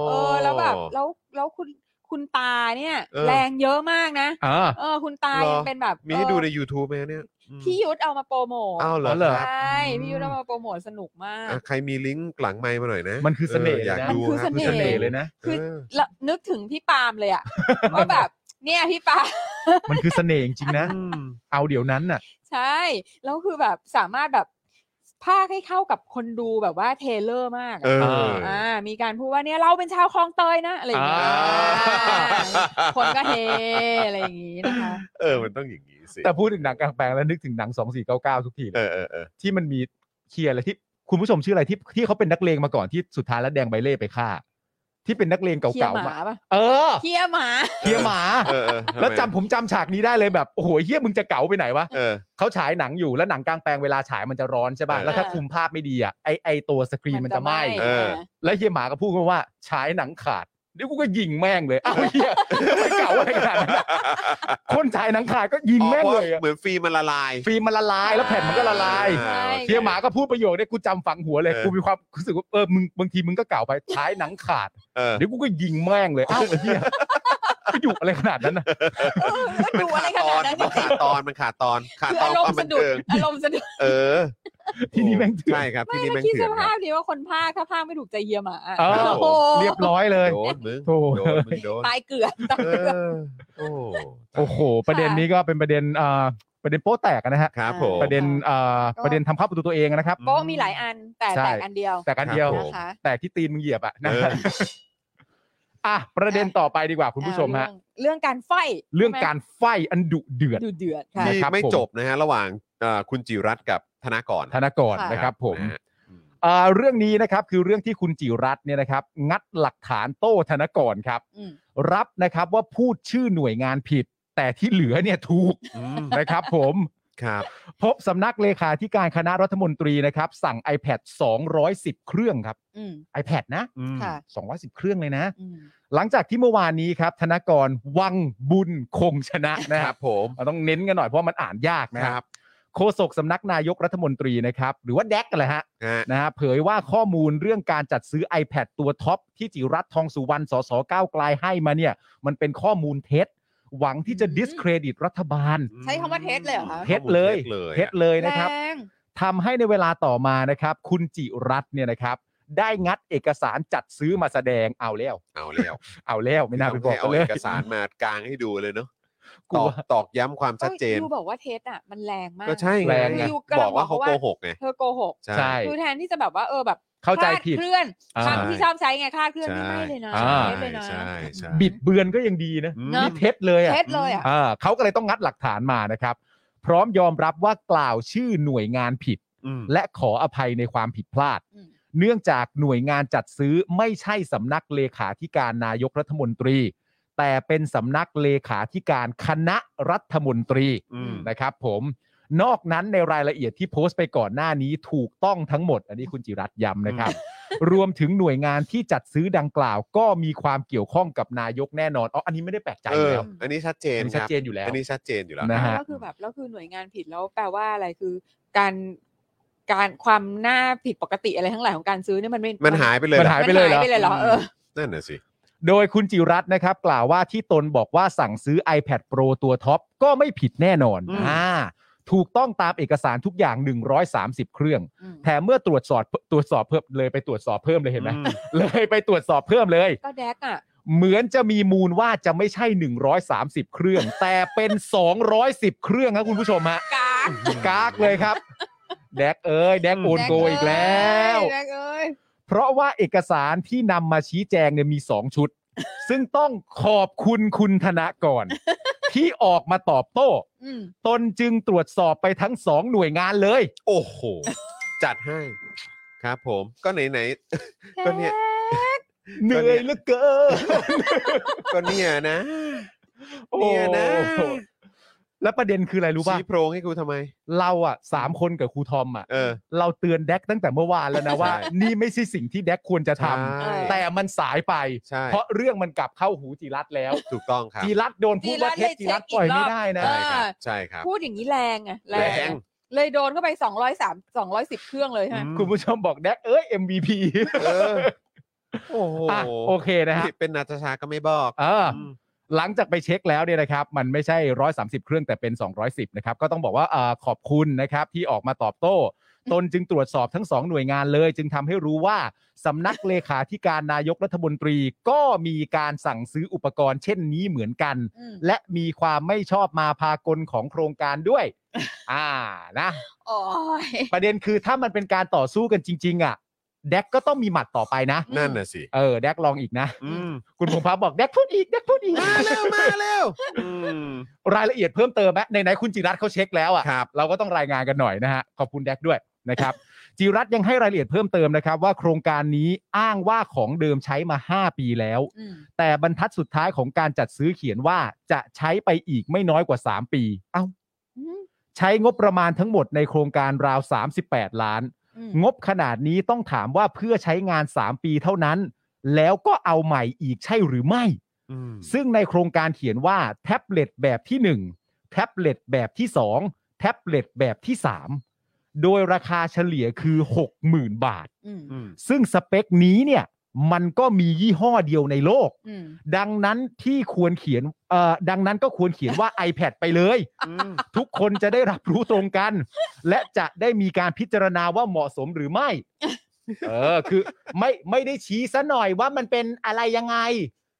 [SPEAKER 5] เออแล้วแบบแล้วแล้วคุณคุณตาเนี่ย
[SPEAKER 3] เออ
[SPEAKER 5] แรงเยอะมากนะ
[SPEAKER 4] *laughs* อ่า
[SPEAKER 5] เออ คุณตา
[SPEAKER 3] หรอ
[SPEAKER 5] ยังเป็นแบบ
[SPEAKER 3] มีให้ดูใน
[SPEAKER 5] เออ
[SPEAKER 3] YouTube ไหมเนี่ยอืม
[SPEAKER 5] พี่ยุทธเอามาโปรโมท
[SPEAKER 3] อ้าวเหรอ
[SPEAKER 4] อ๋อเหรอ
[SPEAKER 3] ครับ
[SPEAKER 5] ใช
[SPEAKER 3] ่
[SPEAKER 5] พี่ยุทธเอามาโปรโมทสนุกมาก
[SPEAKER 3] อ่ะใครมีลิงก์หลังไมค์มาหน่อยนะ
[SPEAKER 4] มันคือเสน่ห์
[SPEAKER 3] อยาก
[SPEAKER 4] นะ
[SPEAKER 3] ดู
[SPEAKER 5] มันคือ
[SPEAKER 3] รับ
[SPEAKER 5] เสน่ห์
[SPEAKER 4] เลยนะ
[SPEAKER 5] คือ
[SPEAKER 3] เออ
[SPEAKER 5] ละนึกถึงพี่ปาล์มเลย
[SPEAKER 3] *laughs*
[SPEAKER 5] อะว่าแบบ เนี่ยพี่ปาล์ม *laughs*
[SPEAKER 4] มันคือเสน่ห์จริงๆนะ *laughs* เอาเดี๋ยวนั้นน่ะ
[SPEAKER 5] ใช่แล้วคือแบบสามารถแบบภาคให้เข้ากับคนดูแบบว่าเทเลอร์มาก
[SPEAKER 3] เอ
[SPEAKER 5] อะ
[SPEAKER 3] อ
[SPEAKER 5] อ่า มีการพูดว่าเนี่ยเราเป็นชาวคลองเตยนะอะไรอย่างเงี้ย
[SPEAKER 4] อ่า
[SPEAKER 5] อ่าคนก็เฮอะไรอย่างงี้นะคะ
[SPEAKER 3] เออ มันต้องอย่างนี้สิ
[SPEAKER 4] แต่พูดถึงหนังกลางแปลงแล้วนึกถึงหนัง 2499 ทุกทีเล
[SPEAKER 3] เอย อเออเออ
[SPEAKER 4] ที่มันมีเคลียร์อะไรที่คุณผู้ชมชื่ออะไรที่ที่เขาเป็นนักเลงมาก่อนที่สุดท้ายแล้วแดงใบเล่ไปฆ่า ที่เป็นนักเลง
[SPEAKER 5] เคีย
[SPEAKER 4] เก่า
[SPEAKER 5] ห
[SPEAKER 4] ๆ
[SPEAKER 5] มา
[SPEAKER 4] มา
[SPEAKER 5] ปะ
[SPEAKER 4] เออ
[SPEAKER 5] เคียหมา
[SPEAKER 4] เคลียร์หมา
[SPEAKER 3] เออเออทำไม
[SPEAKER 4] แล้วจำผมจำฉากนี้ได้เลยแบบโอ้โหเฮียมึงจะเก๋าไปไหนวะ
[SPEAKER 3] เออ
[SPEAKER 4] เขาฉายหนังอยู่แล้วหนังกลางแปลงเวลาฉายมันจะร้อนใช่ป่ะ
[SPEAKER 3] เออ
[SPEAKER 4] แล้วถ้าคุมภาพไม่ดีอ่ะไอไอตัวสกรีนมันจะไหม้
[SPEAKER 3] เออ
[SPEAKER 4] แล้วเฮียหมาก็พูดมาว่าฉายหนังขาดเดี๋ยวกูก็ยิงแม่งเลยอ้าวเฮียไม่เก๋าอะไรขนาดนั้นคนฉายหนังขาดก็ยิงแม่งเลย
[SPEAKER 3] อ๋อพราะ
[SPEAKER 4] อะ
[SPEAKER 3] เหมือนฟิล์มมันละลาย
[SPEAKER 4] ฟิล์มมันละลายแล้วแผ่นมันก็ละลาย
[SPEAKER 5] ใช่
[SPEAKER 4] เฮียหมาก็พูดประโยคเนี่ยกูจำฝังหัวเลย
[SPEAKER 3] เออ
[SPEAKER 4] กูมีความรู้สึกว่าเออมึงบางทีมึงก็เก่าไปฉายหนังขาด
[SPEAKER 3] เออ
[SPEAKER 4] เดี๋ยวกูก็ยิงแม่งเลยอ้าวไอ้เฮียไปอยู่อะไรขนาดนั้นนะ
[SPEAKER 5] มันดูอะไรขนาดนั้น
[SPEAKER 3] มันขาดตอนมันขาดตอนขาด
[SPEAKER 5] คือ
[SPEAKER 3] ตอ
[SPEAKER 5] อาน รม
[SPEAKER 3] ความ
[SPEAKER 5] ณ์
[SPEAKER 3] บั
[SPEAKER 5] สะ
[SPEAKER 3] น
[SPEAKER 5] ดุด
[SPEAKER 3] เทิง
[SPEAKER 5] อารมณ์สะดุด
[SPEAKER 3] เออ
[SPEAKER 4] ที่นี่แม่งเถื่อน
[SPEAKER 3] ใช่ครับที่นี่แม่
[SPEAKER 5] ไม่
[SPEAKER 3] ง
[SPEAKER 5] คิด
[SPEAKER 3] เถื่
[SPEAKER 5] ส
[SPEAKER 3] อนค
[SPEAKER 5] ภา
[SPEAKER 3] รั
[SPEAKER 5] พ
[SPEAKER 3] บ
[SPEAKER 5] ดีว่าคนภาคถ้าภาคไม่ถูกใจเฮียหมา
[SPEAKER 4] เออ
[SPEAKER 5] โอ้โห
[SPEAKER 4] เรียบร้อยเลย
[SPEAKER 3] โดนมึง
[SPEAKER 4] โถ่
[SPEAKER 3] โดนมึงโดน
[SPEAKER 5] ตายเกลือบตาย
[SPEAKER 3] เอ
[SPEAKER 5] เกลือ
[SPEAKER 3] อ
[SPEAKER 5] บ
[SPEAKER 3] โอ้
[SPEAKER 4] โอ้โห ประเด็นนี้ก็เป็นประเด็นเอ่อประเด็นโป๊แตกนะฮะ
[SPEAKER 3] ครับผม
[SPEAKER 4] ประเด็นเอ่อ
[SPEAKER 5] ก็
[SPEAKER 4] ประเด็นทำภาพประตูตัวเองนะครับ
[SPEAKER 5] โป้มีหลายอันแต่
[SPEAKER 4] ใช่
[SPEAKER 5] แตกอันเดียว
[SPEAKER 4] แต่กันเดียว
[SPEAKER 3] ครับผ
[SPEAKER 5] นะ
[SPEAKER 3] ม
[SPEAKER 5] คะ
[SPEAKER 4] แต่ที่ตีนมึงเหยียบอะนะ
[SPEAKER 3] เออ
[SPEAKER 4] อ่ะประเด็นต่อไปดีกว่าคุณผู้ชมฮะ
[SPEAKER 5] อ่าเรื่องเรื่องการไฟ
[SPEAKER 4] เรื่องการไฟอันดุเดือด
[SPEAKER 5] ดูเดือดค่ะ
[SPEAKER 3] ที่
[SPEAKER 4] นะครับ
[SPEAKER 3] ไม่
[SPEAKER 4] ผม
[SPEAKER 3] จบนะฮะระหว่างเอ่อคุณจิรัตน์กับธนากร
[SPEAKER 4] ธนากร
[SPEAKER 5] ค่ะ
[SPEAKER 4] นะครับผม
[SPEAKER 3] นะฮะ
[SPEAKER 4] เอ่อเรื่องนี้นะครับคือเรื่องที่คุณจิรัตน์เนี่ยนะครับ งัดหลักฐานโต้ธนากรครับ
[SPEAKER 5] อืม
[SPEAKER 4] รับนะครับว่าพูดชื่อหน่วยงานผิด แต่ที่เหลือเนี่ยถู
[SPEAKER 3] *laughs*
[SPEAKER 4] ก
[SPEAKER 3] อืม
[SPEAKER 4] นะครับผม
[SPEAKER 3] ครับ
[SPEAKER 4] พบสำนักเลขาธิการคณะรัฐมนตรีนะครับ สั่ง iPad 210 เครื่องครับ
[SPEAKER 5] อืม
[SPEAKER 4] iPad นะ
[SPEAKER 3] อืม
[SPEAKER 5] ค่ะ
[SPEAKER 4] 210 เครื่องเลยนะ
[SPEAKER 5] อืม
[SPEAKER 4] หลังจากที่เมื่อวานนี้ครับ ธนกรวังบุญคงชนะนะ
[SPEAKER 3] ค
[SPEAKER 4] ค
[SPEAKER 3] รั
[SPEAKER 4] รั
[SPEAKER 3] บบ ผม
[SPEAKER 4] เราต้องเน้นกันหน่อยเพราะมันอ่านยากนะ
[SPEAKER 3] ค
[SPEAKER 4] ค
[SPEAKER 3] รั
[SPEAKER 4] รั
[SPEAKER 3] บบ
[SPEAKER 4] โฆษกสำนักนายกรัฐมนตรีนะครับ หรือว่าแดกอะไรฮะ
[SPEAKER 3] ฮะ
[SPEAKER 4] นะฮะเผยว่าข้อมูลเรื่องการจัดซื้อ iPad ตัวท็อป ที่จิรัตน์ทองสุวรรณสสก้าวไกลให้มาเนี่ย มันเป็นข้อมูลเท็จ หวังที่จะดิสเครดิตรัฐบาล
[SPEAKER 5] ใช้คำว่าเทสเลยเหรอคะ
[SPEAKER 4] เท็จเลย
[SPEAKER 3] เลย
[SPEAKER 4] เท็จเลยนะครับ
[SPEAKER 5] แรง
[SPEAKER 4] ทำให้ในเวลาต่อมานะครับ คุณจิรัตน์เนี่ยนะครับ ได้งัดเอกสารจัดซื้อมาแสดงเอาแล้ว
[SPEAKER 3] เอาแล้ว
[SPEAKER 4] เอาแล้ว ไม่น่าไปบอก
[SPEAKER 3] เอา
[SPEAKER 4] เล
[SPEAKER 3] เอย กสารมากลางให้ดูเลยเนาะ
[SPEAKER 4] ก
[SPEAKER 3] ต
[SPEAKER 4] ลั
[SPEAKER 3] อ
[SPEAKER 4] ว
[SPEAKER 3] กตอกย้ำความชัดเจน
[SPEAKER 5] อ้ยยูบอกว่าเทสอ่ะมันแรงมาก
[SPEAKER 3] ก็ใช่ไง
[SPEAKER 4] แรงไง
[SPEAKER 5] อยู่กำ
[SPEAKER 3] บ
[SPEAKER 5] ลัง
[SPEAKER 3] อกว่าเขา
[SPEAKER 5] บอกว่า
[SPEAKER 3] โกหกไง
[SPEAKER 5] เธอโกหก
[SPEAKER 4] ใช่
[SPEAKER 5] คือแทนที่จะแบบว่าเออแบบ
[SPEAKER 4] เข้าใจผิด
[SPEAKER 5] คลเคลื่อน
[SPEAKER 4] อ่า
[SPEAKER 5] คำที่ชอบใช้ไงคลาดเคลื่อนนี่ไม่เลยนะ
[SPEAKER 4] อ่า
[SPEAKER 5] เทสเลยนะ
[SPEAKER 3] ใช่ใช่
[SPEAKER 4] บิดเบือนก็ยังดีนะ
[SPEAKER 3] อืม
[SPEAKER 5] เนอะ
[SPEAKER 4] นี่เท็จเลยอะ
[SPEAKER 5] เทสเลยอ่ะ
[SPEAKER 4] อ่าเขาก็เลยต้องงัดหลักฐานมานะครับ พร้อมยอมรับว่ากล่าวชื่อหน่วยงานผิด และขออภัยในความผิดพลาด
[SPEAKER 5] อืม
[SPEAKER 4] เนื่องจากหน่วยงานจัดซื้อไม่ใช่สำนักเลขาธิการนายกรัฐมนตรี แต่เป็นสำนักเลขาธิการคณะรัฐมนตรี
[SPEAKER 3] อืม
[SPEAKER 4] นะครับผมนอกนั้นในรายละเอียดที่โพสต์ไปก่อนหน้านี้ถูกต้องทั้งหมด อันนี้คุณจิรัตน์ย้ำนะครับ รวมถึงหน่วยงานที่จัดซื้อดังกล่าว ก็มีความเกี่ยวข้องกับนายกแน่นอนอ๋ออันนี้ไม่ได้แปลกใจ
[SPEAKER 3] เอ
[SPEAKER 4] อยู่
[SPEAKER 3] อ
[SPEAKER 4] แล้ว
[SPEAKER 3] อันนี้ชัดเจน
[SPEAKER 4] อัน
[SPEAKER 3] ค
[SPEAKER 4] นี้ชัด
[SPEAKER 3] รับ
[SPEAKER 4] เจนอยู่แล้ว
[SPEAKER 3] อันนี้ชัดเจนอยู่แล้ว
[SPEAKER 4] นะฮะ
[SPEAKER 5] แล้วคือแบบแล้วคือหน่วยงานผิดแล้วแปลว่าอะไรคือ การการความน่าผิดปกติอะไรทั้งหลายของการซื้อเนี่ยมันไม่
[SPEAKER 3] มันหายไปเลย
[SPEAKER 4] มันหายไปเลยเหรอ
[SPEAKER 5] เหรอเออ
[SPEAKER 3] นั่นน่ะสิ
[SPEAKER 4] โดยคุณจิรัตน์นะครับกล่าวว่าที่ตนบอกว่าสั่งซื้อ iPad Pro ตัวท็อปก็ไม่ผิดแน่นอนอ่าถูกต้องตามเอกสารทุกอย่าง 130 เครื่อง
[SPEAKER 5] อืม
[SPEAKER 4] แถมเมื่อตรวจสอบตรวจสอบเพิ่มเลยไปตรวจสอบเพิ่มเลยเห็นไหม
[SPEAKER 3] อืม
[SPEAKER 4] เลยไปตรวจสอบเพิ่มเลย
[SPEAKER 5] ก็แดกอ่ะ
[SPEAKER 4] เหมือนจะมีมูลว่าจะไม่ใช่ 130 เครื่อง *laughs* แต่เป็น 210 เครื่องครับคุณผู้ชมฮะ
[SPEAKER 5] กาก
[SPEAKER 4] กากเลยครับ *laughs* แดกเอ้ยแดกโอนโกอีกแล้ว
[SPEAKER 5] แดกเอ้ย
[SPEAKER 4] เพราะว่าเอกสารที่นำมาชี้แจงเนี่ยมี 2 ชุด ซึ่งต้องขอบคุณคุณธนาก *laughs* ร ที่ออกมาตอบโต้
[SPEAKER 5] อืม
[SPEAKER 4] ตนจึงตรวจสอบไปทั้ง 2 หน่วยงานเลย
[SPEAKER 3] โอ้โห จัดให้ครับผมก็ไหนไหน ก็เนี่ย
[SPEAKER 4] เหนื่อยเหลือเกิน
[SPEAKER 3] *laughs* ๆ ก็เนี่ยนะ
[SPEAKER 4] โอ้
[SPEAKER 3] เนี่ยนะ
[SPEAKER 4] แล้วประเด็นคืออะไรรู้ป่ะ
[SPEAKER 3] ชี้โพรงให้กูทำไม
[SPEAKER 4] เราอ่ะสามคนกับครูทอมอ่ะ
[SPEAKER 3] เออ
[SPEAKER 4] เราเตือนแดกตั้งแต่เมื่อวานแล้วนะว่า
[SPEAKER 3] ใช่
[SPEAKER 4] นี่ไม่ใช่สิ่งที่แดกควรจะทำ
[SPEAKER 3] ใช่
[SPEAKER 4] แต่มันสายไป
[SPEAKER 3] ใช่
[SPEAKER 4] เพราะเรื่องมันกลับเข้าหูจิรัตน์แล้ว
[SPEAKER 3] ถูกต้องครับ
[SPEAKER 4] จิรัตน์โดนพูดว่าเท็จจิรัตน์ปล่อยไม่ได้นะ
[SPEAKER 5] เอ
[SPEAKER 3] ใช่ครั
[SPEAKER 5] อ
[SPEAKER 3] บใช่ครับ
[SPEAKER 5] พูดอย่างนี้แรงอะแร
[SPEAKER 3] แรง ง
[SPEAKER 5] อะเลยโดนเข้าไปสองร้อยสามสองร้อยสิบเครื่องเลยใช่ไหม
[SPEAKER 4] คุณผู้ชมบอกแดกเอ้ย MVP
[SPEAKER 3] เออโอ้โห
[SPEAKER 4] อ่ะโอเคนะฮะ
[SPEAKER 3] ผิดเป็นนาตาชาก็ไม่บอก
[SPEAKER 4] เออ
[SPEAKER 3] อืม
[SPEAKER 4] หลังจากไปเช็คแล้วเนี่ยนะครับ มันไม่ใช่ 130 เครื่องแต่เป็น 210 นะครับ ก็ต้องบอกว่าเอ่อขอบคุณนะครับที่ออกมาตอบโต้ ตนจึงตรวจสอบทั้ง 2 หน่วยงานเลย จึงทำให้รู้ว่าสำนักเลขาธิการนายกรัฐมนตรีก็มีการสั่งซื้ออุปกรณ์เช่นนี้เหมือนกัน
[SPEAKER 5] อืม
[SPEAKER 4] และมีความไม่ชอบมาพากลของโครงการด้วย อ่านะ
[SPEAKER 5] โอ้ย
[SPEAKER 4] ประเด็นคือถ้ามันเป็นการต่อสู้กันจริง ๆ อ่ะ แดกก็ต้องมีหมัดต่อไปนะ
[SPEAKER 3] นั่นน่ะสิ
[SPEAKER 4] เออแดกลองอีกนะ
[SPEAKER 3] อืม
[SPEAKER 4] คุณพงษ์พับบอกแดกพูดอีกแดกพูดอีก
[SPEAKER 3] มาเร็ว มาเร็วอืม
[SPEAKER 4] รายละเอียดเพิ่มเติมไหมในไหนๆคุณจิรัตน์เขาเช็คแล้ว
[SPEAKER 3] ครั
[SPEAKER 4] อะ่ะ
[SPEAKER 3] บ
[SPEAKER 4] เราก็ต้องรายงานกันหน่อยนะฮะขอบคุณแดกด้วย *laughs* นะครับ จิรัตน์ยังให้รายละเอียดเพิ่มเติมนะครับ ว่าโครงการนี้อ้างว่าของเดิมใช้มา 5 ปีแล้ว
[SPEAKER 5] อืม
[SPEAKER 4] แต่บรรทัดสุดท้ายของการจัดซื้อเขียนว่าจะใช้ไปอีกไม่น้อยกว่า 3 ปี เอ้า
[SPEAKER 5] อืม
[SPEAKER 4] ใช้งบประมาณทั้งหมดในโครงการราว 38 ล้าน
[SPEAKER 5] อืม
[SPEAKER 4] งบขนาดนี้ต้องถามว่าเพื่อใช้งาน 3 ปีเท่านั้น แล้วก็เอาใหม่อีกใช่หรือไม่
[SPEAKER 3] อืม
[SPEAKER 4] ซึ่งในโครงการเขียนว่าแท็บเล็ตแบบที่ 1 แท็บเล็ตแบบที่ 2 แท็บเล็ตแบบที่ 3 โดยราคาเฉลี่ยคือ 60,000 บาท
[SPEAKER 5] อืม
[SPEAKER 3] อืม
[SPEAKER 4] ซึ่งสเปคนี้เนี่ยมันก็มียี่ห้อเดียวในโลก
[SPEAKER 5] อืม
[SPEAKER 4] ดังนั้นที่ควรเขียนเอ่อดังนั้นก็ควรเขียนว่า iPad ไปเลย
[SPEAKER 3] อืม
[SPEAKER 4] ทุกคนจะได้รับรู้ตรงกัน *laughs* และจะได้มีการพิจารณาว่าเหมาะสมหรือ
[SPEAKER 3] *laughs*
[SPEAKER 4] ไม่ เออ คือไม่ไม่ได้ชี้ซะหน่อยว่ามันเป็นอะไรยังไง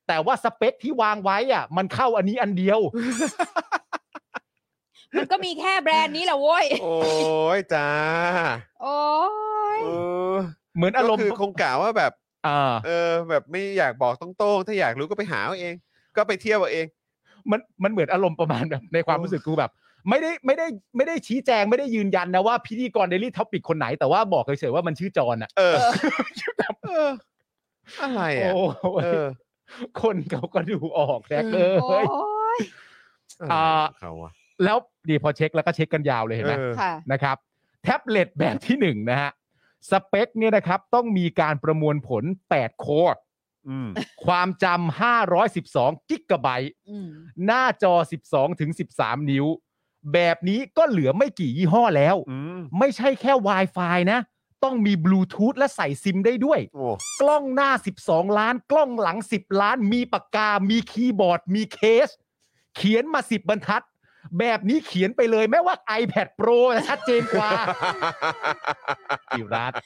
[SPEAKER 4] แต่ว่าสเปคที่วางไว้อ่ะ มันเข้าอันนี้อันเดียว
[SPEAKER 5] มันก็มีแค่แบรนด์นี้แหละโว้ย
[SPEAKER 3] โอ้ยจ้า
[SPEAKER 5] โอ้ย
[SPEAKER 3] เออ
[SPEAKER 4] เหมือน
[SPEAKER 3] อา
[SPEAKER 4] อารร
[SPEAKER 3] ม
[SPEAKER 4] ม
[SPEAKER 3] ณ์
[SPEAKER 4] ณ์
[SPEAKER 3] คือคงกล่าวว่าแบบ
[SPEAKER 4] อ่า
[SPEAKER 3] เออ แบบไม่อยากบอกตรงๆถ้าอยากรู้ก็ไปหาเอาเอง ก็ไปเที่ยวเอาเอง
[SPEAKER 4] มันมันเหมือนอารมณ์ประมาณแบบ ในความรู้สึกกูแบบ ไม่ได้ไม่ได้ไม่ได้ชี้แจงไม่ได้ยืนยันนะว่าพิธีกรเดลี่ท็อปิกคนไหนแต่ว่าบอกเฉยๆว่ามันชื่อจอนอ่ะ
[SPEAKER 3] เออ เออ อะไรอ่ะ
[SPEAKER 4] โอ้โห
[SPEAKER 3] เออ
[SPEAKER 4] คนเขาก็ดูออกแรกเล
[SPEAKER 5] โอ้
[SPEAKER 4] ย
[SPEAKER 5] ย
[SPEAKER 3] อะไร
[SPEAKER 4] อ่า
[SPEAKER 3] ของเขาอ่ะ
[SPEAKER 4] แล้วดีพอเช็คแล้วก็เช็คกันยาวเลยเห็นไหม
[SPEAKER 3] เออ
[SPEAKER 5] ค่ะ
[SPEAKER 4] นะครับแท็บเล็ตแบบที่หนึ่งนะฮะสเปคเนี่ยนะครับต้องมีการประมวลผล 8 โคด
[SPEAKER 3] อืม
[SPEAKER 4] ความจำ512 กิกะไบต์
[SPEAKER 5] อืม
[SPEAKER 4] หน้าจอ 12ถึง13 นิ้ว แบบนี้ก็เหลือไม่กี่ยี่ห้อแล้ว
[SPEAKER 3] อืม
[SPEAKER 4] ไม่ใช่แค่ Wi-Fi นะ ต้องมีบลูทูธและใส่ซิมได้ด้วย
[SPEAKER 3] โอ้
[SPEAKER 4] กล้องหน้า 12 ล้าน กล้องหลัง 10 ล้าน มีปากกา มีคีย์บอร์ด มีเคส เขียนมา 10 บรรทัด แบบนี้เขียนไปเลยแม้ว่า iPad Pro จะชัดเจนกว่า *laughs* จิรัตน์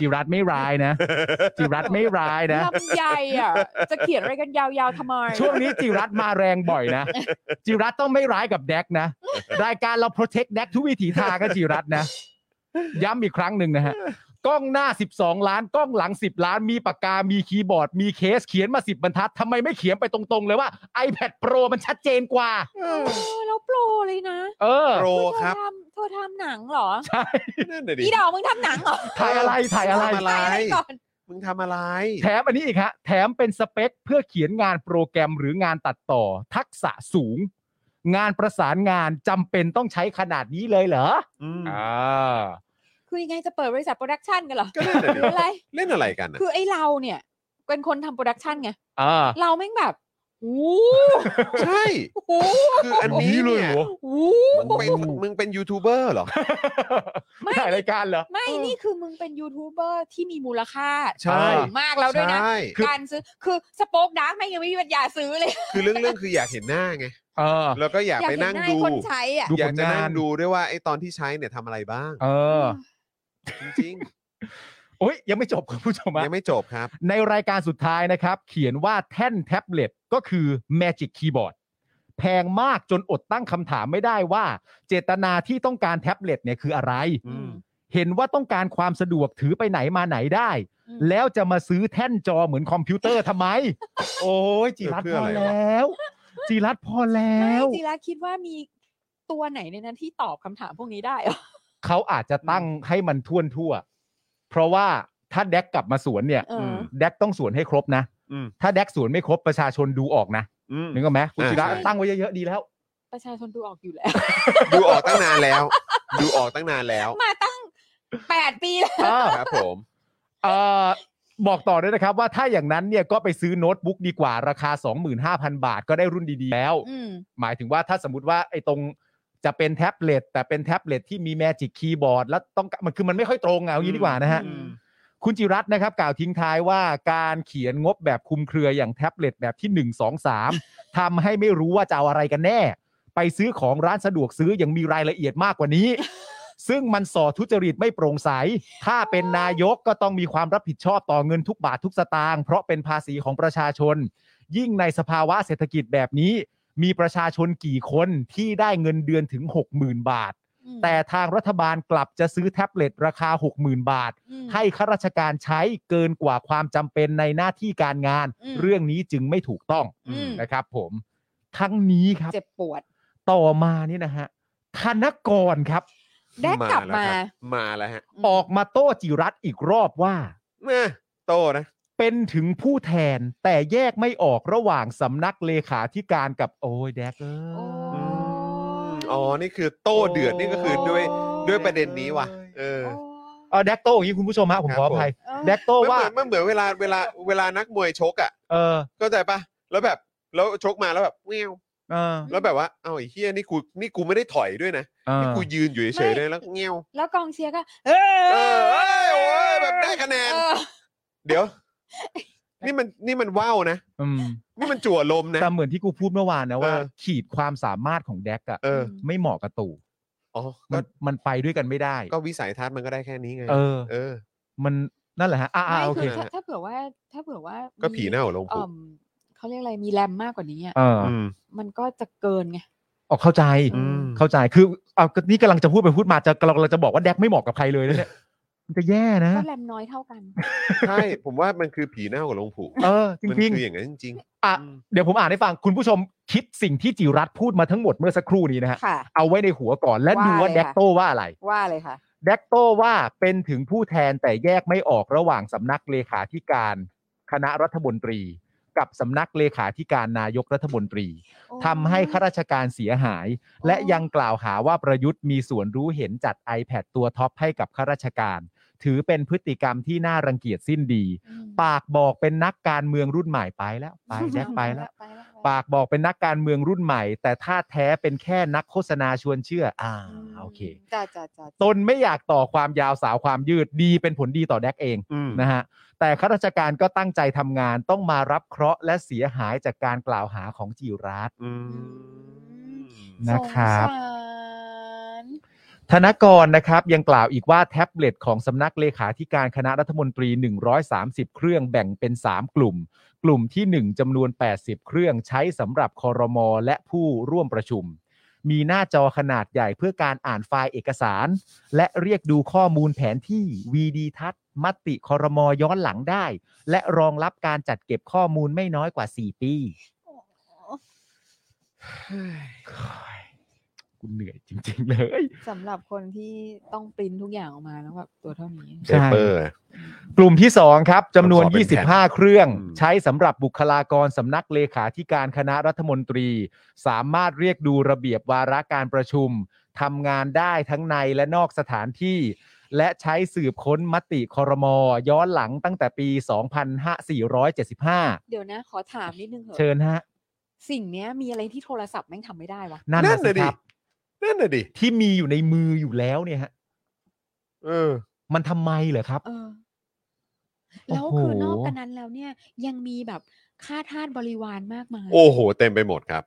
[SPEAKER 4] จิรัตน์ไม่ร้ายนะ จิรัตน์ไม่ร้ายนะ
[SPEAKER 5] ลำใหญ่อ่ะ จะเขียนอะไรกันยาวๆทำไม
[SPEAKER 4] ช่วงนี้จิรัตน์มาแรงบ่อยนะ จิรัตน์ต้องไม่ร้ายกับแดกนะ รายการเราโปรเทคแดกทุกวิถีทางกับจิรัตน์นะ ย้ำอีกครั้งหนึ่งนะฮะ กล้องหน้า 12 ล้าน กล้องหลัง 10 ล้าน มีปากกา มีคีย์บอร์ด มีเคส เขียนมา 10 บรรทัด ทำไมไม่เขียนไปตรงๆ เลยว่า iPad Pro มันชัดเจนกว่า
[SPEAKER 5] เออ แล้วโปรเลยนะ
[SPEAKER 4] เออ
[SPEAKER 3] โปรค
[SPEAKER 5] เธอ
[SPEAKER 3] รับ
[SPEAKER 5] ทำเธอทำหนังเหรอ
[SPEAKER 4] ใช่
[SPEAKER 3] นั่นน่ะดิ
[SPEAKER 5] พี่ดอกมึงทำหนังเหรอ
[SPEAKER 4] ถ่ายอะไร ถ่ายอะไร
[SPEAKER 3] ทำอะไร
[SPEAKER 5] ถ่ายอะไรก่อน
[SPEAKER 3] มึงทำอะไร
[SPEAKER 4] แถมอันนี้อีกฮะ แถมเป็นสเปคเพื่อเขียนงานโปรแกรมหรืองานตัดต่อ ทักษะสูง งานประสานงานจำเป็นต้องใช้ขนาดนี้เลยเหรอ
[SPEAKER 3] อืม
[SPEAKER 4] อ่า
[SPEAKER 5] คือยังไงจะเปิดบริษัทโปรดักชันกันเหรอ
[SPEAKER 3] ก็นั่น
[SPEAKER 5] *laughs*
[SPEAKER 3] น่ะดิ
[SPEAKER 5] หรืออะไร
[SPEAKER 3] เล่นอะไรกันอ่ะ
[SPEAKER 5] คือไอ้เราเนี่ย เป็นคนทำโปรดักชันไง
[SPEAKER 4] อ่า
[SPEAKER 5] เราแม่งแบบหู
[SPEAKER 3] ใช่
[SPEAKER 5] หู
[SPEAKER 3] คืออันนี้เนี่ย
[SPEAKER 5] หู
[SPEAKER 3] มึงเป็นมึงเป็นยูทูบเบอร์เหรอ
[SPEAKER 4] ไม่ถ่ายรายการเหรอ
[SPEAKER 5] ไม่นี่คือมึงเป็นยูทูบเบอร์ที่มีมูลค่า
[SPEAKER 3] ใช่
[SPEAKER 5] สูงมากแล้วด้วยนะ
[SPEAKER 3] ใช่
[SPEAKER 5] การซื้อ คือสโป๊กดาร์กแม่งยังไม่มีปัญญาซื้อเลย
[SPEAKER 3] คือเรื่องเรื่องคืออยากเห็นหน้าไง
[SPEAKER 4] เออ
[SPEAKER 3] แล้วก็อยาก
[SPEAKER 5] อยาก
[SPEAKER 3] ไป
[SPEAKER 5] เห็นห
[SPEAKER 3] นั่ง
[SPEAKER 5] น้า
[SPEAKER 3] ดู
[SPEAKER 5] คนใช้อ่ะ
[SPEAKER 4] ดู
[SPEAKER 3] อยา
[SPEAKER 4] ผ
[SPEAKER 3] ก
[SPEAKER 4] ล
[SPEAKER 3] จะ
[SPEAKER 4] งาน
[SPEAKER 3] นั่งดูด้วยว่าไอ้ตอนที่ใช้เนี่ยทำอะไรบ้าง
[SPEAKER 4] เออ
[SPEAKER 3] จริง
[SPEAKER 4] โอ้ยยังไม่จบคุณผู้ชม
[SPEAKER 3] ๆ
[SPEAKER 4] อะ
[SPEAKER 3] ยังไม่จบครับ
[SPEAKER 4] ในรายการสุดท้ายนะครับ เขียนว่าแท่นแท็บเล็ตก็คือ Magic Keyboard แพงมากจนอดตั้งคำถามไม่ได้ว่า เจตนาที่ต้องการแท็บเล็ตเนี่ยคืออะไร
[SPEAKER 5] อืม
[SPEAKER 4] เห็นว่าต้องการความสะดวกถือไปไหนมาไหนได้
[SPEAKER 5] อืม
[SPEAKER 4] แล้วจะมาซื้อแท่นจอเหมือนคอมพิวเตอร์
[SPEAKER 3] *laughs*
[SPEAKER 4] ทำไม โอ้ยจิรัตน์
[SPEAKER 3] เพื่
[SPEAKER 4] พ
[SPEAKER 3] อ
[SPEAKER 4] อ
[SPEAKER 3] อะไรวะ
[SPEAKER 4] แล้ว จิรัตน์พอแล้
[SPEAKER 5] ไม่
[SPEAKER 4] ว
[SPEAKER 5] จีราคิดว่ามีตัวไหนในนั้นที่ตอบคำถามพวกนี้ได้เหรอ
[SPEAKER 4] เขาอาจจะตั้งให้มันท่วนทั่ว เพราะว่าถ้าแดกกลับมาสวนเนี่ย
[SPEAKER 5] เออ
[SPEAKER 4] แดกต้องสวนให้ครบนะ
[SPEAKER 3] อืม
[SPEAKER 4] ถ้าแดกสวนไม่ครบประชาชนดูออกนะ
[SPEAKER 3] อืม
[SPEAKER 4] นึกออกไหมคุณ
[SPEAKER 3] อ่า
[SPEAKER 4] จิระ
[SPEAKER 3] ใช่
[SPEAKER 4] ตั้งไว้เยอะๆดีแล้ว
[SPEAKER 5] ประชาชนดูออกอยู่แล้ว
[SPEAKER 3] ดูออกตั้งนานแล้ว ดูออกตั้งนานแล้ว
[SPEAKER 5] มาตั้งแปดปีแล้ว
[SPEAKER 4] อ่า
[SPEAKER 3] ครับผม
[SPEAKER 4] เอ่อบอกต่อด้วยนะครับ ว่าถ้าอย่างนั้นเนี่ยก็ไปซื้อโน้ตบุ๊กดีกว่าราคา 25,000 บาทก็ได้รุ่นดีๆแล้ว
[SPEAKER 5] อืม
[SPEAKER 4] หมายถึงว่าถ้าสมมติว่าไอ้ตรงจะเป็นแท็บเล็ตแต่เป็นแท็บเล็ตที่มีแมจิกคีย์บอร์ดแล้วต้องมันคือมันไม่ค่อยตรงอะเอางี้ดีกว่านะฮะ
[SPEAKER 5] อืม
[SPEAKER 4] คุณจิรัตน์นะครับ กล่าวทิ้งท้ายว่าการเขียนงบแบบคุมเครืออย่างแท็บเล็ตแบบที่ 1 2 3 ทำให้ไม่รู้ว่าจะเอาอะไรกันแน่ ไปซื้อของร้านสะดวกซื้อยังมีรายละเอียดมากกว่านี้ ซึ่งมันส่อทุจริตไม่โปร่งใส ถ้าเป็นนายกก็ต้องมีความรับผิดชอบต่อเงินทุกบาททุกสตางค์เพราะเป็นภาษีของประชาชน ยิ่งในสภาวะเศรษฐกิจแบบนี้ มีประชาชนกี่คนที่ได้เงินเดือนถึง 60,000 บาท
[SPEAKER 5] อืม
[SPEAKER 4] แต่ทางรัฐบาลกลับจะซื้อแท็บเล็ตราคา 60,000 บาท
[SPEAKER 5] อืม
[SPEAKER 4] ให้ข้าราชการใช้เกินกว่าความจำเป็นในหน้าที่การงาน
[SPEAKER 5] อืม
[SPEAKER 4] เรื่องนี้จึงไม่ถูกต้อง
[SPEAKER 5] อืม
[SPEAKER 4] นะครับ ผมทั้งนี้ครับ
[SPEAKER 5] เจ็บปวด
[SPEAKER 4] ต่อมานี่นะฮะธนกรครับ
[SPEAKER 5] ได้กลับ
[SPEAKER 3] แล้ว
[SPEAKER 5] มา
[SPEAKER 3] ครับมาแล้วฮะ
[SPEAKER 4] ออกมาโต้จิรัตน์อีกรอบว่า
[SPEAKER 3] แม่โตนะ
[SPEAKER 4] เป็นถึงผู้แทนแต่แยกไม่ออกระหว่างสำนักเลขาธิการกับโอ้ยแดกเอ้ย
[SPEAKER 5] โอ้ย
[SPEAKER 3] อ๋อ นี่คือโต้เดือดนี่ก็คือด้วยด้วยประเด็นนี้ว่ะ เออ
[SPEAKER 5] โอ้ย
[SPEAKER 4] เออแดกโต้อย่างนี้คุณผู้ชมฮะผมขออภัย
[SPEAKER 5] เออ
[SPEAKER 4] แดกโต้
[SPEAKER 3] มันเห
[SPEAKER 4] ว่า
[SPEAKER 3] มือนมันเหมือนเวลาเวลาเวลานักมวยชกอ่ะ
[SPEAKER 4] เออ
[SPEAKER 3] เข้าใจปะแล้วแบบแล้วชกมาแล้วแบบแวว
[SPEAKER 4] เออ
[SPEAKER 3] แล้วแบบว่าเอ้าไอ้เฮียนี่กูนี่กูไม่ได้ถอยด้วยนะ
[SPEAKER 4] เออ
[SPEAKER 3] นี่กูยืนอยู่เฉยๆด้วยแล้วแงว
[SPEAKER 5] แล้วกองเชียร์ก็ เอ
[SPEAKER 3] เออเอ้ยโอ้ยแบบได้คะแนน
[SPEAKER 5] เออ
[SPEAKER 3] เดี๋ยว นี่มันนี่มันว่าวนะ
[SPEAKER 4] อืม
[SPEAKER 3] นี่มันจั่วลมนะ
[SPEAKER 4] แต่เหมือนที่กูพูดเมื่อวานนะว่า
[SPEAKER 3] เออ
[SPEAKER 4] ขีดความสามารถของแดกอะ
[SPEAKER 3] เออ
[SPEAKER 4] ไม่เหมาะกับตู่
[SPEAKER 3] อ๋อ
[SPEAKER 4] มั
[SPEAKER 3] ก็
[SPEAKER 4] นมันไปด้วยกันไม่ได้
[SPEAKER 3] ก็วิสัยทัศน์มันก็ได้แค่นี้ไง
[SPEAKER 4] เออ
[SPEAKER 3] เออ
[SPEAKER 4] มันนั่นแหละฮะอ่า
[SPEAKER 5] ไม่
[SPEAKER 4] โอเค
[SPEAKER 5] คือถ้าถ้าเผื่อว่า ถ้าเผื่อว่า
[SPEAKER 3] ก็ผีเน่าลง
[SPEAKER 5] เอ
[SPEAKER 3] ปุ๊บ
[SPEAKER 5] มเขาเรียกอะไรมีแรมมากกว่านี้อ่ะ
[SPEAKER 4] เออ
[SPEAKER 3] ม
[SPEAKER 5] มันก็จะเกินไง
[SPEAKER 4] ออกเข้าใจ
[SPEAKER 5] อืม
[SPEAKER 4] เข้าใจคือเอาก็นี่กำลังจะพูดไปพูดมาจะกำลังจะบอกว่าแดกไม่เหมาะกับใครเลยนะเนี่ยมันจะแย่นะ
[SPEAKER 5] ก็แรมน้อยเท่ากัน
[SPEAKER 3] ใช่ ผมว่ามันคือผีเน่ากับลงผู
[SPEAKER 4] เออ จ
[SPEAKER 3] มัน
[SPEAKER 4] ริง
[SPEAKER 3] คืออย่างนั้นจริง
[SPEAKER 4] ๆ อ่ะ
[SPEAKER 3] ๆอืม
[SPEAKER 4] เดี๋ยวผมอ่านให้ฟังคุณผู้ชมคิดสิ่งที่จิรัตน์พูดมาทั้งหมดเมื่อสักครู่นี้นะฮะ
[SPEAKER 5] ค่ะ
[SPEAKER 4] เอาไว้ในหัวก่อนและดูว่า
[SPEAKER 5] ว่าเลย
[SPEAKER 4] แดก
[SPEAKER 5] ค่ะ
[SPEAKER 4] โต้ว่าอะไร
[SPEAKER 5] ว่าเลยค่ะ
[SPEAKER 4] แดกโต้ว่าเป็นถึงผู้แทนแต่แยกไม่ออกระหว่างสำนักเลขาธิการ คณะรัฐมนตรี กับสำนักเลขาธิการนายกรัฐมนตรี ทำให้ข้าราชการเสียหาย และยังกล่าวหาว่าประยุทธ์มีส่วนรู้เห็นจัด iPad ตัวท็อปให้กับข้าราชการ ถือเป็นพฤติกรรมที่น่ารังเกียจสิ้นดี
[SPEAKER 5] อืม
[SPEAKER 4] ปากบอกเป็นนักการเมืองรุ่นใหม่ไปแล้วไปแดก *laughs* ไปแล้ว
[SPEAKER 5] ไปแล้ว
[SPEAKER 4] ปากบอกเป็นนักการเมืองรุ่นใหม่ แต่ท่าแท้เป็นแค่นักโฆษณาชวนเชื่อ อ่าโอเค
[SPEAKER 5] จ้าจ้าจ้า
[SPEAKER 4] ตนไม่อยากต่อความยาวสาวความยืดดีเป็นผลดีต่อแดกเอง
[SPEAKER 3] อืม
[SPEAKER 4] นะฮะแต่ข้าราชการก็ตั้งใจทำงานต้องมารับเคราะห์และเสียหายจากการกล่าวหาของจิรัตน์
[SPEAKER 3] อืม
[SPEAKER 4] นะครับ
[SPEAKER 5] สงสาร
[SPEAKER 4] ธนกรนะครับยังกล่าวอีกว่าแท็บเล็ตของสำนักเลขาธิการคณะรัฐมนตรี 130 เครื่องแบ่งเป็น 3 กลุ่ม กลุ่มทีหนึ่1จำนวน 80 เครื่องใช้สำหรับคอรมอและผู้ร่วมประชุม มีหน้าจอขนาดใหญ่เพื่อการอ่านไฟล์เอกสาร และเรียกดูข้อมูลแผนที่วีดีทัศน์มติคอรมอย้อนหลังได้ และรองรับการจัดเก็บข้อมูลไม่น้อยกว่า 4 ปี กูเหนื่อยจริง ๆ เลย
[SPEAKER 5] สำหรับคนที่ต้องปริ้นทุกอย่างออกมาแล้วแบบตัวเท่านี้
[SPEAKER 3] เปเปอร์
[SPEAKER 4] กลุ่มที่ 2 ครับจำนวน
[SPEAKER 3] ขอเป็นแผ่น
[SPEAKER 4] 25 เครื่อง
[SPEAKER 3] อืม
[SPEAKER 4] ใช้สำหรับบุคลากรสำนักเลขาธิการคณะรัฐมนตรี สามารถเรียกดูระเบียบวาระการประชุมทำงานได้ทั้งในและนอกสถานที่ และใช้สืบค้นมติคอรมอย้อนหลังตั้งแต่ปี 2475
[SPEAKER 5] เดี๋ยวนะ ขอถามนิดนึงเหอะ
[SPEAKER 4] เชิญฮะ
[SPEAKER 5] สิ่งเนี้ยมีอะไรที่โทรศัพท์แม่งทำไม่ได้วะ
[SPEAKER 4] นั่น
[SPEAKER 3] นั่
[SPEAKER 4] น่ะ
[SPEAKER 3] น
[SPEAKER 4] สิ
[SPEAKER 3] น่ะดิ
[SPEAKER 4] ครับ
[SPEAKER 3] นั่นน่ะดิ
[SPEAKER 4] ที่มีอยู่ในมืออยู่แล้วเนี่ยฮะ
[SPEAKER 3] เออ
[SPEAKER 4] มันทำไมเหรอครับ
[SPEAKER 5] เออ
[SPEAKER 4] โอ้โห
[SPEAKER 5] แล้วคือนอกจากนั้นแล้วเนี่ย ยังมีแบบค่าทาสบริวารมากมาย
[SPEAKER 3] โอ้โห เต็มไปหมดครับ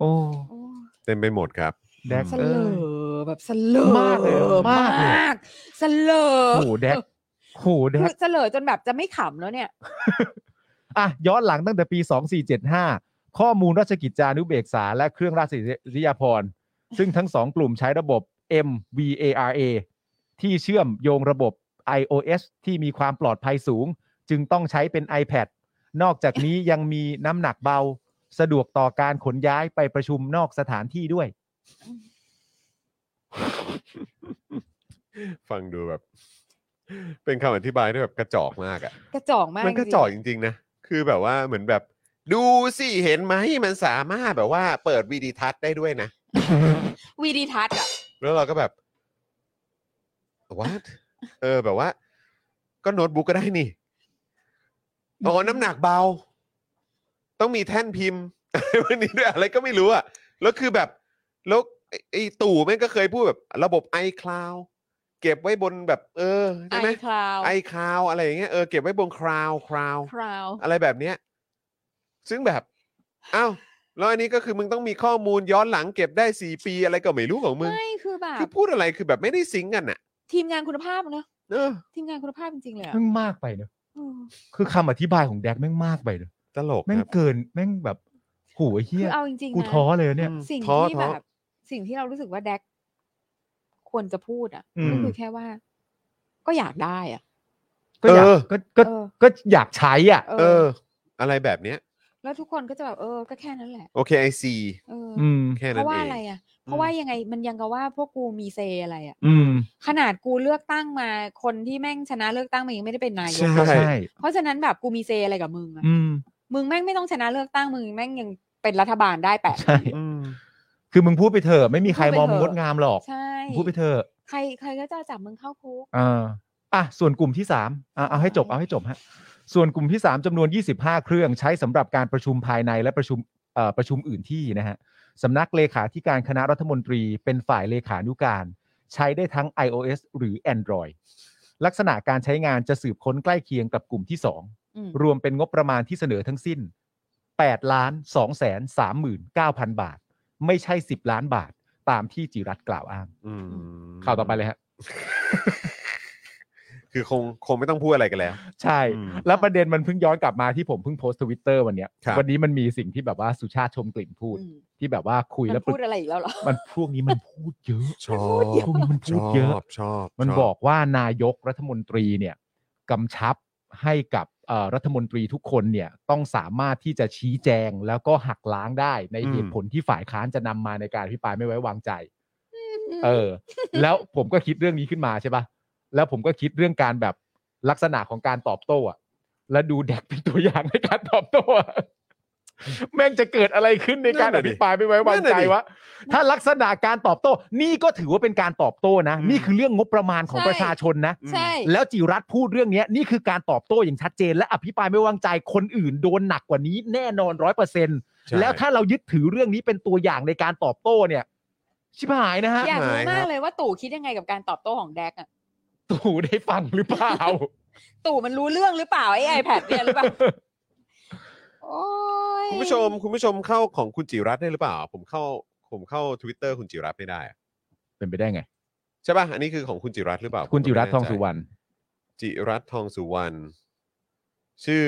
[SPEAKER 4] โอ้
[SPEAKER 5] โอ้
[SPEAKER 3] เต็มไปหมดครับ
[SPEAKER 4] แดก
[SPEAKER 5] ส
[SPEAKER 4] เอ
[SPEAKER 5] เลอย แบบสเลอ
[SPEAKER 4] มากเลยมากเลย
[SPEAKER 5] มากสเลอ
[SPEAKER 4] โอ้โหแดกโอ้โหแด
[SPEAKER 5] คือ
[SPEAKER 4] ก
[SPEAKER 5] สเลอจนแบบจะไม่ขำแล้วเนี่ย
[SPEAKER 4] อ่ะย้อนหลังตั้งแต่ปี 2475 ข้อมูลราชกิจจานุเบกษา และเครื่องราชอิสริยาภรณ์ซึ่งทั้งสองกลุ่มใช้ระบบ MVARA ที่เชื่อมโยงระบบ iOS ที่มีความปลอดภัยสูง จึงต้องใช้เป็น iPad นอกจากนี้ยังมีน้ำหนักเบา สะดวกต่อการขนย้ายไปประชุมนอกสถานที่ด้วย
[SPEAKER 3] ฟังดูแบบ เป็นคำอธิบายที่แบบกระจอกมากอ่ะ
[SPEAKER 5] กระจอกมาก
[SPEAKER 3] มันกระ
[SPEAKER 5] ริงๆ
[SPEAKER 3] จอกจริง ๆ นะ คือแบบว่าเหมือนแบบ ดูสิเห็นไหมมันสามารถแบบว่าเปิดวีดีทัศน์ได้ด้วยนะ
[SPEAKER 5] วีดีทัศน์อะ
[SPEAKER 3] แล้วเราก็แบบ what เออแบบว่า ก็โน้ตบุ๊กก็ได้นี่อ๋อน้ำหนักเบา ต้องมีแท่นพิมพ์ *laughs* วันนี้ด้วยอะไรก็ไม่รู้อะแล้วคือแบบแล้วไอ้ไอ้ตู่แม่งก็เคยพูดแบบ ระบบ iCloud เก็บไว้บนแบบ เออ
[SPEAKER 5] ไอ
[SPEAKER 3] ใช่ไหม
[SPEAKER 5] คลาว
[SPEAKER 3] ไอคาวอะไรอย่างเงี้ยเออเก็บไว้บนคราวคราว
[SPEAKER 5] คลาว
[SPEAKER 3] อะไรแบบเนี้ยซึ่งแบบอ้าวแล้วอันนี้ก็คือมึงต้องมีข้อมูลย้อนหลังเก็บได้ 4 ปีอะไรก็ไม่รู้ของมึง
[SPEAKER 5] ไม่คือแบบ
[SPEAKER 3] คือพูดอะไรคือแบบไม่ได้ซิงก์กันน่ะ
[SPEAKER 5] ทีมงานคุณภาพเนอะ
[SPEAKER 3] เออ
[SPEAKER 5] ทีมงานคุณภาพจริงๆเลยอะ
[SPEAKER 4] แม่งมากไปเนอะ
[SPEAKER 5] อืม
[SPEAKER 4] คือคำอธิบายของแดกแม่งมากไปเนอะ
[SPEAKER 3] ตลก
[SPEAKER 4] แม่ง
[SPEAKER 3] ครับ
[SPEAKER 4] เกินแม่งแบบโหไอ้
[SPEAKER 5] คื
[SPEAKER 4] เฮีย
[SPEAKER 5] อเอาจริงๆ
[SPEAKER 4] กู
[SPEAKER 5] นะ
[SPEAKER 4] ท้อเลยเนี่ย
[SPEAKER 3] อืม
[SPEAKER 5] สิ่ง
[SPEAKER 3] ท้อ
[SPEAKER 5] ที่
[SPEAKER 3] ท้
[SPEAKER 5] แบ
[SPEAKER 3] อ
[SPEAKER 5] บ สิ่งที่เรารู้สึกว่าแดกควรจะพูดอะ
[SPEAKER 4] อืม
[SPEAKER 5] ก็คือแค่ว่า ก็อยากได้อ่ะ
[SPEAKER 4] ก็อยาก
[SPEAKER 3] เออ
[SPEAKER 4] ก็ก็
[SPEAKER 5] เออ
[SPEAKER 4] ก็อยากใช้อ่ะ
[SPEAKER 5] เอ
[SPEAKER 3] เอ
[SPEAKER 5] อ
[SPEAKER 3] อ อะไรแบบเนี้ย
[SPEAKER 5] แล้วทุกคนก็จะแบบเออ ก็แค่นั้นแหละ
[SPEAKER 3] โอเคไอซี
[SPEAKER 5] เอออ
[SPEAKER 4] อืม
[SPEAKER 3] แค่
[SPEAKER 5] เพ
[SPEAKER 3] นั้น
[SPEAKER 5] ราะว่า
[SPEAKER 3] เอ
[SPEAKER 5] อะไร
[SPEAKER 3] ง
[SPEAKER 5] อ่ะ เพราะว่ายังไงมันยังกับว่าพวกกูมีเซอะไรอ่ะ
[SPEAKER 4] อืม
[SPEAKER 5] ขนาดกูเลือกตั้งมาคนที่แม่งชนะเลือกตั้งมายังไม่ได้เป็นนายก
[SPEAKER 3] ใช่
[SPEAKER 5] เลย
[SPEAKER 4] ใช่
[SPEAKER 5] เพราะฉะนั้นแบบกูมีเซอะไรกับมึงอะ
[SPEAKER 4] อืม
[SPEAKER 5] มึงแม่งไม่ต้องชนะเลือกตั้งมึงแม่งยังเป็นรัฐบาลได้แปะ
[SPEAKER 4] ใช่
[SPEAKER 3] อืม
[SPEAKER 4] คือมึงพูดไปเถอะไม่มีใครมอง
[SPEAKER 5] พูดไปเถอะ
[SPEAKER 4] งดงามหรอก
[SPEAKER 5] ใช่
[SPEAKER 4] มึงพูดไปเถอะ
[SPEAKER 5] ใครใครก็จะจับมึงเข้าคุก
[SPEAKER 4] เอ่าอ่ะส่วนกลุ่มที่สามอ่ะเอาให้จบ
[SPEAKER 5] ใช่
[SPEAKER 4] เอาให้จบฮะส่วนกลุ่มที่สามจำนวน 25 เครื่องใช้สำหรับการประชุมภายในและประชุมเอ่อประชุมอื่นที่นะฮะสำนักเลขาธิการคณะรัฐมนตรีเป็นฝ่ายเลขานุการ ใช้ได้ทั้ง iOS หรือ Android ลักษณะการใช้งานจะสืบค้นใกล้เคียงกับกลุ่มที่สอง
[SPEAKER 5] อืม
[SPEAKER 4] รวมเป็นงบประมาณที่เสนอทั้งสิ้น8ล้าน2แสน3หมื่น9,000 บาท ไม่ใช่ 10 ล้านบาท ตามที่จิรัตน์กล่าวอ้าง
[SPEAKER 3] อืม
[SPEAKER 4] ข่าวต่อไปเลยฮะ
[SPEAKER 3] คือคงคงไม่ต้องพูดอะไรกันแล้ว
[SPEAKER 4] ใช่
[SPEAKER 3] อืม
[SPEAKER 4] แล้วประเด็นมันเพิ่งย้อนกลับมาที่ผมเพิ่งโพสต์ทวิตเตอร์วันเนี้ย
[SPEAKER 3] ครับ
[SPEAKER 4] วันนี้มันมีสิ่งที่แบบว่าสุชาติชมกลิ่นพูด
[SPEAKER 5] อืม
[SPEAKER 4] ที่แบบว่าคุย
[SPEAKER 5] มั
[SPEAKER 4] แล้
[SPEAKER 5] น
[SPEAKER 4] วปรึ
[SPEAKER 5] พู
[SPEAKER 4] ก
[SPEAKER 5] ดอะไรอีกแล้วเหรอ
[SPEAKER 4] มันพวกนี้มันพูดเยอะ
[SPEAKER 3] ชอบ
[SPEAKER 4] พวกนี้มันพูดเยอะ
[SPEAKER 3] ชอบชอบ
[SPEAKER 4] มัน
[SPEAKER 3] ช
[SPEAKER 4] บอกว่านายกรัฐมนตรีเนี่ยกำชับให้กับเอ่อรัฐมนตรีทุกคนเนี่ยต้องสามารถที่จะชี้แจงแล้วก็หักล้างได้ในเหตุผลที่ฝ่ายค้านจะนำมาในการพิปรายไม่ไว้วางใจ เออ แล้วผมก็คิดเรื่องนี้ขึ้นมาใช่ปะแล้วผมก็คิดเรื่องการแบบลักษณะของการตอบโต้อะและดูแดกเป็นตัวอย่างในการตอบโต้อะแม่งจะเกิดอะไรขึ้นในการอภิปรายไม่ไว้วางใจวะถ้าลักษณะการตอบโต้ นี่ก็ถือว่าเป็นการตอบโต้นะ นี่คือเรื่องงบประมาณของ
[SPEAKER 5] ใช่
[SPEAKER 4] ประชาชนนะ
[SPEAKER 5] ใช่
[SPEAKER 4] แล้วจิรัตน์พูดเรื่องเนี้ยนี่คือการตอบโต้อย่างชัดเจน และอภิปรายไม่ไว้วางใจคนอื่นโดนหนักกว่านี้แน่นอนร้อยเปอร์เซ็นต์
[SPEAKER 3] ใช่
[SPEAKER 4] แล้วถ้าเรายึดถือเรื่องนี้เป็นตัวอย่างในการตอบโต้เนี่ย ชิบหายนะฮะ
[SPEAKER 5] อยากรู้
[SPEAKER 3] หายครับ
[SPEAKER 5] มากเลยว่าตู่คิดยังไงกับการตอบโต้ของแดกอะ
[SPEAKER 4] ตู่ได้ฟังหรือเปล่า
[SPEAKER 5] ตู่มันรู้เรื่องหรือเปล่าไอ้ไอแพดเนี่ยหรือเปล่าโอ้ย
[SPEAKER 3] คุณผู้ชมคุณผู้ชมเข้าของคุณจิรัตน์ได้หรือเปล่า ผมเข้าผมเข้า Twitter คุณจิรัตน์ไม่ได้อะ
[SPEAKER 4] *laughs* เป็นไปได้ไง
[SPEAKER 3] ใช่ป่ะอันนี้คือของคุณจิรัตน์หรือเปล่า
[SPEAKER 4] คุณจิรัต
[SPEAKER 3] ผม
[SPEAKER 4] น์
[SPEAKER 3] ก็
[SPEAKER 4] ท
[SPEAKER 3] ไม่แน่
[SPEAKER 4] อง
[SPEAKER 3] ใจ
[SPEAKER 4] สุวรรณ
[SPEAKER 3] จิรัตน์ทองสุวรรณชื่อ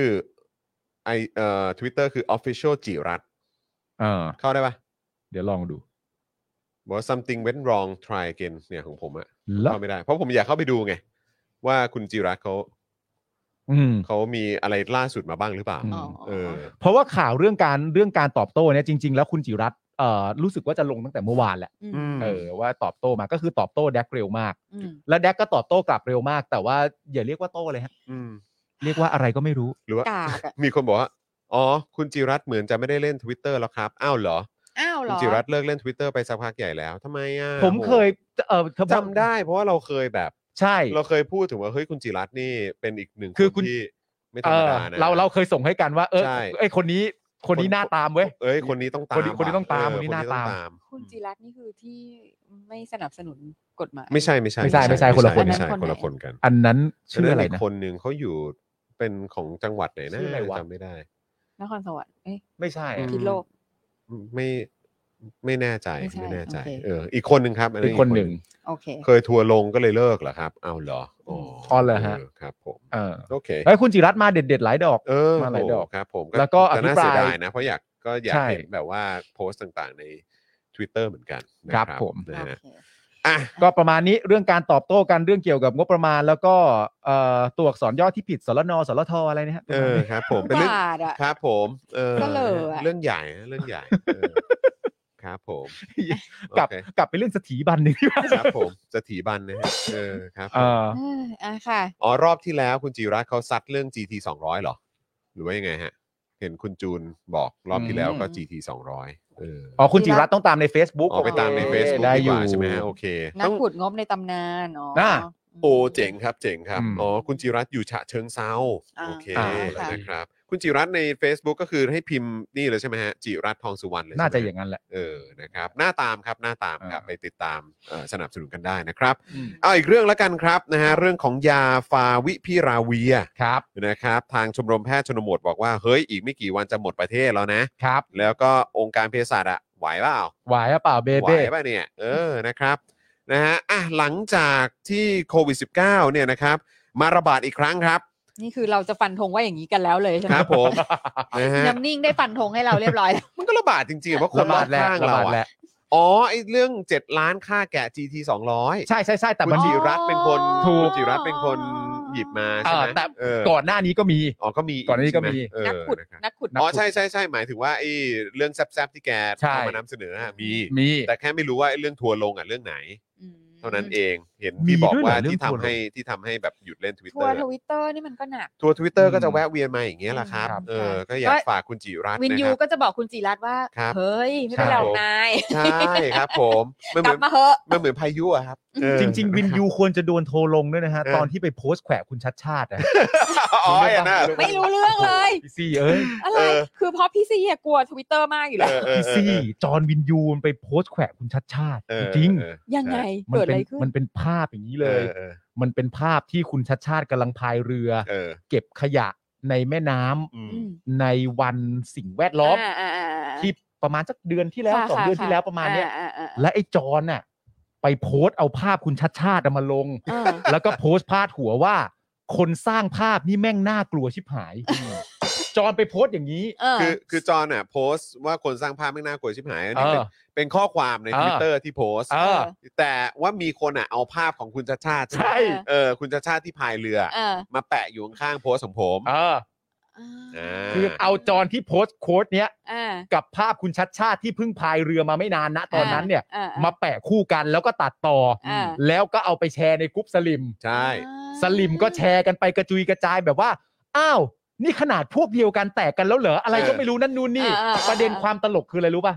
[SPEAKER 3] ไอเอ่อทวิตเตอร์คือ Official จิรัตน์
[SPEAKER 4] เออ
[SPEAKER 3] เข้าได้ป่ะ
[SPEAKER 4] เดี๋ยวลองดู
[SPEAKER 3] บอกว่า something went wrong try again เนี่ยของผมอะ
[SPEAKER 4] แล้ว
[SPEAKER 3] เข้าไม่ได้ เพราะผมอยากเข้าไปดูไง ว่าคุณจิรัตน์เขา
[SPEAKER 4] อืม
[SPEAKER 3] เขามีอะไรล่าสุดมาบ้างหรือเปล่า
[SPEAKER 4] อืม
[SPEAKER 5] อ๋อ
[SPEAKER 3] เออ
[SPEAKER 4] เพราะว่าข่าวเรื่องการเรื่องการตอบโต้เนี่ยจริง ๆ แล้วคุณจิรัตน์เอ่อรู้สึกว่าจะลงตั้งแต่เมื่อวานแหละ
[SPEAKER 5] อืม
[SPEAKER 4] เออว่าตอบโต้มาก็คือตอบโต้แดกเร็วมาก
[SPEAKER 5] อืม
[SPEAKER 4] แล้วแดกก็ตอบโต้กลับเร็วมาก แต่ว่าอย่าเรียกว่าโต้เลยฮะ
[SPEAKER 3] อืม
[SPEAKER 4] เรียกว่าอะไรก็ไม่รู้
[SPEAKER 3] หรือว่าก
[SPEAKER 5] ากอะ
[SPEAKER 3] มีคนบอกว่าอ๋อ คุณจิรัตน์เหมือนจะไม่ได้เล่น Twitter แล้วครับอ้าวเหรอ
[SPEAKER 5] อ้าวเหร
[SPEAKER 3] คุณ
[SPEAKER 5] อ
[SPEAKER 3] จิรัตน์เลิกเล่น Twitter ไปสักพักใหญ่แล้วทำไมอ่ะ
[SPEAKER 4] ผมเคย
[SPEAKER 3] โ
[SPEAKER 4] เออ
[SPEAKER 3] อ้โหจำได้เพราะว่าเราเคยแบบ
[SPEAKER 4] ใช่
[SPEAKER 3] เราเคยพูดถึงว่าเฮ้ยคุณจิรัตน์นี่เป็นอีกหนึ่ง
[SPEAKER 4] คือ
[SPEAKER 3] ค
[SPEAKER 4] คุ
[SPEAKER 3] น
[SPEAKER 4] ณ
[SPEAKER 3] ที่ไม่ธร
[SPEAKER 4] เอ
[SPEAKER 3] รม
[SPEAKER 4] อ
[SPEAKER 3] ดานะ
[SPEAKER 4] เราเราเคยส่งให้กันว่า เออ
[SPEAKER 3] ใช่
[SPEAKER 4] ไอยคนนี้คนนี้หน้าตามเว้ย
[SPEAKER 3] เอ้ยคนนี้ต้องตาม
[SPEAKER 4] คนนี้คนนี้ต้องตาม
[SPEAKER 3] ว่ะ
[SPEAKER 4] คนนี้หน้า
[SPEAKER 3] เออ
[SPEAKER 4] ตาม
[SPEAKER 5] คุณจิรัตน์นี่คือที่ไม่สนับสนุนกฎหมาย
[SPEAKER 3] ไม่ใช่ไม่ใช่
[SPEAKER 4] ไม่ใช่ไม่ใช่คนละคน
[SPEAKER 3] ไม่ใช่
[SPEAKER 5] อัน
[SPEAKER 3] ค
[SPEAKER 5] นั้น
[SPEAKER 3] นละคนกัน
[SPEAKER 4] อันนั้นชื่ออะไร
[SPEAKER 3] ก
[SPEAKER 4] นะ
[SPEAKER 3] คนหนึ่งเขาอยู่เป็นของจังหวัดไหนนะ
[SPEAKER 4] ชื่ออะไรวะ
[SPEAKER 3] จำไม่ได้
[SPEAKER 5] นครสวรรค์เอ๊ะ
[SPEAKER 4] ไม่ใช่อะ
[SPEAKER 3] อืม
[SPEAKER 5] พิษโลก
[SPEAKER 3] ไม่ไม่แน่ใจ
[SPEAKER 5] ไม่ใช่
[SPEAKER 3] ไม่แน่ใจ
[SPEAKER 5] โอเค
[SPEAKER 3] เอออีกคนหนึ่งครับ
[SPEAKER 4] อีกคนหนึ่ง
[SPEAKER 5] โอเค
[SPEAKER 3] เคยทัวร์ลงก็เลยเลิกเหรอครับเอาเหรออ๋อ
[SPEAKER 4] อ๋อเหรอฮะ
[SPEAKER 3] ครับผม
[SPEAKER 4] เออ
[SPEAKER 3] โอเค
[SPEAKER 4] แล้วคุณจิรัตน์มาเด็ดๆหลายดอก
[SPEAKER 3] เออ
[SPEAKER 4] มาหลายดอก
[SPEAKER 3] โโครับผม
[SPEAKER 4] แล้วก็
[SPEAKER 3] แต่น่า
[SPEAKER 4] อ
[SPEAKER 3] เสี
[SPEAKER 4] ภิปราย
[SPEAKER 3] ยดายนะ เพราะอยากก็อยาก
[SPEAKER 4] ใช่
[SPEAKER 3] เห็นแบบว่าโพสต์ต่างๆใน Twitter เหมือนกันนะครับ
[SPEAKER 4] ผม
[SPEAKER 3] นะ
[SPEAKER 5] โอ
[SPEAKER 3] ฮะ
[SPEAKER 5] เค
[SPEAKER 3] อ่ะ
[SPEAKER 4] ก็ประมาณนี้เรื่องการตอบโต้กันเรื่องเกี่ยวกับงบประมาณ แล้วก็เอ่อตัวอักษรย่อที่ผิดสรนสรทอะไรนะฮะ
[SPEAKER 3] เออครับ ผม
[SPEAKER 5] อุ
[SPEAKER 3] เป็นเรื่อง
[SPEAKER 5] บาทอะ
[SPEAKER 3] ครับผมเออ
[SPEAKER 5] เสลออะ
[SPEAKER 3] เรื่องใหญ่นะเรื่องใหญ่เออครับผม
[SPEAKER 4] *laughs* กลับ
[SPEAKER 3] โอเค
[SPEAKER 4] กลับไปเรื่องสถีบันหนึ่งดีกว่า
[SPEAKER 3] ครับผมจะถีบันนะฮะเออครับผม
[SPEAKER 4] เออ
[SPEAKER 5] เอออ่ะค่ะ
[SPEAKER 3] อ๋อรอบที่แล้วคุณจิรัตน์เขาซัดเรื่อง GT 200เหรอ หรือว่ายังไงฮะ เห็นคุณจูนบอกรอบที่แล้วก็ GT 200เออ
[SPEAKER 4] อ๋อคุณจิรัตน์ต้องตามใน Facebook
[SPEAKER 3] ออกไปตามใน
[SPEAKER 4] โอเค
[SPEAKER 3] Facebook
[SPEAKER 4] ได้
[SPEAKER 3] ดี
[SPEAKER 4] อก ยู่
[SPEAKER 3] ว่าใช่ไหมฮะโอเค
[SPEAKER 5] นัก
[SPEAKER 3] ต้อง
[SPEAKER 5] ขุดงบในตำนานเนาะ
[SPEAKER 4] น่ะ
[SPEAKER 3] โอ้เจ๋งครับเจ๋งครับ
[SPEAKER 4] อืม
[SPEAKER 3] อ๋อคุณจิรัตน์อยู่ฉะเชิงเซา
[SPEAKER 5] อ่า
[SPEAKER 3] โอเค
[SPEAKER 4] อ่า
[SPEAKER 5] ค่ะ
[SPEAKER 3] นะครับ คุณจิรัตน์ใน Facebook ก็คือให้พิมพ์นี่เลยใช่ไหมฮะจิรัตน์ทองสุวรรณเลย
[SPEAKER 4] น่าจะ
[SPEAKER 3] ใช่ไหม
[SPEAKER 4] อย่างนั้นแหละ
[SPEAKER 3] เออนะครับหน้าตามครับหน้าตามครับ
[SPEAKER 4] อ่า
[SPEAKER 3] ไปติดตามเอ่อสนับสนุนกันได้นะครับ
[SPEAKER 4] อืม
[SPEAKER 3] เอาอีกเรื่องแล้วกันครับนะฮะเรื่องของยาฟาวิพิราเวีย
[SPEAKER 4] ครับ
[SPEAKER 3] นะครับทางชมรมแพทย์ชนบทบอกว่าเฮ้ยอีกไม่กี่วันจะหมดประเทศแล้วนะ
[SPEAKER 4] ครับ
[SPEAKER 3] แล้วก็องค์การเภสัชอะไหวเปล่า
[SPEAKER 4] ไหวหรือเปล่าเบ
[SPEAKER 3] ไหว
[SPEAKER 4] เบ้
[SPEAKER 3] ป่ะเนี่ย เออ นะครับนะฮะอ่ะหลังจากที่โควิด -19 เนี่ยนะครับ มาระบาดอีกครั้งครับ
[SPEAKER 5] นี่คือเราจะฟันธงว่าอย่างนี้กันแล้วเลยใช่ไห
[SPEAKER 3] ค
[SPEAKER 5] ม
[SPEAKER 3] รับ
[SPEAKER 4] *laughs*
[SPEAKER 3] ผม นะฮะ
[SPEAKER 5] น้ำนิ่งได้ฟันธงให้เราเรียบร้อยแล้ว
[SPEAKER 3] มันก็ระบาดจริงๆเพราะคน
[SPEAKER 4] ระ
[SPEAKER 3] ร
[SPEAKER 4] บา
[SPEAKER 3] อ
[SPEAKER 4] ด
[SPEAKER 3] บ
[SPEAKER 4] แรก
[SPEAKER 3] ข้าง
[SPEAKER 4] ระ
[SPEAKER 3] เรา
[SPEAKER 4] บาดแร
[SPEAKER 3] อะ
[SPEAKER 4] ก
[SPEAKER 3] อ๋อไอ้เรื่อง 7 ล้านค่าแกะ GT 200
[SPEAKER 4] ใช่ใช่ใช่แต่
[SPEAKER 3] คุ
[SPEAKER 4] มัน
[SPEAKER 3] ณ
[SPEAKER 4] มี
[SPEAKER 3] จิรัตน์เป็นคน
[SPEAKER 4] ถูก
[SPEAKER 3] คุณจิรัตน์เป็นคนหยิบมา
[SPEAKER 4] เอ
[SPEAKER 3] ใช่ไห
[SPEAKER 4] อ
[SPEAKER 3] ม
[SPEAKER 4] แต่
[SPEAKER 3] เออ
[SPEAKER 4] ก่อนหน้านี้ก็มี
[SPEAKER 3] อ๋อก็มี
[SPEAKER 4] ก่อนหน้านี้ก็มี
[SPEAKER 3] ใช่ไห
[SPEAKER 5] นัก
[SPEAKER 3] เออ
[SPEAKER 5] ขุด
[SPEAKER 3] นะครับ
[SPEAKER 5] นักขุด
[SPEAKER 4] นัก
[SPEAKER 3] อ๋
[SPEAKER 4] ขุ
[SPEAKER 3] อ
[SPEAKER 4] ด
[SPEAKER 3] ใช่ใช่ใช่หมายถึงว่าไอ้เรื่องแซบๆที่แก
[SPEAKER 4] ใช่
[SPEAKER 3] เอามานำเสนออะมี
[SPEAKER 4] มี
[SPEAKER 3] แต่แค่ไม่รู้ว่าไอ้เรื่องทัวร์ลงอ่ะเรื่องไหน
[SPEAKER 5] อืม
[SPEAKER 3] เท่านั้นเอง เห็น
[SPEAKER 4] มี
[SPEAKER 3] มีบอก
[SPEAKER 4] ด้วยเหรอ
[SPEAKER 3] ว่า
[SPEAKER 4] เรื่อง
[SPEAKER 3] ที่ทำ
[SPEAKER 4] ทัวร์ลง
[SPEAKER 3] ให้ที่ทำให้แบบหยุดเล่น
[SPEAKER 5] ทัว
[SPEAKER 3] Twitter
[SPEAKER 5] ร์
[SPEAKER 3] อะ
[SPEAKER 5] ทวิตเตอร์นี่มันก็หนัก
[SPEAKER 3] ทัวร์ทวิตเตอร์
[SPEAKER 4] อืม
[SPEAKER 3] ก็จะแวะเวียนมาอย่างเงี้ยแหละครับ
[SPEAKER 5] ครับ
[SPEAKER 3] เออ ก็อยากฝากคุณจิรัตน์
[SPEAKER 5] วิน
[SPEAKER 3] นะ
[SPEAKER 5] ยู
[SPEAKER 3] ครับ
[SPEAKER 5] ก็จะบอกคุณจิรัตน์ว่า
[SPEAKER 3] ครับ
[SPEAKER 5] เฮ้ย ไม่
[SPEAKER 4] ใช่
[SPEAKER 5] เป็นไรหรอกนาย
[SPEAKER 3] ใช่ครับผมมันเห
[SPEAKER 5] ก
[SPEAKER 3] มือบ น
[SPEAKER 5] ลัมาเถอะ
[SPEAKER 3] มันเหมือนพายุอะครับเออ
[SPEAKER 4] จริง ๆ วินยูควรจะโดนโทรลงด้วยนะฮะ
[SPEAKER 3] เออ
[SPEAKER 4] ตอนที่ไปโพสต์แขวะคุณชัดชาติอะ *laughs*
[SPEAKER 3] อ๋อไอ้นะ
[SPEAKER 5] ไม่รู้เรื่องเลย
[SPEAKER 4] พี่ซี่เอ้ย
[SPEAKER 5] อะไร คือเพราะพี่ซีอะกลัวทวิตเตอร์มากอยู่
[SPEAKER 3] เอ
[SPEAKER 5] แล้ว
[SPEAKER 3] อเออเอ
[SPEAKER 4] พี่
[SPEAKER 3] อ
[SPEAKER 4] ซี่จอห์นวินยูมันไปโพสต์แขวะคุณชัดชาติ
[SPEAKER 3] เอ
[SPEAKER 4] จ
[SPEAKER 3] อ
[SPEAKER 4] ริง
[SPEAKER 3] เออ
[SPEAKER 5] ยังไง
[SPEAKER 4] ๆมั
[SPEAKER 5] เกิด
[SPEAKER 4] เป็
[SPEAKER 5] อะไรขึ้น
[SPEAKER 4] มันเป็นภาพอย่างนี้
[SPEAKER 3] เอ
[SPEAKER 4] เลย
[SPEAKER 3] อเออ
[SPEAKER 4] มันเป็นภาพที่คุณชัดชาติกำลังพายเรือ
[SPEAKER 3] เออ
[SPEAKER 4] เก็บขยะในแม่น้ำ
[SPEAKER 3] อืม
[SPEAKER 5] อืม
[SPEAKER 4] ในวันสิ่งแวดล้อม
[SPEAKER 5] าาาอ่า
[SPEAKER 4] ที่ประมาณสักเดือนที่แล้ว
[SPEAKER 5] ค่ะ
[SPEAKER 4] สอง
[SPEAKER 5] ค่ะ
[SPEAKER 4] เดือนที่
[SPEAKER 5] ค่
[SPEAKER 4] แล้วประมาณเนี้ย
[SPEAKER 5] อ่อ่าอ่า
[SPEAKER 4] และไอ้จอนน่ะไปโพสต์เอาภาพคุณชัดชาติเอามาลง
[SPEAKER 5] อ่า
[SPEAKER 4] แล้วก็โพสต์พาดหัวว่า คนสร้างภาพนี่แม่งน่ากลัวชิบหาย จอนไปโพสต์อย่างนี้
[SPEAKER 5] เออ
[SPEAKER 3] คือคือจอห์นอ่ะโพสต์ว่าคนสร้างภาพไม่น่ากลัวชิบหายอัน
[SPEAKER 4] เอ
[SPEAKER 3] นี้เป็
[SPEAKER 4] อ
[SPEAKER 3] นเป็นข้อความใน
[SPEAKER 4] เอ
[SPEAKER 3] ท
[SPEAKER 4] อ
[SPEAKER 3] วิตเตอร์ที่โพสต์
[SPEAKER 4] เออ
[SPEAKER 3] แต่ว่ามีคนอ่ะเอาภาพของคุณชาชาติ
[SPEAKER 4] ใช่
[SPEAKER 5] เออ
[SPEAKER 3] เออคุณชาชาติที่พายเรือ
[SPEAKER 5] เออ
[SPEAKER 3] มาแปะอยู่ข้างๆโพสต์ของผม
[SPEAKER 4] เออ
[SPEAKER 3] อ่
[SPEAKER 5] อ่
[SPEAKER 3] า
[SPEAKER 5] า
[SPEAKER 4] คือเอาจอนที่โพสต์โค้ดเนี้ย
[SPEAKER 5] อ่า
[SPEAKER 4] กับภาพคุณชัดชาติที่เพิ่งพายเรือมาไม่นานนะตอนนั้นเนี่ย
[SPEAKER 5] อ่อ่
[SPEAKER 4] มาแปะคู่กันแล้วก็ตัดต่ออา แล้วก็เอาไปแชร์ในกลุ่มสลิม
[SPEAKER 3] ใช่
[SPEAKER 5] อ่า
[SPEAKER 4] สลิมก็แชร์กันไปกระจุยกระจายแบบว่า อ้าว นี่ขนาดพวกเดียวกันแตกกันแล้วเหรอ อะไรก็
[SPEAKER 3] เออ
[SPEAKER 4] ไม่รู้นั่นนู่นนี่
[SPEAKER 5] อ่าอ่าอ่า
[SPEAKER 4] ประเด็นความตลกคืออะไรรู้ป่ะ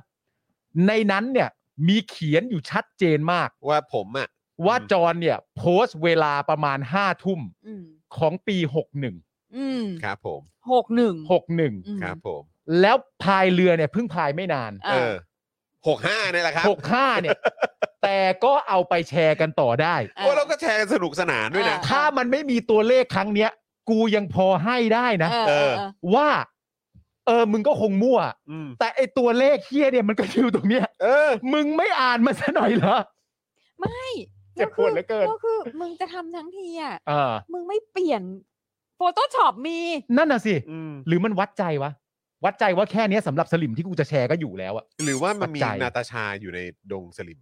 [SPEAKER 4] ในนั้นเนี่ยมีเขียนอยู่ชัดเจนมาก
[SPEAKER 3] ว่าผมอ่ะ
[SPEAKER 4] ว่า
[SPEAKER 3] อืม
[SPEAKER 4] จอนเนี่ย โพสต์เวลาประมาณห้าทุ่ม
[SPEAKER 5] อืม
[SPEAKER 4] ของปีหกหนึ่ง
[SPEAKER 5] อืม
[SPEAKER 3] ครับผม
[SPEAKER 5] หกหนึ่ง
[SPEAKER 4] หกหนึ่ง
[SPEAKER 5] อืม
[SPEAKER 3] ครับผม
[SPEAKER 4] แล้วพายเรือเนี่ยเพิ่งพายไม่นาน
[SPEAKER 5] อ่า
[SPEAKER 3] เออหกห้าเนี่ยแหละครับ
[SPEAKER 4] หกห้าเนี่ย
[SPEAKER 3] *laughs*
[SPEAKER 4] แต่ก็เอาไปแชร์กันต่อได้
[SPEAKER 5] อ่า
[SPEAKER 3] โอ้เราก็แชร์กันสนุกสนานด้วยนะ
[SPEAKER 5] อ่
[SPEAKER 4] ถ้ามันไม่มีตัวเลขครั้งเนี้ย กูยังพอให้ได้นะ
[SPEAKER 5] เออ
[SPEAKER 3] เออ
[SPEAKER 5] เออ
[SPEAKER 4] ว่า เออมึงก็คงมั่ว
[SPEAKER 3] อืม
[SPEAKER 4] แต่ไอตัวเลขเฮี้ยเนี่ยมันก็อยู่ตรงเนี้ย
[SPEAKER 3] เออ
[SPEAKER 4] มึงไม่อ่านมันซะหน่อยเหรอ
[SPEAKER 5] ไม่
[SPEAKER 4] เจ็บปวดเหลือเกิน
[SPEAKER 5] ก็คือมึงจะทำทั้งทีอ่ะ
[SPEAKER 4] เออ
[SPEAKER 5] มึงไม่เปลี่ยนโฟโต้ช็อปมี
[SPEAKER 4] นั่นน่ะสิ
[SPEAKER 3] อืม
[SPEAKER 4] หรือมันวัดใจวะ วัดใจว่าแค่เนี้ยสำหรับสลิมที่กูจะแชร์ก็อยู่แล้วอะ
[SPEAKER 3] หรือว่ามันมี
[SPEAKER 4] ปัจจัย
[SPEAKER 3] นาตาชาอยู่ในดงสลิม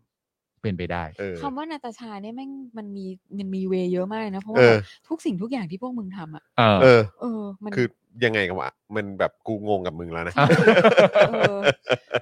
[SPEAKER 4] เป็นไปได้
[SPEAKER 3] เออ
[SPEAKER 5] คำว่านาตาชาเนี่ยแม่งมันมีมันมีเวเยอะมากเลยนะ เพราะ
[SPEAKER 3] เอ
[SPEAKER 5] ว่า
[SPEAKER 3] อ
[SPEAKER 5] ทุกสิ่งทุกอย่างที่พวกมึงทำอ่ะ
[SPEAKER 4] เออ
[SPEAKER 3] เออ
[SPEAKER 5] เออ มัน
[SPEAKER 3] คือยังไงกันวะ มันแบบกูงงกับมึงแล้วนะ *laughs*
[SPEAKER 5] เออ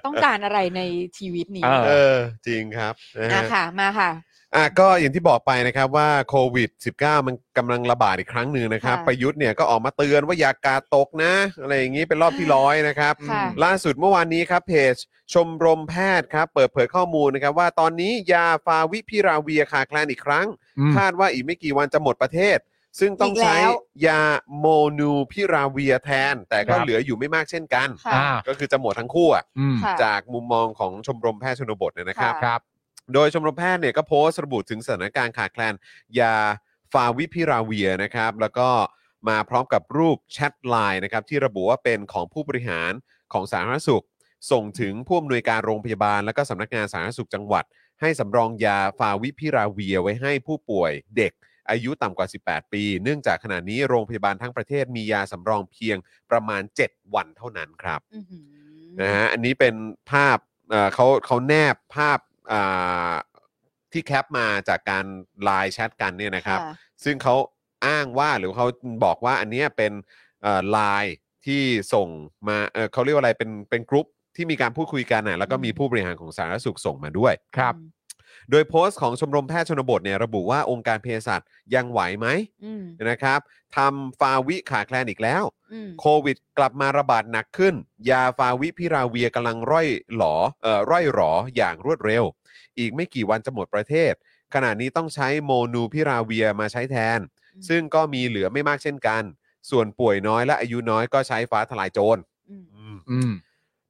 [SPEAKER 5] ต้องการอะไรในชีวิตนี้
[SPEAKER 4] เอ
[SPEAKER 3] เออ จริงครับนะ
[SPEAKER 5] นะ
[SPEAKER 3] ฮะ
[SPEAKER 5] ค่ะ มาค่ะ
[SPEAKER 3] อ่ะก็อย่างที่บอกไปนะครับว่าโควิด -19 มันกำลังระบาดอีกครั้งหนึ่งนะครับ
[SPEAKER 5] ค่ะ
[SPEAKER 3] ประยุทธ์เนี่ยก็ออกมาเตือนว่าอย่ากาดตกนะ อะไรอย่างนี้เป็นรอบที่ร้อยนะครับ
[SPEAKER 5] ค่ะ
[SPEAKER 3] ล่าสุดเมื่อวานนี้ครับเพจ ชมรมแพทย์ครับเปิดเผยข้อมูลนะครับ ว่าตอนนี้ยาฟาวิพิราเวียขาดแคลนอีกครั้ง
[SPEAKER 4] อืม
[SPEAKER 3] คาดว่าอีกไม่กี่วันจะหมดประเทศ ซึ่งต้อง
[SPEAKER 5] อีกแล้ว
[SPEAKER 3] ใช้ยาโมนูพิราเวียแทน แต่ก็
[SPEAKER 4] ครับ
[SPEAKER 3] เหลืออยู่ไม่มากเช่นกัน
[SPEAKER 5] ค่ะ
[SPEAKER 4] อ่า
[SPEAKER 3] ก็คือจะหมดทั้งคู่อะ
[SPEAKER 4] อืม
[SPEAKER 5] ค่ะ
[SPEAKER 3] จากมุมมองของชมรมแพทย์ชนบทเนี่ยนะครับ
[SPEAKER 5] ค่ะ
[SPEAKER 4] ครับ
[SPEAKER 3] โดยชมรมแพทย์เนี่ยก็โพสต์ระบุถึงสถานการณ์ขาดแคลนยาฟาวิพิราเวียนะครับ แล้วก็มาพร้อมกับรูปแชทไลน์นะครับ ที่ระบุว่าเป็นของผู้บริหารของสาธารณสุข ส่งถึงผู้อำนวยการโรงพยาบาล และก็สำนักงานสาธารณสุขจังหวัด ให้สำรองยาฟาวิพิราเวียไว้ให้ผู้ป่วยเด็ก อายุต่ำกว่า 18 ปี เนื่องจากขณะนี้โรงพยาบาลทั้งประเทศมียาสำรองเพียงประมาณ 7 วันเท่านั้นครับ
[SPEAKER 5] อื้อหือ
[SPEAKER 3] นะฮะอันนี้เป็นภาพเอ่อเขาเขาแนบภาพอ่าที่แคปมาจากการไลน์แชทกันเนี่ยนะครับ
[SPEAKER 5] ะ
[SPEAKER 3] ซึ่งเขาอ้างว่าหรือเขาบอกว่าอันเนี้ยเป็นไลน์ที่ส่งมาเอ่อเขาเรียกว่าอะไรเป็นเป็นกรุ๊ปที่มีการพูดคุยกันนะแล้วก็
[SPEAKER 5] อืม
[SPEAKER 3] มีผู้บริหารของสาธารณสุขส่งมาด้วย
[SPEAKER 4] ครับ
[SPEAKER 3] โดยโพสต์ของชมรมแพทย์ชนบทเนี่ยระบุว่าองค์การเภสัชยังไหวไหม
[SPEAKER 5] อืม
[SPEAKER 3] นะครับทำฟาวิขาดแคลนอีกแล้ว
[SPEAKER 5] อืม
[SPEAKER 3] โควิดกลับมาระบาดหนักขึ้น ยาฟาวิพิราเวียกำลังร่อยหลอเอ่อร่อยหรออย่างรวดเร็ว อีกไม่กี่วันจะหมดประเทศ ขณะนี้ต้องใช้โมนูพิราเวียมาใช้แทน ซึ่งก็มีเหลือไม่มากเช่นกัน ส่วนป่วยน้อยและอายุน้อยก็ใช้ฟ้าทลายโจร
[SPEAKER 5] อืม
[SPEAKER 3] อืม
[SPEAKER 4] อืม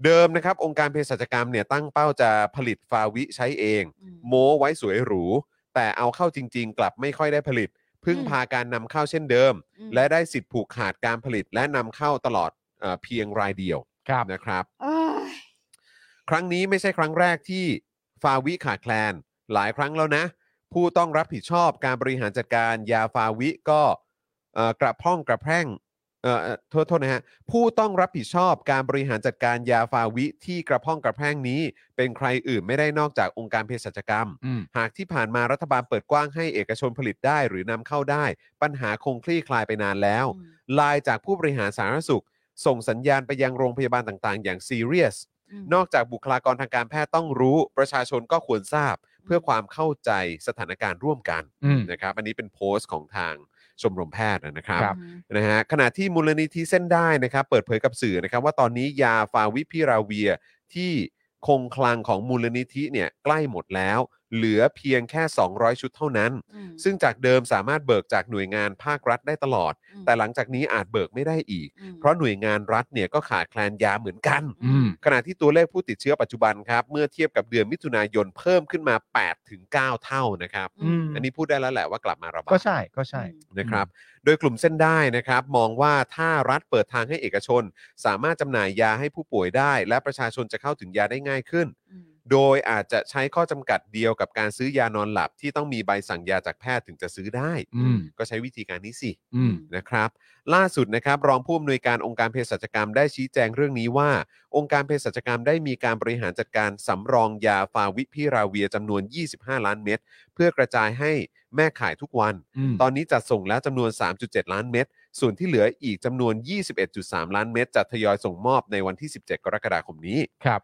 [SPEAKER 3] เดิมนะครับ องค์การเภสัชกรรมเนี่ยตั้งเป้าจะผลิตฟาวิใช้เอง
[SPEAKER 5] อืม
[SPEAKER 3] โม้ไว้สวยหรู แต่เอาเข้าจริง ๆ กลับไม่ค่อยได้ผลิต พึ่ง
[SPEAKER 5] อืม
[SPEAKER 3] พาการนำเข้าเช่นเดิม
[SPEAKER 5] อืม
[SPEAKER 3] และได้สิทธิ์ผูกขาดการผลิตและนำเข้าตลอดเออเพียงรายเดียว
[SPEAKER 4] ครับ
[SPEAKER 3] นะครับ
[SPEAKER 5] เอ้ย
[SPEAKER 3] ครั้งนี้ไม่ใช่ครั้งแรกที่ฟาวิขาดแคลน หลายครั้งแล้วนะ ผู้ต้องรับผิดชอบการบริหารจัดการยาฟาวิก็เอ่อกระพร่องกระแพร่งเอ่อเอ่อโทษโทษนะฮะผู้ต้องรับผิดชอบการบริหารจัดการยาฟาวิที่กระพร่องกระแพร่งนี้ เป็นใครอื่นไม่ได้นอกจากองค์การเภสัชกรรม
[SPEAKER 4] อืม
[SPEAKER 3] หากที่ผ่านมารัฐบาลเปิดกว้างให้เอกชนผลิตได้หรือนำเข้าได้ ปัญหาคงคลี่คลายไปนานแล้ว
[SPEAKER 5] อืม
[SPEAKER 3] ลายจากผู้บริหารสาธารณสุข ส่งสัญญาณไปยังโรงพยาบาลต่างๆ อย่างซีเรียส
[SPEAKER 5] ม
[SPEAKER 3] นอกจากบุคลากรทางการแพทย์ต้องรู้ ประชาชนก็ควรทราบ เพื่อความเข้าใจสถานการณ์ร่วมกัน
[SPEAKER 4] อืม
[SPEAKER 3] นะครับ อันนี้เป็นโพสต์ของทางชมรมแพทย์นะครับ
[SPEAKER 4] ครับ
[SPEAKER 3] นะฮะขณะที่มูลนิธิเส้นได้นะครับ เปิดเผยกับสื่อนะครับ ว่าตอนนี้ยาฟาวิพิราเวียที่คงคลังของมูลนิธิเนี่ยใกล้หมดแล้ว เหลือเพียงแค่ 200 ชุดเท่านั้น
[SPEAKER 5] อืม
[SPEAKER 3] ซึ่งจากเดิมสามารถเบิกจากหน่วยงานภาครัฐได้ตลอด
[SPEAKER 5] อืม
[SPEAKER 3] แต่หลังจากนี้อาจเบิกไม่ได้อีก
[SPEAKER 5] อืม
[SPEAKER 3] เพราะหน่วยงานรัฐเนี่ยก็ขาดแคลนยาเหมือนกัน
[SPEAKER 4] อืม
[SPEAKER 3] ขณะที่ตัวเลขผู้ติดเชื้อปัจจุบันครับ เมื่อเทียบกับเดือนมิถุนายนเพิ่มขึ้นมา8ถึง9เท่านะครับ
[SPEAKER 5] อืม
[SPEAKER 3] อันนี้พูดได้แล้วแหละว่ากลับมาระบาด
[SPEAKER 4] ก็ใช่ก็ใช่
[SPEAKER 3] นะครับ โดยกลุ่มเส้นได้นะครับ มองว่าถ้ารัฐเปิดทางให้เอกชน สามารถจำหน่ายยาให้ผู้ป่วยได้ และประชาชนจะเข้าถึงยาได้ง่ายขึ้น
[SPEAKER 5] อืม
[SPEAKER 3] โดยอาจจะใช้ข้อจำกัดเดียวกับการซื้อยานอนหลับที่ต้องมีใบสั่งยาจากแพทย์ถึงจะซื้อได้
[SPEAKER 4] อืม
[SPEAKER 3] ก็ใช้วิธีการนี้สิ
[SPEAKER 4] อืม
[SPEAKER 3] นะครับล่าสุดนะครับรองผู้อำนวยการองค์การเภสัชกรรมได้ชี้แจงเรื่องนี้ว่า องค์การเภสัชกรรมได้มีการบริหารจัดการสำรองยาฟาวิพิราเวียจำนวน 25 ล้านเม็ดเพื่อกระจายให้แม่ขายทุกวัน
[SPEAKER 4] อืม
[SPEAKER 3] ตอนนี้จัดส่งแล้วจำนวน 3.7 ล้านเม็ดส่วนที่เหลืออีกจำนวน 21.3 ล้านเม็ดจะทยอยส่งมอบในวันที่ 17 กรกฎาคมนี้
[SPEAKER 4] ครับ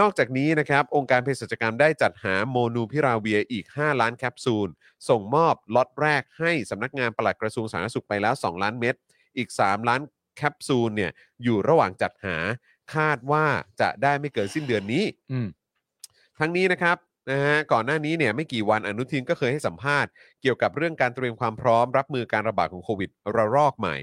[SPEAKER 3] นอกจากนี้นะครับองค์การเภสัชกรรมได้จัดหาโมนูพิราเวียอีก 5 ล้านแคปซูล ส่งมอบล็อตแรกให้สำนักงานปลัดกระทรวงสาธารณสุขไปแล้ว 2 ล้านเม็ดอีก 3 ล้านแคปซูลเนี่ยอยู่ระหว่างจัดหาคาดว่าจะได้ไม่เกินสิ้นเดือนนี้
[SPEAKER 4] อืม
[SPEAKER 3] ทั้งนี้นะครับนะฮะก่อนหน้านี้เนี่ยไม่กี่วันอนุทินก็เคยให้สัมภาษณ์เกี่ยวกับเรื่องการเตรียมความพร้อมรับมือการระบาดของโควิดระลอกใหม่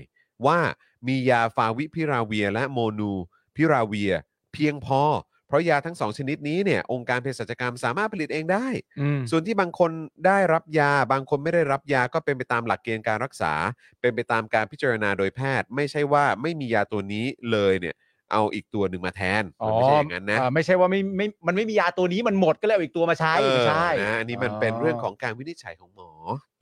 [SPEAKER 3] ว่ามียาฟาวิพิราเวียและโมนูพิราเวีย เพียงพอ เพราะยาทั้งสองชนิดนี้เนี่ยองค์การเภสัชกรรมสามารถผลิตเองได้
[SPEAKER 4] อืม
[SPEAKER 3] ส่วนที่บางคนได้รับยาบางคนไม่ได้รับยาก็เป็นไปตามหลักเกณฑ์การรักษา เป็นไปตามการพิจารณาโดยแพทย์ ไม่ใช่ว่าไม่มียาตัวนี้เลยเนี่ยเอาอีกตัวหนึ่งมาแทนมันไม่ใช่อย่างนั้นนะ
[SPEAKER 4] อ่าไม่ใช่ว่าไม่ไม่ มันไม่มียาตัวนี้มันหมดก็เลยเอาอีกตัวมาใช้
[SPEAKER 3] เออ
[SPEAKER 4] ไม่ใช่
[SPEAKER 3] นะอันนี้มันเป็นเรื่องของการวินิจฉัยของหมอ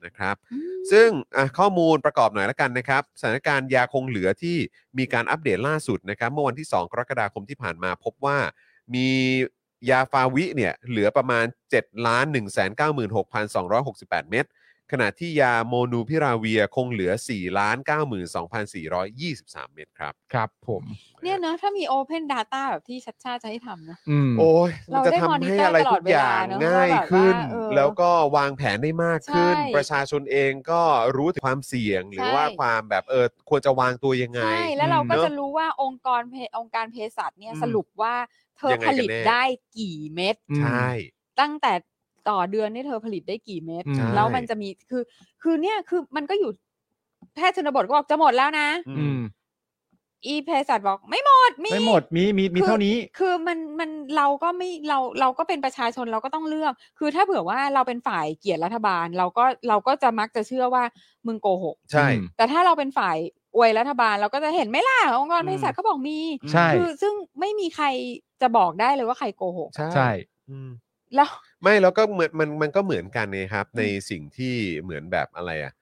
[SPEAKER 3] นะครับ
[SPEAKER 5] อืม
[SPEAKER 3] ซึ่งอ่ะข้อมูลประกอบหน่อยละกันนะครับ สถานการณ์ยาคงเหลือที่มีการอัปเดตล่าสุดนะครับ เมื่อวันที่ 2 กรกฎาคมที่ผ่านมาพบว่ามียาฟาวิเนี่ยเหลือประมาณ 7 ล้าน1 9 6 2 6 8 เม็ดขณะที่ยาโมนูพิราเวียคงเหลือ 4 ล้าน92,423 เม็ดครับ
[SPEAKER 4] ครับผม
[SPEAKER 5] เนี่ยเนอะถ้ามี Open Data แบบที่ชัดชาติจะให้ทำนะ
[SPEAKER 4] อืม
[SPEAKER 3] โอ้ยมัน
[SPEAKER 5] เรา
[SPEAKER 3] จะ
[SPEAKER 5] ได้
[SPEAKER 3] ทำให้อะไรทุกอย่าง
[SPEAKER 5] มอนิเตอร์ตลอดเวลาเนอะ
[SPEAKER 3] ง่ายขึ้น
[SPEAKER 5] ว่าแบบว่าเออ
[SPEAKER 3] แล้วก็วางแผนได้มากขึ้น
[SPEAKER 5] ใช่
[SPEAKER 3] ประชาชนเองก็รู้ถึงความเสี่ยง หรือ
[SPEAKER 5] ใช่
[SPEAKER 3] ว่าความแบบเออควรจะวางตัวยังไง
[SPEAKER 5] ใช่ แล้วเราก็
[SPEAKER 3] เนอะ
[SPEAKER 5] จะรู้ว่าองค์กรเพองค์การเภสัชเนี่ย
[SPEAKER 4] อืม
[SPEAKER 5] สรุปว่าเธอ
[SPEAKER 3] ยังไง
[SPEAKER 5] ผ
[SPEAKER 3] กัน
[SPEAKER 5] ลิต
[SPEAKER 3] แน่
[SPEAKER 5] ได้กี่เม็ด
[SPEAKER 4] อืม
[SPEAKER 3] ใช่
[SPEAKER 5] ตั้งแต่ต่อเดือนนี่เธอผลิตได้กี่เม็ด
[SPEAKER 4] ใช่
[SPEAKER 5] แล้วมันจะมีคือ คือเนี่ยคือมันก็อยู่แพทย์ชนบทก็บอกจะหมดแล้วนะ
[SPEAKER 4] อืม
[SPEAKER 5] อีเภสัชบอกไม่หมดมี
[SPEAKER 4] ไม่หมด มี มี มี
[SPEAKER 5] คือ
[SPEAKER 4] เท่านี้
[SPEAKER 5] คือมันมันเราก็ไม่เราเราก็เป็นประชาชนเราก็ต้องเลือก คือถ้าเผื่อว่าเราเป็นฝ่ายเกลียดรัฐบาล เราก็เราก็จะมักจะเชื่อว่ามึงโกหก
[SPEAKER 3] ใช่
[SPEAKER 4] อืม
[SPEAKER 5] แต่ถ้าเราเป็นฝ่ายอวยรัฐบาลเราก็จะเห็นไหม่ล่ะองค์กรเภสัชเขาบอกมี
[SPEAKER 4] ใช่
[SPEAKER 5] คือซึ่งไม่มีใครจะบอกได้เลยว่าใครโกหก
[SPEAKER 3] ใช่
[SPEAKER 4] ใช่ *laughs*
[SPEAKER 3] อืม
[SPEAKER 5] แล้ว
[SPEAKER 3] ไม่แล้วก็เหมือนมันมันก็เหมือนกันนะครับ
[SPEAKER 5] อืม
[SPEAKER 3] ในสิ่งที่เหมือนแบบอะไรอะ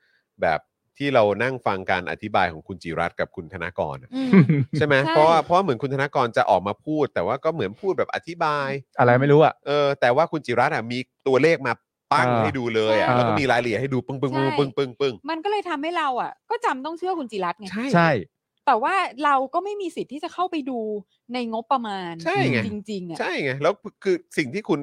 [SPEAKER 3] แบบที่เรานั่งฟังการอธิบายของคุณจิรัตน์กับคุณธนากรอะ
[SPEAKER 5] อืม
[SPEAKER 3] ใช่ไหม
[SPEAKER 5] ใช่
[SPEAKER 3] เพราะว่าเพราะเหมือนคุณธนากรจะออกมาพูด แต่ว่าก็เหมือนพูดแบบอธิบาย
[SPEAKER 4] อะไรไม่รู้อ่ะ
[SPEAKER 3] เออแต่ว่าคุณจิรัตน์อ่ะมีตัวเลขมาปั้ง
[SPEAKER 4] เออ
[SPEAKER 3] ให้ดูเลยอ่ะ
[SPEAKER 4] ใช่
[SPEAKER 3] แล้วก็มีรายละเอียดให้ดูปึ้งปึ้งปึ้ง
[SPEAKER 5] ใช่
[SPEAKER 3] ปึ้งปึ้งปึ้ง
[SPEAKER 5] *laughs* มันก็เลยทำให้เราอ่ะ ก็จำต้องเชื่อคุณจิรัตน์ไง
[SPEAKER 4] ใช่
[SPEAKER 5] แต่ว่าเราก็ไม่มีสิทธิ์ที่จะเข้าไปดูในงบประมาณ
[SPEAKER 3] ใช่ไง
[SPEAKER 5] จริงๆอ่ะ
[SPEAKER 3] ใช่ไงแล้วคือสิ่งที่คุณ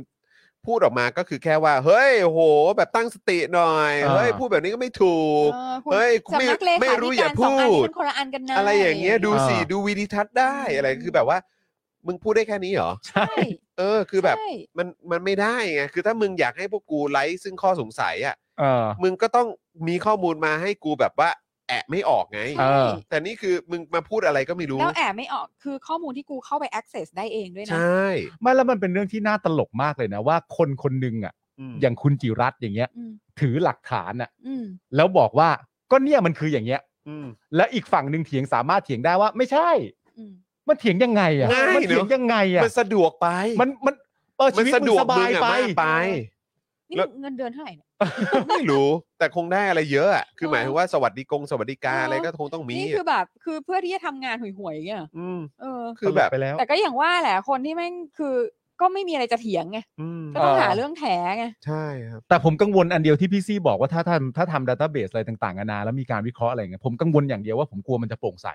[SPEAKER 3] พูดออกมาก็คือแค่ว่า เฮ้ยโอ้โห แบบตั้งสติหน่อย
[SPEAKER 4] อ่า
[SPEAKER 3] เฮ้ยพูดแบบนี้ก็ไม่ถูก
[SPEAKER 5] ออคุณ
[SPEAKER 3] เฮ้ย
[SPEAKER 5] สำนักเลขา
[SPEAKER 3] ไม่รู้
[SPEAKER 5] ธิ
[SPEAKER 3] อย่า
[SPEAKER 5] การสองอัน
[SPEAKER 3] พูด
[SPEAKER 5] มันคนละอันกันนะ
[SPEAKER 3] อะไรอย่างเงี้ยดูสิ
[SPEAKER 4] อ่า
[SPEAKER 3] ดูวีดิทัศน์ได้อะไรคือแบบว่า มึงพูดได้แค่นี้เหรอ
[SPEAKER 5] ใช่
[SPEAKER 3] เออ คือแบบ
[SPEAKER 5] ใช่
[SPEAKER 3] มันมันไม่ได้ไงคือถ้ามึงอยากให้พวกกูไลฟ์ซึ่งข้อสงสัยอ่ะ
[SPEAKER 4] เออ
[SPEAKER 3] มึงก็ต้องมีข้อมูลมาให้กูแบบว่า แอะไม่ออกไง
[SPEAKER 4] เออ
[SPEAKER 3] แต่นี่คือมึงมาพูดอะไรก็ไม่รู้
[SPEAKER 5] แล้วแอบไม่ออกคือข้อมูลที่กูเข้าไป access ได้เองด้วย
[SPEAKER 3] ใช
[SPEAKER 5] นะ
[SPEAKER 3] ่
[SPEAKER 4] ไม่แล้วมันเป็นเรื่องที่น่าตลกมากเลยนะว่าคนคนหนึ่งอ่ะ
[SPEAKER 3] ม
[SPEAKER 4] อย่างคุณจิรัตน์อย่างเงี้ย
[SPEAKER 5] อืม
[SPEAKER 4] ถือหลักฐานอ่ะ
[SPEAKER 5] อืม
[SPEAKER 4] แล้วบอกว่าก็เนี่ยมันคืออย่างเงี้ย
[SPEAKER 3] อืม
[SPEAKER 4] แล้วอีกฝั่งหนึ่งเถียงสามารถเถียงได้ว่า ไม่ใช่
[SPEAKER 5] อืม
[SPEAKER 4] มันเถียงยังไงอ่ะ
[SPEAKER 3] ง่ายเนอะ
[SPEAKER 4] มัเถียงยังไงอ่ะ
[SPEAKER 3] มันสะดวกไป
[SPEAKER 4] มันมันเออ
[SPEAKER 3] มั
[SPEAKER 4] ชีวิต
[SPEAKER 3] สะด
[SPEAKER 4] มึ
[SPEAKER 3] ว
[SPEAKER 4] ง
[SPEAKER 3] ก
[SPEAKER 4] สบาย
[SPEAKER 3] มึงอะ
[SPEAKER 4] ไป
[SPEAKER 3] มากไป
[SPEAKER 5] นี่
[SPEAKER 3] แล้ว
[SPEAKER 5] เงินเดือนเท่าไหร่เนี่ย
[SPEAKER 3] ไม่รู้ แต่คงได้อะไรเยอะอะคือ
[SPEAKER 5] เออ
[SPEAKER 3] หมายถึงว่าสวัสดิกงสวัสดิกา
[SPEAKER 5] เอออ
[SPEAKER 3] อะไรก็คงต้องมี
[SPEAKER 5] นี่คือ
[SPEAKER 3] อะ
[SPEAKER 5] แบบคือเพื่อที่จะทำงานห่วยๆอย่างเงี้ยเหรอ
[SPEAKER 3] อืม
[SPEAKER 5] เออ
[SPEAKER 3] คือแบบ
[SPEAKER 4] ไปแล้ว
[SPEAKER 5] แต่ก็อย่างว่าแหละคนที่แม่งคือก็ไม่มีอะไรจะเถียงไง
[SPEAKER 3] อืม
[SPEAKER 5] ก็ต้อง
[SPEAKER 4] เออ
[SPEAKER 5] หาเรื่องแถไง
[SPEAKER 3] ใช่ครับ
[SPEAKER 4] แต่ผมกังวลอันเดียวที่พี่ซี่บอกว่าถ้าทำถ้าทำดัตต้าเบสอะไรต่างๆนานาแล้วมีการวิเคราะห์อะไรเงี้ยผมกังวลอย่างเดียวว่าผมกลัวมันจะโปร่งใส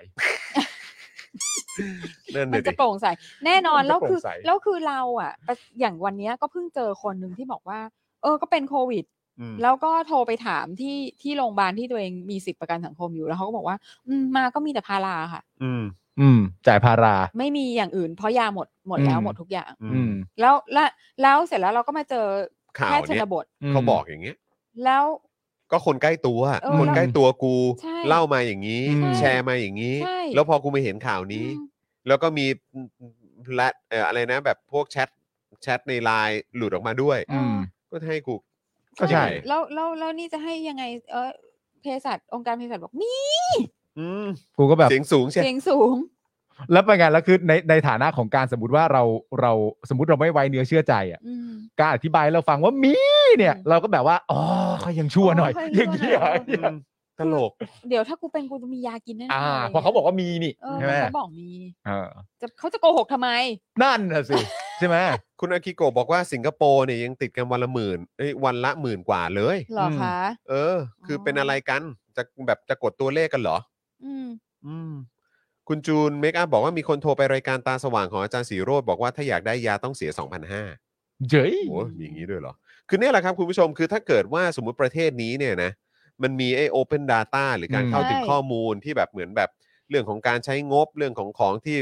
[SPEAKER 3] นั่น
[SPEAKER 5] มั
[SPEAKER 3] น่ะ
[SPEAKER 5] น
[SPEAKER 3] ดิ
[SPEAKER 5] จะโปร่งใสแน่นอน
[SPEAKER 4] มันจะ
[SPEAKER 5] แล้วคือ
[SPEAKER 4] โปร่งใส
[SPEAKER 5] แล้วคือเราอ่ะอย่างวันเนี้ยก็เพิ่งเจอคนหนึ่งที่บอกว่า เออก็เป็นโควิด
[SPEAKER 3] อืม
[SPEAKER 5] แล้วก็โทรไปถามที่ที่โรงพยาบาลที่ตัวเองมีสิทธิประกันสังคมอยู่แล้วเขาก็บอกว่า อืมมาก็มีแต่พาราค่ะ
[SPEAKER 3] อืม
[SPEAKER 4] อืม จ่ายพารา
[SPEAKER 5] ไม่มีอย่างอื่นเพราะยาหมดหมด
[SPEAKER 4] อืม
[SPEAKER 5] แล้วหมดทุกอย่าง
[SPEAKER 4] อืม
[SPEAKER 5] แล้วและแล้วเสร็จแล้วเราก็มาเจอ
[SPEAKER 3] ข่า
[SPEAKER 5] แพ
[SPEAKER 3] ว
[SPEAKER 5] ทย์ช
[SPEAKER 3] เนี้
[SPEAKER 5] น
[SPEAKER 3] ย
[SPEAKER 5] บท
[SPEAKER 4] ม
[SPEAKER 3] เขาบอกอย่างเงี้ย
[SPEAKER 5] แล้ว
[SPEAKER 3] ก็คนใกล้ตัวอะ
[SPEAKER 5] เออ
[SPEAKER 3] คนใกล้ตัวกู
[SPEAKER 5] ใช่
[SPEAKER 3] เล่ามาอย่างนี้
[SPEAKER 4] ใช่
[SPEAKER 3] แชร์มาอย่างนี้
[SPEAKER 5] ใช่
[SPEAKER 3] แล้วพอกูมาเห็นข่าวนี้
[SPEAKER 5] อืม
[SPEAKER 3] แล้วก็มีและเอ่ออะไรนะแบบพวกแชทแชทในไลน์หลุดออกมาด้วย
[SPEAKER 5] อืม
[SPEAKER 3] ก็ให้กู
[SPEAKER 4] ก็ใช่
[SPEAKER 5] แล้วแล้วแล้วนี่จะให้ยังไง เออเภสัชองค์การเภสัชบอกมี
[SPEAKER 3] อืม
[SPEAKER 4] กูก็แบบ
[SPEAKER 3] เสียงสูงใช่
[SPEAKER 5] เสียงสูง
[SPEAKER 4] แล้วเป็นไงแล้วคือในในฐานะของการสมมติว่าเราเราสมมติเราไม่ไว้เนื้อเชื่อใจอ่ะ
[SPEAKER 5] อืม
[SPEAKER 4] การอธิบายให้เราฟังว่ามีเนี่ย
[SPEAKER 5] อืม
[SPEAKER 4] เราก็แบบว่าอ๋อเขายังชั่วหน่อย
[SPEAKER 5] อ๋อ
[SPEAKER 4] อ
[SPEAKER 5] เขายั
[SPEAKER 4] ย่าง ง
[SPEAKER 5] ชั่
[SPEAKER 4] เงี้
[SPEAKER 5] วย หน่อย
[SPEAKER 3] *laughs* ตลก
[SPEAKER 5] เดี๋ยวถ้ากูเป็นกูจะมียากินแน่ๆ
[SPEAKER 4] อ่า
[SPEAKER 5] ะไรย่งงี้ย
[SPEAKER 4] เพอเขาบอกว่ามีนี่
[SPEAKER 5] เออ
[SPEAKER 4] ใช่ไหม
[SPEAKER 5] เขาบอกมี
[SPEAKER 4] เออ
[SPEAKER 5] จะเขาจะโกหกทำไม
[SPEAKER 4] นั่นน่ะสิ ใช่ไหม
[SPEAKER 3] คุณอากิโกะบอกว่าสิงคโปร์เนี่ยยังติดกันวันละหมื่นเอ้ยวันละหมื่นกว่าเลย
[SPEAKER 5] เหรอคะ
[SPEAKER 3] เออ คืออ
[SPEAKER 5] อ
[SPEAKER 3] เป็นอะไรกัน จะแบบจะกดตัวเลขกันเหรอ
[SPEAKER 5] อืม
[SPEAKER 3] อืม คุณจูนเมคอัพบอกว่ามีคนโทรไปรายการตาสว่างของอาจารย์สีโรดบอกว่าถ้าอยากได้ยาต้องเสีย 2,500
[SPEAKER 4] เจ๋ย
[SPEAKER 3] โอ้ยมีอย่างนี้ด้วยเหรอ คือเนี่ยแหละครับ คุณผู้ชม คือถ้าเกิดว่าสมมุติประเทศนี้เนี่ยนะ มันมีไอ้ Open Data หรือการ
[SPEAKER 4] อืม
[SPEAKER 3] เข้าถึง
[SPEAKER 5] ใช่
[SPEAKER 3] ข้อมูลที่แบบเหมือนแบบเรื่องของการใช้งบเรื่องของของที่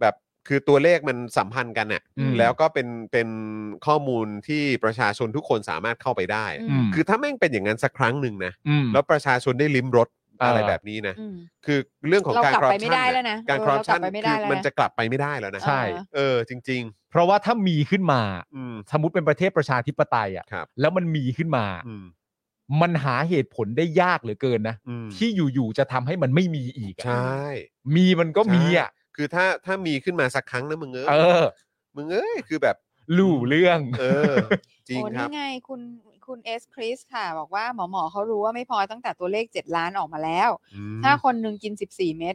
[SPEAKER 3] แบบคือตัวเลขมันสัมพันธ์กันน่ะ
[SPEAKER 4] อืม
[SPEAKER 3] แล้วก็เป็นเป็นข้อมูลที่ประชาชนทุกคนสามารถเข้าไปได้
[SPEAKER 5] อืม
[SPEAKER 4] ม
[SPEAKER 3] คือถ้าแม่งเป็นอย่างนั้นสักครั้งหนึ่งนะ
[SPEAKER 4] ม
[SPEAKER 3] แล้วประชาชนได้ลิ้มรสอะไร
[SPEAKER 4] เออ
[SPEAKER 3] แบบนี้นะ
[SPEAKER 5] อืม
[SPEAKER 3] คือเรื่องของ
[SPEAKER 5] เรา
[SPEAKER 3] การ
[SPEAKER 5] กลับ
[SPEAKER 3] คอร์
[SPEAKER 5] ไป
[SPEAKER 3] รัป
[SPEAKER 5] ไม่
[SPEAKER 3] ชั
[SPEAKER 5] ได้แล้ว
[SPEAKER 3] น
[SPEAKER 5] นะ
[SPEAKER 3] การ
[SPEAKER 5] เอ
[SPEAKER 3] ค
[SPEAKER 5] อ
[SPEAKER 3] อร์รัปชัน
[SPEAKER 5] เรากลับไปไม่ได้
[SPEAKER 3] คือ
[SPEAKER 5] แล้วนะ
[SPEAKER 3] มันจะกลับไปไม่ได้แล้วนะ
[SPEAKER 4] ใช่
[SPEAKER 3] เออจริง
[SPEAKER 4] เพราะว่าถ้ามีขึ้นมา
[SPEAKER 3] ๆ อืม
[SPEAKER 4] สมมติเป็นประเทศประชาธิปไตยอ่ะ
[SPEAKER 3] ครับ
[SPEAKER 4] แล้วมันมีขึ้นมา
[SPEAKER 3] อืม
[SPEAKER 4] มันหาเหตุผลได้ยากเหลือเกินนะ
[SPEAKER 3] อืม
[SPEAKER 4] ที่อยู่ๆจะทำให้มันไม่มีอีกอะ
[SPEAKER 3] ใช่
[SPEAKER 4] มีมันก็มีอ่ะ
[SPEAKER 3] คือถ้าถ้ามีขึ้นมาสักครั้งนะมึงเอ้ย
[SPEAKER 4] เออ
[SPEAKER 3] มึงเอ้ยคือแบบ
[SPEAKER 4] ลู่เรื่อง
[SPEAKER 3] เอ
[SPEAKER 4] *laughs*
[SPEAKER 3] อ จริง
[SPEAKER 5] โอ้
[SPEAKER 3] ครับ
[SPEAKER 5] นี่ไงคุณคุณเอสคริสค่ะ บอกว่าหมอหมอเขารู้ว่าไม่พอตั้งแต่ตัวเลขเจ็ดล้านออกมาแล้ว
[SPEAKER 3] อืม
[SPEAKER 5] ถ้าคนหนึ่งกินสิบสี่เม็ด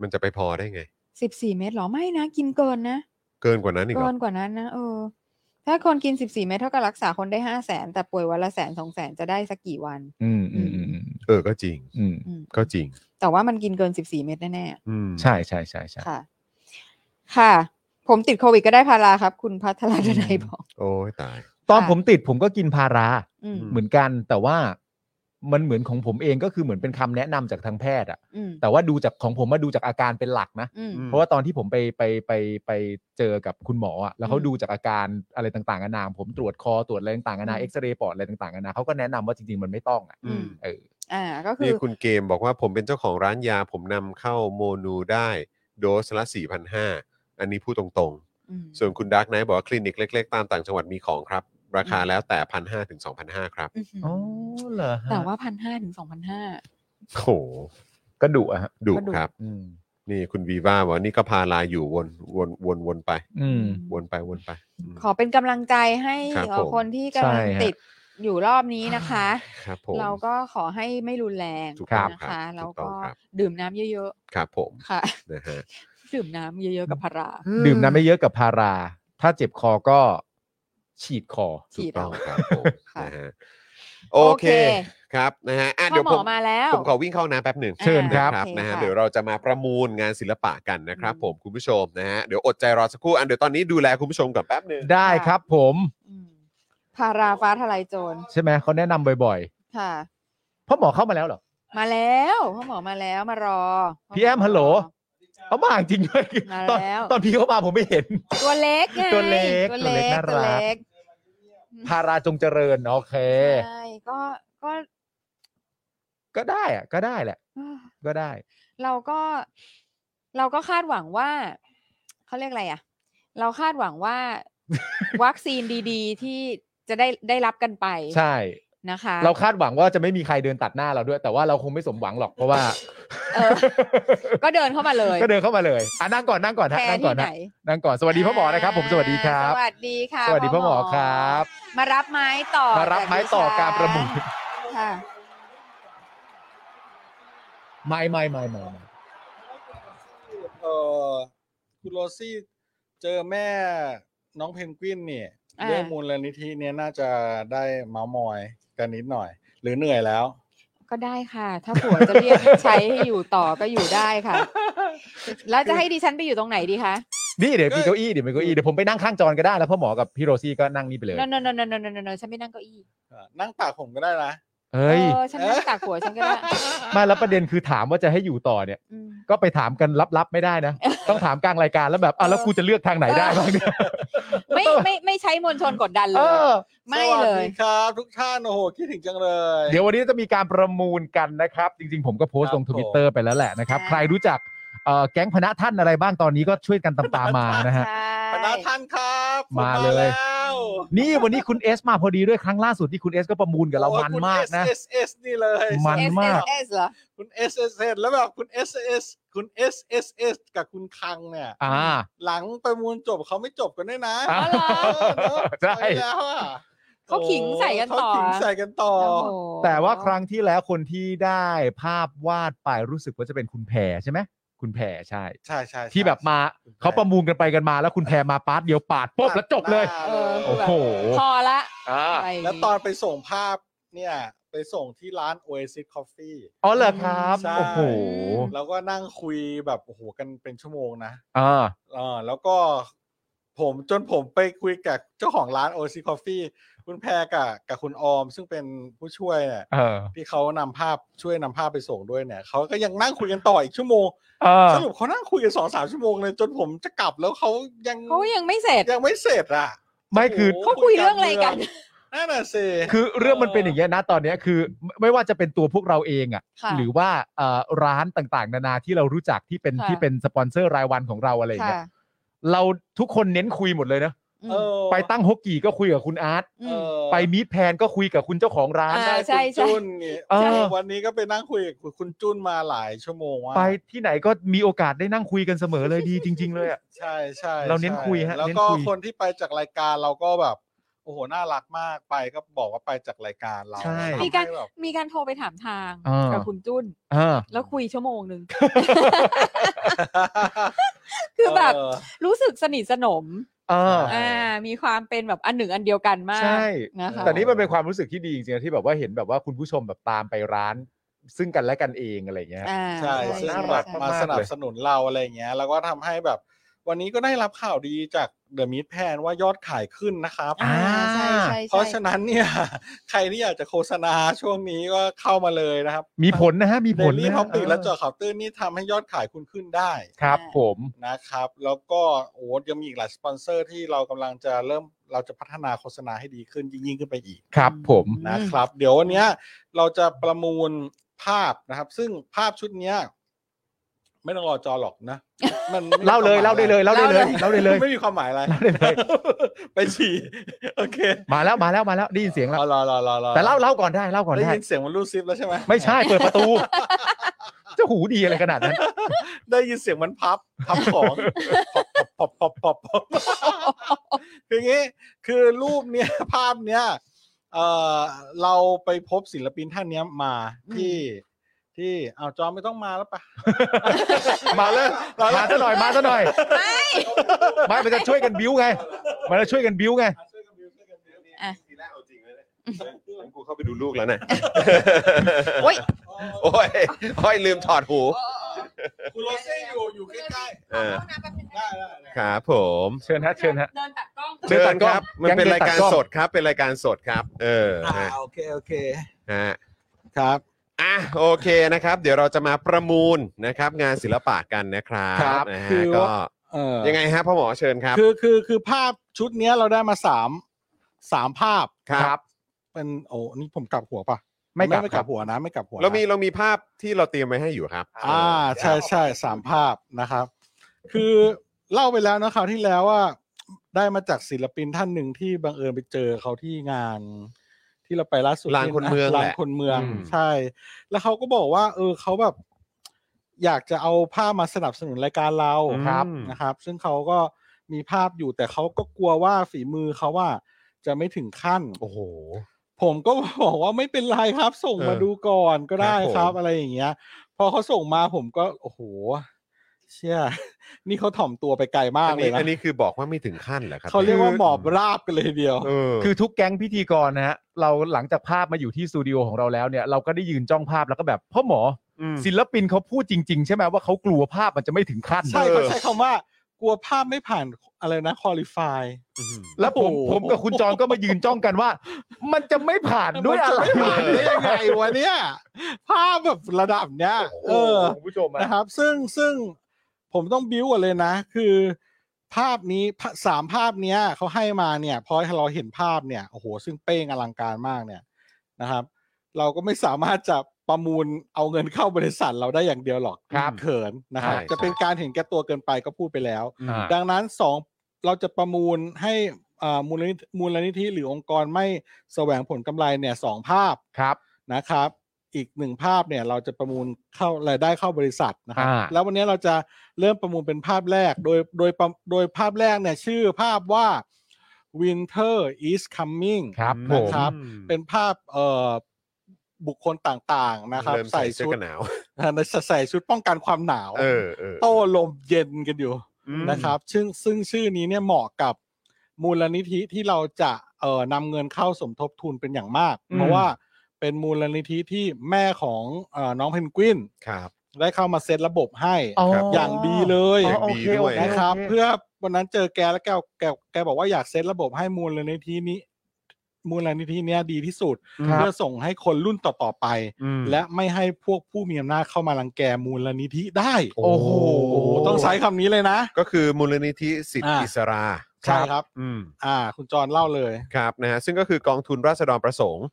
[SPEAKER 3] มันจะไปพอได้ไง
[SPEAKER 5] สิบสี่เม็ดเหรอไม่นะ กินเกินนะ
[SPEAKER 3] เกินกว่านั้นอีกเหร
[SPEAKER 5] เกิ
[SPEAKER 3] อน
[SPEAKER 5] กว่านั้นนะเออ ถ้าคนกินสิบสี่เม็ดเท่ากับรักษาคนได้ห้าแสนแต่ป่วยวันละแสนสองแสนจะได้สักกี่วัน
[SPEAKER 4] อืมอืมอืม
[SPEAKER 3] เออก็จริง
[SPEAKER 4] อืม
[SPEAKER 5] อืม
[SPEAKER 3] ก็จริง
[SPEAKER 5] แต่ว่ามันกินเกินสิบสี่เม็ดแน่
[SPEAKER 3] อืม
[SPEAKER 4] ใช่ใช่ใช่ใช่
[SPEAKER 5] ๆค่ะ ค่ะ ผมติดโควิดก็ได้พาราครับ คุณพัทรดนัยบอก
[SPEAKER 3] โอ้ยตาย
[SPEAKER 4] ตอน
[SPEAKER 5] ค่ะ
[SPEAKER 4] ผมติดผมก็กินพารา
[SPEAKER 5] อืม
[SPEAKER 4] เหมือนกัน แต่ว่ามันเหมือนของผมเองก็คือเหมือนเป็นคำแนะนำจากทางแพทย์อะ
[SPEAKER 5] อืม
[SPEAKER 4] แต่ว่าดูจากของผมมาดูจากอาการเป็นหลักนะ
[SPEAKER 5] อืม
[SPEAKER 3] อืม
[SPEAKER 4] เพราะว่าตอนที่ผมไปไปไปไปเจอกับคุณหมออะแล้วเขา
[SPEAKER 5] อืม
[SPEAKER 4] ดูจากอาการอะไรต่างๆนานาผมตรวจคอตรวจอะไรต่างๆนานา
[SPEAKER 5] อืม
[SPEAKER 4] เอ็กซเรย์ปอดอะไรต่างๆนานาเขาก็แนะนำว่าจริงๆมันไม่ต้องอะ
[SPEAKER 5] อืม
[SPEAKER 4] เออ
[SPEAKER 5] อ่า ก็คื
[SPEAKER 3] นี่
[SPEAKER 5] อ
[SPEAKER 3] คุณเกมบอกว่าผมเป็นเจ้าของร้านยา ผมนำเข้าโมนูได้โดสละ 4,500 อันนี้พูดตรง
[SPEAKER 5] อืม
[SPEAKER 3] ๆ ส่วนคุณดาร์กไนท์บอกว่าคลินิกเล็ก ๆ ตามต่างจังหวัดมีของครับ ราคาแล้วแต่พันห้าถึงสองพันห้าครับ
[SPEAKER 5] อื้อหือ
[SPEAKER 4] อ๋อเหรอฮะ
[SPEAKER 5] แต่ว่าพันห้าถึงสองพันห้า
[SPEAKER 3] โอ้โห
[SPEAKER 4] ก็ดุอะฮะ
[SPEAKER 3] ดุ
[SPEAKER 5] ก็ดุ
[SPEAKER 3] ครับ
[SPEAKER 4] อืม
[SPEAKER 3] นี่คุณวีว่าบอกว่านี่ก็พาลาอยู่วนวนวนวนไป
[SPEAKER 4] อืม
[SPEAKER 3] วนไปวนไปม
[SPEAKER 5] ขอเป็นกำลังใจให้
[SPEAKER 3] ครับ
[SPEAKER 5] เอ่อ
[SPEAKER 3] ผม
[SPEAKER 5] คนที่กำลัง
[SPEAKER 4] ใช่ฮะ
[SPEAKER 5] ติดอยู่รอบนี้นะคะ
[SPEAKER 3] ครับผม
[SPEAKER 5] เราก็ขอให้ไม่รุนแรง
[SPEAKER 3] ถูกต้อง
[SPEAKER 5] นะ
[SPEAKER 3] ครั
[SPEAKER 5] คะ
[SPEAKER 3] บ
[SPEAKER 5] แล้ว
[SPEAKER 3] ถูกต้อ
[SPEAKER 5] ก็
[SPEAKER 3] งครับ
[SPEAKER 5] ดื่มน้ำเยอะ
[SPEAKER 3] ครับผม
[SPEAKER 5] ๆ ค่ะ *laughs*
[SPEAKER 3] นะฮะ
[SPEAKER 5] ดื่มน้ำเยอะๆกับพารา
[SPEAKER 4] ดื่มน้ำไม่เยอะกับพารา ถ้าเจ็บคอก็ฉีดคอ
[SPEAKER 3] ถู
[SPEAKER 5] ฉี
[SPEAKER 3] ก
[SPEAKER 5] ด
[SPEAKER 3] ต้อง
[SPEAKER 5] เอา
[SPEAKER 3] ครับผม
[SPEAKER 5] ค่ะ
[SPEAKER 3] นะฮะโอเคครับนะฮะอ่ะ
[SPEAKER 5] พ่
[SPEAKER 3] เดี๋
[SPEAKER 5] อ
[SPEAKER 3] ยว
[SPEAKER 5] หม
[SPEAKER 3] ผ
[SPEAKER 5] อ
[SPEAKER 3] ม
[SPEAKER 5] มาแล้ว
[SPEAKER 3] ผมขอวิ่งเข้าน้ำแป๊บหนึ่ง
[SPEAKER 4] เชิญครับ
[SPEAKER 3] นะ
[SPEAKER 5] โอ
[SPEAKER 3] นะฮะ
[SPEAKER 5] ค่
[SPEAKER 3] เดี๋ยวเราจะมาประมูลงานศิลปะกันนะครับ
[SPEAKER 5] อืม
[SPEAKER 3] ผมคุณผู้ชมนะฮะเดี๋ยวอดใจรอสักครู่อันเดี๋ยวตอนนี้ดูแลคุณผู้ชมก่อนแป๊บหนึ่ง
[SPEAKER 4] ได้ครับผม
[SPEAKER 5] อืม พาราฟ้าทลายโจร
[SPEAKER 4] ใช่ไหมเขาแนะนำบ่อย
[SPEAKER 5] ค่ะ
[SPEAKER 4] ๆพ่อหมอเข้ามาแล้วเหรอ
[SPEAKER 5] มาแล้วพ่อหมอมาแล้วมารอ
[SPEAKER 4] พี่แอมฮัลโหล
[SPEAKER 5] มารอ
[SPEAKER 4] เขามาจริงด้วย
[SPEAKER 5] มา
[SPEAKER 4] ตอน
[SPEAKER 5] แล้ว
[SPEAKER 4] ตอนพี่เขามาผมไม่เห็น
[SPEAKER 5] ตัวเล็กไง
[SPEAKER 4] ตัวเล็ก
[SPEAKER 5] ตัว
[SPEAKER 4] ตัวเล็
[SPEAKER 5] เล็ก
[SPEAKER 4] กน่ารัก
[SPEAKER 5] ตัวเล็ก
[SPEAKER 4] พาราจงเจริญโอเค
[SPEAKER 5] ใช่ก็ก็
[SPEAKER 4] ก็ได้อะก็ได้แหละ
[SPEAKER 5] เอ้อ
[SPEAKER 4] ก็ได้
[SPEAKER 5] เราก็ เราก็คาดหวังว่า เขาเรียกอะไรอ่ะ เราคาดหวัง
[SPEAKER 4] *laughs*
[SPEAKER 5] ว่า วัคซีนดีๆ ที่จะได้ได้รับกันไป
[SPEAKER 4] ใช่
[SPEAKER 5] นะคะ
[SPEAKER 4] เราคาดหวังว่าจะไม่มีใครเดินตัดหน้าเราด้วย แต่ว่าเราคงไม่สมหวังหร
[SPEAKER 5] *laughs*
[SPEAKER 4] อกเพราะว่า
[SPEAKER 5] เออ ก็เดินเข้ามาเลย
[SPEAKER 4] ก็เดินเข้ามาเลยอ่ะนั่งก่อนนั่งก่อนฮะ
[SPEAKER 5] แพ้
[SPEAKER 4] นั่งก่อ
[SPEAKER 5] ที่
[SPEAKER 4] น
[SPEAKER 5] ไห
[SPEAKER 4] นะ
[SPEAKER 5] น
[SPEAKER 4] นั่งก่อนสวัสดีพ่อหมอนะครับ ผมสวัสดีครับ
[SPEAKER 5] สวัสดีค่ะ
[SPEAKER 4] สวัสดีพ่อหมอครับ
[SPEAKER 5] มารับไม้ต่อ
[SPEAKER 4] มารับไม้ต่อการประมูล
[SPEAKER 5] ค่ะ
[SPEAKER 4] ไม่ไม่ไม่ไม่ไม่
[SPEAKER 6] เออคุณโรซี่เจอแม่น้องเพนกวินเนี่ย
[SPEAKER 5] อ่า
[SPEAKER 6] เรื่องมูลนิธิเนี่ยน่าจะได้เมาส์มอยกันนิดหน่อย หรือเหนื่อยแล้ว
[SPEAKER 5] ก็ได้ค่ะ ถ้าผัวจะเรียกใช้ให้อยู่ต่อก็อยู่ได้ค่ะ แล้วจะให้ดิฉันไปอยู่ตรงไหนดีคะ
[SPEAKER 4] นี่เดี๋ยวมีเก้าอี้เดี๋ยวมีเก้าอี้เดี๋ยวผมไปนั่งข้างจอนก็ได้แล้วพ่อหมอกับพี่โรซี่ก็นั่งนี่ไปเลย
[SPEAKER 5] โนโนโนโนโนโนโนฉันไม่นั่งเก้าอี้
[SPEAKER 6] นั่งปากผมก็ได้นะ
[SPEAKER 4] เฮ้ย
[SPEAKER 5] เออฉันนั่งตากผัวฉันก็ได้
[SPEAKER 4] *laughs* ไม่แล้วประเด็นคือถามว่าจะให้อยู่ต่อเนี่ย
[SPEAKER 5] อืม
[SPEAKER 4] ก็ไปถามกันลับๆไม่ได้นะ ต้องถามกลางรายการแล้วแบบอ่ะแล้วกูจะเลือกทางไหนได้บ้างเนี่ย
[SPEAKER 5] ไม่ไม่ไม่ใช้มวลชนกดดันเล
[SPEAKER 4] เอย อ
[SPEAKER 5] ไม่
[SPEAKER 6] สวั
[SPEAKER 5] เล
[SPEAKER 6] ส
[SPEAKER 5] ย
[SPEAKER 6] ดีครับทุกท่านโอ้โหคิดถึงจังเลย
[SPEAKER 4] เดี๋ยววันนี้จะมีการประมูลกันนะครับ จริงๆ ผมก็โพสต์ลง
[SPEAKER 6] ค
[SPEAKER 4] ท
[SPEAKER 6] รับผม
[SPEAKER 4] วิตเตอร์ไปแล้วแหละนะครับ
[SPEAKER 5] ใช่
[SPEAKER 4] ใครรู้จักเอ่อแก๊งพนะท่านอะไรบ้างตอนนี้ก็ช่วยกันตามๆมานะฮะ
[SPEAKER 5] ใช่
[SPEAKER 6] คณะท่านครับผ
[SPEAKER 4] มาเลย
[SPEAKER 6] แล้ว
[SPEAKER 4] นี่วันนี้คุณเอสมาพอดีด้วยครั้งล่าสุดที่คุณเอสก็ประมูลกับเรา
[SPEAKER 6] โอ้ย
[SPEAKER 4] มัน
[SPEAKER 6] คุณ
[SPEAKER 4] มากนะ
[SPEAKER 6] SSS นี่เลย
[SPEAKER 4] มันมาก
[SPEAKER 5] SSS เหรอ
[SPEAKER 6] คุณ SSS แล้วแบบคุณ SS คุณ SSS กับคุณคังเนี่ย
[SPEAKER 4] อ่า
[SPEAKER 6] หลังประมูลจบเขาไม่จบกันด้วยนะ
[SPEAKER 4] อ๋อเหรอ
[SPEAKER 6] เออเนอะ
[SPEAKER 4] ใช่
[SPEAKER 6] ไปแล้วอะ
[SPEAKER 5] เขาขิงใส่กันต่อ
[SPEAKER 6] เขาขิงใส่กันต่อ
[SPEAKER 5] โอ้โห
[SPEAKER 4] แต่ว่าครั้งที่แล้วคนที่ได้ภาพวาดไปรู้สึกว่าจะเป็นคุณแพรใช่ไหมคุณแพรใช่
[SPEAKER 6] ใช่ใช่ใช่
[SPEAKER 4] ที่แบบมาเขาประมูลกันไปกันมา แล้วคุณแพรมาปาร์ตเดียวปาดปุ๊บแล้วจบเลย
[SPEAKER 6] หน้า
[SPEAKER 5] เออ
[SPEAKER 4] โอ้โห
[SPEAKER 5] พอละ
[SPEAKER 4] อ่า
[SPEAKER 5] ไป
[SPEAKER 6] แล้วตอนไปส่งภาพเนี่ย ไปส่งที่ร้าน Oasis Coffee
[SPEAKER 4] อ๋อเหรอครับ
[SPEAKER 6] ใช่
[SPEAKER 4] โอ้โห
[SPEAKER 6] แล้วก็นั่งคุยแบบโอ้โหกันเป็นชั่วโมงนะ
[SPEAKER 4] อ่า
[SPEAKER 6] เออแล้วก็ผมจนผมไปคุยกับเจ้าของร้าน Oasis Coffee คุณแพรกับกับคุณออม ซึ่งเป็นผู้ช่วยเนี่ย
[SPEAKER 4] เออ
[SPEAKER 6] ที่เขานำภาพช่วยนำภาพไปส่งด้วยเนี่ยเขาก็ยังนั่งคุยกันต่ออีกชั่วโมง
[SPEAKER 4] เออ
[SPEAKER 6] สรุปเขานั่งคุยกันสองสามชั่วโมงเลย จนผมจะกลับแล้วเขายัง
[SPEAKER 5] เขายังไม่เสร็จ
[SPEAKER 6] ยังไม่เสร็จอ่ะ
[SPEAKER 4] ไม่คือ
[SPEAKER 6] โโห
[SPEAKER 5] เขาคุยเรื่องอะไรกัน
[SPEAKER 6] นั่นน่ะสิ
[SPEAKER 4] คือเรื่องมันเป็นอย่างเงี้ยนะตอนเนี้ยคือไม่ไม่ว่าจะเป็นตัวพวกเราเองอ่ะ
[SPEAKER 5] ค่ะ
[SPEAKER 4] หรือว่าเอ่อร้านต่างๆ นานาที่เรารู้จักที่เป็น
[SPEAKER 5] ค่ะ
[SPEAKER 4] ที่เป็นสปอนเซอร์รายวันของเราอะไรอย่างเงี้ย
[SPEAKER 5] ค่ะ
[SPEAKER 4] เราทุกคนเน้นคุยหมดเลยนะ
[SPEAKER 6] เออ
[SPEAKER 4] ไปตั้งฮกกี่ก็คุยกับคุณอาร์ต
[SPEAKER 5] อื
[SPEAKER 6] เอ
[SPEAKER 5] ม
[SPEAKER 6] อ
[SPEAKER 4] ไปมีดแพนก็คุยกับคุณเจ้าของร้าน
[SPEAKER 5] อ่า
[SPEAKER 6] ได้
[SPEAKER 5] ใช่ใช่
[SPEAKER 6] คุณจุนนี่
[SPEAKER 4] เออ
[SPEAKER 6] ใช่วันนี้ก็ไปนั่งคุยกับคุณจุนมาหลายชั่วโมงว่า
[SPEAKER 4] ไปที่ไหนก็มีโอกาสได้นั่งคุยกันเสมอเลยดี จริง ๆ เลยอ่ะ
[SPEAKER 6] *laughs* ใช่ใช่
[SPEAKER 4] เราเน้นคุยฮะ
[SPEAKER 6] แล้ว
[SPEAKER 4] เน้น
[SPEAKER 6] ก็
[SPEAKER 4] คุย
[SPEAKER 6] คนที่ไปจากรายการเราก็แบบโอ้โหน่ารักมากไปก็บอกว่าไปจากรายการเรา
[SPEAKER 4] ใช่
[SPEAKER 6] ทำให้แบบ
[SPEAKER 5] มีการ *laughs* โทรไปถามทาง
[SPEAKER 4] อ่ากั
[SPEAKER 5] กับคุณจุ้น
[SPEAKER 4] อ่า
[SPEAKER 5] แล้วคุยชั่วโมง
[SPEAKER 4] *laughs*
[SPEAKER 5] หนึ่ง คือแบบ
[SPEAKER 6] เออ
[SPEAKER 5] รู้สึกสนิทสนม
[SPEAKER 4] อ่า
[SPEAKER 6] ใช่
[SPEAKER 5] อ่า มีความเป็นแบบอันหนึ่งอันเดียวกันมาก
[SPEAKER 4] ใช่
[SPEAKER 5] นะคะ
[SPEAKER 4] แต่นี่มันเป็นความรู้สึกที่ดีจริงๆนะที่แบบว่าเห็นแบบว่าคุณผู้ชมแบบตามไปร้าน ซึ่งกันและกันเองอะไรอย่างเงี้ย
[SPEAKER 5] อ่า
[SPEAKER 6] ใช่
[SPEAKER 4] ใช่
[SPEAKER 6] ซึ่ง
[SPEAKER 4] น่า
[SPEAKER 6] แบ
[SPEAKER 4] รับ ก
[SPEAKER 6] มาม
[SPEAKER 4] าก
[SPEAKER 6] สนับสนุนเราอะไรอย่างเงี้ย แล้วก็ทำให้แบบ วันนี้ก็ได้รับข่าวดีจากเดอะมิ t แพนว่ายอดขายขึ้นนะครับ
[SPEAKER 5] อ่าใช่ใช่
[SPEAKER 6] เพราะ
[SPEAKER 5] ใช่
[SPEAKER 6] ฉะนั้นเนี่ย *laughs* ใครที่อยากจะโฆษณาช่วงนี้ก็เข้ามาเลยนะครับ
[SPEAKER 4] มีผลนะฮะมี
[SPEAKER 6] เด
[SPEAKER 4] ผล
[SPEAKER 6] ลี่
[SPEAKER 4] นะ
[SPEAKER 6] ท็อ
[SPEAKER 4] ฮะ
[SPEAKER 6] ปติกและเจอข่าวตื้นนี่ทำให้ยอดขายคุณขึ้นได้
[SPEAKER 4] ครับ ผม
[SPEAKER 6] นะครับ แล้วก็โอ้ยังมีอีกหลายสปอนเซอร์ที่เรากำลังจะเริ่มเราจะพัฒนาโฆษณาให้ดีขึ้นยิ่งๆขึ้นไปอีก
[SPEAKER 4] ครับผม
[SPEAKER 6] นะครับเดี๋ยววันเนี้ยเราจะประมูลภาพนะครับ ซึ่งภาพชุดเนี้ย ไม่ต้องรอจอหรอกนะ มันไม่มี
[SPEAKER 4] *laughs* เล่าเลย
[SPEAKER 6] ควมหม
[SPEAKER 4] เล่าได้เลยเล่าได้เลยเล่าได้เลย
[SPEAKER 6] ไม่มีความหมายอะไร
[SPEAKER 4] เล่าได้เลย
[SPEAKER 6] *laughs* ไปฉี่โอเค
[SPEAKER 4] มาแล้วมาแล้วมาแล้วได้ยินเสียงแล้ว
[SPEAKER 6] เอารอรอรอรอ
[SPEAKER 4] แต่เล่าเล่าก่อนได้เล่าก่อน
[SPEAKER 6] ได้
[SPEAKER 4] ได้
[SPEAKER 6] ยินเสียงมันรูดซิปแล้วใช่ไหม
[SPEAKER 4] ไม่ใช่เปิดประตู เจ้าหูดีอะไรขนาดนั้น
[SPEAKER 6] ได้ยินเสียงมันพับพับของพอบพอบพอบพอบพอบคืออย่างงี้คือรูปเนี้ย *laughs* ภาพเนี้ยเออเราไปพบศิลปินท่านเนี้ยมาที่ที่เอาจอไม่ต้องมาแล้วปะ
[SPEAKER 4] มาเลยมาซะหน่อยมาซะหน่อย
[SPEAKER 5] ไม่
[SPEAKER 4] ไม่มันจะช่วยกันบิ้วไง มันจะช่วยกันบิ้วไง
[SPEAKER 3] ทีแรกเอาจริงเลยนะกูเข้าไปดูลูกแล้วเนี่ย
[SPEAKER 5] โอ๊ย
[SPEAKER 3] โอ้ยโอ้ยลืมถอดหู
[SPEAKER 6] คุณโรเซ่อยู่อยู่ใกล้
[SPEAKER 3] เออ
[SPEAKER 5] ขอโทษนะแป๊บนึง
[SPEAKER 6] ๆได้ได้ได้
[SPEAKER 3] ครับผม
[SPEAKER 4] เชิญฮะเชิญฮะ
[SPEAKER 5] เดินตัดกล้อง
[SPEAKER 3] เชิญครับ มันเป็นรายการสดครับ เป็นรายการสดครับ เออ
[SPEAKER 6] อ่า
[SPEAKER 3] นะ
[SPEAKER 6] โอเค โอเค
[SPEAKER 3] ฮะ
[SPEAKER 6] ครับ
[SPEAKER 3] อ่ะโอเคนะครับ เดี๋ยวเราจะมาประมูลนะครับ งานศิลปะกันนะครับ
[SPEAKER 6] ครับ
[SPEAKER 3] นะ
[SPEAKER 6] คื
[SPEAKER 3] ฮะ
[SPEAKER 6] อ
[SPEAKER 3] ก็
[SPEAKER 6] ว่า เออ
[SPEAKER 3] ยังไงฮะพ่อหมอเชิญครับ
[SPEAKER 6] คือคือคือภาพชุดเนี้ยเราได้มาสามสามภาพ
[SPEAKER 3] ครับ
[SPEAKER 6] เป็นโอ้นี่ผมกลับหัวปะ
[SPEAKER 4] ไม่กลับ
[SPEAKER 6] ไม่
[SPEAKER 4] ค
[SPEAKER 6] ก
[SPEAKER 4] รั
[SPEAKER 6] ลั
[SPEAKER 4] บบ
[SPEAKER 6] หัวนะ ไม่กลับหัวนะ
[SPEAKER 3] เรามีเรามีภาพที่เราเตรียมไว้ให้อยู่ครับ
[SPEAKER 6] อ่าใช่ใช่สามภาพนะครับ คือเล่าไปแล้วนะคราวที่แล้วว่าได้มาจากศิลปินท่านหนึ่งที่บังเอิญไปเจอเขาที่งาน ที่เราไปล่าสุด
[SPEAKER 3] ลานคนเมือง
[SPEAKER 6] ลา
[SPEAKER 3] แห
[SPEAKER 6] น
[SPEAKER 3] ละ
[SPEAKER 6] คนเมือง
[SPEAKER 3] อืม
[SPEAKER 6] ใช่ แล้วเขาก็บอกว่า เออเขาแบบ อยากจะเอาภาพมาสนับสนุนรายการเรา
[SPEAKER 4] ครับ
[SPEAKER 6] นะครับ ซึ่งเขาก็มีภาพอยู่แต่เขาก็กลัวว่าฝีมือเขาว่าจะไม่ถึงขั้น
[SPEAKER 3] โอ้โห
[SPEAKER 6] ผมก็บอกว่าไม่เป็นไรครับ ส่งมา
[SPEAKER 3] เออ
[SPEAKER 6] ดูก่อนก็ได้
[SPEAKER 3] ครับผม
[SPEAKER 6] ครับอะไรอย่างเงี้ย พอเขาส่งมาผมก็โอ้โห เชี่ย *laughs* นี่เขาถ่อมตัวไปไกลมาก
[SPEAKER 3] อัน
[SPEAKER 6] เลย
[SPEAKER 3] นี้
[SPEAKER 6] นะ
[SPEAKER 3] อันนี้คือบอกว่าไม่ถึงขั้นเหรอครับ
[SPEAKER 6] เขาเรียกว่าหมอบราบกันเลยทีเดียว
[SPEAKER 3] เออ
[SPEAKER 4] คือทุกแก๊งพิธีกรนะฮะเราหลังจากภาพมาอยู่ที่สตูดิโอของเราแล้วเนี่ยเราก็ได้ยืนจ้องภาพแล้วก็แบบพ่อหมออ
[SPEAKER 3] ม
[SPEAKER 4] ศิลปินเขาพูดจริง ๆ ใช่ไหมว่าเขากลัวภาพมันจะไม่ถึงขั้น
[SPEAKER 6] ใช่
[SPEAKER 4] เอ
[SPEAKER 6] เขา
[SPEAKER 4] อ
[SPEAKER 6] ใช้คำว่ากลัวภาพไม่ผ่านอะไรนะคอลิฟาย
[SPEAKER 4] แล้วผม
[SPEAKER 6] โอ้โห
[SPEAKER 4] ผมกับคุณจอนก็มายืนจ้องกันว่า มันจะไม่ผ่านด้วยอะไร
[SPEAKER 6] ผ่านได้ยังไงวะเนี่ยภาพแบบระดับเนี้ยเอ
[SPEAKER 4] โอ้
[SPEAKER 6] อ
[SPEAKER 4] โหคุณผู้ชมอะ
[SPEAKER 6] นะครับซึ่งซึ่งผมต้องบิ้วก่อนเลยนะ คือภาพนี้ภาสามภาพเนี้ยเขาให้มาเนี่ยพอเราเห็นภาพเนี่ยโอ้โหซึ่งเป้งอลังการมากเนี่ยนะครับ เราก็ไม่สามารถจะประมูลเอาเงินเข้าบริษัทเราได้อย่างเดียวหรอก
[SPEAKER 3] ครับ
[SPEAKER 6] เขินนะครับ
[SPEAKER 3] ใช่
[SPEAKER 6] จะเป็น
[SPEAKER 3] ใช่
[SPEAKER 6] การเห็นแก่ตัวเกินไปก็พูดไปแล้ว
[SPEAKER 4] อ่า
[SPEAKER 6] ดังนั้นสองเราจะประมูลให้อ่ามูลนิธิมูลนิธิหรือองค์กรไม่แสวงผลกำไรเนี่ยสองภาพ
[SPEAKER 4] ครับ
[SPEAKER 6] นะครับ อีกหนึ่งภาพเนี่ยเราจะประมูลเข้ารายได้เข้าบริษัทนะครับ
[SPEAKER 4] อ่า
[SPEAKER 6] แล้ววันนี้เราจะเริ่มประมูลเป็นภาพแรก โดยโดยประโดยภาพแรกเนี่ยชื่อภาพว่า Winter is coming
[SPEAKER 4] ครับผ
[SPEAKER 6] นะ
[SPEAKER 4] ม
[SPEAKER 6] ครับ เป็นภาพเอ่อบุคคลต่างๆนะครับ
[SPEAKER 3] เริ่มใส่
[SPEAKER 6] ใส่
[SPEAKER 3] เสื้อ
[SPEAKER 6] ชุด
[SPEAKER 3] กันหนาว
[SPEAKER 6] ใส่ชุดป้ *laughs* องกันความหนาว
[SPEAKER 3] เออเออ
[SPEAKER 6] โต้ลมเย็นกันอยู่
[SPEAKER 3] อืม
[SPEAKER 6] นะครับซึ่งซึ่งชื่อนี้เนี่ยเหมาะกับมูลนิธิที่เราจะเอ่อนำเงินเข้าสมทบทุนเป็นอย่างมาก
[SPEAKER 4] อืม
[SPEAKER 6] เพราะว่าเป็นมูลนิธิที่แม่ของเอ่อน้องเพนกวิน
[SPEAKER 3] ครับ
[SPEAKER 6] ได้เข้ามาเซตระบบให้
[SPEAKER 4] อ๋อ
[SPEAKER 6] อย่างดีเลย
[SPEAKER 4] อ๋อโอเคโอเค
[SPEAKER 6] นะครับ เพื่อวันนั้นเจอแกแล้วแกแกแกบอกว่าอยากเซตระบบให้มูลนิธินี้ มูลนิธิเนี้ยดีที่สุด
[SPEAKER 4] ครั
[SPEAKER 6] เพื่
[SPEAKER 4] บ
[SPEAKER 6] อส่งให้คนรุ่นต่อๆไป
[SPEAKER 3] อืม
[SPEAKER 6] และไม่ให้พวกผู้มีอำนาจเข้ามารังแกมูลนิธิได้
[SPEAKER 4] โอ้โห
[SPEAKER 6] ต้องใช้คำนี้เลยนะ
[SPEAKER 3] ก็คือมูลนิธิสิทธิ
[SPEAKER 6] อ่า
[SPEAKER 3] อิสรา
[SPEAKER 6] ใช่ครับ
[SPEAKER 3] อืม
[SPEAKER 6] อ่า คุณจรเล่าเลย
[SPEAKER 3] ครับนะฮะซึ่งก็คือกองทุนราษฎรประสงค์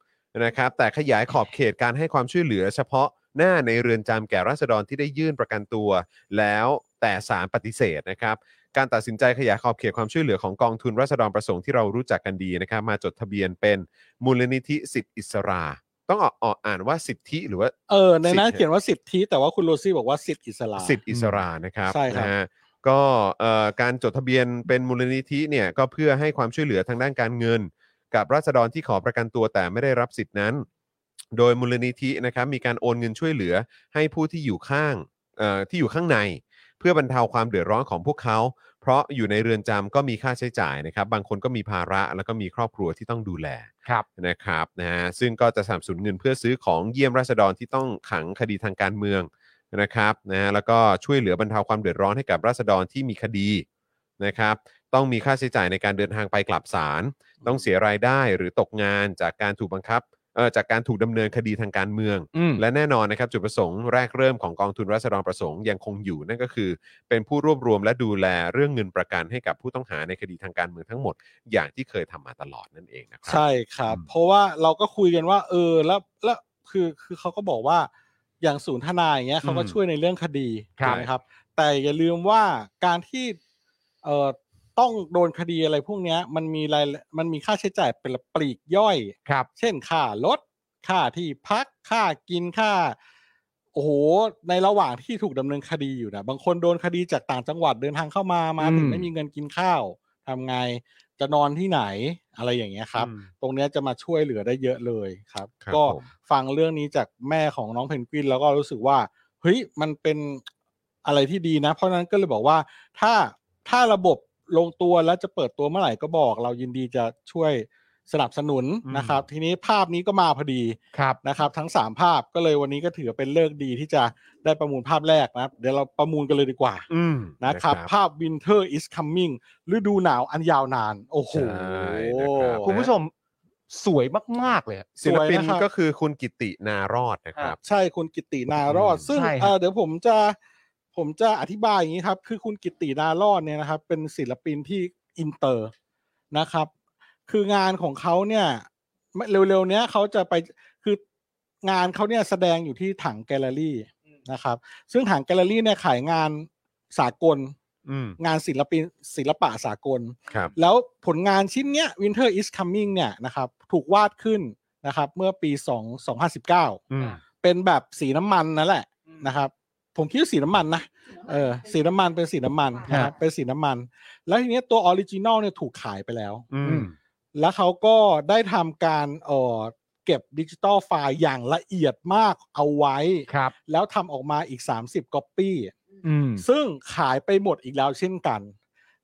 [SPEAKER 3] นะครับแต่ขยายขอบเขตการให้ความช่วยเหลือเฉพาะหน้าในเรือนจำแก่ราษฎรที่ได้ยื่นประกันตัว แล้วแต่ศาลปฏิเสธนะครับ การตัดสินใจขยายขอบเขตความช่วยเหลือของกองทุนราษฎรประสงค์ที่เรารู้จักกันดีนะครับ มาจดทะเบียนเป็นมูลนิธิสิทธิอิสรา ต้องออกออกอ่านว่าสิทธิหรือว่า
[SPEAKER 6] เออในนั้น
[SPEAKER 3] สิทธิ์
[SPEAKER 6] เขียนว่าสิทธิแต่ว่าคุณโรซี่บอกว่าสิทธิอิสระ
[SPEAKER 3] สิทธิอิสรานะครับ
[SPEAKER 6] ใช่ครับ
[SPEAKER 3] นะฮะก็เอ่อการจดทะเบียนเป็นมูลนิธิเนี่ยก็เพื่อให้ความช่วยเหลือทางด้านการเงิน กับราษฎรที่ขอประกันตัวแต่ไม่ได้รับสิทธินั้น โดยมูลนิธินะครับมีการโอนเงินช่วยเหลือให้ผู้ที่อยู่ข้างเอ่อที่อยู่ข้างใน เพื่อบรรเทาความเดือดร้อนของพวกเขา เพราะอยู่ในเรือนจำก็มีค่าใช้จ่ายนะครับ บางคนก็มีภาระแล้วก็มีครอบครัวที่ต้องดูแล
[SPEAKER 4] ครับ
[SPEAKER 3] นะครับนะฮะซึ่งก็จะสามสูนเงินเพื่อซื้อของเยี่ยมราษฎรที่ต้องขังคดีทางการเมืองนะครับนะฮะแล้วก็ช่วยเหลือบรรเทาความเดือดร้อนให้กับราษฎรที่มีคดีนะครับ ต้องมีค่าใช้จ่ายในการเดินทางไปกลับศาลต้องเสียรายได้หรือตกงานจากการถูกบังคับเอ่อจากการถูกดำเนินคดีทางการเมือง
[SPEAKER 4] อืม
[SPEAKER 3] และแน่นอนนะครับจุดประสงค์แรกเริ่มของกองทุนราษฎรประสงค์ยังคงอยู่นั่นก็คือ เป็นผู้รวบรวมและดูแลเรื่องเงินประกันให้กับผู้ต้องหาในคดีทางการเมืองทั้งหมด อย่างที่เคยทำมาตลอดนั่นเองนะครั
[SPEAKER 6] ใช่ครับ
[SPEAKER 3] อืม
[SPEAKER 6] เพราะว่าเราก็คุยกันว่า เออแล้วแล้วคือคือเขาก็บอกว่าอย่างศูนย์ทนายอย่างเงี้ยเขาก็ช่วยในเรื่องคดี
[SPEAKER 4] ครับ
[SPEAKER 6] ถูกไหมครับ แต่อย่าลืมว่าการที่เอ่อต้องโดนคดีอะไรพวกเนี้ยมันมีรายมันมีค่าใช้จ่ายเป็นปลีกย่อย
[SPEAKER 4] ครับ
[SPEAKER 6] เช่นค่ารถค่าที่พักค่ากินค่า โอ้โห ในระหว่างที่ถูกดำเนินคดีอยู่นะบางคนโดนคดีจากต่างจังหวัดเดินทางเข้ามามาถึ
[SPEAKER 4] อื
[SPEAKER 6] ง
[SPEAKER 4] ม
[SPEAKER 6] ไม่มีเงินกินข้าวทำไงจะนอนที่ไหนอะไรอย่างเงี้ยครับ ตรงเนี้ยจะมาช่วยเหลือได้เยอะเลยครับ
[SPEAKER 3] ครับ
[SPEAKER 6] ก็
[SPEAKER 3] ผม
[SPEAKER 6] ฟังเรื่องนี้จากแม่ของน้องเพนกวินแล้วก็รู้สึกว่าเฮ้ยมันเป็นอะไรที่ดีนะ เพราะฉะนั้นก็เลยบอกว่าถ้าถ้าระบบลงตัวแล้วจะเปิดตัวเมื่อไหร่ก็บอก เรายินดีจะช่วย สนับสนุน
[SPEAKER 4] อืม
[SPEAKER 6] นะครับ ทีนี้ภาพนี้ก็มาพอดี
[SPEAKER 4] ครับ
[SPEAKER 6] นะครับ ทั้ง 3 ภาพก็เลยวันนี้ก็ถือเป็นเลิกษ์ดีที่จะได้ประมูลภาพแรกนะครับ เดี๋ยวเราประมูลกันเลยดีกว่า
[SPEAKER 4] อืม
[SPEAKER 6] นะครับ ภาพ Winter is coming ฤดูหนาวอันยาวนาน โอ้โห
[SPEAKER 3] ใช่นะครับ
[SPEAKER 4] คุณผู้ชมสวยมาก ๆ เลยอะ
[SPEAKER 3] ศิลปิน
[SPEAKER 6] สวยนะครับ
[SPEAKER 3] ก็คือคุณกิตินารอดนะครับ
[SPEAKER 6] ใช่คุณกิตตินารอด ซึ่ง
[SPEAKER 4] ใช่ครับ
[SPEAKER 6] เอ่อเดี๋ยวผมจะผมจะอธิบายอย่างนี้ครับ คือคุณกิตตินารอดเนี่ยนะครับ เป็นศิลปินที่อินเตอร์นะครับ คืองานของเขาเนี่ยไม่เร็วๆเนี้ยเขาจะไปคืองานเขาเนี่ยแสดงอยู่ที่ถังแกลเลอรี่นะครับ ซึ่งถังแกลเลอรี่เนี่ยขายงานสากล
[SPEAKER 4] อืม
[SPEAKER 6] งานศิลปินศิลปะสากล
[SPEAKER 3] ครับ
[SPEAKER 6] แล้วผลงานชิ้นเนี้ย Winter is coming เนี่ยนะครับถูกวาดขึ้นนะครับเมื่อปี2 2019
[SPEAKER 4] อืม
[SPEAKER 6] เป็นแบบสีน้ำมันนั่นแหละนะครับ ผมคิดว่าสีน้ำมันนะเออสีน้ำมันเป็นสีน้ำมัน
[SPEAKER 4] ฮะ
[SPEAKER 6] นะครับเป็นสีน้ำมัน แล้วทีเนี้ยตัวออริจินอลเนี่ยถูกขายไปแล้ว
[SPEAKER 4] อืม
[SPEAKER 6] แล้วเขาก็ได้ทำการเออเก็บดิจิตอลไฟล์อย่างละเอียดมากเอาไว้
[SPEAKER 4] ครับ
[SPEAKER 6] แล้วทำออกมาอีก 30ก๊อปปี้
[SPEAKER 4] อืม
[SPEAKER 6] ซึ่งขายไปหมดอีกแล้วเช่นกัน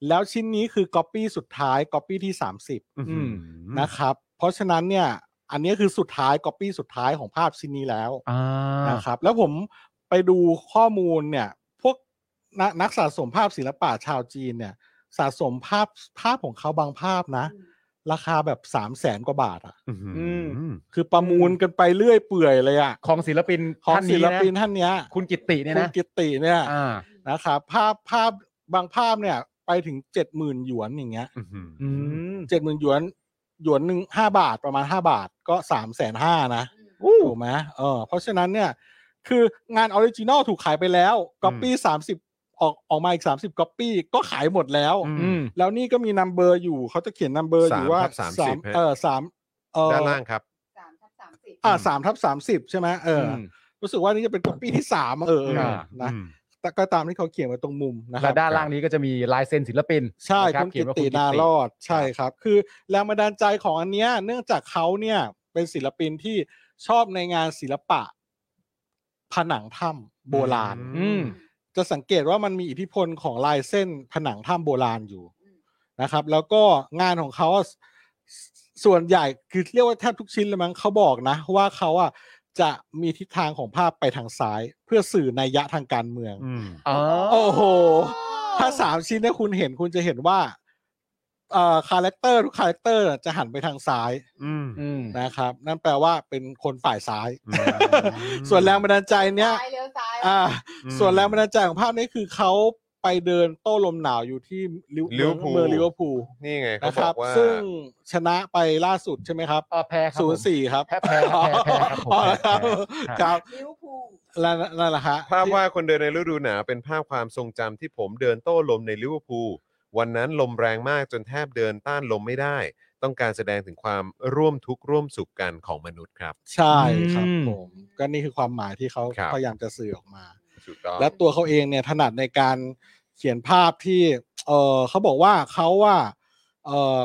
[SPEAKER 6] แล้วชิ้นนี้คือก๊อปปี้สุดท้ายก๊อปปี้ที่ 30
[SPEAKER 4] อืม
[SPEAKER 6] นะครับ เพราะฉะนั้นเนี่ย อันนี้คือสุดท้ายก๊อปปี้สุดท้ายของภาพชิ้นนี้แล้ว
[SPEAKER 4] อ่า
[SPEAKER 6] นะครับแล้วผมไปดูข้อมูลเนี่ยพวกนักนักสะสมภาพศิลปะชาวจีนเนี่ยสะสมภาพภาพของเขาบางภาพนะ ราคาแบบสามแสนกว่าบาทอะ่ะ
[SPEAKER 4] อืม
[SPEAKER 6] คือประมูลกันไปเรื่อยเปื่อยเลยอะ่ะ
[SPEAKER 4] ของศิลปิน
[SPEAKER 6] ของ
[SPEAKER 4] ท่าน
[SPEAKER 6] ศิ
[SPEAKER 4] นี้
[SPEAKER 6] ล
[SPEAKER 4] นะ
[SPEAKER 6] ปินท่านเนี้ย
[SPEAKER 4] คุณกิตติเนี่ย
[SPEAKER 6] คุณ
[SPEAKER 4] นะ
[SPEAKER 6] กิตติเนี่ย
[SPEAKER 4] อ่า
[SPEAKER 6] นะครับภาพภาพบางภาพเนี่ยไปถึงเจ็ดหมื่นหยวนอย่างเงี้ย
[SPEAKER 4] อืม
[SPEAKER 6] เจ็ดหมื่นหยวนหยวนหนึ่งห้าบาทประมาณห้าบาทก็สามแสนห้านะ
[SPEAKER 4] อู้
[SPEAKER 6] ถูกไหมเออเพราะฉะนั้นเนี่ย คืองานออริจินอลถูกขายไปแล้วก๊อปปี้สามสิบออกออกมาอีกสามสิบก๊อปปี้ก็ขายหมดแล้ว
[SPEAKER 4] อืม
[SPEAKER 6] แล้วนี่ก็มีนัมเบอร์อยู่เขาจะเขียนนัมเบอร์อยู่ว่า
[SPEAKER 3] สามทับสาม ม
[SPEAKER 6] สา
[SPEAKER 3] สิบฮะ
[SPEAKER 6] เออสามเออ
[SPEAKER 3] ด้านล่างครับ
[SPEAKER 5] สามทับสามสิบ
[SPEAKER 6] อ่าสามทับสามสิบใช่ไหมเอออ
[SPEAKER 4] ม
[SPEAKER 6] รู้สึกว่านี่จะเป็นก๊อปปี้ที่สามเออเออ
[SPEAKER 4] อ่า
[SPEAKER 6] นะแต่ก็ตามที่เขาเขียนไว้ตรงมุมนะค
[SPEAKER 4] และ
[SPEAKER 6] รับ
[SPEAKER 4] ด้านล่างนี้ก็จะมีลายเซ็นศิลปิน
[SPEAKER 6] ใช่
[SPEAKER 4] นะรับ
[SPEAKER 6] คุณ
[SPEAKER 4] เขี
[SPEAKER 6] กิ
[SPEAKER 4] ยนว่
[SPEAKER 6] ตินารอดใช่ครับ คือแรงบันดาลใจของอันเนี้ย เนื่องจากเขาเนี่ยเป็นศิลปินที่ชอบในงานศิลปะ ผนังถ้ำโบราณ
[SPEAKER 4] อืม
[SPEAKER 6] จะสังเกตว่ามันมีอิทธิพลของลายเส้นผนังถ้ำโบราณอยู่นะครับ แล้วก็งานของเขาอะสส่วนใหญ่คือเรียกว่าแทบทุกชิ้นเลยมั้งเขาบอกนะ ว่าเขาอ่ะจะมีทิศทางของภาพไปทางซ้าย เพื่อสื่อนัยยะทางการเมือง
[SPEAKER 4] อ๋อ
[SPEAKER 6] โอ้โห ถ้าสามชิ้นเนี่ยคุณเห็นคุณจะเห็นว่าเอ่อคาแรคเตอร์ทุกคาแรคเตอร์จะหันไปทางซ้าย
[SPEAKER 4] อืม
[SPEAKER 6] นะครับ นั่นแปลว่าเป็นคนฝ่ายซ้าย ส่วนแรงบันดาลใจเนี่ย
[SPEAKER 5] ซ้ายเลี้ยวซ้าย
[SPEAKER 6] อ่า ส่วนแรงบันดาลใจของภาพนี้คือเขาไปเดินโต้ลมหนาวอยู่ที่ลิเว
[SPEAKER 3] ลิเวอร์พูล
[SPEAKER 6] เมืองลิเวอร์พูล
[SPEAKER 3] นี่ไงเขา
[SPEAKER 6] นะค
[SPEAKER 3] บอ
[SPEAKER 6] รับ
[SPEAKER 3] กว่า
[SPEAKER 6] ซึ่งชนะไปล่าสุดใช่ไหมครับ
[SPEAKER 4] อ่าแพ้ครับ
[SPEAKER 6] ศูนย์สี่ครับ
[SPEAKER 4] แพ้แพ้แพ้แพ้ครับผม
[SPEAKER 6] อ๋อครับ
[SPEAKER 4] แพ้
[SPEAKER 6] ครับ
[SPEAKER 5] ลิเวอร์พูล
[SPEAKER 6] แล้วนั่นแหละฮะ
[SPEAKER 3] ภาพว่าดคนเดินในฤดูหนาวเป็นภาพความทรงจำที่ผมเดินโต้ลมในลิเวอร์พูลวันนั้นลมแรงมากจนแทบเดินต้านลมไม่ได้ ต้องการแสดงถึงความร่วมทุกข์ร่วมสุขกันของมนุษย์ครับ
[SPEAKER 6] ใช่ครับ
[SPEAKER 4] อืม
[SPEAKER 6] ผมก็นี่คือความหมายที่เขา
[SPEAKER 3] ครับ
[SPEAKER 6] พยายามจะสื่อออกมา
[SPEAKER 3] ถูกต้อง
[SPEAKER 6] และตัวเขาเองเนี่ยถนัดในการเขียนภาพที่ เออเขาบอกว่าเขาว่าเออ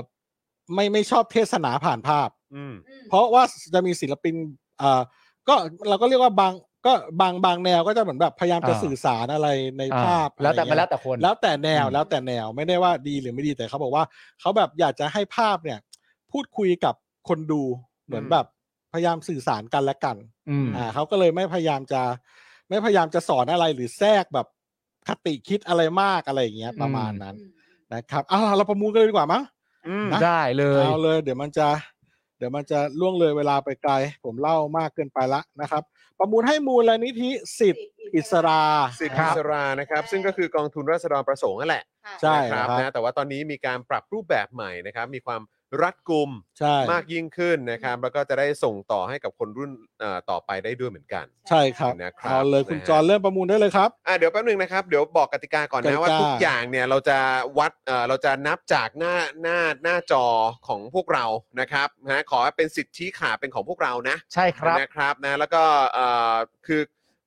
[SPEAKER 6] ไม่ไม่ชอบเทศนาผ่านภาพ
[SPEAKER 3] อืม
[SPEAKER 5] อืม
[SPEAKER 6] เพราะว่าจะมีศิลปินเอ่อก็เราก็เรียกว่าบางก็บางบางแนวก็จะเหมือนแบบพยายามจะ
[SPEAKER 4] อ่า
[SPEAKER 6] สื่อสารอะไรใน
[SPEAKER 4] อ่
[SPEAKER 6] ภาพ
[SPEAKER 4] แล้วแต่
[SPEAKER 6] อะไร
[SPEAKER 4] มา
[SPEAKER 6] เงี้ย
[SPEAKER 4] แล้วแต่คน
[SPEAKER 6] แล้วแต่แนว
[SPEAKER 4] อืม
[SPEAKER 6] แล้วแต่แนวไม่ได้ว่าดีหรือไม่ดีแต่เขาบอกว่าเขาแบบอยากจะให้ภาพเนี่ย พูดคุยกับคนดูเหมือน
[SPEAKER 3] อืม
[SPEAKER 6] แบบพยายามสื่อสารกันและกัน
[SPEAKER 4] อืม
[SPEAKER 6] อ่าเขาก็เลยไม่พยายามจะ ไม่พยายามจะสอนอะไรหรือแทรกแบบคติคิดอะไรมากอะไรอย่างเงี้ยประมาณนั้น
[SPEAKER 5] อืม
[SPEAKER 6] นะครับเอาล่ะเราประมูลกันเลยดีกว่ามั้ง นะ
[SPEAKER 4] ได้เลย
[SPEAKER 6] เอาเลย เดี๋ยวมันจะ เดี๋ยวมันจะล่วงเลยเวลาไปไกล ผมเล่ามากเกินไปละนะครับ ประมูลให้มูลนิธิสิทธิ์อิสรา
[SPEAKER 3] สิทธิอิสรานะครับ ซึ่งก็คือกองทุนราษฎรประสงค์นั่นแหละ
[SPEAKER 5] ค่ะ
[SPEAKER 6] ใช่
[SPEAKER 3] นะครับ
[SPEAKER 6] ครับ
[SPEAKER 3] นะแต่ว่าตอนนี้มีการปรับรูปแบบใหม่นะครับ มีความรัดกุม
[SPEAKER 6] ใช่
[SPEAKER 3] มากยิ่งขึ้นนะครับ แล้วก็จะได้ส่งต่อให้กับคนรุ่นเอ่อต่อไปได้ด้วยเหมือนกัน
[SPEAKER 6] ใช่ครับ
[SPEAKER 3] นะครับ
[SPEAKER 6] เอาเลยคุณจอห์นเริ่มประมูลได้เลยครับ
[SPEAKER 3] อ่ะเดี๋ยวแป๊บนึงนะครับ เดี๋ยวบอกกติกาก่อน
[SPEAKER 6] กติ
[SPEAKER 3] นะ
[SPEAKER 6] กา
[SPEAKER 3] ว่าทุกอย่างเนี่ยเราจะวัดเอ่อเราจะนับจากหน้าหน้าหน้าจอของพวกเรานะครับนะฮะขอให้เป็นสิทธิขาดเป็นของพวกเรานะ
[SPEAKER 4] ใช่ครับ
[SPEAKER 3] นะครับนะแล้วก็เอ่อคือ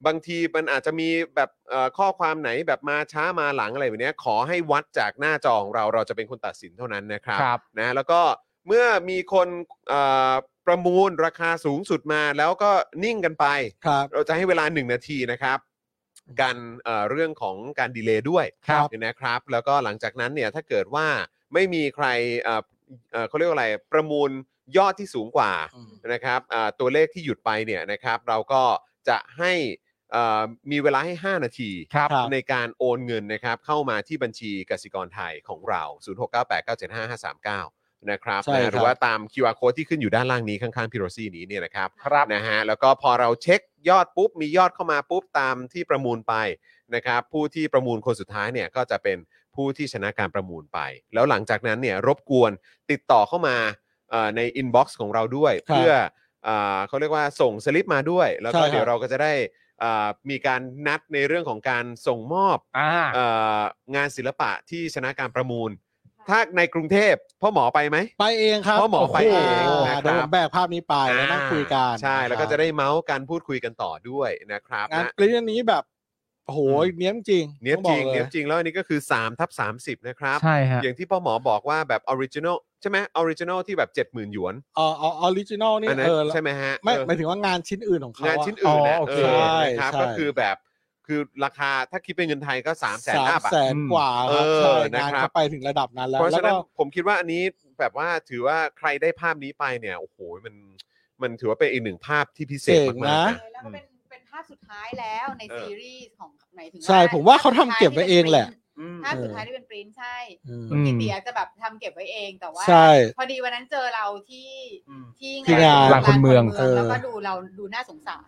[SPEAKER 3] บางทีมันอาจจะมีแบบเอ่อข้อความไหนแบบมาช้ามาหลังอะไรแบบเนี้ยขอให้วัดจากหน้าจอของเราเราจะเป็นคนตัดสินเท่านั้นนะครับ
[SPEAKER 4] ครับ
[SPEAKER 3] นะแล้วก็เมื่อมีคนเอ่อประมูลราคาสูงสุดมาแล้วก็นิ่งกันไป
[SPEAKER 6] ครับ
[SPEAKER 3] เราจะให้เวลา 1 นาทีนะครับการเอ่อเรื่องของการดีเลย์ด้วย
[SPEAKER 4] ครับ
[SPEAKER 3] เนี่ยนะครับ แล้วก็หลังจากนั้นเนี่ยถ้าเกิดว่าไม่มีใครเอ่อเอ่อเขาเรียกว่าอะไรประมูล ยอดที่สูงกว่า
[SPEAKER 6] อืม
[SPEAKER 3] นะครับอ่าตัวเลขที่หยุดไปเนี่ยนะครับ เราก็จะให้อ่ามีเวลาให้ 5 นาที
[SPEAKER 4] ครับ
[SPEAKER 6] ครับ
[SPEAKER 3] ในการโอนเงินนะครับ เข้ามาที่บัญชีกสิกรไทยของเรา 0698975539 นะครับ
[SPEAKER 6] ใช่
[SPEAKER 3] นะ
[SPEAKER 6] ครั
[SPEAKER 3] ฮะ
[SPEAKER 6] บ
[SPEAKER 3] หรือว่าตาม QR code ที่ขึ้นอยู่ด้านล่างนี้ข้างๆพี่โรซี่นี้เนี่ยนะครับ
[SPEAKER 4] ครับ
[SPEAKER 3] นะฮะแล้วก็พอเราเช็คยอดปุ๊บ มียอดเข้ามาปุ๊บตามที่ประมูลไปนะครับผู้ที่ประมูลคนสุดท้ายเนี่ยก็จะเป็นผู้ที่ชนะการประมูลไป แล้วหลังจากนั้นเนี่ยรบกวนติดต่อเข้ามาเอ่อในอินบ็อกซ์ของเราด้วย
[SPEAKER 6] ครับ
[SPEAKER 3] เพื่อเอ่อเขาเรียกว่าส่งสลิปมาด้วย แล้วก็
[SPEAKER 6] ใช่ครับ
[SPEAKER 3] เดี๋ยวเราก็จะได้เอ่อมีการนัดในเรื่องของการส่งมอบ
[SPEAKER 4] อ่า
[SPEAKER 3] เอ่องานศิลปะที่ชนะการประมูล ถ้าในกรุงเทพพ่อหมอไปไหม
[SPEAKER 6] ไปเองครับ
[SPEAKER 3] เพราะหมอไปเอง
[SPEAKER 6] โโห
[SPEAKER 3] นะครับ
[SPEAKER 6] เดี๋ยวผมแบกภาพนี้ไปแล้วนั่งคุยกัน
[SPEAKER 3] ใช่แล้วก็
[SPEAKER 6] นครับ
[SPEAKER 3] จะได้เมาส์กันพูดคุยกันต่อด้วยนะครับ
[SPEAKER 6] งาน
[SPEAKER 3] นะ
[SPEAKER 6] เรื่องนี้แบบโอ้โห
[SPEAKER 3] อืม
[SPEAKER 6] เนี้ยบจริง
[SPEAKER 3] เนี้ยบจริง
[SPEAKER 6] ต้องบอกล
[SPEAKER 3] เนี้ยบจริงแล้วอันนี้ก็คือ3ทับ30 นะครับ
[SPEAKER 4] ใช่ฮะ
[SPEAKER 3] อย่างที่พ่อหมอบอกว่าแบบออริจินอลใช่ไหมออริจินอลที่แบบ 70,000 หยวน
[SPEAKER 6] เออออริจินอลนี่
[SPEAKER 3] อันนั้น
[SPEAKER 6] เออแล้ว
[SPEAKER 3] ใช่ไหมฮะ
[SPEAKER 6] ไม่
[SPEAKER 3] เออ
[SPEAKER 6] หมายถึงว่างานชิ้นอื่นของเขา
[SPEAKER 3] งาน
[SPEAKER 6] อะ
[SPEAKER 3] ชิ้นอื่นนะ
[SPEAKER 4] อ๋อโอ
[SPEAKER 3] เอ
[SPEAKER 4] เค
[SPEAKER 3] อนะครับ
[SPEAKER 6] ใช่
[SPEAKER 3] ก็คือแบบคือราคาถ้าคิดเป็นเงินไทยก็ 3 0 0แสน
[SPEAKER 6] สาม
[SPEAKER 3] อัพอะ
[SPEAKER 6] แสนกว่าครับ
[SPEAKER 3] เออ
[SPEAKER 6] ใช่
[SPEAKER 3] นะ
[SPEAKER 6] งาน
[SPEAKER 3] ครับ
[SPEAKER 6] เขาไปถึงระดับนั้นแล้ว
[SPEAKER 3] เพราะ
[SPEAKER 6] แล้ว
[SPEAKER 3] ฉะนั้น
[SPEAKER 6] ก็
[SPEAKER 3] ผมคิดว่าอันนี้แบบว่าถือว่าใครได้ภาพนี้ไปเนี่ยโอ้โหมันมันถือว่าเป็นอีกหนึ่งภาพที่พิเศษ
[SPEAKER 6] เจ๋ง
[SPEAKER 3] มากๆ
[SPEAKER 6] นะ
[SPEAKER 3] นะ
[SPEAKER 5] แล้ว
[SPEAKER 3] อื
[SPEAKER 5] ก็
[SPEAKER 3] ม
[SPEAKER 5] เป็นเป็นภาพสุดท้ายแล้วใน
[SPEAKER 3] เออ
[SPEAKER 5] ซีรีส์ของหมายถึง
[SPEAKER 6] ใช่ผมว่าเขาทำเก็บไว้เองแหละ
[SPEAKER 3] อืม
[SPEAKER 5] ภาพสุดท้ายที่เป็นปริ้นท์ใช่
[SPEAKER 6] อืม
[SPEAKER 4] อืม
[SPEAKER 5] กิติอาจจะแบบทำเก็บไว้เอง แต่ว่า
[SPEAKER 6] ใช่
[SPEAKER 5] พอดีวันนั้นเจอเราที่
[SPEAKER 3] อืม
[SPEAKER 5] ที่
[SPEAKER 6] ที่งาน
[SPEAKER 4] ลานคนเมือง
[SPEAKER 5] ลา
[SPEAKER 6] เออ
[SPEAKER 5] แล้วก็ดูเราดูน่าสงสาร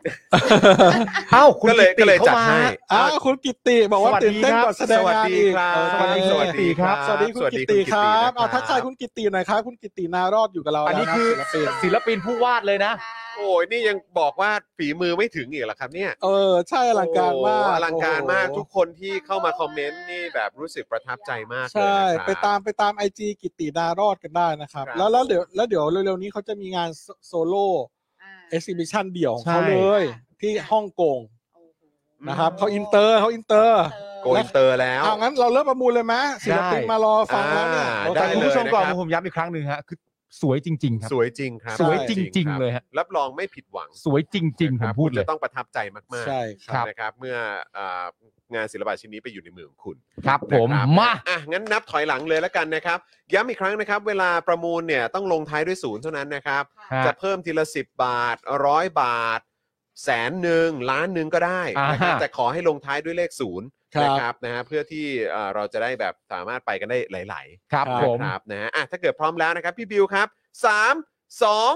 [SPEAKER 4] เอ้าคุณ
[SPEAKER 3] ก็เลย
[SPEAKER 4] ติ
[SPEAKER 3] ก็เลย
[SPEAKER 4] เข้า
[SPEAKER 3] จัด
[SPEAKER 4] มา
[SPEAKER 3] ให้
[SPEAKER 6] อ้าวคุณกิตติบอกว่า
[SPEAKER 4] สวัสดี
[SPEAKER 6] ตื่นเต้นก
[SPEAKER 4] ครั
[SPEAKER 6] ว่า
[SPEAKER 4] บ
[SPEAKER 6] แสดงงานอีก
[SPEAKER 3] สวัสดีครับ
[SPEAKER 6] เออ
[SPEAKER 3] สวัสดีครับ
[SPEAKER 6] สวัสดีคุณ
[SPEAKER 3] สวัสดี
[SPEAKER 6] กิต
[SPEAKER 3] คุณกิ
[SPEAKER 6] ติ
[SPEAKER 3] ตติ
[SPEAKER 6] ครับ
[SPEAKER 3] นะครับ
[SPEAKER 6] เอาทักทายคุณกิตติหน่อยครับคุณกิตตินารอดอยู่กับเรา
[SPEAKER 4] อันนี้
[SPEAKER 6] แล้วะ
[SPEAKER 4] คือ
[SPEAKER 6] รับศิลปิน
[SPEAKER 4] ศิลปินผู้วาดเลยนะ
[SPEAKER 3] โอ้ยนี่ยังบอกว่าฝีมือไม่ถึงอีกเหรอครับเนี่ย
[SPEAKER 6] เออใช่อลังการมาก
[SPEAKER 3] โอ้โหอลังการมาก
[SPEAKER 6] โอ้โห
[SPEAKER 3] ทุกคนที่เข้ามาคอมเมนต์นี่แบบรู้สึกประทับใจมากเลย
[SPEAKER 6] ใช่
[SPEAKER 3] นะครับ
[SPEAKER 6] ไปตามไปตามไอจีกิตตินารอดกันได้นะครับ
[SPEAKER 3] ครับ
[SPEAKER 6] แล้วแล้วเดี๋ยวแล้วเดี๋ยวเร็วๆนี้เขาจะมีงานโซโล่
[SPEAKER 5] อ่า
[SPEAKER 6] เอ็กซิบิชันเดี่ยวของเขา
[SPEAKER 4] ใช่
[SPEAKER 6] เลย ที่ฮ่องกง
[SPEAKER 5] โอ้โห
[SPEAKER 6] นะครับเขาอินเตอร์เขาอินเตอร์
[SPEAKER 5] เออ
[SPEAKER 3] โกอินเตอร์แล้ว
[SPEAKER 6] เอางั้นเราเริ่มประมูลเลยไหมศิลปิน
[SPEAKER 4] ได้
[SPEAKER 6] มารอฟังแล้วเนี่ย
[SPEAKER 3] อ่า
[SPEAKER 4] แต่
[SPEAKER 3] ได้
[SPEAKER 4] คุ
[SPEAKER 3] เลย
[SPEAKER 4] ณผู้ชมก่อน
[SPEAKER 3] นะครับ
[SPEAKER 4] ผมย้ำอีกครั้งหนึ่งฮะคือสวยจริง ๆ ครับ
[SPEAKER 3] สวยจริงครับ
[SPEAKER 6] สวย
[SPEAKER 3] ใช่
[SPEAKER 4] จริง
[SPEAKER 3] คบ
[SPEAKER 4] ๆเลยฮะ
[SPEAKER 3] รับรองไม่ผิดหวัง
[SPEAKER 4] สวยจริง ๆ
[SPEAKER 3] นะ
[SPEAKER 4] ผ
[SPEAKER 3] ค
[SPEAKER 4] ม
[SPEAKER 3] รับ
[SPEAKER 4] พูด
[SPEAKER 3] คุณ
[SPEAKER 4] เลย
[SPEAKER 3] จะต้องประทับใจมาก
[SPEAKER 6] ใช่
[SPEAKER 3] ๆ
[SPEAKER 6] ครับ
[SPEAKER 3] นะครับ เมื่ออ่างานศิลปะชิ้นนี้ไปอยู่ในมือของคุณ
[SPEAKER 4] ครับ ผม
[SPEAKER 3] นะครับ
[SPEAKER 4] มา
[SPEAKER 3] อ่ะงั้นนับถอยหลังเลยแล้วกันนะครับ ย้ำอีกครั้งนะครับ เวลาประมูลเนี่ยต้องลงท้ายด้วยศูนย์เท่านั้นนะครับ
[SPEAKER 4] ฮะ
[SPEAKER 3] จะเพิ่มทีละ 10 บาทร้อยบาท แสนหนึ่งล้านหนึ่งก็ได้นะครับ
[SPEAKER 4] อ่าฮะ
[SPEAKER 3] แต่ขอให้ลงท้ายด้วยเลขศูนย์
[SPEAKER 6] ครับ
[SPEAKER 3] นะครับนะฮะเพื่อที่เอ่อเราจะได้แบบสามารถไปกันได้หลาย
[SPEAKER 4] ครับ
[SPEAKER 3] ๆ
[SPEAKER 4] ผม
[SPEAKER 3] นะครับนะฮะอ่ะถ้าเกิดพร้อมแล้วนะครับ พี่บิวครับ 3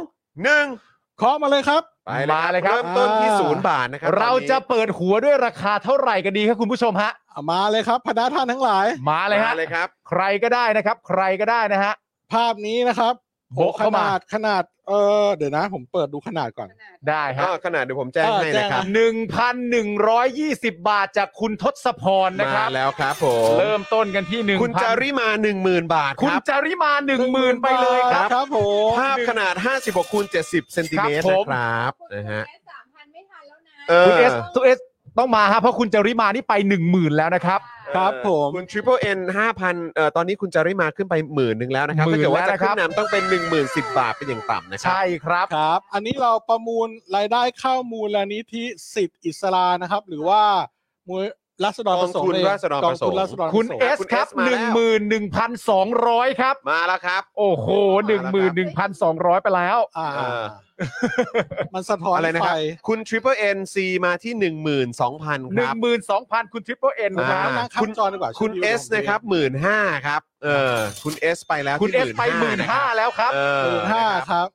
[SPEAKER 3] 2 1
[SPEAKER 6] ขอมาเลยครับ
[SPEAKER 3] ไป
[SPEAKER 4] มาเลยครับ
[SPEAKER 3] เริ่มต้นที่
[SPEAKER 6] อ่า
[SPEAKER 3] ศูนย์บาทนะครับ
[SPEAKER 4] เรา
[SPEAKER 3] ตอนนี้
[SPEAKER 4] จะเปิดหัวด้วยราคาเท่าไหร่กันดีครับคุณผู้ชมฮะ
[SPEAKER 6] เอามาเลยครับพนักท่านทั้งหลาย
[SPEAKER 4] มาเลยฮะ
[SPEAKER 3] มาเลยครับ
[SPEAKER 4] ใครก็ได้นะครับ ใครก็ได้นะฮะ
[SPEAKER 6] ภาพนี้นะครับ
[SPEAKER 4] โบะเข้า
[SPEAKER 6] ข
[SPEAKER 4] มา
[SPEAKER 6] นาดขนาดเออเดี๋ยวนะ ผมเปิดดูขนาดก่อน
[SPEAKER 4] ได้ฮะ
[SPEAKER 3] อ่าขนาดเดี๋ยวผมแจ้ง
[SPEAKER 6] เออ
[SPEAKER 3] ให้
[SPEAKER 6] แจ้
[SPEAKER 3] นะ
[SPEAKER 6] ง
[SPEAKER 3] ครับ
[SPEAKER 4] หนึ่งพันหนึ่งร้อยยี่สิบบาทจากคุณทศพรนะ
[SPEAKER 3] มา
[SPEAKER 4] ครับ
[SPEAKER 3] แล้วครับผม
[SPEAKER 4] เริ่มต้นกันที่หนึ่ง
[SPEAKER 3] คุณจาริมา 10,000 บาท
[SPEAKER 4] คุ
[SPEAKER 3] ค
[SPEAKER 4] ณ
[SPEAKER 3] รับ
[SPEAKER 4] จาริมาหนึ่งหมื่นไปเลยครับ
[SPEAKER 6] ครับผม
[SPEAKER 3] ภาพขนาด 56คูณ70เซนติเมตร
[SPEAKER 4] ครั
[SPEAKER 3] นะ
[SPEAKER 4] บผม
[SPEAKER 3] ครับ
[SPEAKER 5] คุณ
[SPEAKER 3] นะฮะ
[SPEAKER 5] เอสสามพันไม่ทันแล้วนะ
[SPEAKER 3] เออ
[SPEAKER 4] คุณเอสคุณเอสต้องมาฮะเพราะคุณจาริมานี่ไปหนึ่งหมื่นแล้วนะครับ
[SPEAKER 6] ครับผม
[SPEAKER 3] คุณ Triple N 5,000เอ่อตอนนี้คุณจาริมาขึ้นไปหมื่นหนึ่งแล้วนะครับ
[SPEAKER 4] ห
[SPEAKER 3] ถ้าน
[SPEAKER 4] มื่
[SPEAKER 3] เกิดว่าจะ
[SPEAKER 4] แล้วนะครั
[SPEAKER 3] ขึ้
[SPEAKER 4] บ
[SPEAKER 3] นนำต้องเป็น 10,010 บาทเป็นอย่างต่ำนะครั
[SPEAKER 4] ใช่
[SPEAKER 3] บ
[SPEAKER 4] ครับ
[SPEAKER 6] ครับ อันนี้เราประมูลรายได้เข้ามูลนิธิสิทธิอิสลานะครับ หรือว่ามูลรัศดรประสง
[SPEAKER 3] กอง
[SPEAKER 6] ค์
[SPEAKER 3] ทุน
[SPEAKER 6] เอง
[SPEAKER 3] ราษฎร
[SPEAKER 6] ก
[SPEAKER 3] ป
[SPEAKER 6] อง
[SPEAKER 3] ระสงค์
[SPEAKER 6] ทุนราษฎร
[SPEAKER 4] คุณ
[SPEAKER 6] ประสง
[SPEAKER 4] เอ
[SPEAKER 6] ค์
[SPEAKER 4] สครับ
[SPEAKER 3] มา
[SPEAKER 4] ห
[SPEAKER 3] แล้
[SPEAKER 4] นึ่ง
[SPEAKER 3] ว
[SPEAKER 4] หมื่นหนึ่งพันสองร้อยครับ
[SPEAKER 3] มาแล้วครับ
[SPEAKER 4] โอ้โหหนึ่งหมื่นหนึ่งพันสองร้อยไปแล้ว
[SPEAKER 6] อ่า
[SPEAKER 3] เออ
[SPEAKER 6] มันสะท้อน
[SPEAKER 3] อะไรนะ
[SPEAKER 6] ไฟ
[SPEAKER 3] ครับ คุณ Triple N C มาที่ 12,000
[SPEAKER 4] ห
[SPEAKER 3] ค
[SPEAKER 4] นึ่ง
[SPEAKER 3] รับ
[SPEAKER 4] หมื่นสองพันคุณทริปเปิลเอ็น
[SPEAKER 3] อ่า
[SPEAKER 4] ครับ
[SPEAKER 6] นั่งข้า
[SPEAKER 3] คุ
[SPEAKER 6] ม
[SPEAKER 3] ณ
[SPEAKER 6] จอดีกว่า
[SPEAKER 3] คุณ
[SPEAKER 6] ช่วยดู
[SPEAKER 3] S นะครับ15,000ครับเออคุณ S ไปแล้ว
[SPEAKER 4] คุณ
[SPEAKER 3] ที่
[SPEAKER 4] เอสไปหมื่นห้าแล้วครับ
[SPEAKER 3] เออ
[SPEAKER 6] หมื่นห้าครับ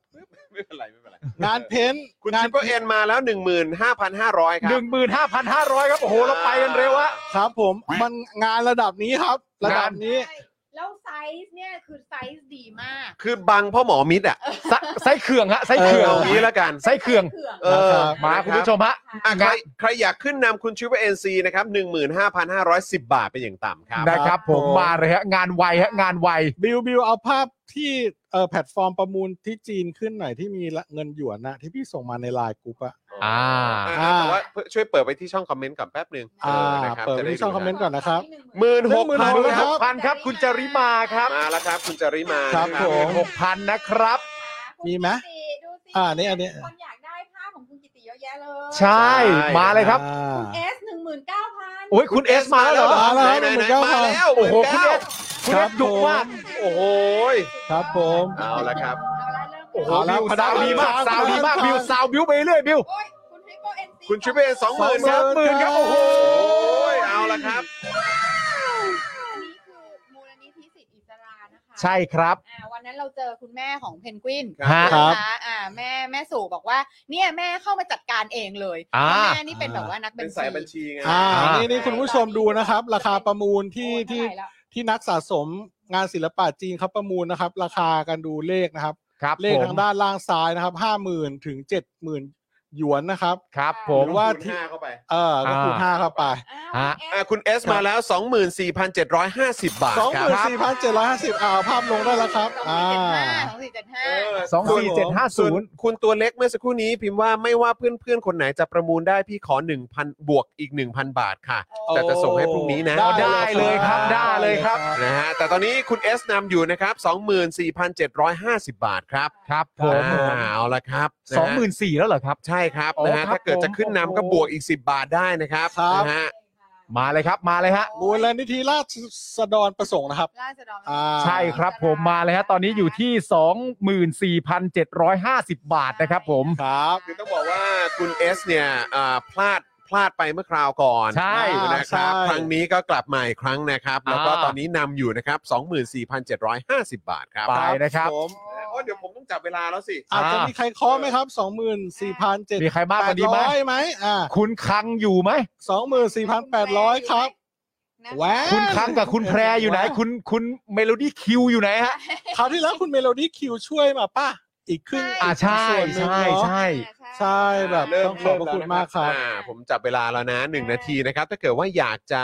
[SPEAKER 3] ไม่เป็นไรไม่เป็นไรง
[SPEAKER 6] านเพ้นท์
[SPEAKER 3] คุณ
[SPEAKER 6] งาน
[SPEAKER 3] Triple N มาแล้ว 15,500 ครั
[SPEAKER 4] หนึ่งหมื่นห้าพันห้าร้อยครับ โอ้โห เราไปกันเร็วอะ
[SPEAKER 6] ครับผมมันงานระดับนี้ครับ ระดับนี้
[SPEAKER 5] ใช่แล้วไซส์เนี่ยคือไซส์ดีมาก
[SPEAKER 3] คือบางพ่อหมอมิดอ่ะ
[SPEAKER 4] ไส้ไส้เขื่องฮะไส้
[SPEAKER 6] อ
[SPEAKER 4] เขื่อง
[SPEAKER 3] เอางี้แล้วกัน
[SPEAKER 4] ไส้เขื่อง
[SPEAKER 3] เออ
[SPEAKER 6] นะครับ
[SPEAKER 4] มา
[SPEAKER 3] นะครับ
[SPEAKER 4] คุณผู้ชมฮะ
[SPEAKER 3] อ่ะใค
[SPEAKER 4] งั้
[SPEAKER 3] ร
[SPEAKER 4] น
[SPEAKER 3] ใครอยากขึ้นนำคุณชิวเอ็นซีนะครับ15,510 บาทเป็นอย่างต่ำครับ
[SPEAKER 4] นะครับ ผม
[SPEAKER 6] ผม
[SPEAKER 4] มาเลยฮะ งานไวฮะ งานไว
[SPEAKER 6] บิวบิวเอาภาพที่เอ่อแพลตฟอร์มประมูลที่จีนขึ้นหน่อยที่มีละเงินหยวนนะที่พี่ส่งมาในไลน์กรุ๊ปอะ
[SPEAKER 4] อ่า
[SPEAKER 3] อ่าแต่ว่าช่วยเปิดไปที่ช่องคอมเมนต์ก่อนแป๊บหนึ่ง
[SPEAKER 6] อ่า
[SPEAKER 3] อนะครับ
[SPEAKER 6] เปิดไปที่ช่องคอมเมนต์ ก่นะครับ
[SPEAKER 3] หมื่นหกพันค
[SPEAKER 6] 16,000
[SPEAKER 4] ห
[SPEAKER 3] รับ
[SPEAKER 4] กพันครับ คุณจาริมาครับ
[SPEAKER 3] มาแล้วครับ คุณจาริมา
[SPEAKER 6] ครับ
[SPEAKER 3] นะ
[SPEAKER 6] ผม
[SPEAKER 4] หกพันนะครับ
[SPEAKER 6] มีไหมอ่านี่อันนี้
[SPEAKER 5] คนอยากได้ภาพของคุณกิติเยอะแยะเลย
[SPEAKER 4] ใช่ มาเลยครับ
[SPEAKER 6] อ่า
[SPEAKER 5] คุณเอสหนึ่งหมื่นเก้าพัน
[SPEAKER 4] โอ้ย คุณเอสมาแล้วเหรอ
[SPEAKER 6] มาแล้ว
[SPEAKER 3] ไหนๆๆ
[SPEAKER 6] มา
[SPEAKER 3] มา
[SPEAKER 6] แล้ว
[SPEAKER 3] แล้ว
[SPEAKER 4] โอ้โหคุณเอส
[SPEAKER 3] 19,000
[SPEAKER 4] คุณเอสดุมาก
[SPEAKER 3] โอ้โหย
[SPEAKER 6] ครับผม
[SPEAKER 3] เอาละครับ
[SPEAKER 5] เอาละเริ่ม
[SPEAKER 4] โอ้โห
[SPEAKER 6] เอาละ
[SPEAKER 4] บิว
[SPEAKER 6] พนัก
[SPEAKER 4] ซาวดีมากซาวดี
[SPEAKER 6] งาน
[SPEAKER 4] มาก
[SPEAKER 6] พนักงาน
[SPEAKER 4] บิวซาวบิวไปเรื่อยบิว
[SPEAKER 5] โอ้ยคุณทริปเปิลเอ็น
[SPEAKER 3] คุณชิเป้
[SPEAKER 5] ซี
[SPEAKER 3] สองหมื่นครับ
[SPEAKER 4] หมื่นครับโอ้โห
[SPEAKER 3] โอ้ยเอาละครับ
[SPEAKER 5] อันนี้คือมูลนิธิสิทธิอิสรานะคะ
[SPEAKER 4] ใช่ครับ
[SPEAKER 5] อ่าวันนั้นเราเจอคุณแม่ของเพนกวิน
[SPEAKER 4] ฮะ
[SPEAKER 5] นะคะอ่าแม่แม่สู่บอกว่า เนี่ยแม่เข้ามาจัดการเองเลย
[SPEAKER 4] อ่า
[SPEAKER 5] เพราะแม่นี่เป็นแบบว่านัก
[SPEAKER 3] เป็
[SPEAKER 5] บั
[SPEAKER 3] น
[SPEAKER 5] ญชี
[SPEAKER 3] สายบัญชีไง
[SPEAKER 6] อ่า
[SPEAKER 4] อ่านี่
[SPEAKER 6] นี่นี่คุณผู้ชมดูนะครับ ราคาประมูลที่
[SPEAKER 5] โอ้ย
[SPEAKER 6] ที่
[SPEAKER 5] เท่าไหร่แล้ว
[SPEAKER 6] ที่นักสะสมงานศิลปะจีนเขาประมูลนะครับ ราคากันดูเลขนะครับ
[SPEAKER 4] ครับ
[SPEAKER 6] เลข
[SPEAKER 4] ผม
[SPEAKER 6] ทางด้านล่างซ้ายนะครับห้าหมื่นถึงเจ็ดหมื่นหยวนนะครับ
[SPEAKER 4] ครับผ
[SPEAKER 6] ห
[SPEAKER 4] ม
[SPEAKER 6] รือว่า
[SPEAKER 3] คูณ
[SPEAKER 6] ที่
[SPEAKER 3] ห้าเข้าไป
[SPEAKER 6] เออก็คูณ
[SPEAKER 4] อ่า
[SPEAKER 6] ห้าเข้าไป
[SPEAKER 5] อ้าว
[SPEAKER 4] ฮะ
[SPEAKER 5] คุณ
[SPEAKER 3] อ่ะคุณ
[SPEAKER 5] แอฟ
[SPEAKER 3] เอสมาแล้ว 24,750 บาท
[SPEAKER 6] สอง
[SPEAKER 3] ค
[SPEAKER 6] ห
[SPEAKER 3] รับ
[SPEAKER 6] มื่นสี่พันเจ็ดร้อยห้าสิบอ่าภาพลงได้แล้วครับ อ่า
[SPEAKER 5] สองสี่เจ็ดห้า
[SPEAKER 3] เออ
[SPEAKER 4] สองสี่เจ็ดห้า
[SPEAKER 3] ส่
[SPEAKER 4] ศู
[SPEAKER 3] วน
[SPEAKER 4] นย์
[SPEAKER 3] คุณตัวเล็กเมื่อสักครู่นี้พิมพ์ว่าไม่ว่าเพื่อนๆ คนไหนจะประมูลได้พี่ขอ 1,000 บวกอีก 1,000 บาทค่ะ
[SPEAKER 5] สอง
[SPEAKER 3] แต่
[SPEAKER 5] สี่เจ็ดห้า
[SPEAKER 3] จะส่งให้พรุ่งนี้นะ
[SPEAKER 6] โอ้
[SPEAKER 4] ได้เลยครับได้เลยครับ
[SPEAKER 3] นะฮะแต่ตอนนี้คุณเอสนำอยู่นะครับ 24,750 บาทครับ
[SPEAKER 4] ครับผ
[SPEAKER 3] อ่
[SPEAKER 4] มา
[SPEAKER 3] เอาละครับะฮะ
[SPEAKER 4] สองหมื่นสี่แล้วเหรอครับ
[SPEAKER 3] ใช่ครับ
[SPEAKER 4] โอ้
[SPEAKER 3] นะฮะ
[SPEAKER 4] ครับ
[SPEAKER 3] ถ้าเกิดจะขึ้นนำก็
[SPEAKER 4] ผม
[SPEAKER 3] บวกอีก 10 บาทได้นะครับ
[SPEAKER 6] ครับ
[SPEAKER 3] นะฮะ
[SPEAKER 4] มาเลยครับมาเลยฮะ
[SPEAKER 6] มูลนิธิราชดรประสงค์นะครับ
[SPEAKER 5] ราชดร
[SPEAKER 6] อ่า
[SPEAKER 4] ใช่ครับผมมาเลยฮะตอนนี้อยู่ที่ 24,750 บาทนะครับผม
[SPEAKER 6] ครับ
[SPEAKER 3] คือต้องบอกว่าคุณเอสเนี่ยอ่าพลาดพลาดไปเมื่อคราวก่อน
[SPEAKER 4] ใช่
[SPEAKER 3] นะครับ
[SPEAKER 6] ใช่
[SPEAKER 3] ครั้งนี้ก็กลับมาอีกครั้งนะครับ แล้วก็
[SPEAKER 4] อ่า
[SPEAKER 3] ตอนนี้นำอยู่นะครับ 24,750 บาทครับ
[SPEAKER 4] ไปนะครับ
[SPEAKER 6] ผม
[SPEAKER 3] โอ้เดี๋ยวผมต้องจับเวลาแล้วสิ
[SPEAKER 6] อาจจะมีใครเคาะไหมครับสองหมื่นสี่พันเจ็ด
[SPEAKER 4] มีใครมากก
[SPEAKER 6] แป
[SPEAKER 4] ว่า
[SPEAKER 6] ด
[SPEAKER 4] นี้ไหม
[SPEAKER 6] ร้อยไหมอ่า
[SPEAKER 4] คุณคังอยู่ไหม
[SPEAKER 6] สองหมื่นสี่พันแปดร้อยครับ
[SPEAKER 5] นะคะ
[SPEAKER 6] แว้ว
[SPEAKER 4] คุณคังกับคุณแพรอยู่ไหน คุณคุณเมโลดี้คิวอยู่ไหนฮะ
[SPEAKER 6] คราวที่แล้วคุณเมโลดี้คิวช่วยมาป่ะ อีกครึ่ง
[SPEAKER 4] อ่าใช่
[SPEAKER 6] ส่วนหนึ่ง
[SPEAKER 4] ใช่
[SPEAKER 6] เนอะ
[SPEAKER 4] ใช่
[SPEAKER 6] ใช่แบบ
[SPEAKER 3] เริ่ม
[SPEAKER 6] ต้องขอบพระคุณมากครับ
[SPEAKER 3] อ่าผมจับเวลาแล้วนะ 1 นาทีนะครับ ถ้าเกิดว่าอยากจะ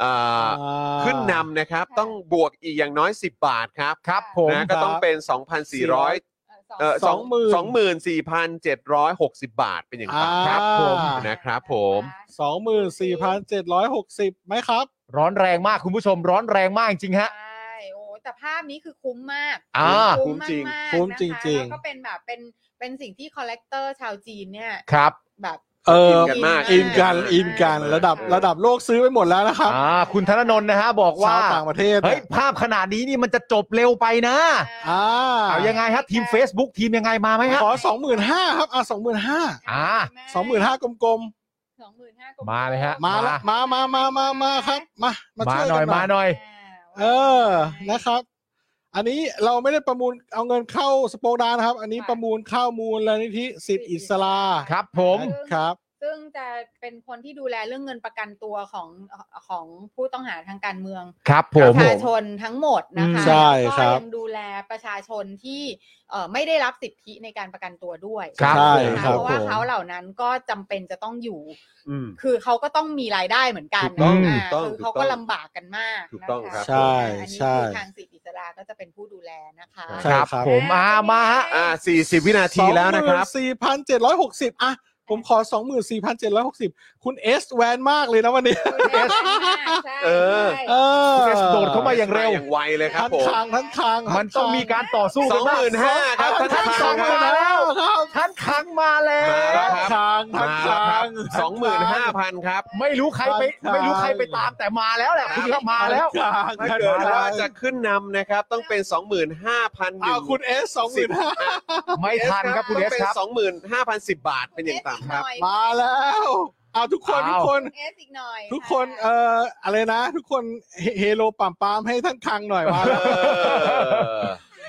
[SPEAKER 3] เอ่ออขึ้นนำนะครับ ต้องบวกอีกอย่างน้อย 10 บาทครับ
[SPEAKER 4] ครับผม
[SPEAKER 3] นะก็ต้องเป็น 2,400
[SPEAKER 5] เอ
[SPEAKER 3] เอ่
[SPEAKER 5] อ
[SPEAKER 3] อสองหมื่นสองหมื่นสี่พันเจ็ดร้อยหกสิบบาทเป็นอย่างต่ำครับ
[SPEAKER 4] ผม
[SPEAKER 3] นะครับผม
[SPEAKER 6] สองหมื่นสี่พันเจ็ดร้อยหกสิบไหมครับ
[SPEAKER 4] ร้อนแรงมากคุณผู้ชมร้อนแรงมากจริงๆ
[SPEAKER 5] ใช
[SPEAKER 4] ฮะ
[SPEAKER 5] ่โอ้แต่ภาพนี้คือคุ้มมาก
[SPEAKER 4] อ่า
[SPEAKER 5] มาก
[SPEAKER 3] คุ้มจริง
[SPEAKER 5] ๆ
[SPEAKER 6] คุ้มจริง
[SPEAKER 5] นะคะ
[SPEAKER 6] จริง
[SPEAKER 5] แล้วก็เป็นแบบเป็นเป็นสิ่งที่คอลเลกเตอร์ชาวจีนเนี่ย
[SPEAKER 4] ครับ
[SPEAKER 5] แบบ
[SPEAKER 6] เออ
[SPEAKER 3] นมาก
[SPEAKER 6] อินกันอินกันระดับระดับโลกซื้อไปหมดแล้วนะครับ
[SPEAKER 4] อ่าคุณธนนนท์นะฮะบอกว่า
[SPEAKER 6] ชาวต่างประเทศ
[SPEAKER 4] เฮ้ยภาพขนาดนี้นี่มันจะจบเร็วไปนะ
[SPEAKER 6] อ่า
[SPEAKER 4] เอายังไงฮะทีม Facebook ทีมยังไงมาไหมฮะ
[SPEAKER 6] ขอสองหมื่นห้าครับอ่ะสองหมื่นห้า
[SPEAKER 4] อ่า
[SPEAKER 6] สองหมื่นห้ากลม
[SPEAKER 5] สองหมื่นห้า
[SPEAKER 4] มาเลยฮะ
[SPEAKER 6] ๆมาละมามามามามาครับ มามา
[SPEAKER 4] มา
[SPEAKER 6] ช่วย
[SPEAKER 4] หน่
[SPEAKER 6] กั
[SPEAKER 4] อย
[SPEAKER 6] นหน่
[SPEAKER 4] มา
[SPEAKER 6] อย
[SPEAKER 4] หน่อย
[SPEAKER 6] เออนะครับ อันนี้เราไม่ได้ประมูลเอาเงินเข้าสโปกดาร์นะครับ อันนี้ประมูลเข้ามูลลนิธิสิทธิอิสลา
[SPEAKER 4] ครับผม
[SPEAKER 6] ครับ
[SPEAKER 5] ซึ่งจะเป็นคนที่ดูแลเรื่องเงินประกันตัวของของผู้ต้องหาทางการเมือง
[SPEAKER 4] ครับผ
[SPEAKER 5] ป
[SPEAKER 4] ม
[SPEAKER 5] ระชาชนทั้งหมดนะคะ
[SPEAKER 6] ใช่
[SPEAKER 5] แล้ว
[SPEAKER 6] ครั
[SPEAKER 5] ก็
[SPEAKER 6] บ
[SPEAKER 5] ยังดูแลประชาชนที่เอ่อไม่ได้รับสิทธิในการประกันตัวด้วย
[SPEAKER 4] ครับ
[SPEAKER 5] นะ
[SPEAKER 6] ใช่ครั
[SPEAKER 5] คะ
[SPEAKER 6] บ
[SPEAKER 5] เพราะว่า
[SPEAKER 6] ผม
[SPEAKER 5] เขาเหล่านั้นก็จำเป็นจะต้องอยู่
[SPEAKER 3] อืม
[SPEAKER 5] คือเขาก็ต้องมีรายได้เหมือนกัน
[SPEAKER 3] ถูกต้อง
[SPEAKER 5] นะ
[SPEAKER 3] ถูกต้อง
[SPEAKER 5] คือเขา
[SPEAKER 3] ถูกต้
[SPEAKER 5] ก็
[SPEAKER 3] อง
[SPEAKER 5] ลำบากกันมาก
[SPEAKER 3] ถูกต้อง
[SPEAKER 5] นะครับ
[SPEAKER 6] ใช่
[SPEAKER 5] อันนี้
[SPEAKER 6] ใช่
[SPEAKER 5] คือทางสิทธิอิสราก็จะเป็นผู้ดูแลนะคะ
[SPEAKER 6] ใช่
[SPEAKER 4] ครับ
[SPEAKER 6] ครับ
[SPEAKER 4] ผมมามาฮะ
[SPEAKER 3] อ่าสี่สิบวินาทีแล้วนะครับ
[SPEAKER 6] สี่พันเจ็ดร้อยหกสิบอ่ะ ผมขอสองหมื่นสี่พันเจ็ดร้อยหกสิบคุณเอสแวนมากเลยนะ *laughs* วันนี้
[SPEAKER 5] ใช่
[SPEAKER 3] เออ
[SPEAKER 5] ใช่
[SPEAKER 6] เออ
[SPEAKER 4] คุณ S โดดเข้ามา อย่างเร็ว
[SPEAKER 3] อย่างไวเลยครับ
[SPEAKER 6] ทัน
[SPEAKER 3] ผม
[SPEAKER 6] คางทันคาง
[SPEAKER 4] มันต้องมีการต่อสู้
[SPEAKER 3] ส
[SPEAKER 4] กั
[SPEAKER 3] อง
[SPEAKER 4] น
[SPEAKER 3] ห
[SPEAKER 4] บ้าง
[SPEAKER 3] มื่นห้าครับ
[SPEAKER 4] ท่าน
[SPEAKER 3] ท่าน
[SPEAKER 4] ส
[SPEAKER 3] ทา
[SPEAKER 4] อง ง
[SPEAKER 3] ค
[SPEAKER 4] หมื่
[SPEAKER 3] รับ
[SPEAKER 4] น
[SPEAKER 6] แล้วครับ
[SPEAKER 4] ท่านคังมาแล้
[SPEAKER 3] มาแล้ว ว
[SPEAKER 6] ทันคาง
[SPEAKER 3] มาแล้วค
[SPEAKER 6] ทันคา
[SPEAKER 3] รั
[SPEAKER 6] ง
[SPEAKER 3] บสองหมื่นห้าพันครับ
[SPEAKER 4] ไม่รู้ใครไป
[SPEAKER 6] ครับ
[SPEAKER 4] ไม่รู้ใครไปตามแต่มาแล้วแหละคุณครับมาแล้ว
[SPEAKER 6] ทันคาง
[SPEAKER 3] ถ้าเกิด
[SPEAKER 6] ทันคา
[SPEAKER 3] ว่าง จะขึ้นนำนะครับ ต้องเป็น 25,000
[SPEAKER 6] อ้าวคุณเอสสองหมื่นห้า
[SPEAKER 4] ไม่ทันครับคุณ
[SPEAKER 3] ต้อง
[SPEAKER 4] เอส
[SPEAKER 3] เป็น
[SPEAKER 4] ครับ
[SPEAKER 3] 25,010 บาทเป็นอย่างต่ำครับ
[SPEAKER 6] มาแล้วอ้าวทุกคนทุกคน
[SPEAKER 5] เอสอีกหน่อย
[SPEAKER 6] ทุกคนเอ่ออะไรนะ ทุกคนเฮเฮโลปัมปามให้ท่านคางหน่อยมา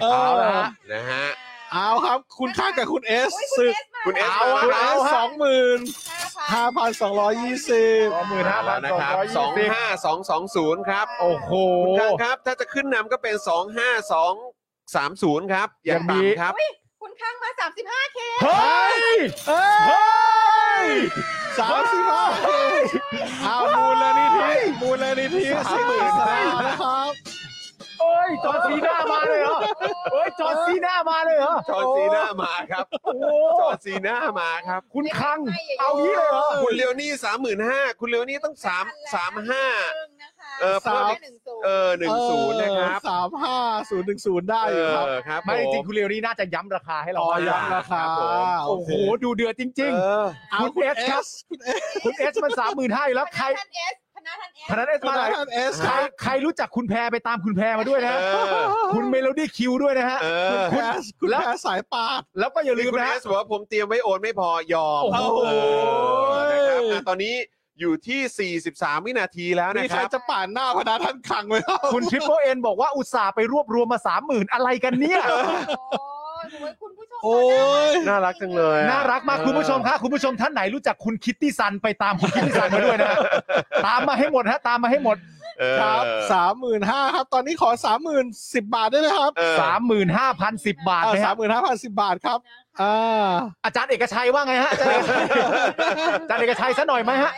[SPEAKER 3] เอ
[SPEAKER 6] แล้ว
[SPEAKER 3] อ
[SPEAKER 4] เอา
[SPEAKER 6] เออ
[SPEAKER 4] ละฮะ
[SPEAKER 3] นะฮะ
[SPEAKER 6] เอาครับ คุณคางกับคุณเอส
[SPEAKER 5] โย
[SPEAKER 6] ศึก
[SPEAKER 5] คุ
[SPEAKER 3] คุณ ณ
[SPEAKER 5] เอ
[SPEAKER 3] เอส
[SPEAKER 5] ส
[SPEAKER 4] เอา
[SPEAKER 3] มา
[SPEAKER 4] อะ
[SPEAKER 6] คุณ
[SPEAKER 3] แล้
[SPEAKER 6] เอ
[SPEAKER 3] ว
[SPEAKER 6] สสองหมื่นห้าพันสองร้อยยี่สิบ
[SPEAKER 4] สองหมื่นห้าพัน
[SPEAKER 3] นะ
[SPEAKER 4] สอง
[SPEAKER 3] ครับ
[SPEAKER 4] ร้อยยี่สิบ
[SPEAKER 3] 25220 ครับ
[SPEAKER 4] โอ้โห
[SPEAKER 3] คุณกังครับ ถ้าจะขึ้นนำก็เป็น 25230 ครับ อย่าง
[SPEAKER 4] อย่างนี้
[SPEAKER 3] ต่ำครับ
[SPEAKER 5] คุณข้างมา 35K
[SPEAKER 4] เฮ้ย
[SPEAKER 6] เอ้
[SPEAKER 4] เฮ้
[SPEAKER 6] ย
[SPEAKER 4] ย
[SPEAKER 6] สามสิบห้าเอามูลนิธิมูลนิธิ
[SPEAKER 4] สา
[SPEAKER 6] สิ
[SPEAKER 4] ม
[SPEAKER 6] บ
[SPEAKER 4] หมื่น
[SPEAKER 6] สามนะครับ
[SPEAKER 4] เอ้ยจอร์นซีน่ามาเลยเหรอเอ้ยจอร์นซีน่ามาเลยเหรอ
[SPEAKER 3] จอห์นซีน่ามาครับ
[SPEAKER 4] โอ้โห
[SPEAKER 3] จอห์นซีน่ามาครับ
[SPEAKER 4] คุณคัง เอางี้เลยเหรอ
[SPEAKER 3] คุณเลียวนี่สามหมื่นห้าคุณเลียวนี่ต้องสามสามห้า เออเพิ่มอีก
[SPEAKER 5] หนึ่งศูน
[SPEAKER 3] เอ
[SPEAKER 5] ย์
[SPEAKER 3] อหนึ่งศูนย์นะครับ
[SPEAKER 6] สามห้าศูนย์หนึ่งศูนย์ได้
[SPEAKER 3] เอ
[SPEAKER 6] อยู่ครับ
[SPEAKER 3] อครับ
[SPEAKER 4] ไม่จริง
[SPEAKER 3] ผ
[SPEAKER 4] ๆคุณเรียวนี่น่าจะย้ำราคาให้
[SPEAKER 6] ร
[SPEAKER 4] เรา
[SPEAKER 6] อ
[SPEAKER 4] บ้าง
[SPEAKER 6] ยังราคา
[SPEAKER 3] ครับผม
[SPEAKER 4] โอ้โหดูเดือดจริง
[SPEAKER 3] เออ
[SPEAKER 6] เอา
[SPEAKER 4] คุณ
[SPEAKER 6] คุณ
[SPEAKER 4] เอส
[SPEAKER 6] เอ
[SPEAKER 4] ครับ
[SPEAKER 6] สคุณเอส
[SPEAKER 4] ๆ คุณเอสมันสามหมื่นห้าอยู่แล้วใคร
[SPEAKER 5] ท่านเอสพ นะท่านเอ
[SPEAKER 4] พนันเอสมาหลาย
[SPEAKER 6] ท่านเอส
[SPEAKER 4] ใครใครรู้จักคุณแพรไปตามคุณแพรมาด้วยนะ
[SPEAKER 3] เออ
[SPEAKER 4] คุณเมโลดี้คิวด้วยนะฮะ
[SPEAKER 3] เอ
[SPEAKER 6] คุณ
[SPEAKER 3] อ
[SPEAKER 6] แพสคุณ
[SPEAKER 4] แล้ว
[SPEAKER 6] แพสสายปาด
[SPEAKER 4] แล้วก็อย่าลื
[SPEAKER 3] นี่
[SPEAKER 4] ม
[SPEAKER 3] คุณ
[SPEAKER 4] นะ
[SPEAKER 3] เอสบอกว่าผมเตรียมไว้โอนไม่พอยอม
[SPEAKER 4] โอ้โห
[SPEAKER 3] เออนะครับอ่ะตอนนี้อยู่ที่ 43 วินาทีแล้วนะ
[SPEAKER 6] มี
[SPEAKER 3] ค
[SPEAKER 6] ใคร
[SPEAKER 3] รับ
[SPEAKER 6] จะป่านหน้าพนาท่านขังไว้ครับ
[SPEAKER 4] คุณทริปเปิลเอ็นบอกว่าอุตส่าห์ไปรวบรวมมาสามหมื่นอะไรกันเนี่ย
[SPEAKER 5] โอ้ยคุณผู้ชม
[SPEAKER 6] โอ้ย
[SPEAKER 3] น่ารักจังเลยอะ
[SPEAKER 4] น่ารัก
[SPEAKER 5] *laughs*
[SPEAKER 4] มากคุณผู้ชมครับคุณผู้ชมท่านไหนรู้จักคุณคิตตี้ซันไปตามคุณคิตตี้ซันมาด้วยนะฮะตามมาให้หมดฮะตามมาให้หมด
[SPEAKER 3] เออ
[SPEAKER 6] ครับสามหมื่นห้าครับ ตอนนี้ขอสามหมื่นสิบบาทได้ไหมครับ
[SPEAKER 3] เออ
[SPEAKER 4] 35,010 บาทนะ
[SPEAKER 6] สา
[SPEAKER 4] ฮะ
[SPEAKER 6] มหมื่นห้าพันสิบบาทครับอ่า
[SPEAKER 4] อาจารย์เอกชัยว่าไงฮะอาจารย์เอกชัย อาจารย์เอกชัยซะหน่อยไหมฮะ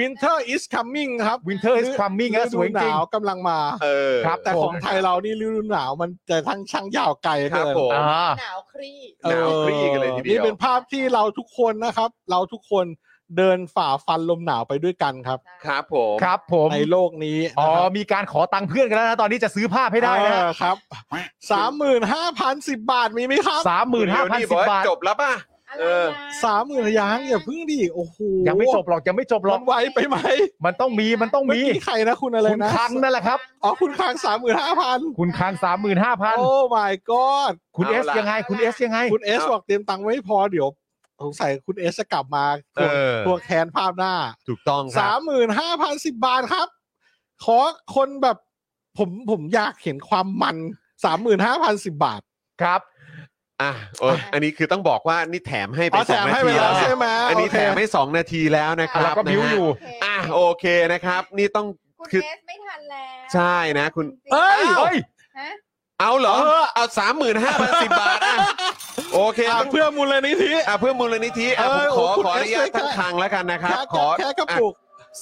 [SPEAKER 6] Winter is coming ครับ
[SPEAKER 4] Winter is coming ฮะ
[SPEAKER 6] ฤ
[SPEAKER 4] ส
[SPEAKER 6] ดู
[SPEAKER 4] วยจ
[SPEAKER 6] ห
[SPEAKER 4] ริ
[SPEAKER 6] นาง วกำลังมา
[SPEAKER 3] เออ
[SPEAKER 4] ครับ
[SPEAKER 6] แต่ของไทยเรานี่ฤดูหนาวมันจะทั้งช่างยาวไกล
[SPEAKER 3] ครั
[SPEAKER 6] เกิ
[SPEAKER 3] บ
[SPEAKER 6] น
[SPEAKER 3] ผม
[SPEAKER 4] อ่า
[SPEAKER 5] หนาวครี่
[SPEAKER 3] หนาวคลี่กันเลยทีเดียว
[SPEAKER 6] นี่เป็นภาพที่เราทุกคนนะครับ เราทุกคนเดินฝ่าฟันลมหนาวไปด้วยกันครับ
[SPEAKER 3] ครับผม
[SPEAKER 4] ครับผม
[SPEAKER 6] ในโลกนี้
[SPEAKER 4] อ๋อ
[SPEAKER 6] นะครับ
[SPEAKER 4] มีการขอตังค์เพื่อนกันแล้วนะ ตอนนี้จะซื้อภาพให้ได้นะ
[SPEAKER 6] เออครับสามหมื่นห้าพันสิบบาทมีไหมครับ
[SPEAKER 4] สามหมื่นห้าพัน
[SPEAKER 3] เดี๋ยวบ
[SPEAKER 4] สิบ
[SPEAKER 3] อกว่
[SPEAKER 4] บาท
[SPEAKER 3] จบแล้วป่ะ
[SPEAKER 5] อะไร
[SPEAKER 3] เออ
[SPEAKER 5] นะ
[SPEAKER 6] สามหมื่นยังอย่าเพิ่งดิโอ้โห
[SPEAKER 4] ยังไม่จบหรอกยังไม่จบหรอ
[SPEAKER 6] มั
[SPEAKER 4] ก
[SPEAKER 6] นไวไปไหม
[SPEAKER 4] มันต้องมีมันต้อง
[SPEAKER 6] เมื่อ
[SPEAKER 4] มี
[SPEAKER 6] กี้ใครนะคุณอะไร
[SPEAKER 4] คุณ
[SPEAKER 6] นะ
[SPEAKER 4] คังนั่นแหละครับ
[SPEAKER 6] อ๋อคุณค้างสามหมื่นห้าพัน
[SPEAKER 4] คุณคังสามหมื่นห้าพัน
[SPEAKER 6] โอ้ my god
[SPEAKER 4] คุณเอ
[SPEAKER 3] เอา
[SPEAKER 4] ส
[SPEAKER 3] ล่ะ
[SPEAKER 4] ยังไง คุณเอสยังไง
[SPEAKER 6] คุณเอสบอกเตรียมตังค์ไว้ไม่พอเดี๋ยวสงสัยคุณเอสจะกลับมาท
[SPEAKER 3] เอ
[SPEAKER 6] วง
[SPEAKER 3] อ
[SPEAKER 6] ทวงแคนภาพหน้า
[SPEAKER 3] ถูกต้องค
[SPEAKER 6] สา
[SPEAKER 3] รั
[SPEAKER 6] ม
[SPEAKER 3] บ
[SPEAKER 6] หมื่นห้าพันสิบบาทครับ ขอคนแบบผมผมอยากเห็นความมันสามหมื่นห้าพันสิบบาท
[SPEAKER 4] ครับ
[SPEAKER 3] อ่ะโอ้ยอันนี้คือต้องบอกว่านี่แถมให้ไป
[SPEAKER 6] อ๋อ
[SPEAKER 3] ส
[SPEAKER 6] แถ
[SPEAKER 3] อง
[SPEAKER 6] ม
[SPEAKER 3] นา
[SPEAKER 6] ให้ไป
[SPEAKER 3] ที
[SPEAKER 6] แล้
[SPEAKER 3] แล้ว ว
[SPEAKER 6] ใช่ไหม
[SPEAKER 3] อันนี้
[SPEAKER 6] โเค
[SPEAKER 3] แถมให้สองนาทีแล้วนะครั
[SPEAKER 4] แล้ว
[SPEAKER 3] บ
[SPEAKER 4] ก็บิ้ว
[SPEAKER 3] นะฮะ
[SPEAKER 4] อยู่
[SPEAKER 5] โเค
[SPEAKER 3] อ่ะโอเคนะครับ นี่ต้อง
[SPEAKER 5] คุณ
[SPEAKER 3] คือ
[SPEAKER 5] เอสไม่ทันแล้ว
[SPEAKER 3] ใช่นะคุณ
[SPEAKER 5] เอ้
[SPEAKER 4] เฮ้ยเฮ้ย
[SPEAKER 5] ฮะ
[SPEAKER 3] เอาเหรอ เอาสามหมื่นห้าพันสิบบาทอ่ะโอเค
[SPEAKER 6] อ่ะเพื่อมูลนิธิ
[SPEAKER 3] อ่ะเพื่อมูลนิธิอ่ะ
[SPEAKER 6] เอ
[SPEAKER 3] ผมขอ
[SPEAKER 6] อโอ้คุณ
[SPEAKER 3] ขออนุญาต
[SPEAKER 6] เอสเลยค่ะ
[SPEAKER 3] ทั้งทางแล้วกันนะครับ
[SPEAKER 6] แค่
[SPEAKER 3] ขอ
[SPEAKER 6] แค่แค่กระปุก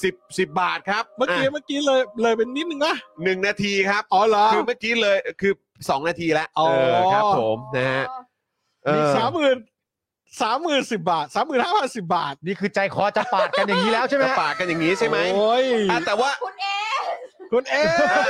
[SPEAKER 3] สิบสิบบาทครับ
[SPEAKER 6] เมื่อกี้
[SPEAKER 3] ะ
[SPEAKER 6] เมื่อกี้เลยเลยเป็นนิดนึงนะ
[SPEAKER 3] หนึ่งนาทีครับ
[SPEAKER 6] อ๋อเหรอ
[SPEAKER 3] คือเมื่อกี้เลย คือสองนาทีแล้ว
[SPEAKER 6] อ๋อ
[SPEAKER 3] เออครับผมนะฮะเออ
[SPEAKER 6] สามหมื่นสามหมื่นสิบบาทสามหมื่นห้าพันสิบบาท
[SPEAKER 4] นี่คือใจคอจะปาดกันอย่างนี้แล้วใช่ไหม
[SPEAKER 3] จะปากกันอย่างนี้ใช่ไหม
[SPEAKER 6] โอ้ย
[SPEAKER 3] อ่ะแต่ว่า
[SPEAKER 5] คุณเอส
[SPEAKER 6] คุณเอ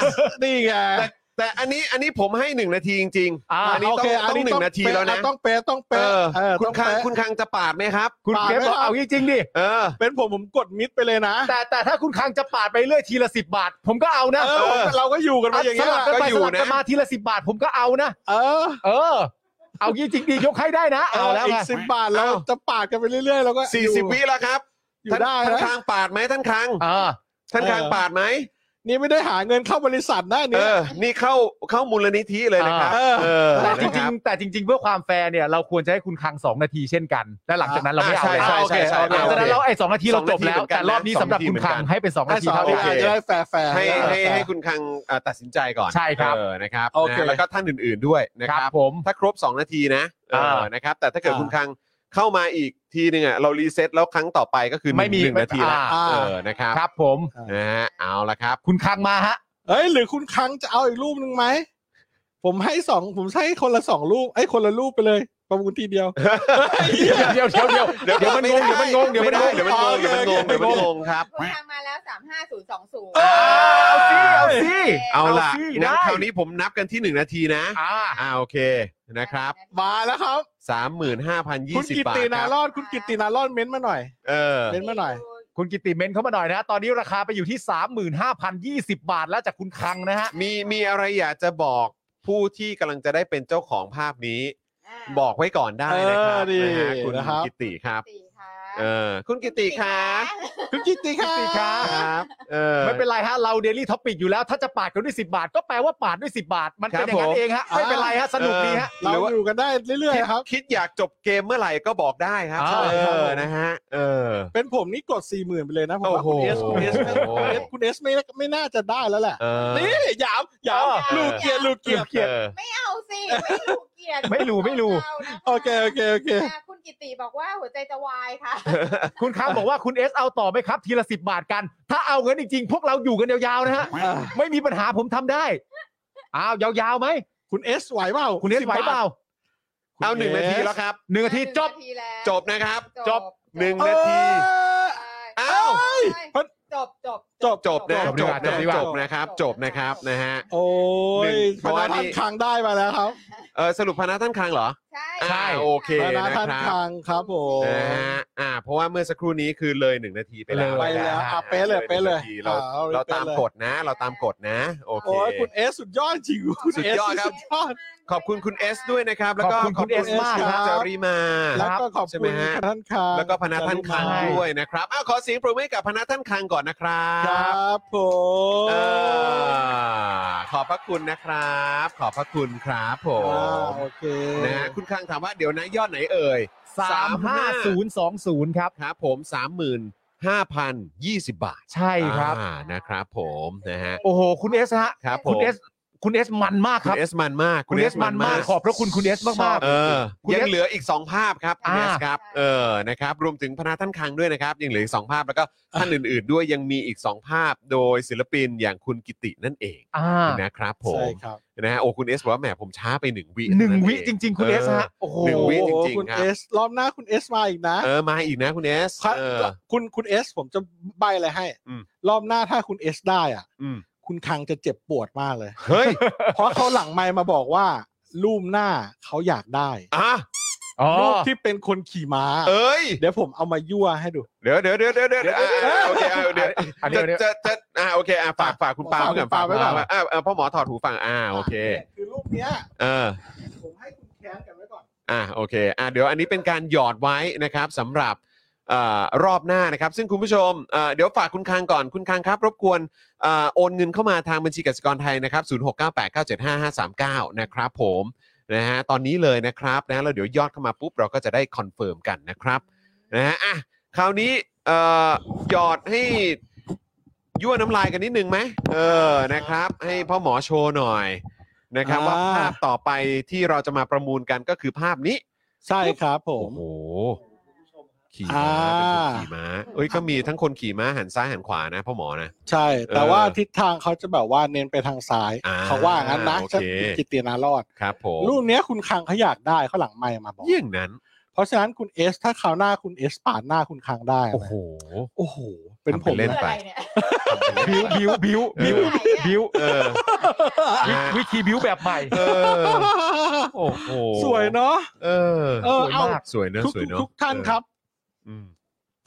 [SPEAKER 6] สนี่ไง
[SPEAKER 3] แต่แต่อันนี้อันนี้ผมให้หนึ่งนาทีจริง
[SPEAKER 4] อ่า
[SPEAKER 3] ๆอันนี้
[SPEAKER 6] โอ
[SPEAKER 3] ต้อง
[SPEAKER 6] เค
[SPEAKER 3] ต้องหนึ่งนาทีแล้วนะ
[SPEAKER 6] เป๊ต้องเป๊ะต้อง
[SPEAKER 3] เอ
[SPEAKER 6] เป๊ะ
[SPEAKER 3] อ
[SPEAKER 6] เออ
[SPEAKER 3] คุ
[SPEAKER 6] ต้
[SPEAKER 3] ณ
[SPEAKER 6] อง
[SPEAKER 3] คัง
[SPEAKER 6] เป๊ะ
[SPEAKER 3] คุณคังจะปาดไหมครับ
[SPEAKER 4] คุณ
[SPEAKER 6] ปาด
[SPEAKER 4] เกรฟ
[SPEAKER 6] ไหม
[SPEAKER 4] บอก
[SPEAKER 6] ครับ
[SPEAKER 4] เอาจริงๆดิ
[SPEAKER 3] เออ
[SPEAKER 6] เป็นผมผมกดมิดไปเลยนะ
[SPEAKER 4] แต่แต่ถ้าคุณคังจะปาดไปเรื่อยทีละสิบบาท ผมก็เอานะ
[SPEAKER 6] เออผมเราก็อยู่กันมาอย่าง
[SPEAKER 4] ส
[SPEAKER 6] เงี้ย
[SPEAKER 4] ลับกันไป
[SPEAKER 3] ก็อยู่
[SPEAKER 4] สลับกัน
[SPEAKER 3] นะ
[SPEAKER 4] มาทีละสิบบาท ผมก็เอานะ
[SPEAKER 6] เออ
[SPEAKER 4] เออ เอาจริงๆดียกให้ได้นะ เอาแล้ว
[SPEAKER 6] อี
[SPEAKER 4] ไง
[SPEAKER 6] กสิบบาทเราจะปาดกันไปเรื่อยๆเราก็
[SPEAKER 3] สี่สิบวิแล้วครับ
[SPEAKER 6] อยู่
[SPEAKER 3] ท่าน
[SPEAKER 6] ได้
[SPEAKER 3] ท่าน
[SPEAKER 6] นะ
[SPEAKER 3] คังปาดไหมท่านคัง
[SPEAKER 4] อ่า
[SPEAKER 3] ท่านคังปาดไหม
[SPEAKER 6] นี่ไม่ได้หาเงินเข้าบริษัทนะ
[SPEAKER 3] เอ
[SPEAKER 6] เนี่ย
[SPEAKER 3] อ นี่เข้าเข้ามูลนิธิเลยนะครับ
[SPEAKER 6] เออ
[SPEAKER 3] เออ
[SPEAKER 4] แต่จ
[SPEAKER 3] นะค
[SPEAKER 4] ริ
[SPEAKER 3] บ
[SPEAKER 4] งๆแต่จริง ๆ เพื่อความแฟร์เนี่ยเราควรจะให้คุณคังสองนาทีเช่นกันและหลังจากนั้นเราไม่เอา
[SPEAKER 3] อ่า
[SPEAKER 4] แล้ว
[SPEAKER 3] ใช่
[SPEAKER 4] โอเค
[SPEAKER 3] ใช่
[SPEAKER 4] ห
[SPEAKER 3] ใช่
[SPEAKER 4] ลังจากนั้นเราไอ้สองนาที
[SPEAKER 3] ส
[SPEAKER 4] เรา
[SPEAKER 3] อง
[SPEAKER 4] จ
[SPEAKER 3] นา
[SPEAKER 4] บ
[SPEAKER 3] ที
[SPEAKER 4] แล้ว
[SPEAKER 3] เหมือนกัน
[SPEAKER 4] แต่รอบนี้สำหรับคุณคังให้เป็นสองนาที
[SPEAKER 6] สอง
[SPEAKER 4] เท่า
[SPEAKER 3] โอ
[SPEAKER 4] นั้น
[SPEAKER 3] เค
[SPEAKER 6] จะได้แฟร์ๆ
[SPEAKER 3] ให้
[SPEAKER 6] นะ
[SPEAKER 3] ให้
[SPEAKER 6] แฟร์ๆ
[SPEAKER 3] ให้คุณคังอ่ะตัดสินใจก่อน
[SPEAKER 4] ใช่ครับ
[SPEAKER 3] เออนะครับ
[SPEAKER 6] โอเค
[SPEAKER 3] นะแล้วก็ท่านอื่นๆด้วยนะ
[SPEAKER 4] ค
[SPEAKER 3] ค
[SPEAKER 4] รั
[SPEAKER 3] รั
[SPEAKER 4] บบ ผม
[SPEAKER 3] ถ้าครบ 2 นาทีนะเออ
[SPEAKER 4] อ่า
[SPEAKER 3] นะครับ แต่ถ้าเกิด
[SPEAKER 6] อ่า
[SPEAKER 3] คุณคังเข้ามาอีกทีนึงอ่ะเรารีเซ็ตแล้วครั้งต่อไปก็คือหนึ่ง
[SPEAKER 4] ไม่มี
[SPEAKER 3] หนึ่งนาทีละ
[SPEAKER 4] อ่า
[SPEAKER 3] เออนะครับ
[SPEAKER 4] ครับ ผม
[SPEAKER 3] นะฮะเอาละครับ
[SPEAKER 4] คุณคังมาฮะ
[SPEAKER 6] เอ้ยหรือคุณคังจะเอาอีกรูปหนึ่งไหม ผมให้สองผมให้คนละสองรูปไอ้ยคนละรูปไปเลย ประมูลทีเดียว
[SPEAKER 4] เดี๋ยวเดี๋ยวเดี๋ยวเดี๋ยว
[SPEAKER 3] เดี๋ยว
[SPEAKER 4] เดี๋ยวมันงงเดี๋ยวมันงงเดี๋ยวมันงง
[SPEAKER 3] เดี๋ยวมันงงเดี๋ยวมันงง
[SPEAKER 6] โอเค
[SPEAKER 3] เดี๋ยวมันงงครับ
[SPEAKER 5] คุณทางมาแล้วสามห้าศูนย์สองศูนย์
[SPEAKER 4] เออเอาสิเอาสิ
[SPEAKER 3] เอาล่ะ
[SPEAKER 4] สิ
[SPEAKER 3] งั้น
[SPEAKER 4] ได้
[SPEAKER 3] คราวนี้ผมนับกันที่ 1 นาทีนะ
[SPEAKER 4] อ่า
[SPEAKER 3] อ่าโอเคนะครับ
[SPEAKER 6] มาแล้วครับ
[SPEAKER 3] 35,020
[SPEAKER 6] คุณกิต
[SPEAKER 3] บาท
[SPEAKER 6] ติ
[SPEAKER 3] ค
[SPEAKER 6] นา
[SPEAKER 3] รับ
[SPEAKER 6] รอดคุณกิตตินารอดเม้นต์มาหน่อย
[SPEAKER 3] เออ
[SPEAKER 6] เม้นต์มาหน่อย
[SPEAKER 4] คุณกิตติเมนเข้ามาหน่อยนะ ตอนนี้ราคาไปอยู่ที่ 35,020 บาทแล้วจากคุณคังนะฮะ
[SPEAKER 3] มีมีอะไรอยากจะบอกผู้ที่กำลังจะได้เป็นเจ้าของภาพนี้ บอกไว้ก่อนได้นะครับ
[SPEAKER 6] เออดี
[SPEAKER 3] นะฮะคุณ
[SPEAKER 6] นะครับ
[SPEAKER 3] กิตติครับ
[SPEAKER 5] สี่ค่ะ
[SPEAKER 3] เออ คุณกิตติครับ
[SPEAKER 6] คุณกิตติค่ะ
[SPEAKER 3] ครับ เออ
[SPEAKER 4] ไม่เป็นไรฮะ เราเดลี่ท็อปิกอยู่แล้วถ้าจะปาดกันด้วย 10 บาท ก็แปลว่าปาดด้วย 10 บาท มันเป็นอย่าง
[SPEAKER 3] ครั
[SPEAKER 4] นั้
[SPEAKER 3] บผม
[SPEAKER 4] นเองฮะ ไม่เป็นไรฮะ สนุกดีฮะ
[SPEAKER 3] ห
[SPEAKER 6] เรา
[SPEAKER 3] รือว่า
[SPEAKER 6] อยู่กันได้เรื่อย
[SPEAKER 3] คิด
[SPEAKER 6] ๆครับ
[SPEAKER 3] คิดอยากจบเกมเมื่อไหร่ก็บอกได้ครับ
[SPEAKER 4] อ่า
[SPEAKER 3] เอ
[SPEAKER 6] ใช่ครับ
[SPEAKER 3] อ
[SPEAKER 6] ผม
[SPEAKER 3] นะฮะ เออ
[SPEAKER 6] เป็นผมนี่กดสี่หมื่นไปเลยนะผมว่า
[SPEAKER 3] โอ้
[SPEAKER 6] คุณ
[SPEAKER 3] โห
[SPEAKER 6] เอสคุณเอสไม่
[SPEAKER 3] โอ้
[SPEAKER 6] คุ
[SPEAKER 3] โห
[SPEAKER 6] ณเอสคุณเอสไม่ไม่น่าจะได้แล้วแหละ
[SPEAKER 3] เออ
[SPEAKER 6] นี่หยามหยาม
[SPEAKER 4] เออ
[SPEAKER 6] ลูกเกียร์ลูกเกียร์
[SPEAKER 3] เออ
[SPEAKER 5] ไม่เอาสิ ไม่รู้เกียรติ
[SPEAKER 4] ไม่รู้ไม่รู้
[SPEAKER 5] เอานะะ
[SPEAKER 6] โอเคโอเคโอเค
[SPEAKER 5] อ่ะคุณกิติบอกว่าหัวใจจะวายค่ะ
[SPEAKER 4] คุณค้างบอกว่าคุณเอสเอาต่อไหมครับ ทีละสิบาทกัน ถ้าเอาเงินจริงๆ พวกเราอยู่กันยาวๆนะฮะ
[SPEAKER 6] อ่า
[SPEAKER 4] ไม่มีปัญหาผมทำได้ อ้าวยาวๆไหม
[SPEAKER 6] คุณเอสไหวเปล่า
[SPEAKER 4] คุณเอส
[SPEAKER 6] 10
[SPEAKER 4] ไหวเปล่า
[SPEAKER 6] บท
[SPEAKER 3] เอาหนึ่งนาทีแล้วครับ
[SPEAKER 4] หนึ่งนาทีจบ
[SPEAKER 5] หนึ่งนาทีแล้ว
[SPEAKER 3] จบนะครับ
[SPEAKER 4] จบ
[SPEAKER 3] หนึ่ง
[SPEAKER 6] เอ้ย
[SPEAKER 3] นาที
[SPEAKER 5] เอ้า
[SPEAKER 3] อ้าว
[SPEAKER 5] จบจบ
[SPEAKER 6] จบ
[SPEAKER 3] จบนะ
[SPEAKER 4] จบ
[SPEAKER 3] จบนะ
[SPEAKER 4] ดีกว่าจบดีกว่า
[SPEAKER 3] จบนะครับ จบนะครับนะฮะ
[SPEAKER 6] โอ้
[SPEAKER 3] หนึ่
[SPEAKER 6] ย
[SPEAKER 3] งเพ
[SPEAKER 6] พ
[SPEAKER 3] ราะว่า
[SPEAKER 6] นัก
[SPEAKER 3] นี่
[SPEAKER 6] งานคังได้มาแล้วครับ
[SPEAKER 3] เอ อสรุปพนักท่านคลังเหรอ
[SPEAKER 5] ใช่
[SPEAKER 3] อ่าโอเค
[SPEAKER 6] พ
[SPEAKER 3] นะ
[SPEAKER 6] นะท่าน
[SPEAKER 3] ครับ
[SPEAKER 6] ทางครับผม
[SPEAKER 3] นะฮะอ่า เพราะว่าเมื่อสักครู่นี้คือเลยหนึ่งนาทีไปแล้ว
[SPEAKER 6] ไปแล้วอ่ะเป๊ะเลยเป๊ะเลย
[SPEAKER 3] หนึ่งนาทีเรา
[SPEAKER 6] อ่า
[SPEAKER 3] เรา
[SPEAKER 6] เป๊ะเลย
[SPEAKER 3] ตามกฎนะ เราตามกฎนะ โอเค
[SPEAKER 6] โอ้ยคุณเอสสุดยอดจริงคุณ
[SPEAKER 3] สุด
[SPEAKER 6] เอส
[SPEAKER 3] ยอดครับ
[SPEAKER 6] สุดยอด
[SPEAKER 3] ขอบคุณคุณเอสด้วยนะครับ แล้วก็
[SPEAKER 4] ขอบคุณคุณเอสมากครับ
[SPEAKER 3] เจารีมา
[SPEAKER 6] แล้วก็ขอบ
[SPEAKER 3] ใช่ไห
[SPEAKER 6] คุ
[SPEAKER 3] ม
[SPEAKER 6] ณ
[SPEAKER 3] ฮะ
[SPEAKER 6] ท่านคลัง
[SPEAKER 3] แล้วก็พนักท่านคลัง
[SPEAKER 4] ใช่
[SPEAKER 3] ด้วยนะครับอ้าวขอเสียงปรบมือให้กับพนักท่านคลังก่อนนะครั
[SPEAKER 6] ครับ บผ
[SPEAKER 3] เอ
[SPEAKER 6] ม
[SPEAKER 3] อขอบพระคุณนะครับ ขอบพระคุณครับผ
[SPEAKER 6] อ่าม โอเค
[SPEAKER 3] นะฮะคุณคลังถามว่าเดี๋ยวนะยอดไหนเอ่ย
[SPEAKER 4] สามห้าศูนย์สองศูนย์ครับ
[SPEAKER 3] ครับผม 35,020 บาท
[SPEAKER 4] ใช่ครับ
[SPEAKER 3] อ่านะครับผมนะฮะ
[SPEAKER 4] โอ้โห คุณเอสฮะ
[SPEAKER 3] ครับผม
[SPEAKER 4] คุณเอสคุณเอสมันมาก
[SPEAKER 3] คุณ
[SPEAKER 4] ครับ
[SPEAKER 3] เอสมันมาก
[SPEAKER 4] คุณเอสมันมาก ขอบพระคุณคุณเอสมากมาก
[SPEAKER 3] เออ
[SPEAKER 4] คุณ
[SPEAKER 3] ยัง
[SPEAKER 4] S
[SPEAKER 3] เหลืออีก 2 ภาพครับคุณเอ
[SPEAKER 4] อ่า
[SPEAKER 3] สครับเออนะครับรวมถึงพนักท่านคลังด้วยนะครับ ยังเหลืออีกสองภาพแล้วก็ท่านอื่น ๆ ด้วยยังมีอีกสองภาพโดยศิลปินอย่างคุณกิตินั่นเอง
[SPEAKER 4] อ่า
[SPEAKER 3] นะครับผ
[SPEAKER 6] ใช่
[SPEAKER 3] ม
[SPEAKER 6] ครับ
[SPEAKER 3] นะฮะโอ้คุณเอสบอกว่าแหมผมช้าไปหนึ่งวิ
[SPEAKER 4] หนึ่งวิจ
[SPEAKER 3] เท่า
[SPEAKER 4] ริง ๆ คุณเอสฮะ โอ้โห
[SPEAKER 3] หนึ่งวิ จริงๆ
[SPEAKER 6] โอ้คุณ
[SPEAKER 3] ครับ
[SPEAKER 6] เอสรอบหน้าคุณเอสมาอีกนะ
[SPEAKER 3] เออมาอีกนะคุณเอส
[SPEAKER 6] ครับ
[SPEAKER 3] เออ
[SPEAKER 6] คุณคุณเอสผมจะใบอะไรให้
[SPEAKER 3] อืม
[SPEAKER 6] รอบหน้าถ้าคุณเอสได้อ่ะ
[SPEAKER 3] อืม
[SPEAKER 6] คุณคังจะเจ็บปวดมากเลย
[SPEAKER 3] เฮ้ย
[SPEAKER 6] เพราะเขาหลังไมค์มาบอกว่ารูปหน้าเขาอยากได้
[SPEAKER 3] อ่ะ
[SPEAKER 4] อ๋อ
[SPEAKER 6] รูปที่เป็นคนขี่ม้า
[SPEAKER 3] เอ้ย
[SPEAKER 6] เดี๋ยวผมเอามายั่วให้ดู
[SPEAKER 3] เดี๋ยวเดี๋ยวเดี๋ยวเดี๋ยวเดี๋ยว
[SPEAKER 4] เดี๋ยว
[SPEAKER 3] อ่ะ
[SPEAKER 4] เดี๋ยว
[SPEAKER 3] โอเคอ่ะเดี๋ยว
[SPEAKER 4] อันนี้
[SPEAKER 3] จะ
[SPEAKER 4] อันนี้
[SPEAKER 3] จะจะอ่ะโอเคอ่ะฝากฝากคุณปาล์ม
[SPEAKER 6] ฝาก
[SPEAKER 3] ไว้ก่อน
[SPEAKER 6] คุณปาล์ม
[SPEAKER 3] ฝก
[SPEAKER 6] ไว้ก่อน
[SPEAKER 3] อ่ะอ่ะพ่อหมอถอดหูฟังอ่ะโอเค
[SPEAKER 6] คือรูปเนี้ย
[SPEAKER 3] เออ
[SPEAKER 6] ผมให้คุณแค้นกันไว้ก่อน
[SPEAKER 3] อ่ะโอเคอ่ะเดี๋ยวอันนี้เป็นการหยอดไว้นะครับสำหรับเอ่อรอบหน้านะครับ ซึ่งคุณผู้ชมเอ่อเดี๋ยวฝากคุณคังก่อนคุณคังครับ รบกวนเอ่อโอนเงินเข้ามาทางบัญชีกสิกรไทยนะครับ0698975539 นะครับผมนะฮะตอนนี้เลยนะครับนะแล้วเดี๋ยวยอดเข้ามาปุ๊บเราก็จะได้คอนเฟิร์มกันนะครับ นะฮะอ่ะคราวนี้เอ่อหยอดให้ยั่วน้ำลายกันนิดนึงไหมเออนะครับ ให้พ่อหมอโชว์หน่อยนะครับ ว่าภาพต่อไปที่เราจะมาประมูลกันก็คือภาพนี้
[SPEAKER 6] ใช่ครับผ
[SPEAKER 3] โอ้
[SPEAKER 6] ม
[SPEAKER 3] โห ขี่ม้าเป็นคนขี่ม้าเอ้ยก็มีทั้งคนขี่ม้าหันซ้ายหันขวานะพ่อหมอนะ
[SPEAKER 6] ใช่ แต่
[SPEAKER 3] เออ
[SPEAKER 6] ว่าทิศทางเขาจะแบบว่าเน้นไปทางซ้าย
[SPEAKER 3] อ่า
[SPEAKER 6] เขาว่างั้นนะ
[SPEAKER 3] โอเค
[SPEAKER 6] จะกิตตินารอด
[SPEAKER 3] ครับผม
[SPEAKER 6] รูปเนี้ยคุณคังเขาอยากได้เขาหลังไมค์มาบอก
[SPEAKER 3] เยี่ยงนั้น
[SPEAKER 6] เพราะฉะนั้นคุณเอสถ้าคราวหน้าคุณเอสปาดหน้าคุณคังได้นะ
[SPEAKER 3] โอ้โห
[SPEAKER 6] โอ้โห เป็น
[SPEAKER 3] ทำ
[SPEAKER 6] ผ
[SPEAKER 3] เป็น
[SPEAKER 6] ม
[SPEAKER 3] เล่น
[SPEAKER 5] เพื่ออะไรเนี่ย
[SPEAKER 4] บิวบิวบิวบิวบิว
[SPEAKER 3] เออ
[SPEAKER 4] วิ
[SPEAKER 3] นะ
[SPEAKER 4] วิธีบิวแบบใหม่
[SPEAKER 3] เออโอ้โห
[SPEAKER 6] สวยเนาะ
[SPEAKER 3] เออ
[SPEAKER 6] เออเอา
[SPEAKER 3] สวยเนอะ
[SPEAKER 6] ทุก
[SPEAKER 3] สวยเนอะ
[SPEAKER 6] ทุกท่านครับ
[SPEAKER 3] อืม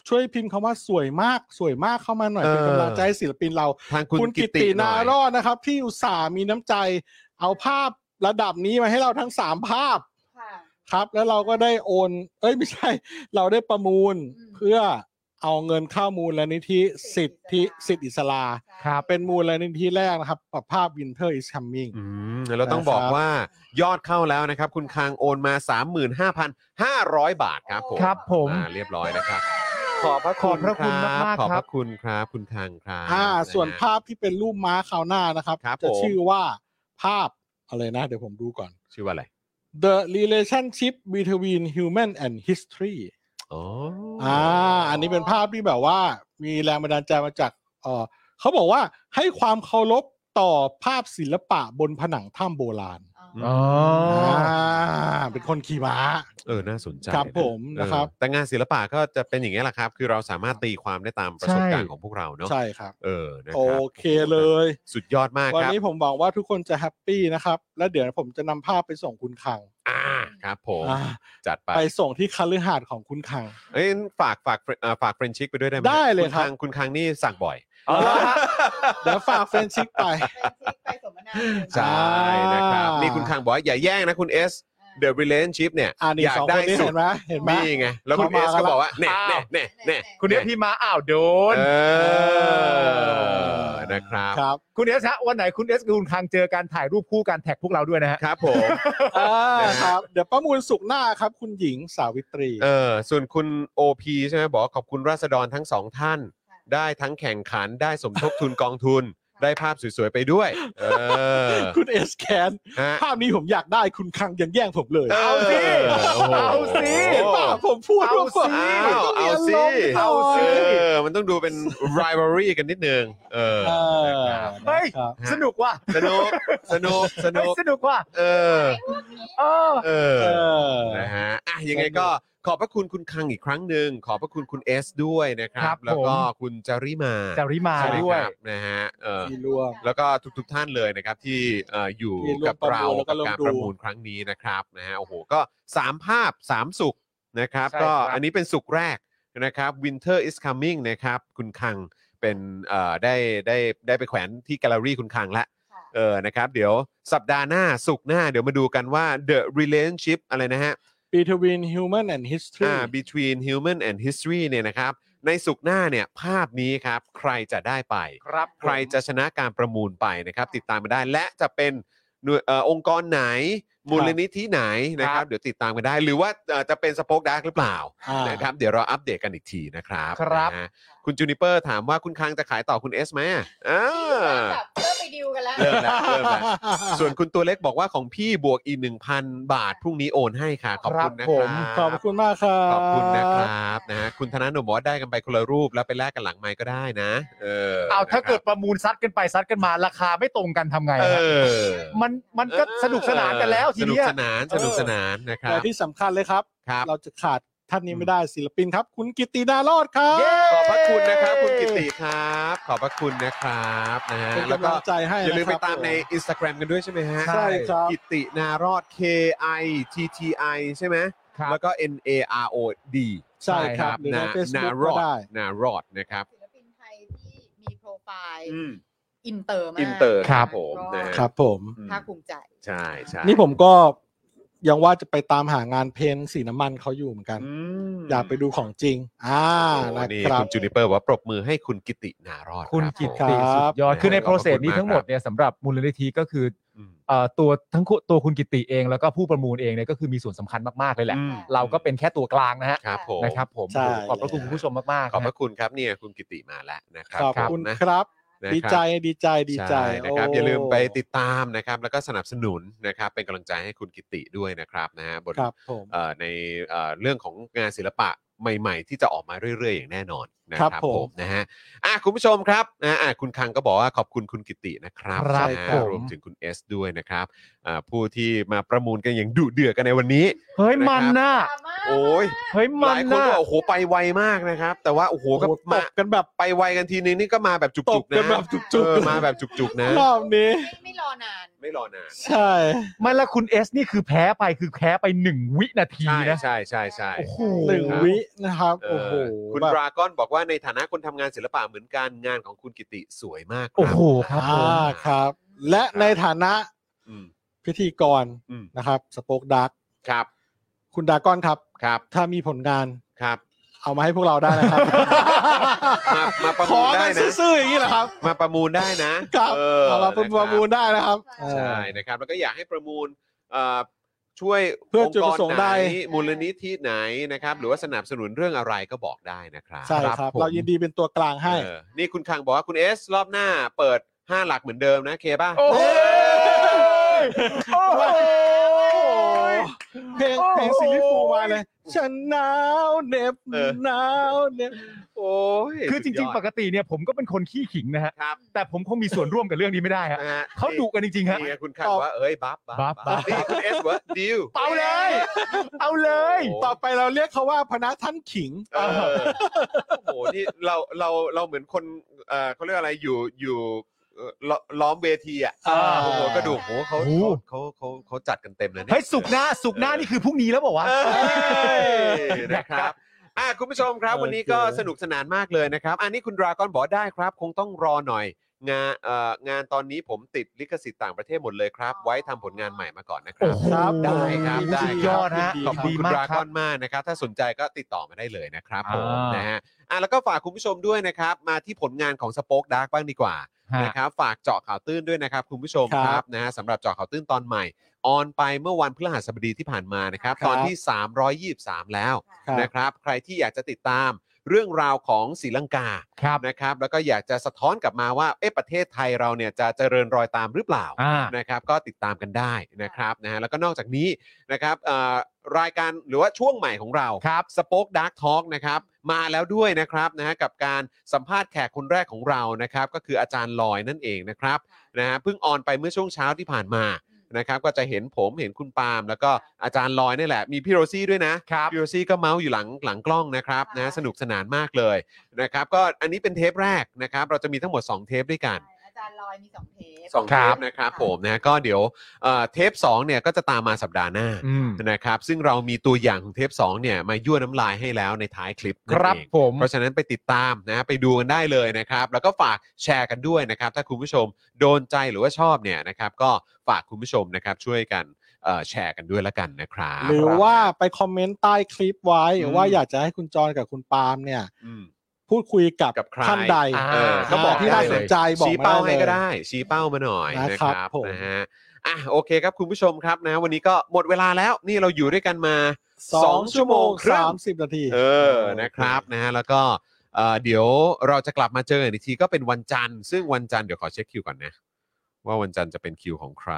[SPEAKER 6] ช่วยพิมพ์คำว่าสวยมากสวยมากเข้ามาหน่อย
[SPEAKER 3] เออ
[SPEAKER 6] เป็นกำลังใจให้ศิลปินเรา
[SPEAKER 3] ทางคุณ
[SPEAKER 6] คุณ
[SPEAKER 3] กิ
[SPEAKER 6] กิ
[SPEAKER 3] ติ
[SPEAKER 6] ติ
[SPEAKER 3] หน่
[SPEAKER 6] นา
[SPEAKER 3] อย
[SPEAKER 6] รอดนะครับ ที่อุตส่าห์มีน้ำใจ เอาภาพระดับนี้มาให้เราทั้งสามภาพ
[SPEAKER 5] ค่ะ
[SPEAKER 6] ครับ แล้วเราก็ได้โอน เอ้ยไม่ใช่ *laughs* เราได้ประมูล
[SPEAKER 5] อืม
[SPEAKER 6] เพื่อเอาเงินเข้ามูลลนิธิสิทธิสิทธิอิสลา
[SPEAKER 4] ครับ
[SPEAKER 6] เป็นมูลลนิธิแรกนะครับกับภาพ Winter is Coming
[SPEAKER 3] อืมแล้วต้องบอกว่ายอดเข้าแล้วนะครับ คุณคางโอนมา 35,500 บาทครับผม
[SPEAKER 4] ครับผม
[SPEAKER 3] อ่าเรียบร้อยนะครับ
[SPEAKER 4] ขอบพระคุณมากๆ
[SPEAKER 3] ขอบ
[SPEAKER 4] ค
[SPEAKER 3] พ
[SPEAKER 4] รับ
[SPEAKER 3] ระคุณครับ คุณคางครับ
[SPEAKER 6] อ่า
[SPEAKER 3] ะฮะ
[SPEAKER 6] ส่วนภาพที่เป็นรูปม้าคราวหน้านะครับ
[SPEAKER 3] ครับ
[SPEAKER 6] จะ
[SPEAKER 3] ผม
[SPEAKER 6] ชื่อว่าภาพอะไรนะ เดี๋ยวผมดูก่อน
[SPEAKER 3] ชื่อว่าอะไร
[SPEAKER 6] The relationship between human and history
[SPEAKER 3] อ๋ออ
[SPEAKER 6] อ่า อันนี้เป็นภาพที่แบบว่า มีแรงบันดาลใจมาจากเออเขาบอกว่าให้ความเคารพต่อภาพศิลปะบนผนังถ้ำโบราณ
[SPEAKER 4] อ๋อ
[SPEAKER 6] เป็นคนขี่ม้า
[SPEAKER 3] เออ น่าสนใจ
[SPEAKER 6] ครับผมนะครับ
[SPEAKER 3] เออแต่งานศิลปะก็จะเป็นอย่างนี้ยแหละครับ คือเราสามารถตีความได้ตามประสบการณ์ของพวกเราเนาะ
[SPEAKER 6] ใช่ครับ
[SPEAKER 3] เออนะ
[SPEAKER 6] โอ
[SPEAKER 3] ครับ
[SPEAKER 6] เคเลย
[SPEAKER 3] สุดยอดมาก
[SPEAKER 6] วัน
[SPEAKER 3] ครับ
[SPEAKER 6] นี้ผมหวังว่าทุกคนจะแฮปปี้นะครับ แล้วเดี๋ยวผมจะนำภาพไปส่งคุณคัง
[SPEAKER 3] อ่าครับผม
[SPEAKER 6] อ่า
[SPEAKER 3] จัดไป
[SPEAKER 6] ไปส่งที่คาลือหาดของคุณคัง
[SPEAKER 3] เอ้ยฝากฝากเอ่อฝากเฟรนชิกไปด้วยได้ไหม
[SPEAKER 6] ได้เลยครับ
[SPEAKER 3] ณางคุณคางนี่สั่งบ่อย
[SPEAKER 4] เอาละฮะ
[SPEAKER 6] เดี๋ยวฝากเฟรนชิก
[SPEAKER 3] *laughs*
[SPEAKER 6] ไป
[SPEAKER 5] ไปสมนาคุณ
[SPEAKER 3] ใช่นะครับ
[SPEAKER 6] อ่านี่
[SPEAKER 3] นี่คุณคังบอกว่าอย่าแย่งนะคุณเอส The Relationship เนี่ย
[SPEAKER 6] อันนี้
[SPEAKER 3] อยาก
[SPEAKER 6] สอง
[SPEAKER 3] ได้
[SPEAKER 6] คนนี้
[SPEAKER 3] สุ
[SPEAKER 6] เห็
[SPEAKER 3] ด
[SPEAKER 6] นไหมเห็นไหม
[SPEAKER 3] นี่ไง แล้วคุณเอ
[SPEAKER 6] มา
[SPEAKER 3] ส
[SPEAKER 6] แล้ว
[SPEAKER 3] ก็บอกว่าเน่เน่
[SPEAKER 4] อ้าว
[SPEAKER 3] เน่เน่
[SPEAKER 4] คุณเอสพี่มาอ้าวโดน
[SPEAKER 3] เออ
[SPEAKER 6] เออ
[SPEAKER 3] นะครับ
[SPEAKER 6] ครับ
[SPEAKER 4] คุณเอสฮะวันไหนคุณเอสกับคุณคังเจอการถ่ายรูปคู่การแท็กพวกเราด้วยนะฮะ
[SPEAKER 3] ครับผม
[SPEAKER 6] อ่าครับ เดี๋ยวประมูลสุกร์หน้าครับ คุณหญิงสาวิตรี
[SPEAKER 3] เออส่วนคุณ OP ใช่ไหมบอกว่าขอบคุณราษฎรทั้งสองท่าน ได้ทั้งแข่งขันได้สมทบทุนกองทุน ได้ภาพสวยๆไปด้วย เออ
[SPEAKER 6] คุณเอสแคน
[SPEAKER 3] ฮะ
[SPEAKER 6] ภาพนี้ผมอยากได้คุณคังยังแย่งผมเลย
[SPEAKER 3] เออ
[SPEAKER 4] เอาสิ เอาสิ
[SPEAKER 3] โอ้โห
[SPEAKER 6] เปล่าผมพูด
[SPEAKER 4] เอา
[SPEAKER 6] ว่า
[SPEAKER 4] สิ
[SPEAKER 6] ผม
[SPEAKER 3] อ้า
[SPEAKER 6] ต้
[SPEAKER 3] ว
[SPEAKER 6] องมี
[SPEAKER 3] เอาสิ
[SPEAKER 6] รมณ์ห
[SPEAKER 3] เอาสิ
[SPEAKER 6] น่ย
[SPEAKER 3] เออมันต้องดูเป็น rivalry กันนิดนึงเออ
[SPEAKER 6] เออ
[SPEAKER 3] นะครับ
[SPEAKER 4] เฮ้ย
[SPEAKER 6] ครับ
[SPEAKER 3] ฮะ
[SPEAKER 4] สนุกว่ะ
[SPEAKER 3] สนุกสนุกส
[SPEAKER 4] เฮ้
[SPEAKER 3] นุ
[SPEAKER 4] ย
[SPEAKER 3] ก
[SPEAKER 4] สนุกว่ะ
[SPEAKER 3] เออ
[SPEAKER 4] เออ
[SPEAKER 3] เออ
[SPEAKER 6] เออ
[SPEAKER 3] นะฮะ อ่ะ ยังไงก็ ขอบพระคุณคุณคังอีกครั้งหนึ่งขอบพระคุณคุณเอสด้วยนะครั
[SPEAKER 4] ครับ บ
[SPEAKER 3] แล้วก็
[SPEAKER 4] ผม
[SPEAKER 3] คุณจาริมา
[SPEAKER 4] จาริมา
[SPEAKER 3] ใช่ไหม
[SPEAKER 4] ด้ว
[SPEAKER 3] ค
[SPEAKER 4] ย
[SPEAKER 3] รับนะฮะเออ
[SPEAKER 6] มีรวม
[SPEAKER 3] แล้วก็ทุกๆท่านเลยนะครับที่เอ่ออยู่
[SPEAKER 6] ที่ร่วม
[SPEAKER 3] กับเรา
[SPEAKER 6] ประมูลแล้วก็
[SPEAKER 3] กับการ
[SPEAKER 6] ร่วมดู
[SPEAKER 3] ประมูลครั้งนี้นะครับนะฮะโอ้โหก็ 3 ภาพ 3 สุขนะครับ
[SPEAKER 4] ใช่
[SPEAKER 3] ก็
[SPEAKER 4] ครับ
[SPEAKER 3] อันนี้เป็นสุขแรกนะครับ Winter is coming นะครับ คุณคังเป็นเอ่อได้ได้ได้ไปแขวนที่แกลเลอรี่คุณคังละเออนะครับ เดี๋ยวสัปดาห์หน้าสุขหน้าเดี๋ยวมาดูกันว่า the relationship อะไรนะฮะ
[SPEAKER 6] Between Human and
[SPEAKER 3] อ่า
[SPEAKER 6] History
[SPEAKER 3] between human and history เนี่ยนะครับ ในสุขหน้าเนี่ยภาพนี้ครับใครจะได้ไป
[SPEAKER 4] ครับ
[SPEAKER 3] ใครจะชนะการประมูลไปนะครับ ติดตามมาได้และจะเป็นหน่วยเอ่อองค์กรไหน มูลนิธิไหนนะครับ เดี๋ยวติดตามกันได้ หรือว่าเอ่อจะเป็นสป็อคดักหรือเปล่า
[SPEAKER 6] อ่า
[SPEAKER 3] นะครับเดี๋ยวเราอัปเดตกันอีกทีนะครับ
[SPEAKER 4] ครับ
[SPEAKER 3] นะฮะคุณจูนิเปอร์ถามว่าคุณคังจะขายต่อคุณเอสไหมอ่า
[SPEAKER 5] แบบเริ่มไปดิวกันแล้ว
[SPEAKER 3] เริ่มแล้วเริ่มแล้วส่วนคุณตัวเล็กบอกว่าของพี่บวกอีก 1,000 บาท พรุ่งนี้โอนให้ค่ะ ขอบคุณนะ
[SPEAKER 4] ค
[SPEAKER 3] ค
[SPEAKER 4] รับผม
[SPEAKER 3] รับ
[SPEAKER 6] ขอบคุณมากครับ
[SPEAKER 3] ขอบคุณนะครับนะฮะคุณธนาหนุ่มบอกว่าได้กันไปคนละรูปแล้วไปแลกกันหลังไม้ก็ได้นะเออ
[SPEAKER 4] เอาถ้า
[SPEAKER 3] นะครับ
[SPEAKER 4] เกิดประมูลซัดกันไปซัดกันมาราคาไม่ตรงกันทำไง
[SPEAKER 3] เอ
[SPEAKER 4] ฮะ
[SPEAKER 3] อ
[SPEAKER 4] มันมันก็สนุกสนานกันแล้วที
[SPEAKER 3] สนุก
[SPEAKER 4] เนี้ย
[SPEAKER 3] สนานสนุกสนานนะครับ
[SPEAKER 6] แต่ที่สำคัญเลยครับ
[SPEAKER 3] ครับ
[SPEAKER 6] เราจะขาดท่านนี้ไม่ได้ศิลปินครับ คุณกิตติดารอดครับ
[SPEAKER 3] ขอบพระคุณนะครับ คุณกิติครับ ขอบพระคุณนะครับนะฮะ
[SPEAKER 6] เป็น
[SPEAKER 3] แล้ว
[SPEAKER 6] กำ
[SPEAKER 3] ก็
[SPEAKER 6] ลังใจให้
[SPEAKER 3] อย่าลืม
[SPEAKER 6] นะค
[SPEAKER 3] ไป
[SPEAKER 6] รับ
[SPEAKER 3] ตามใน Instagram กันด้วยใช่ไหมฮะ
[SPEAKER 6] ใช่ครับ
[SPEAKER 3] กิตินารอด K I T T I ใช่ไหม
[SPEAKER 4] ครับ
[SPEAKER 3] แล้วก็ N A R O D
[SPEAKER 6] ใช่ครับหรือใน
[SPEAKER 3] นา
[SPEAKER 6] Facebook
[SPEAKER 3] นาร
[SPEAKER 6] ก็
[SPEAKER 3] อด
[SPEAKER 6] ได้
[SPEAKER 3] นารอดนะครับ
[SPEAKER 5] ศิลปินไทยที่มีโปรไฟล์อินเตอร์มาก
[SPEAKER 3] อินเตอร์ครับ
[SPEAKER 5] ะ
[SPEAKER 3] ผมนะฮะ
[SPEAKER 6] ครับผม
[SPEAKER 3] อืม
[SPEAKER 5] ภาคภูมิใจ
[SPEAKER 3] ใช่ใช่
[SPEAKER 6] นี่ผมก็ยังว่าจะไปตามหางานเพนสีน้ำมันเขาอยู่เหมือนกัน
[SPEAKER 3] อืม
[SPEAKER 6] อยากไปดูของจริง อ่า
[SPEAKER 3] โอ้
[SPEAKER 6] นะ
[SPEAKER 3] นี่
[SPEAKER 6] ครั
[SPEAKER 3] คุ
[SPEAKER 6] บ
[SPEAKER 3] ณจูนิเปอร์บอกว่าปรบมือให้คุณกิตินารอด
[SPEAKER 4] คุณ
[SPEAKER 3] รับ
[SPEAKER 4] กิต
[SPEAKER 3] ผม
[SPEAKER 4] ติ
[SPEAKER 6] ครับ
[SPEAKER 4] สุดยอดคือใน
[SPEAKER 3] ขอบ
[SPEAKER 4] โป
[SPEAKER 3] คุ
[SPEAKER 4] ร
[SPEAKER 3] ณ
[SPEAKER 4] เซสนี้
[SPEAKER 3] มาก
[SPEAKER 4] ทั้งหม
[SPEAKER 3] ค
[SPEAKER 4] ด
[SPEAKER 3] รับ
[SPEAKER 4] เนี่ยสำหรับมูลนิธิก็คือ
[SPEAKER 3] อืม
[SPEAKER 4] เอ่อตัวทั้งคู่ตัวคุณกิตติเองแล้วก็ผู้ประมูลเองเนี่ยก็คือมีส่วนสำคัญมากๆเลยแหละ
[SPEAKER 3] อืม
[SPEAKER 4] เราก็เป็นแค่ตัวกลางนะฮะ
[SPEAKER 3] ครับผม
[SPEAKER 4] นะครับผม
[SPEAKER 6] ใช่
[SPEAKER 4] ขอบพระคุณคุณผู้ชมมากๆ
[SPEAKER 3] ขอบพ
[SPEAKER 4] นะ
[SPEAKER 3] ระคุณครับเนี่ยคุณกิติมาแล้วนะครับ
[SPEAKER 6] ขอบคุณ
[SPEAKER 3] นะ
[SPEAKER 6] ครับ
[SPEAKER 3] นะ
[SPEAKER 6] ดี
[SPEAKER 3] ครับ
[SPEAKER 6] ใจดีใจดีใจ
[SPEAKER 3] ช่นะครับ
[SPEAKER 6] โ
[SPEAKER 3] อย่าลืมไปติดตามนะครับ แล้วก็สนับสนุนนะครับ เป็นกำลังใจให้คุณกิติด้วยนะครับนะฮะบน
[SPEAKER 6] ครับผม
[SPEAKER 3] เอ่อในเอ่อเรื่องของงานศิลปะใหม่ ๆ ที่จะออกมาเรื่อย ๆ อย่างแน่นอนนะค
[SPEAKER 6] ครั
[SPEAKER 3] รับบ
[SPEAKER 6] ผม
[SPEAKER 3] ผมนะฮะอ่ะคุณผู้ชมครับนะอ่ะคุณคังก็บอกว่าขอบคุณคุณกิตินะครับ
[SPEAKER 4] ครับ
[SPEAKER 3] นะฮะ
[SPEAKER 4] ผม
[SPEAKER 3] รวมถึงคุณเอสด้วยนะครับอ่าผู้ที่มาประมูลกันอย่างดุเดือดกันในวันนี้
[SPEAKER 4] เฮ้ยมันน่ะ
[SPEAKER 3] โอ้ย
[SPEAKER 4] เฮ้ย
[SPEAKER 3] ห
[SPEAKER 4] มั
[SPEAKER 3] ลาน ยคน
[SPEAKER 4] น่ะ
[SPEAKER 3] ก็บอกโอ้โหไปไวมากนะครับ แต่ว่าโอ้โหก็
[SPEAKER 6] โอ้โหต
[SPEAKER 3] มา
[SPEAKER 6] บกันแบบ
[SPEAKER 3] ไปไวกันทีนึงนี่ก็มาแบบจุก
[SPEAKER 6] ต
[SPEAKER 3] ๆ
[SPEAKER 6] บ
[SPEAKER 3] นะ
[SPEAKER 6] กันแบบจุกๆ
[SPEAKER 3] เออมาแบบจุกๆนะ
[SPEAKER 6] รอบนี้
[SPEAKER 5] ไม่ไม่รอนาน
[SPEAKER 3] ไม่รอนาน
[SPEAKER 6] ใช่
[SPEAKER 4] ไม่ละคุณเอสนี่คือแพ้ไปคือแพ้ไปหนึ่งวินาที
[SPEAKER 3] ใช่
[SPEAKER 4] นะ
[SPEAKER 3] ใช่ใช่ใช่
[SPEAKER 4] โอ้โห
[SPEAKER 6] หนึ่งวินะครับ
[SPEAKER 3] เอ
[SPEAKER 6] โอ้
[SPEAKER 3] อ
[SPEAKER 6] โห
[SPEAKER 3] คุณ
[SPEAKER 6] แบบ
[SPEAKER 3] ดราก้อนบอกว่าในฐานะคนทำงานศิลปะเหมือนกันงานของคุณกิติสวยมากครับ
[SPEAKER 4] โอ้โหครับผ
[SPEAKER 6] อ่าม ครับ และในฐานะ
[SPEAKER 3] อืม
[SPEAKER 6] พิธีกร
[SPEAKER 3] อืม
[SPEAKER 6] นะครับสป็อกดัก
[SPEAKER 3] ครับ
[SPEAKER 6] คุณดากอนครับ
[SPEAKER 3] ครับ
[SPEAKER 6] ถ้ามีผลงาน
[SPEAKER 3] ครับ
[SPEAKER 6] เอามาให้พวกเราได้นะครับ
[SPEAKER 3] มามาประ
[SPEAKER 6] ข
[SPEAKER 3] มู
[SPEAKER 6] อ
[SPEAKER 3] ลได้
[SPEAKER 6] กัน
[SPEAKER 3] นะ
[SPEAKER 6] ซื่อๆอย่างนี้เหรอครับ
[SPEAKER 3] มาประมูลได้นะครับ เออ
[SPEAKER 6] เอามาเป็นประมูลได้นะครับ
[SPEAKER 3] ใช่นะครับแล้วก็อยากให้ประมูลเอ่อช่วย
[SPEAKER 6] เพื่อจุดประสงค์
[SPEAKER 3] ค์ก
[SPEAKER 6] ใด
[SPEAKER 3] ไหนมูลนิธิไหนนะครับ หรือว่าสนับสนุนเรื่องอะไรก็บอกได้นะครับ
[SPEAKER 6] ใช่ครับ
[SPEAKER 4] ผม
[SPEAKER 6] เรายินดีเป็นตัวกลางให้
[SPEAKER 3] เออนี่คุณคังบอกว่าคุณเอสรอบหน้าเปิด 5 หลักเหมือนเดิมนะเคป่ะ
[SPEAKER 4] โอ้โหโอ้โห
[SPEAKER 6] เพลง
[SPEAKER 4] โอ้โห
[SPEAKER 6] เพลงซีรีส์ฟูมาเลย ฉันหนาวเหน็บหนาวเหน็บ
[SPEAKER 3] โอ้ย
[SPEAKER 4] คือจ
[SPEAKER 3] สุ
[SPEAKER 4] ริ
[SPEAKER 3] ด
[SPEAKER 4] ง
[SPEAKER 3] ยด
[SPEAKER 4] ๆ ปกติเนี่ยผมก็เป็นคนขี้ขิงนะฮะ
[SPEAKER 3] ครับ
[SPEAKER 4] แต่ผมคงมีส่วนร่วมกับเรื่องนี้ไม่ได้ฮะ
[SPEAKER 3] นะฮะ
[SPEAKER 4] เขาดุกันจริงๆฮะ
[SPEAKER 3] นี่ไงคุณคังว่าเอ้ยบัฟ
[SPEAKER 4] บัฟบัฟ
[SPEAKER 3] นี่คุณเอสว่าดิว
[SPEAKER 4] เอาเลย เอาเลย
[SPEAKER 3] โอ้
[SPEAKER 6] ต่อไปเราเรียกเขาว่าพนักท่านขิง
[SPEAKER 3] เออโอ้โหนี่เราเราเราเหมือนคนเออเขาเรียกอะไรอยู่อยู่เอ่อล้อล้อมเวทีอ่ะ
[SPEAKER 6] อ่า
[SPEAKER 3] โอ้โหก็ดูโอ้โหเขา
[SPEAKER 4] โอ้
[SPEAKER 3] เขาเขาเขาเขาจัดกันเต็มเลยนี่
[SPEAKER 4] เฮ้ยสุกร์หน้าสุกร์หน้านี่คือพรุ่งนี้แล้วบอกว่าวะ
[SPEAKER 3] เอ้ยนะครับอ่ะคุณผู้ชมครับ
[SPEAKER 6] โอเค
[SPEAKER 3] วันนี้ก็สนุกสนานมากเลยนะครับ อันนี้คุณดราก้อนบอกว่าได้ครับ คงต้องรอหน่อย งานเอ่องานตอนนี้ผมติดลิขสิทธิ์ต่างประเทศหมดเลยครับ ไว้ทำผลงานใหม่มาก่อนนะครั
[SPEAKER 4] โอ้
[SPEAKER 3] บ
[SPEAKER 4] โห
[SPEAKER 6] ครับ
[SPEAKER 3] ได้ครับได้ครับ
[SPEAKER 4] สุดยอดฮะ
[SPEAKER 3] ขอบคุณ
[SPEAKER 4] ดี
[SPEAKER 3] คุณ
[SPEAKER 4] มาก
[SPEAKER 3] ดรา
[SPEAKER 4] ค
[SPEAKER 3] ก้
[SPEAKER 4] รั
[SPEAKER 3] อบ นมากนะครับ ถ้าสนใจก็ติดต่อมาได้เลยนะครับผม
[SPEAKER 4] อ่าน
[SPEAKER 3] นะฮะอ่ะแล้วก็ฝากคุณผู้ชมด้วยนะครับ มาที่ผลงานของสป็อคดาร์กบ้างดีกว่า
[SPEAKER 4] ฮะ
[SPEAKER 3] นะครับฝากเจาะข่าวตื้นด้วยนะครับ คุณผู้ชม
[SPEAKER 6] ครับ
[SPEAKER 3] ครับนะฮะสำหรับเจาะข่าวตื้นตอนใหม่ ออนไปเมื่อวันพฤหัสบดีที่ผ่านมานะครับ
[SPEAKER 6] ครับ
[SPEAKER 3] ตอนที่ 323 แล้ว
[SPEAKER 6] ครับ
[SPEAKER 3] นะครับ ใครที่อยากจะติดตามเรื่องราวของศรีลังกา
[SPEAKER 4] ครับ
[SPEAKER 3] นะครับ แล้วก็อยากจะสะท้อนกลับมาว่าเอ๊ะประเทศไทยเราเนี่ยจะเจริญรอยตามหรือเปล่า
[SPEAKER 4] อ่า
[SPEAKER 3] นะครับก็ติดตามกันได้นะครับนะฮะแล้วก็นอกจากนี้นะครับเอ่อรายการหรือว่าช่วงใหม่ของเรา
[SPEAKER 4] ครับ
[SPEAKER 3] สป็อคดักทอล์กนะครับมาแล้วด้วยนะครับนะฮะกับการสัมภาษณ์แขกคนแรกของเรานะครับก็คืออาจารย์ลอยนั่นเองนะครับนะฮะเพิ่งออนไปเมื่อช่วงเช้าที่ผ่านมา นะครับก็จะเห็นผมเห็นคุณปาล์มแล้วก็อาจารย์ลอยนี่แหละ มีพี่โรซี่ด้วยนะครับ พี่โรซี่ก็เมาส์อยู่หลังหลังกล้องนะครับนะสนุกสนานมากเลยนะครับก็อันนี้เป็นเทปแรกนะครับเราจะมีทั้งหมด 2 เทปด้วยกัน
[SPEAKER 5] อาจารย์ลอยมีสองเทป
[SPEAKER 3] สอง
[SPEAKER 4] ค
[SPEAKER 3] เท
[SPEAKER 4] รั
[SPEAKER 3] ป
[SPEAKER 4] บ
[SPEAKER 3] นะครับ
[SPEAKER 5] ค่ะ
[SPEAKER 3] ผมนะก็เดี๋ยวเอ่อเทป2เนี่ยก็จะตามมาสัปดาห์หน้า
[SPEAKER 4] อืม
[SPEAKER 3] นะครับซึ่งเรามีตัวอย่างของเทป2เนี่ยมายั่วน้ำลายให้แล้วในท้ายคลิปนั่
[SPEAKER 4] คนรับ
[SPEAKER 3] เอง
[SPEAKER 4] ผม
[SPEAKER 3] เพราะฉะนั้นไปติดตามนะไปดูกันได้เลยนะครับ แล้วก็ฝากแชร์กันด้วยนะครับ ถ้าคุณผู้ชมโดนใจหรือว่าชอบเนี่ยนะครับ ก็ฝากคุณผู้ชมนะครับช่วยกันเอ่อแชร์กันด้วยละกันนะครับ
[SPEAKER 6] หรือว่าไปคอมเมนต์ใต้คลิปไว้
[SPEAKER 3] อืม
[SPEAKER 6] ว่าอยากจะให้คุณจรกับคุณปาล์มเนี่ย
[SPEAKER 3] อืม
[SPEAKER 6] พูดคุยกับ
[SPEAKER 3] กับใคร
[SPEAKER 6] ท่านใด
[SPEAKER 4] อ่า
[SPEAKER 3] เออ
[SPEAKER 6] อ่า
[SPEAKER 3] ก็บอก
[SPEAKER 6] ที่
[SPEAKER 3] ได้
[SPEAKER 6] น่า
[SPEAKER 3] เล
[SPEAKER 6] ส
[SPEAKER 3] ย
[SPEAKER 6] นใจบอก
[SPEAKER 3] ชี้
[SPEAKER 6] ม
[SPEAKER 3] เป้าให้
[SPEAKER 6] ลย
[SPEAKER 3] ก็ได้ ชี้เป้ามาหน่อยนะ
[SPEAKER 6] นะ
[SPEAKER 3] ค
[SPEAKER 6] ครั
[SPEAKER 3] รั
[SPEAKER 6] บบ ผม
[SPEAKER 3] นะฮะอ่ะโอเคครับคุณผู้ชมครับนะ วันนี้ก็หมดเวลาแล้วนี่เราอยู่ด้วยกันมา
[SPEAKER 6] สอง
[SPEAKER 3] 2 ชั่
[SPEAKER 6] ชั่
[SPEAKER 3] ว
[SPEAKER 6] ว
[SPEAKER 3] โม
[SPEAKER 6] โม
[SPEAKER 3] ง
[SPEAKER 6] ง
[SPEAKER 3] ครึ่
[SPEAKER 6] สาง มสิบนาที
[SPEAKER 3] เออนะครับนะฮะแล้วก็เอ่อเดี๋ยวเราจะกลับมาเจอกันอีกทีก็เป็นวันจันทร์ซึ่งวันจันทร์เดี๋ยวขอเช็คคิวก่อนนะ ว่าวันจันทร์จะเป็นคิวของใคร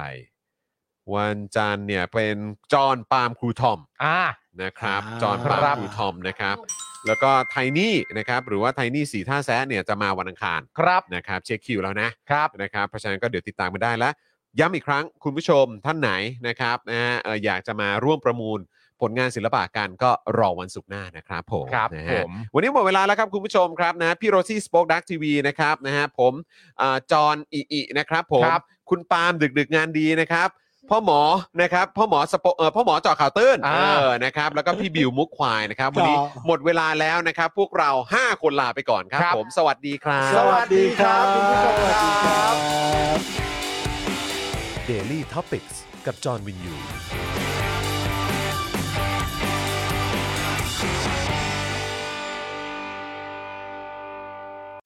[SPEAKER 3] วันจันทร์เนี่ยเป็นจอห์นปาล์มครูทอม
[SPEAKER 4] อ่า
[SPEAKER 3] นะครับ จอห์นปาล์ม
[SPEAKER 4] ครับ
[SPEAKER 3] ครูทอมนะครับ แล้วก็ไทนี่นะครับ หรือว่าไทนี่สีท่าแซะเนี่ยจะมาวันอังคาร
[SPEAKER 4] ครับ
[SPEAKER 3] นะครับเช็คคิวแล้วนะครับ นะครับเพราะฉะนั้นก็เดี๋ยวติดตามกันได้และย้ำอีกครั้งคุณผู้ชมท่านไหนนะครับนะฮะเอ่ออยากจะมาร่วมประมูลผลงานศิลปะกันก็รอวันศุกร์หน้านะครับผม
[SPEAKER 4] ครับ
[SPEAKER 3] นะ
[SPEAKER 4] ผ
[SPEAKER 3] ฮะ
[SPEAKER 4] ม
[SPEAKER 3] วันนี้หมดเวลาแล้วครับคุณผู้ชมครับนะพี่โรซี่สป็อคดักทีวีนะครับนะฮะผมอ่าจอห์นอิอินะครับผม
[SPEAKER 4] ครับ
[SPEAKER 3] คุณปาล์มดึกดึกๆงานดีนะครับพ่อหมอนะครับพ่อหมอสปอเออพ่อหมอเจอข่าวตื้นเออนะครับแล้วก็พี่บิวมุกควายนะครับวันนี้หมดเวลาแล้วนะครับพวกเราห้าคนลาไปก่อนครับ ผมสวัสดีครับ
[SPEAKER 6] สวัสดีครับคุณผู้ชมครับ
[SPEAKER 2] Daily Topics กับจอห์นวินยู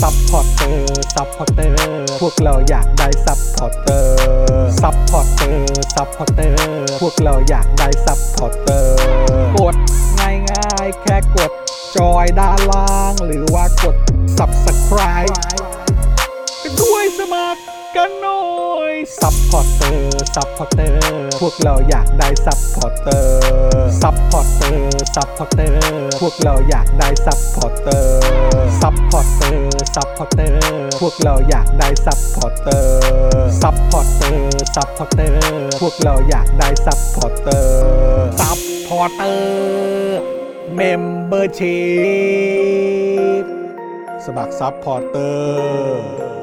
[SPEAKER 1] ซัพพอร์เตอร์ซัพพอร์เตอร์ พวกเราอยากได้ซัพพอร์เตอร์ซัพพอร์เตอร์ซัพพอร์เตอร์ พวกเราอยากได้ซัพพอร์เตอร์ กดง่ายง่ายๆแค่กดจอยด้านล่าง หรือว่ากด subscribe ไปด้วยสมัครกันหน่อยซัพพอร์เตอร์ซัพพอร์เตอร์ พวกเราอยากได้ซัพพอร์เตอร์ซัพพอร์เตอร์ซัพพอร์เตอร์ พวกเราอยากได้ซัพพอร์เตอร์ซัพพอร์เตอร์ซัพพอร์เตอร์ พวกเราอยากได้ซัพพอร์เตอร์ซัพพอร์เตอร์ซัพพอร์เตอร์ พวกเราอยากได้ซัพพอร์เตอร์ซัพพอร์เตอร์เมมเบอร์ชีพ สมัครซับพอร์เตอร์